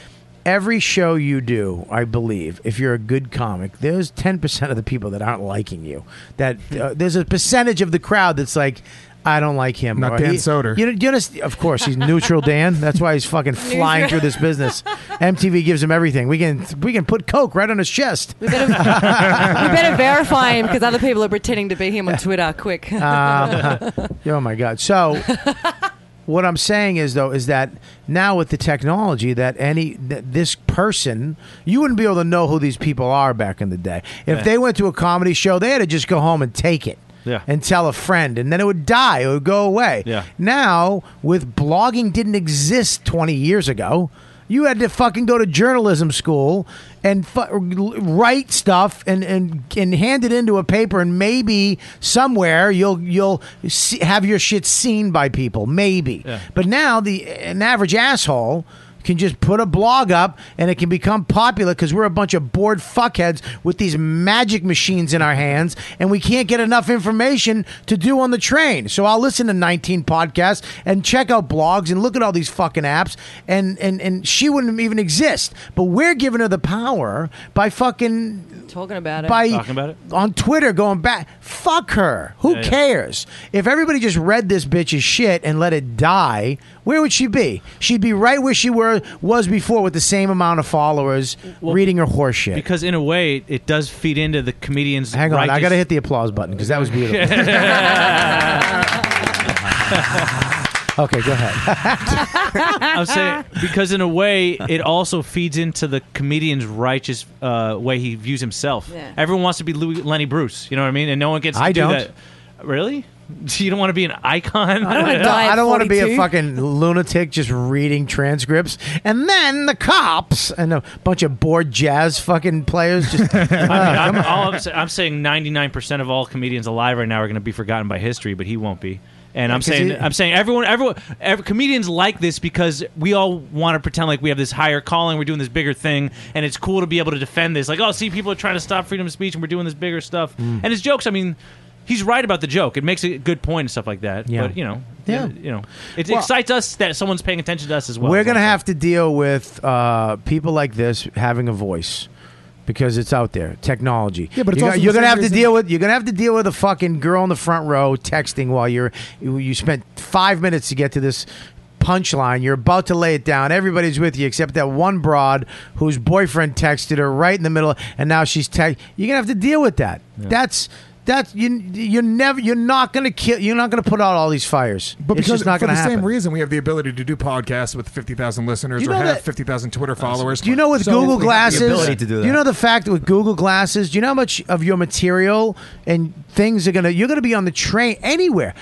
[SPEAKER 11] Every show you do, I believe, if you're a good comic, there's ten percent of the people that aren't liking you. That uh, there's a percentage of the crowd that's like.
[SPEAKER 4] I don't like him.
[SPEAKER 6] Not
[SPEAKER 4] bro.
[SPEAKER 6] Dan
[SPEAKER 4] He-
[SPEAKER 6] Soder.
[SPEAKER 4] You, you understand? Of course, he's neutral Dan. That's why he's fucking flying
[SPEAKER 12] <laughs>
[SPEAKER 4] through this business. MTV gives him everything. We can we can put coke right on his chest.
[SPEAKER 12] We better, we better verify him because other people are pretending to be him on Twitter. Quick.
[SPEAKER 4] Um, oh my god. So what I'm saying is though is that now with the technology that any th- this person you wouldn't be able to know who these people are back in the day. If
[SPEAKER 13] Yeah.
[SPEAKER 4] they went to a comedy show, they had to just go home and take it.
[SPEAKER 13] Yeah.
[SPEAKER 4] And tell a friend, and then it would die. It would go away.
[SPEAKER 13] Yeah.
[SPEAKER 4] Now, Oh, with blogging didn't exist 20 years ago, you had to fucking go to journalism school and fu- write stuff and, and and hand it into a paper and maybe somewhere you'll you'll see, have your shit seen by people maybe.
[SPEAKER 13] Yeah.
[SPEAKER 4] But now the an average asshole can just put a blog up and it can become popular because we're a bunch of bored fuckheads with these magic machines in our hands and we can't get enough information to do on the train. So I'll listen to 19 podcasts and check out blogs and look at all these fucking apps and and and she wouldn't even exist. But we're giving her the power by fucking
[SPEAKER 12] <laughs> Talking about it.
[SPEAKER 4] by
[SPEAKER 13] Talking about it?
[SPEAKER 4] on Twitter going back. Fuck her.
[SPEAKER 13] Yeah,
[SPEAKER 4] Who
[SPEAKER 13] yeah.
[SPEAKER 4] cares? If everybody just read this bitch's shit and let it die, where would she be? She'd be right where she were was before with the same amount of followers reading her horse shit.
[SPEAKER 13] Because in a way, it does feed into the comedian's.
[SPEAKER 4] Hang on, I
[SPEAKER 13] righteous-
[SPEAKER 4] got to hit the applause button because that was
[SPEAKER 13] <laughs>
[SPEAKER 4] beautiful. <laughs> okay, go ahead.
[SPEAKER 13] <laughs> I'm saying because in a way, it also feeds into the comedian's righteous uh, way he views himself.
[SPEAKER 4] Yeah.
[SPEAKER 13] Everyone wants to be Louis, Lenny Bruce, you know what I mean? And no one gets. To
[SPEAKER 4] I
[SPEAKER 13] do
[SPEAKER 4] don't.
[SPEAKER 13] That. Really? <laughs> You don't want to be an icon.
[SPEAKER 4] I
[SPEAKER 13] <laughs>
[SPEAKER 4] don't, want to be a fucking lunatic just reading transcripts. And then the cops and a bunch of bored jazz fucking players just.
[SPEAKER 13] I
[SPEAKER 4] Ah,
[SPEAKER 13] mean,
[SPEAKER 4] <laughs> come
[SPEAKER 13] I'm,
[SPEAKER 4] on.
[SPEAKER 13] all I'm, sa- I'm saying 99% of all comedians alive right now are going to be forgotten by history, but he won't be. And
[SPEAKER 4] Yeah,
[SPEAKER 13] I'm
[SPEAKER 4] 'cause
[SPEAKER 13] saying,
[SPEAKER 4] he-
[SPEAKER 13] I'm saying everyone, everyone, every, comedians like this because we all want to pretend like we have this higher calling, we're doing this bigger thing, and it's cool to be able to defend this. Like, oh, see, people are trying to stop freedom of speech, and we're doing this bigger stuff.
[SPEAKER 4] Hmm.
[SPEAKER 13] And his jokes, I mean, he's right about the joke. It makes a good point and stuff like that.
[SPEAKER 4] Yeah.
[SPEAKER 13] But you know,
[SPEAKER 4] Yeah.
[SPEAKER 13] it- you know, it
[SPEAKER 4] Well-
[SPEAKER 13] excites us that someone's paying attention to us as well.
[SPEAKER 4] We're going to have to deal with uh, people like this having a voice because it's out there, technology.
[SPEAKER 6] Yeah, but it's
[SPEAKER 4] you
[SPEAKER 6] also
[SPEAKER 4] you're
[SPEAKER 6] the
[SPEAKER 4] gonna
[SPEAKER 6] same
[SPEAKER 4] have
[SPEAKER 6] reason-
[SPEAKER 4] to deal with you're gonna have to deal with a fucking girl in the front row texting while you're you you spent five minutes to get to this punchline. You're about to lay it down. Everybody's with you except that one broad whose boyfriend texted her right in the middle, and now she's text. You're gonna have to deal with that. That's. That's you. You're never. You're not gonna kill. You're not gonna put out all these fires.
[SPEAKER 6] But
[SPEAKER 4] it's
[SPEAKER 6] because
[SPEAKER 4] just not
[SPEAKER 6] for
[SPEAKER 4] gonna
[SPEAKER 6] the
[SPEAKER 4] happen.
[SPEAKER 6] same reason, we have the ability to do podcasts with 50,000 listeners
[SPEAKER 4] You know
[SPEAKER 6] or have
[SPEAKER 4] that-
[SPEAKER 6] 50,000 Twitter followers.
[SPEAKER 4] Do you know with
[SPEAKER 6] So
[SPEAKER 4] Google
[SPEAKER 6] we have
[SPEAKER 4] Glasses?
[SPEAKER 6] the ability to do
[SPEAKER 4] you
[SPEAKER 6] that.
[SPEAKER 4] know the fact that with Google Glasses? Do you know how much of your material and things are gonna? You're gonna be on the train anywhere.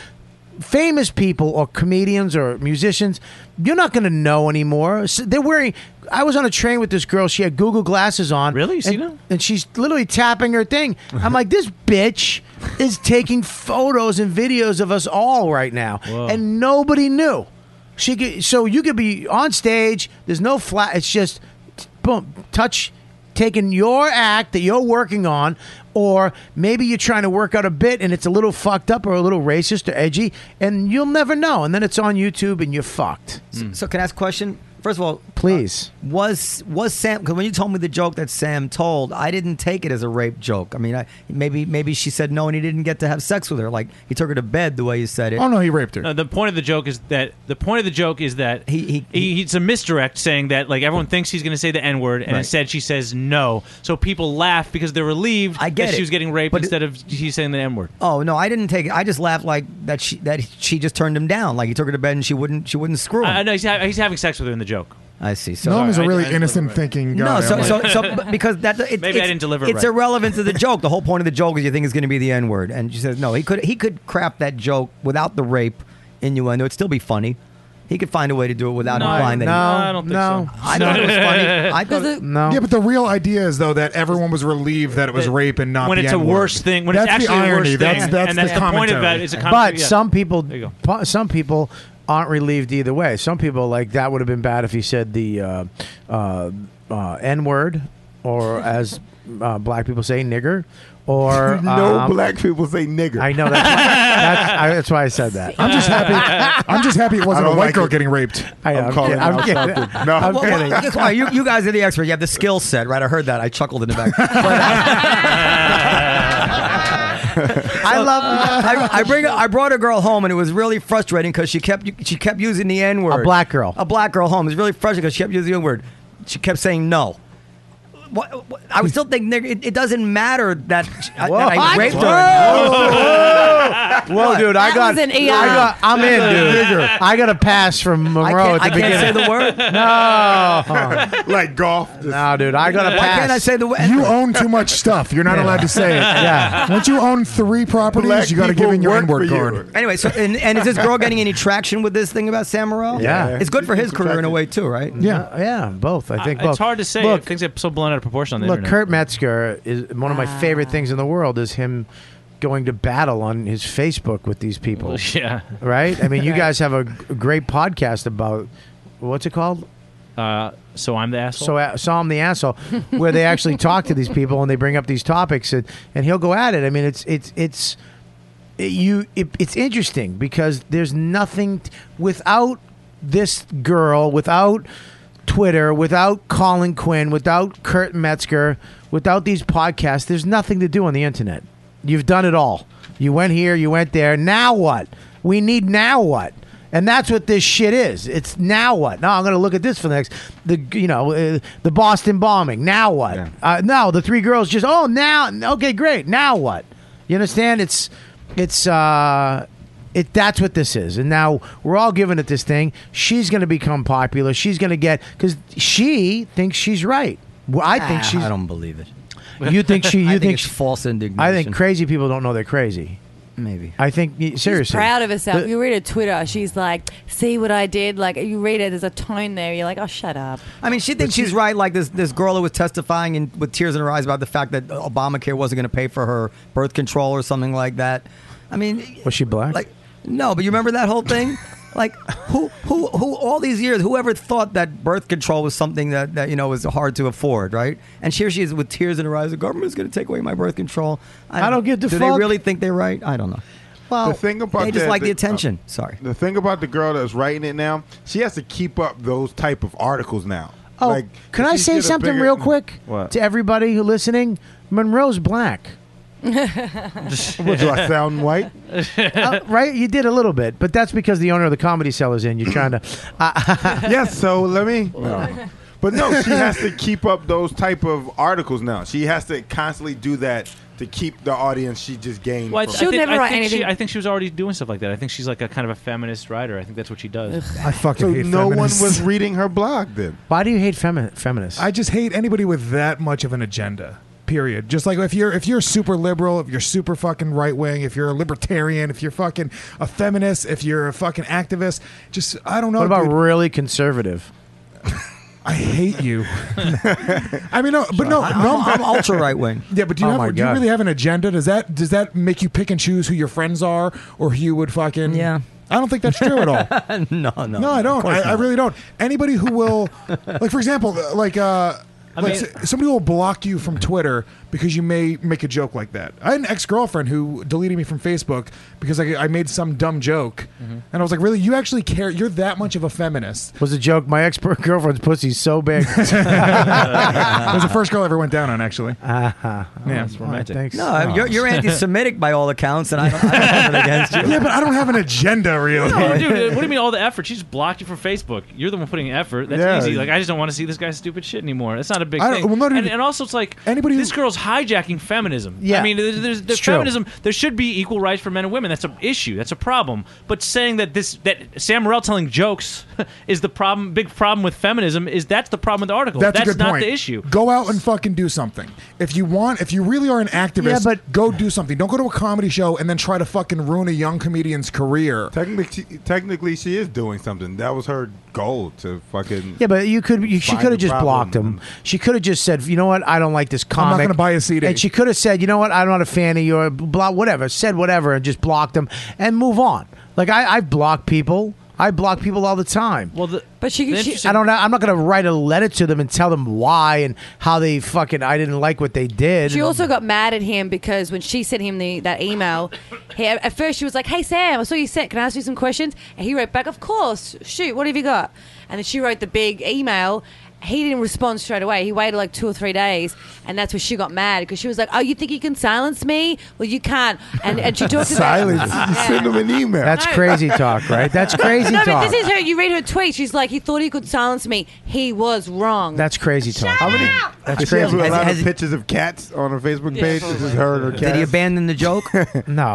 [SPEAKER 4] Famous people or comedians or musicians, you're not gonna know anymore. So they're wearing. I was on a train with this girl. She had Google glasses on. Really? You
[SPEAKER 13] seen
[SPEAKER 4] and, and she's literally tapping her thing. I'm like, this bitch is taking photos and videos of us all right now, and nobody knew. She could, so you could be on stage. There's no flat. It's just boom, touch, taking your act that you're working on, or maybe you're trying to work out a bit and it's a little fucked up or a little racist or edgy, and you'll never know. And then it's on YouTube and you're fucked.
[SPEAKER 11] So can I ask a question? First of all, uh,
[SPEAKER 4] please.
[SPEAKER 11] was was Sam? Because when you told me the joke that Sam told, I didn't take it as a rape joke. I mean, I, maybe maybe she said no, and he didn't get to have sex with her. Like he took her to bed the way you said it.
[SPEAKER 6] Oh no, he raped her.
[SPEAKER 13] No, the point of the joke is that the point of the joke is that he, he, it's a misdirect saying that like everyone thinks he's going to say the n word and
[SPEAKER 11] Right.
[SPEAKER 13] instead she says no, so people laugh because they're relieved I
[SPEAKER 11] get
[SPEAKER 13] that
[SPEAKER 11] it,
[SPEAKER 13] she was getting raped instead of he's saying the n word.
[SPEAKER 11] Oh no, I didn't take it. I just laughed like that. She that she just turned him down. Like he took her to bed and she wouldn't she wouldn't screw him.
[SPEAKER 13] I know Uh, he's, ha- he's having sex with her in the joke.
[SPEAKER 11] I see. So
[SPEAKER 6] Norm is a
[SPEAKER 13] Sorry, I-
[SPEAKER 6] really
[SPEAKER 13] I-
[SPEAKER 6] innocent thinking guy.
[SPEAKER 11] no, so,
[SPEAKER 6] I'm
[SPEAKER 11] so,
[SPEAKER 6] like-
[SPEAKER 11] so
[SPEAKER 13] <laughs>
[SPEAKER 11] but because that it,
[SPEAKER 13] Maybe I
[SPEAKER 11] it's-
[SPEAKER 13] didn't deliver it
[SPEAKER 11] It's
[SPEAKER 13] right.
[SPEAKER 11] irrelevant to
[SPEAKER 13] <laughs>
[SPEAKER 11] the joke. The whole point of the joke is you think it's going to be the N word, and she says no. He could he could crap that joke without the rape innuendo. It'd still be funny. He could find a way to do it without
[SPEAKER 6] No,
[SPEAKER 11] implying that.
[SPEAKER 6] no,
[SPEAKER 11] he,
[SPEAKER 6] I don't think no. so.
[SPEAKER 11] I thought it was funny.
[SPEAKER 6] <laughs>
[SPEAKER 11] I thought it, no.
[SPEAKER 6] Yeah, but the real idea is though that everyone was relieved that it was rape and not
[SPEAKER 13] when
[SPEAKER 6] the
[SPEAKER 13] it's a
[SPEAKER 6] N-word.
[SPEAKER 13] worse thing- when it's
[SPEAKER 6] That's the
[SPEAKER 13] actually a worse
[SPEAKER 6] irony.
[SPEAKER 13] thing,
[SPEAKER 6] That's, that's
[SPEAKER 13] and that's the point of that,
[SPEAKER 6] commentary.
[SPEAKER 13] it's a
[SPEAKER 4] but some people, pu- some people aren't relieved either way. Some people like that would have been bad if he said the uh, uh, uh, N word, or <laughs> as uh, black people say, nigger,
[SPEAKER 6] <laughs>
[SPEAKER 4] or
[SPEAKER 24] No
[SPEAKER 13] Uh-huh.
[SPEAKER 4] um,
[SPEAKER 24] black people say nigger.
[SPEAKER 4] I know that's why, that's, I, that's why I said that.
[SPEAKER 6] I'm just happy. <laughs> I'm just happy it wasn't
[SPEAKER 4] I
[SPEAKER 6] a
[SPEAKER 4] don't
[SPEAKER 6] white
[SPEAKER 4] like
[SPEAKER 6] girl
[SPEAKER 4] it.
[SPEAKER 6] getting raped.
[SPEAKER 4] I know, I'm I'm calling kidding, I'm out kidding. <laughs> something. No. I'm
[SPEAKER 11] Well, well,
[SPEAKER 4] kidding.
[SPEAKER 11] that's why you, you guys are the expert. You have the skill uh, set, right? I heard that. I chuckled in the back. But, I love. I, I bring. I brought a girl home, and it was really frustrating because she kept she kept using the N word.
[SPEAKER 25] A black girl.
[SPEAKER 11] A black girl home. It was really frustrating because she kept using the N word. She kept saying no. What, what- I was still thinking nigga, it, it doesn't matter that, I- that I
[SPEAKER 25] What?
[SPEAKER 11] raped her.
[SPEAKER 25] Whoa! Whoa, dude, I
[SPEAKER 11] That
[SPEAKER 25] got,
[SPEAKER 11] was an
[SPEAKER 25] I
[SPEAKER 12] E
[SPEAKER 11] ER.
[SPEAKER 12] um,
[SPEAKER 25] got, I'm in, dude.
[SPEAKER 11] Nigger.
[SPEAKER 25] I got a pass from Monroe at
[SPEAKER 11] can't-
[SPEAKER 25] the
[SPEAKER 11] I
[SPEAKER 25] beginning.
[SPEAKER 11] can't say the word?
[SPEAKER 25] No, like golf. No, dude, I got a pass.
[SPEAKER 6] Why can't I say
[SPEAKER 11] the
[SPEAKER 6] You own too much stuff. You're not
[SPEAKER 25] Yeah.
[SPEAKER 6] allowed to say
[SPEAKER 13] <laughs>
[SPEAKER 6] it.
[SPEAKER 25] Yeah.
[SPEAKER 6] Once you own three properties,
[SPEAKER 11] Black
[SPEAKER 6] you got to give
[SPEAKER 11] people
[SPEAKER 6] in your
[SPEAKER 11] work
[SPEAKER 6] N-word
[SPEAKER 11] for you.
[SPEAKER 6] card.
[SPEAKER 11] Anyway, so and, and is this girl getting any traction with this thing about Sam Morril?
[SPEAKER 25] Yeah.
[SPEAKER 11] it's good for his career in a way too, right?
[SPEAKER 25] Yeah, yeah, both. I think
[SPEAKER 13] I-
[SPEAKER 25] both.
[SPEAKER 13] it's hard to say.
[SPEAKER 25] Look,
[SPEAKER 13] Things get so blown out of proportion on the
[SPEAKER 4] Look,
[SPEAKER 13] internet.
[SPEAKER 4] Kurt Metzger is one of my favorite things in the world is him going to battle on his Facebook with these people.
[SPEAKER 13] <laughs> Yeah.
[SPEAKER 4] Right? I mean, you
[SPEAKER 13] Right.
[SPEAKER 4] guys have a g- great podcast about what's it called?
[SPEAKER 13] Uh, so I'm the asshole.
[SPEAKER 4] So, uh, so I'm the asshole, where they actually talk to these people and they bring up these topics and, and he'll go at it. I mean, it's it's it's it- you it, it's interesting because there's nothing t- without this girl, without Twitter, without Colin Quinn, without Kurt Metzger, without these podcasts. There's nothing to do on the internet. You've done it all. You went here, you went there. Now what? We need now what? And that's what this shit is. It's now what? Now I'm going to look at this for the next, the you know, uh, the Boston bombing. Now what? Uh, no, the three girls just. Oh, now okay, great. Now what? You understand? It's it's uh, it. That's what this is. And now we're all giving it this thing. She's going to become popular. She's going to get because she thinks she's right. Well, I think
[SPEAKER 11] Ah,
[SPEAKER 4] she's.
[SPEAKER 11] I don't believe it. <laughs>
[SPEAKER 4] You think she? You
[SPEAKER 11] I think,
[SPEAKER 4] think
[SPEAKER 11] it's
[SPEAKER 4] she-
[SPEAKER 11] false indignation?
[SPEAKER 4] I think crazy people don't know they're crazy.
[SPEAKER 11] Maybe.
[SPEAKER 4] I think y- seriously.
[SPEAKER 12] She's proud of herself.
[SPEAKER 4] The-
[SPEAKER 12] you read her Twitter. She's like, "See what I did." Like you read it, there's a tone there. You're like, "Oh, shut up."
[SPEAKER 11] I mean, she thinks she's right. Like this, this girl who was testifying and with tears in her eyes about the fact that Obamacare wasn't going to pay for her birth control or something like that. I mean,
[SPEAKER 4] was she black?
[SPEAKER 11] Like, no, but you remember that whole thing? like, who, who, who? All these years, whoever thought that birth control was something that, that you know was hard to afford, right? And here she is with tears in her eyes. The government's going to take away my birth control.
[SPEAKER 15] I don't give the
[SPEAKER 11] Do
[SPEAKER 15] fuck.
[SPEAKER 11] they really think they're right? I don't know. Well,
[SPEAKER 15] the thing about
[SPEAKER 11] they just
[SPEAKER 15] that- uh,
[SPEAKER 11] like the attention. Sorry.
[SPEAKER 15] The thing about the girl that's writing it now, she has to keep up those type of articles now.
[SPEAKER 4] Oh,
[SPEAKER 15] Like,
[SPEAKER 4] can
[SPEAKER 15] if
[SPEAKER 4] I
[SPEAKER 15] you
[SPEAKER 4] say
[SPEAKER 15] get a
[SPEAKER 4] something
[SPEAKER 15] bigger-
[SPEAKER 4] real quick
[SPEAKER 15] What?
[SPEAKER 4] to everybody who listening? Monroe's
[SPEAKER 15] <laughs>
[SPEAKER 4] black.
[SPEAKER 15] What, do I sound white?
[SPEAKER 4] Uh, right? You did a little bit, but that's because the owner of the comedy cellar's in. You're trying to.
[SPEAKER 15] <laughs>
[SPEAKER 4] <laughs>
[SPEAKER 15] yes, so let me. No. But no, she has to keep up those type of articles now. She has to constantly do that to keep the audience she just gained.
[SPEAKER 13] Well, I- I
[SPEAKER 15] from-
[SPEAKER 13] think- I think She, I think she was already doing stuff like that. I think she's like a kind of a feminist writer. I think that's what she does.
[SPEAKER 15] I fucking So hate no one feminists. was reading her blog then.
[SPEAKER 4] Why do you hate femi- feminists?
[SPEAKER 6] I just hate anybody with that much of an agenda. Period. Just like if you're if you're super liberal, if you're super fucking right wing, if you're a libertarian, if you're fucking a feminist, if you're a fucking activist, just I don't know.
[SPEAKER 4] what about
[SPEAKER 6] dude.
[SPEAKER 4] really conservative?
[SPEAKER 6] I hate you. <laughs> I mean, no, but no,
[SPEAKER 11] I'm-
[SPEAKER 6] no,
[SPEAKER 11] I'm ultra right-wing.
[SPEAKER 6] Yeah, but do you
[SPEAKER 11] Oh my
[SPEAKER 6] have? Do you
[SPEAKER 11] God.
[SPEAKER 6] really have an agenda? Does that does that make you pick and choose who your friends are or who you would fucking? Yeah, I don't think that's true at all.
[SPEAKER 11] <laughs> no, no,
[SPEAKER 6] No, I
[SPEAKER 11] of
[SPEAKER 6] don't.
[SPEAKER 11] course
[SPEAKER 6] I, I
[SPEAKER 11] not.
[SPEAKER 6] really don't. Anybody
[SPEAKER 11] <laughs>
[SPEAKER 6] who will, like for example, uh, like uh,
[SPEAKER 13] I
[SPEAKER 6] like
[SPEAKER 13] mean-
[SPEAKER 6] s- somebody will block you from Twitter because you may make a joke like that. I had an ex girlfriend who deleted me from Facebook because I, I made some dumb joke,
[SPEAKER 13] Mm-hmm.
[SPEAKER 6] and I was like, really, you actually care? You're that much of a feminist?
[SPEAKER 4] Was a joke. My ex <laughs> girlfriend's pussy's so big.
[SPEAKER 6] it
[SPEAKER 11] <laughs>
[SPEAKER 6] was the first girl I ever went down on, actually.
[SPEAKER 11] Um,
[SPEAKER 4] Uh-huh.
[SPEAKER 6] yeah,
[SPEAKER 4] that's romantic. thanks.
[SPEAKER 15] <laughs>
[SPEAKER 11] No,
[SPEAKER 15] Oh,
[SPEAKER 11] you're, you're anti-Semitic by all accounts, and I don't, I don't have it against you.
[SPEAKER 6] Yeah, but I don't have an agenda,
[SPEAKER 11] <laughs>
[SPEAKER 6] really.
[SPEAKER 13] No, dude, what do you mean all the effort? She just blocked you from Facebook. You're the one putting effort. That's
[SPEAKER 6] Yeah.
[SPEAKER 13] easy. Like I just don't want to see this guy's stupid shit anymore. That's not a big
[SPEAKER 6] I don't-
[SPEAKER 13] thing.
[SPEAKER 6] well, not
[SPEAKER 13] and,
[SPEAKER 6] even-
[SPEAKER 13] and also, it's like anybody this girl's hijacking feminism.
[SPEAKER 6] Yeah.
[SPEAKER 13] I mean, there's, there's, there's
[SPEAKER 6] true.
[SPEAKER 13] feminism. There should be equal rights for men and women. That's an issue. That's a problem. But saying that this that Sam Morril telling jokes <laughs> is the problem, big problem with feminism is that's the problem with the article.
[SPEAKER 6] That's, a good
[SPEAKER 13] not
[SPEAKER 6] point.
[SPEAKER 13] the issue.
[SPEAKER 6] Go out and fucking do something. If you want, if you really are an activist,
[SPEAKER 13] Yeah,
[SPEAKER 6] but go do something. Don't go to a comedy show and then try to fucking ruin a young comedian's career.
[SPEAKER 15] Technically, she, technically, she is doing something. That was her goal to fucking.
[SPEAKER 4] Yeah, but you could. You, she
[SPEAKER 15] Find
[SPEAKER 4] could
[SPEAKER 15] the
[SPEAKER 4] have just
[SPEAKER 15] problem
[SPEAKER 4] blocked him. She could have just said, "You know what? I don't like this
[SPEAKER 6] not
[SPEAKER 4] comic.
[SPEAKER 6] gonna buy a CD."
[SPEAKER 4] And she could have said, "You know what? I'm not a fan of your blah whatever." Said whatever and just blocked him and move on. Like I, I block people. I block people all the time.
[SPEAKER 13] Well, the,
[SPEAKER 12] but she,
[SPEAKER 4] I
[SPEAKER 12] she
[SPEAKER 4] don't know. I'm not going to write a letter to them and tell them why and how they fucking. I didn't like what they did.
[SPEAKER 12] She also got mad at him because when she sent him the, that email, he, at first she was like, "Hey Sam, I saw you sent. Can I ask you some questions?" And he wrote back, "Of course. Shoot, what have you got?" And then she wrote the big email, he didn't respond straight away. He waited like two or three days, and that's where she got mad because she was like, "Oh, you think you can silence me? Well, you can't." And, and she talked
[SPEAKER 2] Silence.
[SPEAKER 12] about
[SPEAKER 2] You send him an email.
[SPEAKER 4] That's
[SPEAKER 12] No.
[SPEAKER 4] crazy talk, right?
[SPEAKER 12] <laughs>
[SPEAKER 4] That's crazy
[SPEAKER 12] no,
[SPEAKER 4] talk.
[SPEAKER 12] but this is her. You read her tweet. She's like, "He thought he could silence me. He was wrong."
[SPEAKER 4] That's crazy talk.
[SPEAKER 12] Shut up!
[SPEAKER 4] That's
[SPEAKER 2] She has
[SPEAKER 4] crazy.
[SPEAKER 2] a lot
[SPEAKER 4] Has-
[SPEAKER 2] of pictures of cats on her Facebook page. This is her and her
[SPEAKER 11] Did he
[SPEAKER 2] cat.
[SPEAKER 11] abandon the joke?
[SPEAKER 4] no.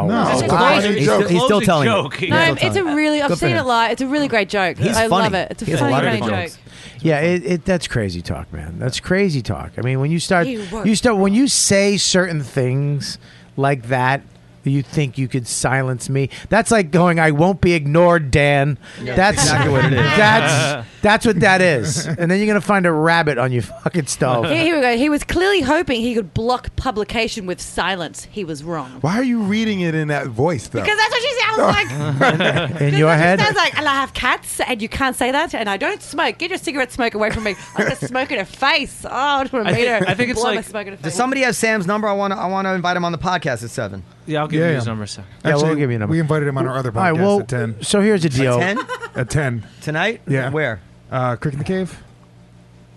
[SPEAKER 2] No. It's
[SPEAKER 11] He's
[SPEAKER 2] a
[SPEAKER 11] still,
[SPEAKER 2] closing
[SPEAKER 11] he's
[SPEAKER 2] joke.
[SPEAKER 11] still- he's still
[SPEAKER 2] Closing
[SPEAKER 11] telling.
[SPEAKER 2] joke.
[SPEAKER 11] it. He's
[SPEAKER 12] No,
[SPEAKER 11] still telling
[SPEAKER 12] Um, it's a really. I've
[SPEAKER 4] Good for
[SPEAKER 12] seen
[SPEAKER 4] him.
[SPEAKER 12] it live. It's a really great joke.
[SPEAKER 11] He's
[SPEAKER 12] I
[SPEAKER 11] funny.
[SPEAKER 12] love it. It's a
[SPEAKER 11] He has a
[SPEAKER 12] funny,
[SPEAKER 11] lot of
[SPEAKER 12] great
[SPEAKER 11] good
[SPEAKER 12] joke.
[SPEAKER 11] jokes.
[SPEAKER 4] Yeah, it, it, that's crazy talk, man. That's crazy talk. I mean, when you start,
[SPEAKER 12] He worked
[SPEAKER 4] you start when you say certain things like that. You think you could silence me? That's like going, "I won't be ignored, Dan."
[SPEAKER 26] Yeah,
[SPEAKER 4] that's
[SPEAKER 26] exactly what it is.
[SPEAKER 4] <laughs> That's that's what that is. And then you're gonna find a rabbit on your fucking stove.
[SPEAKER 12] Here, here we go. He was clearly hoping he could block publication with silence. He was wrong.
[SPEAKER 2] Why are you reading it in that voice, though?
[SPEAKER 12] Because that's what she sounds like.
[SPEAKER 4] In your head,
[SPEAKER 12] Sounds like, and I have cats, and you can't say that, and I don't smoke. Get your cigarette smoke away from me. I'm gonna smoke in her face. Oh, I want to meet her. Blow my smoke in her
[SPEAKER 11] Does
[SPEAKER 12] face.
[SPEAKER 11] somebody have Sam's number? I want to. I want to invite him on the podcast at seven.
[SPEAKER 13] Yeah, I'll give
[SPEAKER 6] Yeah,
[SPEAKER 13] you
[SPEAKER 6] yeah.
[SPEAKER 13] his number. Sir.
[SPEAKER 4] yeah,
[SPEAKER 6] Actually,
[SPEAKER 4] we'll give you a number.
[SPEAKER 6] We invited him on our other podcast
[SPEAKER 4] All right, well,
[SPEAKER 6] at 10.
[SPEAKER 4] So here's the deal.
[SPEAKER 11] Ten
[SPEAKER 6] <laughs> At 10.
[SPEAKER 11] tonight.
[SPEAKER 6] Yeah.
[SPEAKER 11] Where?
[SPEAKER 6] Uh, Crick in the Cave.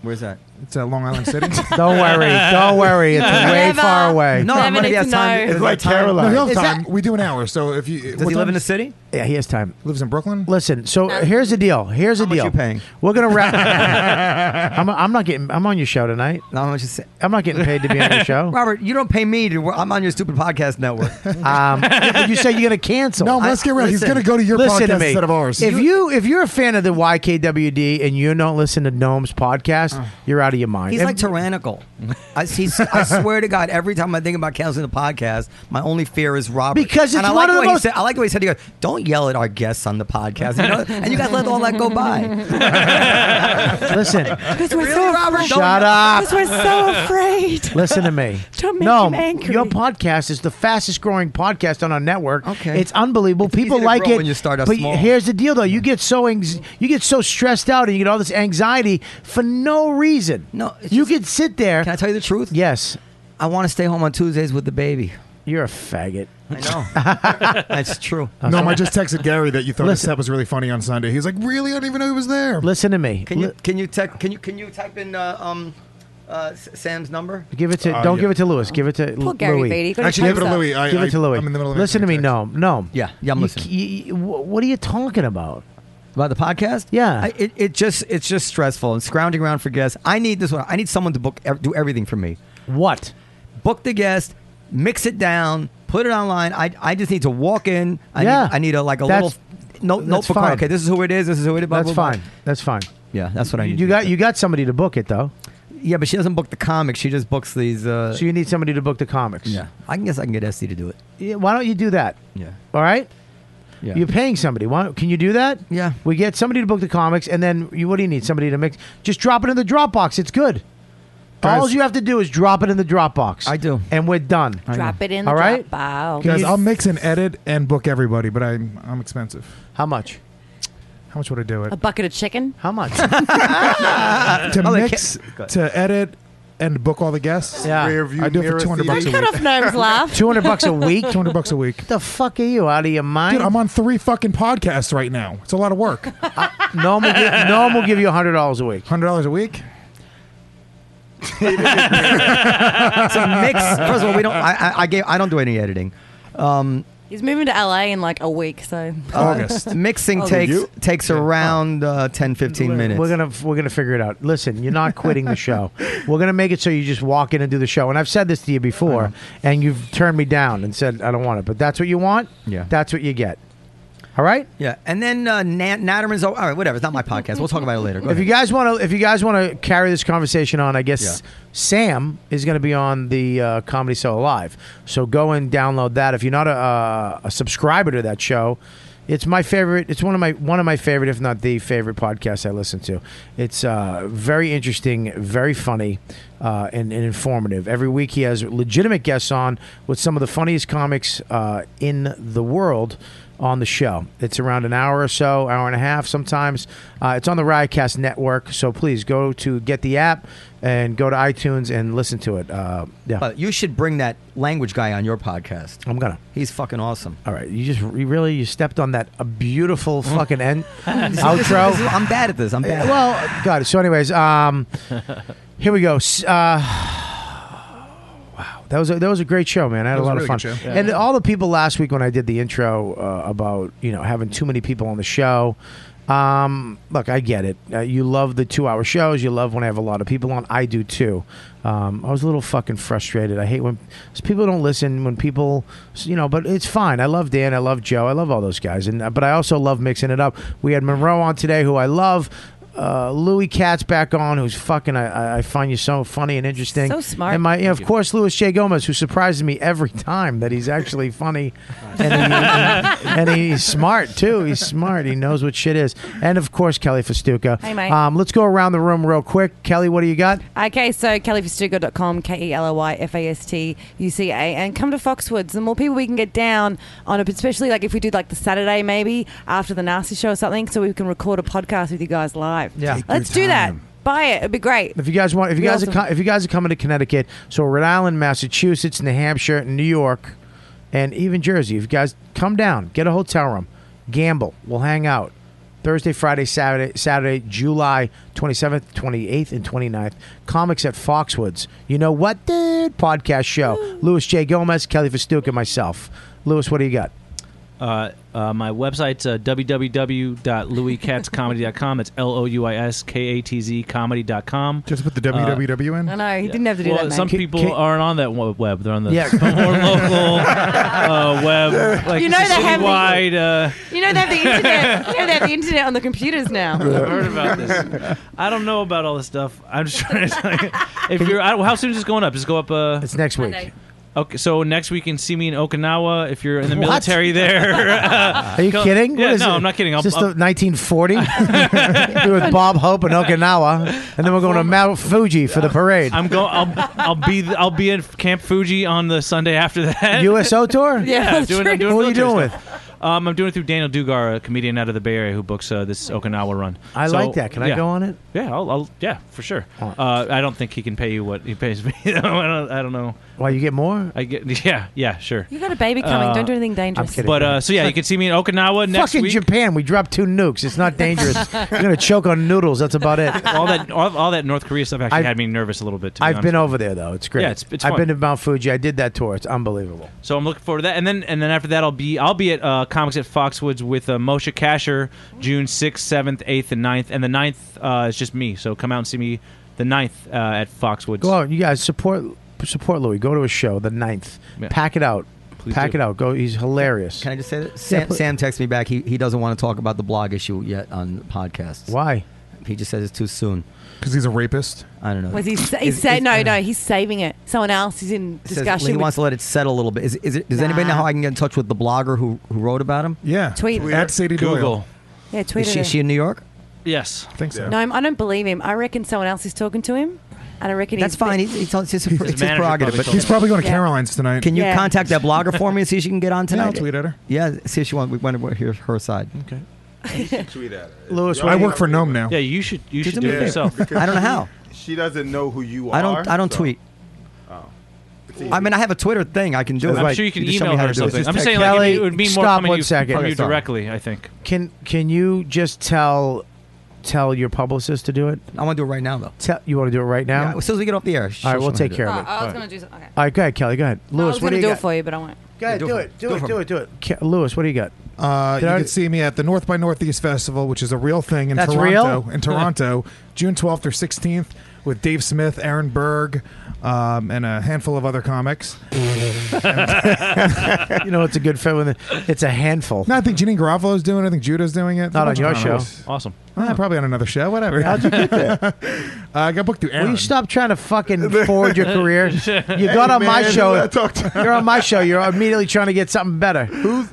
[SPEAKER 11] Where's that?
[SPEAKER 6] It's at Long Island City.
[SPEAKER 4] Don't worry. Don't worry. It's way
[SPEAKER 12] <laughs> Never.
[SPEAKER 4] far away.
[SPEAKER 11] No, I'm
[SPEAKER 12] Seven
[SPEAKER 11] gonna be
[SPEAKER 12] is
[SPEAKER 11] out time.
[SPEAKER 12] no.
[SPEAKER 11] is
[SPEAKER 2] It's
[SPEAKER 11] there
[SPEAKER 2] like
[SPEAKER 11] time?
[SPEAKER 6] no,
[SPEAKER 2] Caroline.
[SPEAKER 6] he'll have
[SPEAKER 4] Is that-
[SPEAKER 6] time. we do an hour. So if you.
[SPEAKER 11] Does
[SPEAKER 6] what
[SPEAKER 11] he live in
[SPEAKER 6] time-
[SPEAKER 11] the city?
[SPEAKER 4] Yeah, he has time.
[SPEAKER 6] Lives in Brooklyn?
[SPEAKER 4] Listen, so here's the deal. Here's the
[SPEAKER 11] How much
[SPEAKER 4] deal.
[SPEAKER 11] you paying?
[SPEAKER 4] We're
[SPEAKER 6] <laughs>
[SPEAKER 4] gonna wrap. I'm, I'm not getting. I'm on your show tonight.
[SPEAKER 11] No, I'm just saying.
[SPEAKER 4] I'm not getting paid to be on
[SPEAKER 11] <laughs>
[SPEAKER 4] your show.
[SPEAKER 11] Robert, you don't pay me to. I'm on your stupid podcast network.
[SPEAKER 4] Um, but you say you're gonna cancel.
[SPEAKER 6] No, let's get real. He's
[SPEAKER 11] listen,
[SPEAKER 6] going to go to your
[SPEAKER 4] listen to
[SPEAKER 6] podcast
[SPEAKER 4] me.
[SPEAKER 6] instead of ours.
[SPEAKER 4] If you if you're a fan of the YKWd and you don't listen to Gnome's podcast,
[SPEAKER 6] Uh.
[SPEAKER 4] you're out of your mind.
[SPEAKER 11] He's
[SPEAKER 4] And-
[SPEAKER 11] like tyrannical. I, he's, I swear to God, every time I think about canceling the podcast, my only fear is Robert.
[SPEAKER 4] Because it's
[SPEAKER 11] and I
[SPEAKER 4] one
[SPEAKER 11] like
[SPEAKER 4] of the
[SPEAKER 11] what he
[SPEAKER 4] most-
[SPEAKER 11] Said, I like the way he said, he goes, don't yell at our guests on the podcast. You know? and you guys let all that go by.
[SPEAKER 4] <laughs>
[SPEAKER 11] <laughs>
[SPEAKER 4] listen,
[SPEAKER 12] Because we're
[SPEAKER 11] Really,
[SPEAKER 12] so
[SPEAKER 11] Robert?
[SPEAKER 12] afraid.
[SPEAKER 11] Don't-
[SPEAKER 4] shut up.
[SPEAKER 12] Because we're so
[SPEAKER 4] <laughs>
[SPEAKER 12] afraid.
[SPEAKER 4] Listen to me.
[SPEAKER 12] <laughs> Don't make
[SPEAKER 4] no,
[SPEAKER 12] him angry.
[SPEAKER 4] your podcast is the fastest growing podcast on our network.
[SPEAKER 11] Okay.
[SPEAKER 4] it's unbelievable. People
[SPEAKER 11] easy to
[SPEAKER 4] like
[SPEAKER 11] grow
[SPEAKER 4] it.
[SPEAKER 11] when you start out
[SPEAKER 4] but
[SPEAKER 11] small.
[SPEAKER 4] here's the deal, though: you get so anx- you get so stressed out, and you get all this anxiety for no reason.
[SPEAKER 11] No, it's
[SPEAKER 4] you
[SPEAKER 11] just-
[SPEAKER 4] could sit there.
[SPEAKER 11] Can I tell you the truth?
[SPEAKER 4] yes,
[SPEAKER 11] I want to stay home on Tuesdays with the baby.
[SPEAKER 4] you're a faggot.
[SPEAKER 11] I know. That's true.
[SPEAKER 6] no, I just texted Gary that you thought this
[SPEAKER 4] Listen.
[SPEAKER 6] set was really funny on Sunday. He's like, really? I don't even know he was there.
[SPEAKER 4] Listen to me.
[SPEAKER 11] Can you
[SPEAKER 4] L-
[SPEAKER 11] can you tec- can you can you type in uh, um uh, S- Sam's number?
[SPEAKER 4] give it to?
[SPEAKER 6] Uh,
[SPEAKER 4] don't
[SPEAKER 6] yeah.
[SPEAKER 4] give it to Lewis. Give it to
[SPEAKER 12] Poor
[SPEAKER 4] L-
[SPEAKER 12] Gary
[SPEAKER 4] Louis.
[SPEAKER 12] Beatty. Gotta
[SPEAKER 6] Actually,
[SPEAKER 12] type
[SPEAKER 6] give it to
[SPEAKER 12] up.
[SPEAKER 6] Louis. I,
[SPEAKER 4] give
[SPEAKER 6] I,
[SPEAKER 4] it to Louis.
[SPEAKER 6] I'm in the middle of
[SPEAKER 4] Listen to me.
[SPEAKER 6] No.
[SPEAKER 4] No, no.
[SPEAKER 11] Yeah, yeah, I'm
[SPEAKER 4] You
[SPEAKER 11] listening.
[SPEAKER 4] c- you- wh- what are you talking about?
[SPEAKER 11] About the podcast?
[SPEAKER 4] Yeah.
[SPEAKER 11] I, it, it just it's just stressful and scrounging around for guests. I need this one. I need someone to book ev- do everything for me.
[SPEAKER 4] What?
[SPEAKER 11] Book the guest, mix it down, put it online. I, I just need to walk in. I
[SPEAKER 4] Yeah.
[SPEAKER 11] need, I need a like a
[SPEAKER 4] That's-
[SPEAKER 11] little no,
[SPEAKER 4] that's
[SPEAKER 11] notebook.
[SPEAKER 4] fine.
[SPEAKER 11] Okay, this is who it is. This is who it is. Blah,
[SPEAKER 4] That's
[SPEAKER 11] blah, blah.
[SPEAKER 4] fine. That's fine.
[SPEAKER 11] Yeah, that's what I need.
[SPEAKER 4] You
[SPEAKER 11] to
[SPEAKER 4] got
[SPEAKER 11] do.
[SPEAKER 4] you got somebody to book it though,
[SPEAKER 11] Yeah, but she doesn't book the comics. She just books these. Uh,
[SPEAKER 4] so you need somebody to book the comics.
[SPEAKER 11] yeah, I can guess I can get SD to do it.
[SPEAKER 4] Yeah, Why don't you do that?
[SPEAKER 11] Yeah,
[SPEAKER 4] All right.
[SPEAKER 11] yeah.
[SPEAKER 4] You're paying somebody. Why, can you do that?
[SPEAKER 11] Yeah.
[SPEAKER 4] We get somebody to book the comics, and then you, what do you need? Somebody to mix. Just drop it in the Dropbox. It's good. All
[SPEAKER 6] Guys-
[SPEAKER 4] you have to do is drop it in the Dropbox.
[SPEAKER 11] I do.
[SPEAKER 4] And we're done.
[SPEAKER 12] Drop it in
[SPEAKER 4] All
[SPEAKER 12] the
[SPEAKER 4] right.
[SPEAKER 12] Dropbox.
[SPEAKER 6] Guys,
[SPEAKER 4] you-
[SPEAKER 6] I'll mix and edit and book everybody, but I'm I'm expensive.
[SPEAKER 4] How much?
[SPEAKER 6] How much would I do it?
[SPEAKER 12] A bucket of chicken.
[SPEAKER 4] How
[SPEAKER 11] <laughs>
[SPEAKER 4] much?
[SPEAKER 6] to
[SPEAKER 11] oh, they
[SPEAKER 6] mix, to edit, and book all the guests.
[SPEAKER 4] Yeah.
[SPEAKER 2] Rear view
[SPEAKER 6] I do it for
[SPEAKER 2] mirror
[SPEAKER 6] 200 bucks a
[SPEAKER 2] seating.
[SPEAKER 6] week.
[SPEAKER 27] Cut off Gnome's laugh.
[SPEAKER 4] Two hundred bucks
[SPEAKER 11] <laughs>
[SPEAKER 4] a week.
[SPEAKER 6] Two hundred bucks a week.
[SPEAKER 4] the fuck are you out of your mind?
[SPEAKER 6] Dude, I'm on three fucking podcasts right now. It's a lot of work.
[SPEAKER 4] no, one will give, no one will give you hundred dollars a week.
[SPEAKER 6] Hundred dollars a week.
[SPEAKER 4] <laughs>
[SPEAKER 11] mix. First of all, we don't. I, I, I gave. I don't do any editing.
[SPEAKER 12] He's moving to LA in like a week, so
[SPEAKER 6] Uh,
[SPEAKER 11] August mixing
[SPEAKER 12] Oh,
[SPEAKER 11] takes
[SPEAKER 2] you?
[SPEAKER 11] takes around uh, 10, 15 minutes.
[SPEAKER 4] We're gonna we're gonna figure it out. Listen, you're not quitting
[SPEAKER 11] <laughs>
[SPEAKER 4] the show. We're gonna make it so you just walk in and do the show. And I've said this to you
[SPEAKER 11] Uh-huh.
[SPEAKER 4] before, and you've turned me down and said I don't want it. But that's what you want.
[SPEAKER 11] Yeah.
[SPEAKER 4] That's what you get. All right.
[SPEAKER 11] yeah, and then uh, Nat- Natterman's.
[SPEAKER 23] oh,
[SPEAKER 11] All right, whatever. It's not my podcast. We'll talk about it later. Go
[SPEAKER 4] If you
[SPEAKER 11] ahead.
[SPEAKER 4] guys want to, if you guys want to carry this conversation on, I guess
[SPEAKER 11] Yeah.
[SPEAKER 4] Sam is going to be on the uh, Comedy Cell Live. So go and download that. If you're not a, uh, a subscriber to that show, it's my favorite. It's one of my one of my favorite, if not the favorite podcast I listen to. It's uh, very interesting, very funny. uh, and, and informative. Every week he has legitimate guests on with some of the funniest comics uh, in the world on the show. It's around an hour or so, hour and a half sometimes. Uh, it's on the Riotcast network, so please go to get the app and go to iTunes and listen to it. Uh, yeah,
[SPEAKER 23] But you should bring that language guy on your podcast.
[SPEAKER 4] I'm gonna.
[SPEAKER 23] He's fucking awesome.
[SPEAKER 4] All right, you just you really you stepped on that
[SPEAKER 23] <laughs>
[SPEAKER 4] a beautiful fucking end outro.
[SPEAKER 23] This is- I'm bad at <laughs> this. I'm bad.
[SPEAKER 4] Well, God. So,
[SPEAKER 23] <laughs>
[SPEAKER 4] anyways, um, here we go. S- Uh, wow, that was a, that was a great show, man. I had
[SPEAKER 6] That
[SPEAKER 4] a
[SPEAKER 6] was
[SPEAKER 4] lot
[SPEAKER 6] a really
[SPEAKER 4] of
[SPEAKER 6] good
[SPEAKER 4] fun.
[SPEAKER 6] show.
[SPEAKER 4] And all the people last week when I did the intro uh, about you know having too many people on the show. Um, look, I get it. Uh, you love the two-hour shows. You love when I have a lot of people on. I do too. Um, I was a little fucking frustrated. I hate when 'cause people don't listen. When people, you know, but it's fine. I love Dan. I love Joe. I love all those guys. And uh, but I also love mixing it up. We had Monroe on today, who I love. Uh, Louis Katz back on, who's fucking. I, I- I find you so funny and interesting,
[SPEAKER 12] So smart.
[SPEAKER 4] And my, you know,
[SPEAKER 12] Thank
[SPEAKER 4] of
[SPEAKER 12] you.
[SPEAKER 4] course, Louis J. Gomez, who surprises me every time that he's actually funny and, he- and he's smart too. He's smart. He knows what shit is. And of course, Kelly Festuca.
[SPEAKER 12] Hey, mate.
[SPEAKER 4] Um, let's go around the room real quick. Kelly, what do you got?
[SPEAKER 12] Okay, so kellyfastuca.com, K E L O Y F A S T U C A, and come to Foxwoods. The more people we can get down on it, especially like if we do like the Saturday maybe after the Nasty Show or something, so we can record a podcast with you guys live.
[SPEAKER 4] Yeah. Take your
[SPEAKER 12] let's do that.
[SPEAKER 4] time.
[SPEAKER 12] Buy it. It'd be great.
[SPEAKER 4] If you guys want, if you
[SPEAKER 12] We
[SPEAKER 4] guys are,
[SPEAKER 12] also-
[SPEAKER 4] co- if you guys are coming to Connecticut, so Rhode Island, Massachusetts, New Hampshire, and New York, and even Jersey, if you guys come down, get a hotel room, gamble, we'll hang out. Thursday, Friday, Saturday, Saturday, July 27th, 28th, and 29th. Comics at Foxwoods. You know what, dude? Podcast show. Louis J. Gomez, Kelly Festuca, and myself. Louis, what do you got?
[SPEAKER 13] Uh, uh, my website's uh, www.louiscatscomedy.com. It's L O U I S K A T Z comedy.com. Just put the
[SPEAKER 6] uh, www E in?
[SPEAKER 12] I know, he didn't have to do
[SPEAKER 13] well,
[SPEAKER 12] that.
[SPEAKER 13] some
[SPEAKER 12] mate.
[SPEAKER 13] people aren't on that w- web. They're on the
[SPEAKER 4] Yeah.
[SPEAKER 13] more <laughs> local uh, web. Like
[SPEAKER 12] You know
[SPEAKER 13] it's a
[SPEAKER 12] they have the-
[SPEAKER 13] citywide. Uh,
[SPEAKER 12] You know they have the internet. you know they have the internet on the computers
[SPEAKER 23] <laughs>
[SPEAKER 12] now.
[SPEAKER 13] I've <laughs> heard about this. I don't know about all this stuff. I'm just trying to tell you. If you're, I, how soon is this going up? Is this go up? Uh,
[SPEAKER 4] it's next week.
[SPEAKER 13] Okay, so next week you can see me in Okinawa if you're in the
[SPEAKER 4] What?
[SPEAKER 13] military there. <laughs>
[SPEAKER 4] Are you kidding?
[SPEAKER 13] Yeah,
[SPEAKER 4] What is
[SPEAKER 13] no,
[SPEAKER 4] it?
[SPEAKER 13] I'm not kidding.
[SPEAKER 4] Is
[SPEAKER 13] I'll,
[SPEAKER 4] this
[SPEAKER 13] I'll,
[SPEAKER 4] the
[SPEAKER 13] <laughs>
[SPEAKER 4] 1940? We're <laughs> with Bob Hope and Okinawa, and then we're going to Mount Fuji for the parade.
[SPEAKER 13] I'm go. I'll, I'll be. I'll be in Camp Fuji on the Sunday after that.
[SPEAKER 4] USO tour?
[SPEAKER 13] <laughs> Yeah, I'm doing, I'm doing
[SPEAKER 4] What are you doing
[SPEAKER 13] military
[SPEAKER 4] with?
[SPEAKER 13] stuff. Um, I'm doing it through Daniel Dugar, a comedian out of the Bay Area who books uh, this Okinawa run.
[SPEAKER 4] I
[SPEAKER 13] So,
[SPEAKER 4] like that. Can I
[SPEAKER 13] yeah.
[SPEAKER 4] go on it?
[SPEAKER 13] Yeah, I'll, I'll yeah for sure. Uh, I don't think he can pay you what he pays me. <laughs> I, don't, I don't know.
[SPEAKER 4] Why you get more?
[SPEAKER 13] I get <laughs> yeah yeah sure.
[SPEAKER 12] You got a baby coming.
[SPEAKER 13] Uh,
[SPEAKER 12] Don't do anything dangerous.
[SPEAKER 13] But uh, so yeah, you can see me in Okinawa next
[SPEAKER 4] Fucking
[SPEAKER 13] week.
[SPEAKER 4] Japan. We dropped two nukes. It's not
[SPEAKER 13] <laughs>
[SPEAKER 4] dangerous. You're gonna choke on noodles. That's about it.
[SPEAKER 13] all that all, all that North Korea stuff actually
[SPEAKER 4] I've-
[SPEAKER 13] had me nervous a little bit. To be
[SPEAKER 4] I've
[SPEAKER 13] honest
[SPEAKER 4] been
[SPEAKER 13] with you.
[SPEAKER 4] over there though. It's great.
[SPEAKER 13] Yeah, it's- it's
[SPEAKER 4] I've
[SPEAKER 13] fun.
[SPEAKER 4] been to Mount Fuji. I did that tour. It's unbelievable.
[SPEAKER 13] So I'm looking forward to that, and then and then after that I'll be I'll be at uh, Comics at Foxwoods with uh, Moshe Kasher June sixth, seventh, eighth, and 9th. and the 9th uh, is just me. So come out and see me the 9th uh, at Foxwoods.
[SPEAKER 4] Go out, you guys support support Louis. Go to a show the 9th.
[SPEAKER 13] Yeah.
[SPEAKER 4] Pack it out.
[SPEAKER 13] Please
[SPEAKER 4] Pack
[SPEAKER 13] do.
[SPEAKER 4] it out. Go. He's hilarious.
[SPEAKER 23] Can I just say that? Sam,
[SPEAKER 4] put-
[SPEAKER 23] Sam texts me back. He, he doesn't want to talk about the blog issue yet on podcasts.
[SPEAKER 4] Why?
[SPEAKER 23] He just says it's too soon.
[SPEAKER 6] Because he's a rapist?
[SPEAKER 23] I don't know.
[SPEAKER 12] Was he? Sa-
[SPEAKER 23] Is-
[SPEAKER 12] he's sa-
[SPEAKER 23] is-
[SPEAKER 12] no, no, he's saving it. Someone else is in
[SPEAKER 23] Says
[SPEAKER 12] discussion.
[SPEAKER 23] he
[SPEAKER 12] with-
[SPEAKER 23] wants to let it settle a little bit. Is, is it, does anybody know
[SPEAKER 12] Nah.
[SPEAKER 23] how I can get in touch with the blogger who, who wrote about him?
[SPEAKER 6] Yeah.
[SPEAKER 12] Tweet.
[SPEAKER 6] At Sadie Doyle.
[SPEAKER 13] Google.
[SPEAKER 12] yeah, tweet
[SPEAKER 23] Is
[SPEAKER 12] it.
[SPEAKER 23] she, is she in New York?
[SPEAKER 13] Yes, I
[SPEAKER 6] think so.
[SPEAKER 12] No, I don't believe him. I reckon someone else is talking to him, and I reckon
[SPEAKER 23] That's
[SPEAKER 12] he's
[SPEAKER 23] fine. He's, he's, it's his, it's his prerogative.
[SPEAKER 6] manager probably
[SPEAKER 23] But
[SPEAKER 6] told He's him. probably going to Caroline's tonight.
[SPEAKER 23] Can you
[SPEAKER 6] Yeah.
[SPEAKER 23] contact that blogger for me and see if she can get on
[SPEAKER 6] Yeah,
[SPEAKER 23] tonight?
[SPEAKER 6] I'll tweet at her.
[SPEAKER 23] Yeah, see if she wants. We want to hear her side.
[SPEAKER 13] Okay.
[SPEAKER 10] Tweet at her.
[SPEAKER 4] Louis,
[SPEAKER 10] what
[SPEAKER 6] I
[SPEAKER 10] do you-
[SPEAKER 6] work for Gnome now.
[SPEAKER 13] Yeah, you should you
[SPEAKER 23] Just
[SPEAKER 13] should
[SPEAKER 23] do me
[SPEAKER 13] do
[SPEAKER 23] a favor.
[SPEAKER 13] it yourself.
[SPEAKER 10] Because
[SPEAKER 23] I don't know
[SPEAKER 10] she-
[SPEAKER 23] how.
[SPEAKER 10] She doesn't know who you are.
[SPEAKER 23] I don't. I don't
[SPEAKER 10] so-
[SPEAKER 23] tweet.
[SPEAKER 10] Oh.
[SPEAKER 23] I mean, I have a Twitter thing. I can do
[SPEAKER 4] That's
[SPEAKER 23] it.
[SPEAKER 4] right.
[SPEAKER 13] I'm sure you can
[SPEAKER 23] just show me
[SPEAKER 13] email
[SPEAKER 23] how
[SPEAKER 13] her
[SPEAKER 23] to
[SPEAKER 13] or
[SPEAKER 23] do it.
[SPEAKER 13] something.
[SPEAKER 23] Just
[SPEAKER 13] I'm just
[SPEAKER 23] text
[SPEAKER 13] saying
[SPEAKER 23] me.
[SPEAKER 13] like,
[SPEAKER 4] Kelly,
[SPEAKER 13] it would mean more
[SPEAKER 4] stop
[SPEAKER 13] coming
[SPEAKER 4] one
[SPEAKER 13] you,
[SPEAKER 4] second.
[SPEAKER 13] from
[SPEAKER 4] Okay,
[SPEAKER 13] you
[SPEAKER 4] sorry.
[SPEAKER 13] directly. I think.
[SPEAKER 4] Can Can you just tell tell your publicist to do it?
[SPEAKER 23] I want to do it right now, though.
[SPEAKER 4] Tell you want to do it right now.
[SPEAKER 23] Yeah, as soon as we get off the air. she'll
[SPEAKER 4] All right,
[SPEAKER 23] show
[SPEAKER 4] we'll
[SPEAKER 23] me how to
[SPEAKER 4] take
[SPEAKER 23] do it.
[SPEAKER 4] care of
[SPEAKER 12] Oh,
[SPEAKER 4] it.
[SPEAKER 12] I was gonna do something.
[SPEAKER 4] All right, go ahead, Kelly. Go ahead,
[SPEAKER 12] I
[SPEAKER 4] Louis.
[SPEAKER 12] was
[SPEAKER 4] What do
[SPEAKER 12] gonna
[SPEAKER 4] you
[SPEAKER 12] do
[SPEAKER 4] got?
[SPEAKER 12] it for you, but I won't.
[SPEAKER 4] Go ahead,
[SPEAKER 23] Yeah, do
[SPEAKER 4] do
[SPEAKER 23] it
[SPEAKER 4] it,
[SPEAKER 23] for
[SPEAKER 4] do
[SPEAKER 23] me. Do
[SPEAKER 4] it,
[SPEAKER 23] it
[SPEAKER 4] do
[SPEAKER 23] for
[SPEAKER 4] it, do it. Ke- Louis, what do you got?
[SPEAKER 6] Uh,
[SPEAKER 4] Did
[SPEAKER 6] you
[SPEAKER 4] I-
[SPEAKER 6] can see me at the North by Northeast Festival, which is a real thing in
[SPEAKER 4] That's
[SPEAKER 6] Toronto.
[SPEAKER 4] real?
[SPEAKER 6] In
[SPEAKER 4] <laughs>
[SPEAKER 6] Toronto, June twelfth or sixteenth, with Dave Smith, Aaron Berg, um, and a handful of other comics.
[SPEAKER 4] you know, it's a good film. It's a handful.
[SPEAKER 6] No, I think Jeanine Garofalo's doing. it. I think Judo's doing it.
[SPEAKER 4] Not
[SPEAKER 6] There's a
[SPEAKER 4] on
[SPEAKER 6] bunch
[SPEAKER 4] your
[SPEAKER 6] of comics.
[SPEAKER 13] Awesome.
[SPEAKER 6] Ah, probably on another show, whatever.
[SPEAKER 4] How'd you get there?
[SPEAKER 6] uh, I got booked through Aaron.
[SPEAKER 4] Will you stop trying to fucking forward your career? You got on my
[SPEAKER 6] man,
[SPEAKER 4] show.
[SPEAKER 6] I talked to-
[SPEAKER 4] You're on my show. You're immediately trying to get something better. Who's?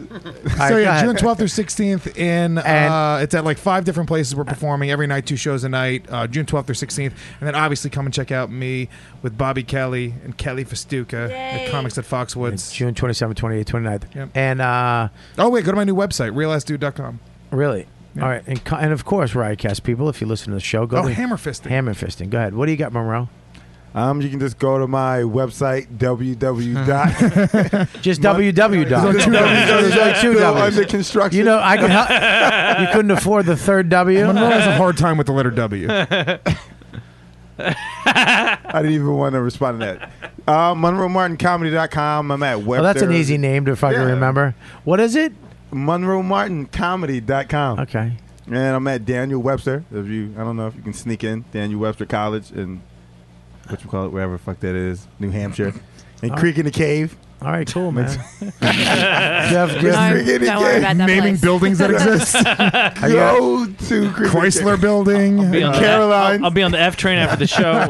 [SPEAKER 6] so yeah, June 12th through 16th in uh, it's at like five different places we're performing every night, two shows a night. Uh, June 12th through 16th, and then obviously come and check out me with Bobby Kelly and Kelly Festuca at Comics at Foxwoods.
[SPEAKER 4] June 27th, 28th, 29th.
[SPEAKER 6] Yep.
[SPEAKER 4] And uh,
[SPEAKER 6] oh wait, go to my new website, realassdude.com.
[SPEAKER 4] Really?
[SPEAKER 6] Yeah.
[SPEAKER 4] All right. And, co- and of course, Riotcast people, if you listen to the show, go
[SPEAKER 6] Oh,
[SPEAKER 4] to
[SPEAKER 6] hammer fisting.
[SPEAKER 4] Hammer fisting. Go ahead. What do you got, Monroe?
[SPEAKER 10] Um, you can just go to my website
[SPEAKER 23] <laughs>
[SPEAKER 10] www dot.
[SPEAKER 4] Just www. dot.
[SPEAKER 10] There's no two Ws.
[SPEAKER 6] <laughs>
[SPEAKER 4] There's no two
[SPEAKER 10] Still
[SPEAKER 4] Ws.
[SPEAKER 10] under construction.
[SPEAKER 4] You know, I could help. You couldn't afford the third W.
[SPEAKER 6] Monroe has a hard time with the letter W.
[SPEAKER 10] I didn't even want to respond to that. Uh, MonroeMartinComedy.com. I'm at Webster.
[SPEAKER 4] Well, that's an easy name to fucking remember. What is it?
[SPEAKER 10] MonroeMartinComedy.com.
[SPEAKER 4] Okay.
[SPEAKER 10] And I'm at Daniel Webster. If you, I don't know if you can sneak in Daniel Webster College and what you call it, wherever the fuck that is, New Hampshire, and
[SPEAKER 4] Oh.
[SPEAKER 10] Creek in the Cave.
[SPEAKER 4] All right,
[SPEAKER 10] <laughs>
[SPEAKER 4] cool, man.
[SPEAKER 10] Jeff,
[SPEAKER 4] Jeff-
[SPEAKER 5] don't worry about that
[SPEAKER 6] Naming
[SPEAKER 5] place.
[SPEAKER 10] <laughs>
[SPEAKER 6] buildings that exist.
[SPEAKER 4] you
[SPEAKER 10] Go to
[SPEAKER 11] <laughs>
[SPEAKER 10] Creek in the Cave.
[SPEAKER 6] Chrysler Building,
[SPEAKER 13] Be on the-
[SPEAKER 10] Caroline.
[SPEAKER 13] I'll, I'll be on the F train
[SPEAKER 4] <laughs>
[SPEAKER 13] after the show.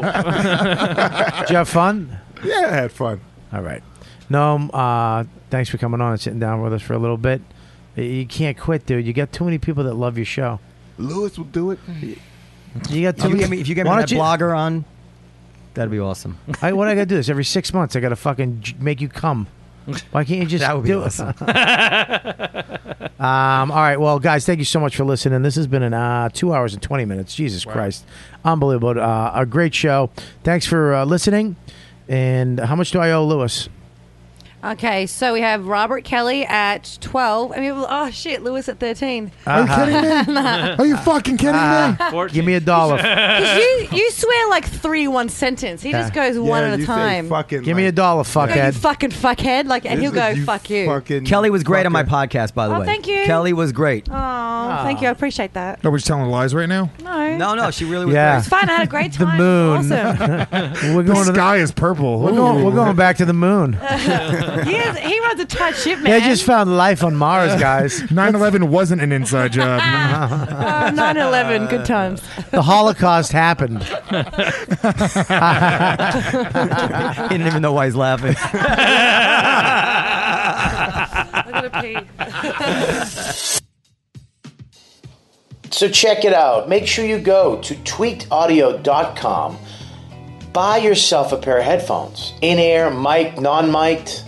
[SPEAKER 4] Did you have fun?
[SPEAKER 10] Yeah, I had fun.
[SPEAKER 4] All right. No, um, uh, thanks for coming on and sitting down with us for a little bit. Y- You can't quit, dude. You got too many people that love your show.
[SPEAKER 10] Lewis will do it.
[SPEAKER 4] You got too
[SPEAKER 23] If you
[SPEAKER 4] many.
[SPEAKER 23] get me, if you get me
[SPEAKER 4] Why
[SPEAKER 23] that
[SPEAKER 4] don't you-
[SPEAKER 23] blogger on, that'd be awesome.
[SPEAKER 4] <laughs> I, what I got to do is every six months I got to fucking j- make you come. Why can't you just
[SPEAKER 23] That would be
[SPEAKER 4] do
[SPEAKER 23] awesome.
[SPEAKER 4] it? um, all right, well, guys, thank you so much for listening. This has been an uh, two hours and twenty minutes. Jesus Christ, unbelievable! Uh, a great show. Thanks for uh, listening. And how much do I owe Lewis?
[SPEAKER 12] Okay, so we have Robert Kelly at 12. I mean, oh shit, Lewis at 13.
[SPEAKER 4] Uh,
[SPEAKER 6] Are you kidding me? Are you fucking kidding me?
[SPEAKER 4] Give me a
[SPEAKER 23] <laughs>
[SPEAKER 4] dollar.
[SPEAKER 12] 'Cause you, you swear like three in one sentence. He just goes one at a time.
[SPEAKER 10] Fucking.
[SPEAKER 4] Give me a dollar,
[SPEAKER 12] You go, you
[SPEAKER 4] fuckhead.
[SPEAKER 12] fucking fuckhead. Like, and he'll go, fuck you.
[SPEAKER 10] Fucking
[SPEAKER 23] Mm. Kelly was great on my podcast, by the
[SPEAKER 12] Oh,
[SPEAKER 23] way.
[SPEAKER 12] thank you.
[SPEAKER 23] Kelly was great.
[SPEAKER 12] Oh, thank you. I appreciate that.
[SPEAKER 6] Nobody's telling lies right now.
[SPEAKER 12] No.
[SPEAKER 23] No, no, she really was
[SPEAKER 4] Yeah.
[SPEAKER 12] It's fun. I had
[SPEAKER 4] <laughs>
[SPEAKER 12] a great time.
[SPEAKER 4] moon. <laughs>
[SPEAKER 12] Awesome.
[SPEAKER 4] we're
[SPEAKER 6] The
[SPEAKER 4] going to the,
[SPEAKER 6] sky is purple.
[SPEAKER 4] we're going, we're going back to the moon.
[SPEAKER 12] he, is, he runs a tight ship, man.
[SPEAKER 4] They just found life on Mars, guys.
[SPEAKER 6] 9/11 wasn't an inside
[SPEAKER 4] <laughs>
[SPEAKER 6] job.
[SPEAKER 12] oh, 9-11. Good times.
[SPEAKER 4] The Holocaust
[SPEAKER 23] <laughs>
[SPEAKER 4] happened.
[SPEAKER 23] he didn't even know why he's laughing.
[SPEAKER 12] I'm going to pee.
[SPEAKER 2] So check it out. Make sure you go to tweakedaudio.com. Buy yourself a pair of headphones. In-air, mic, non-mic'd,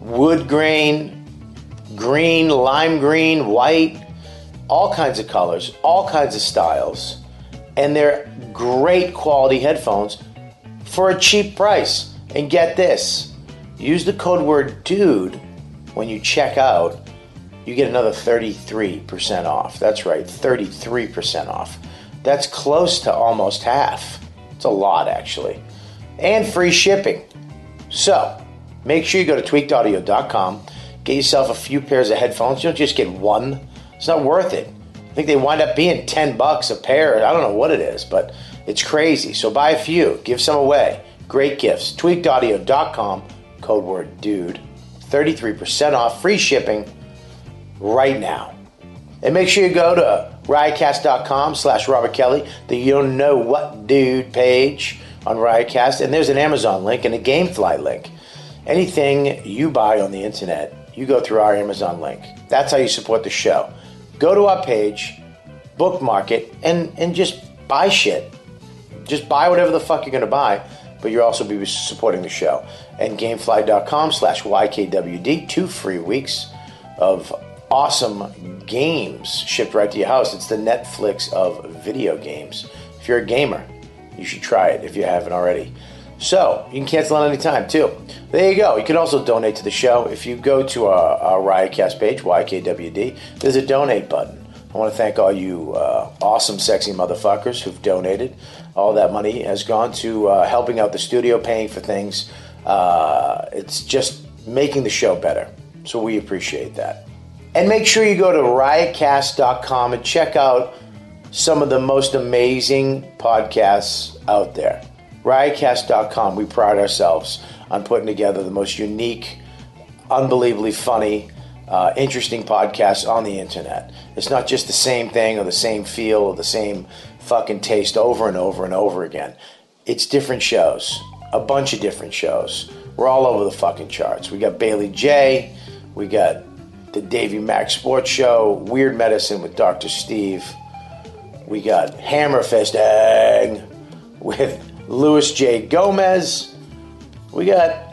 [SPEAKER 2] wood grain, green, lime green, white, all kinds of colors, all kinds of styles. And they're great quality headphones for a cheap price. And get this. Use the code word dude when you check out you get another 33% off. That's right, 33% off. That's close to almost half. It's a lot, actually. And free shipping. So, make sure you go to tweakedaudio.com, get yourself a few pairs of headphones. You don't just get one, it's not worth it. I think they wind up being 10 bucks a pair. I don't know what it is, but it's crazy. So, buy a few, give some away. Great gifts. Tweakedaudio.com, code word dude. 33% off, free shipping right now. And make sure you go to riotcast.com slash Robert Kelly, the You Don't Know What Dude page on Riotcast. And there's an Amazon link and a Gamefly link. Anything you buy on the internet, you go through our Amazon link. That's how you support the show. Go to our page, bookmark it, and, and just buy shit. Just buy whatever the fuck you're going to buy, but you'll also be supporting the show. And gamefly.com slash YKWD, two free weeks of awesome games shipped right to your house. It's the Netflix of video games. If you're a gamer, you should try it if you haven't already. So you can cancel at any time too. There you go. You can also donate to the show if you go to our, our Riotcast page, YKWd. There's a donate button. I want to thank all you uh, awesome, sexy motherfuckers who've donated. All that money has gone to uh, helping out the studio, paying for things. Uh, it's just making the show better. So we appreciate that. And make sure you go to riotcast.com and check out some of the most amazing podcasts out there. Riotcast.com, we pride ourselves on putting together the most unique, unbelievably funny, uh, interesting podcasts on the internet. It's not just the same thing or the same feel or the same fucking taste over and over and over again. It's different shows, a bunch of different shows. We're all over the fucking charts. We got Bailey J, we got the Davy Max Sports Show, Weird Medicine with Dr. Steve. We got Hammerfisting with Louis J. Gomez. We got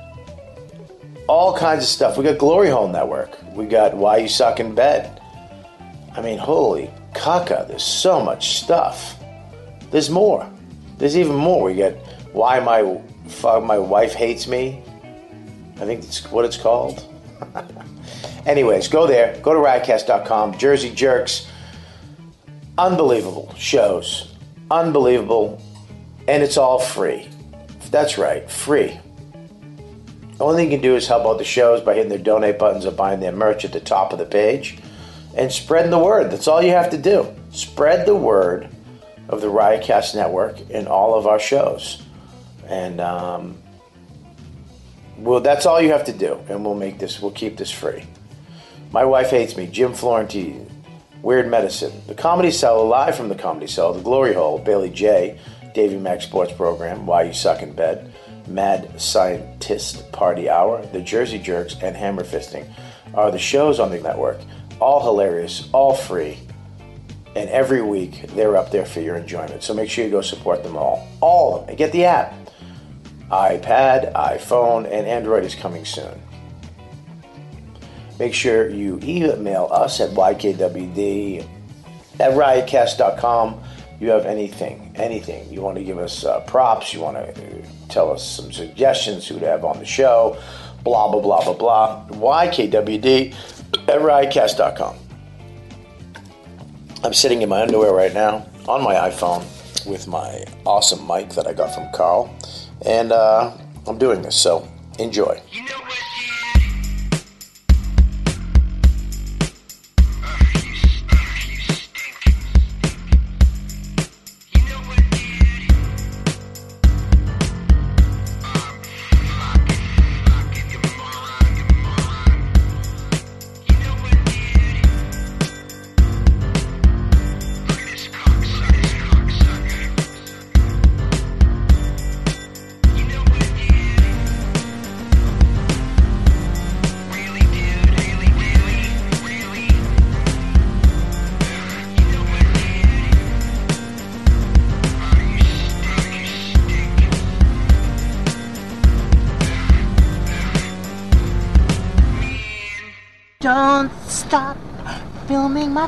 [SPEAKER 2] all kinds of stuff. We got Glory Hole Network. We got Why You Suck in Bed. I mean, holy caca, there's so much stuff. There's more. There's even more. We got Why My Fuck My Wife Hates Me. I think that's what it's called. <laughs> Anyways, go there. Go to riotcast.com. Jersey Jerks. Unbelievable shows. Unbelievable. And it's all free. That's right, free. The only thing you can do is help out the shows by hitting their donate buttons or buying their merch at the top of the page and spreading the word. That's all you have to do. Spread the word of the Riotcast Network in all of our shows. And, um, well, that's all you have to do. And we'll make this, we'll keep this free. My Wife Hates Me, Jim Florentine, Weird Medicine, The Comedy Cell, Live from the Comedy Cell, The Glory Hole, Bailey J, Davy Mac Sports Program, Why You Suck in Bed, Mad Scientist Party Hour, The Jersey Jerks, and Hammer Fisting are the shows on the network. All hilarious, all free, and every week they're up there for your enjoyment. So make sure you go support them all. All of them. And get the app. iPad, iPhone, and Android is coming soon. Make sure you email us at ykwd at riotcast.com. You have anything, anything. You want to give us uh, props, you want to tell us some suggestions, who to have on the show, blah, blah, blah, blah, blah. YKWD at riotcast.com. I'm sitting in my underwear right now on my iPhone with my awesome mic that I got from Carl, and uh, I'm doing this, so enjoy.
[SPEAKER 28] Don't stop filming my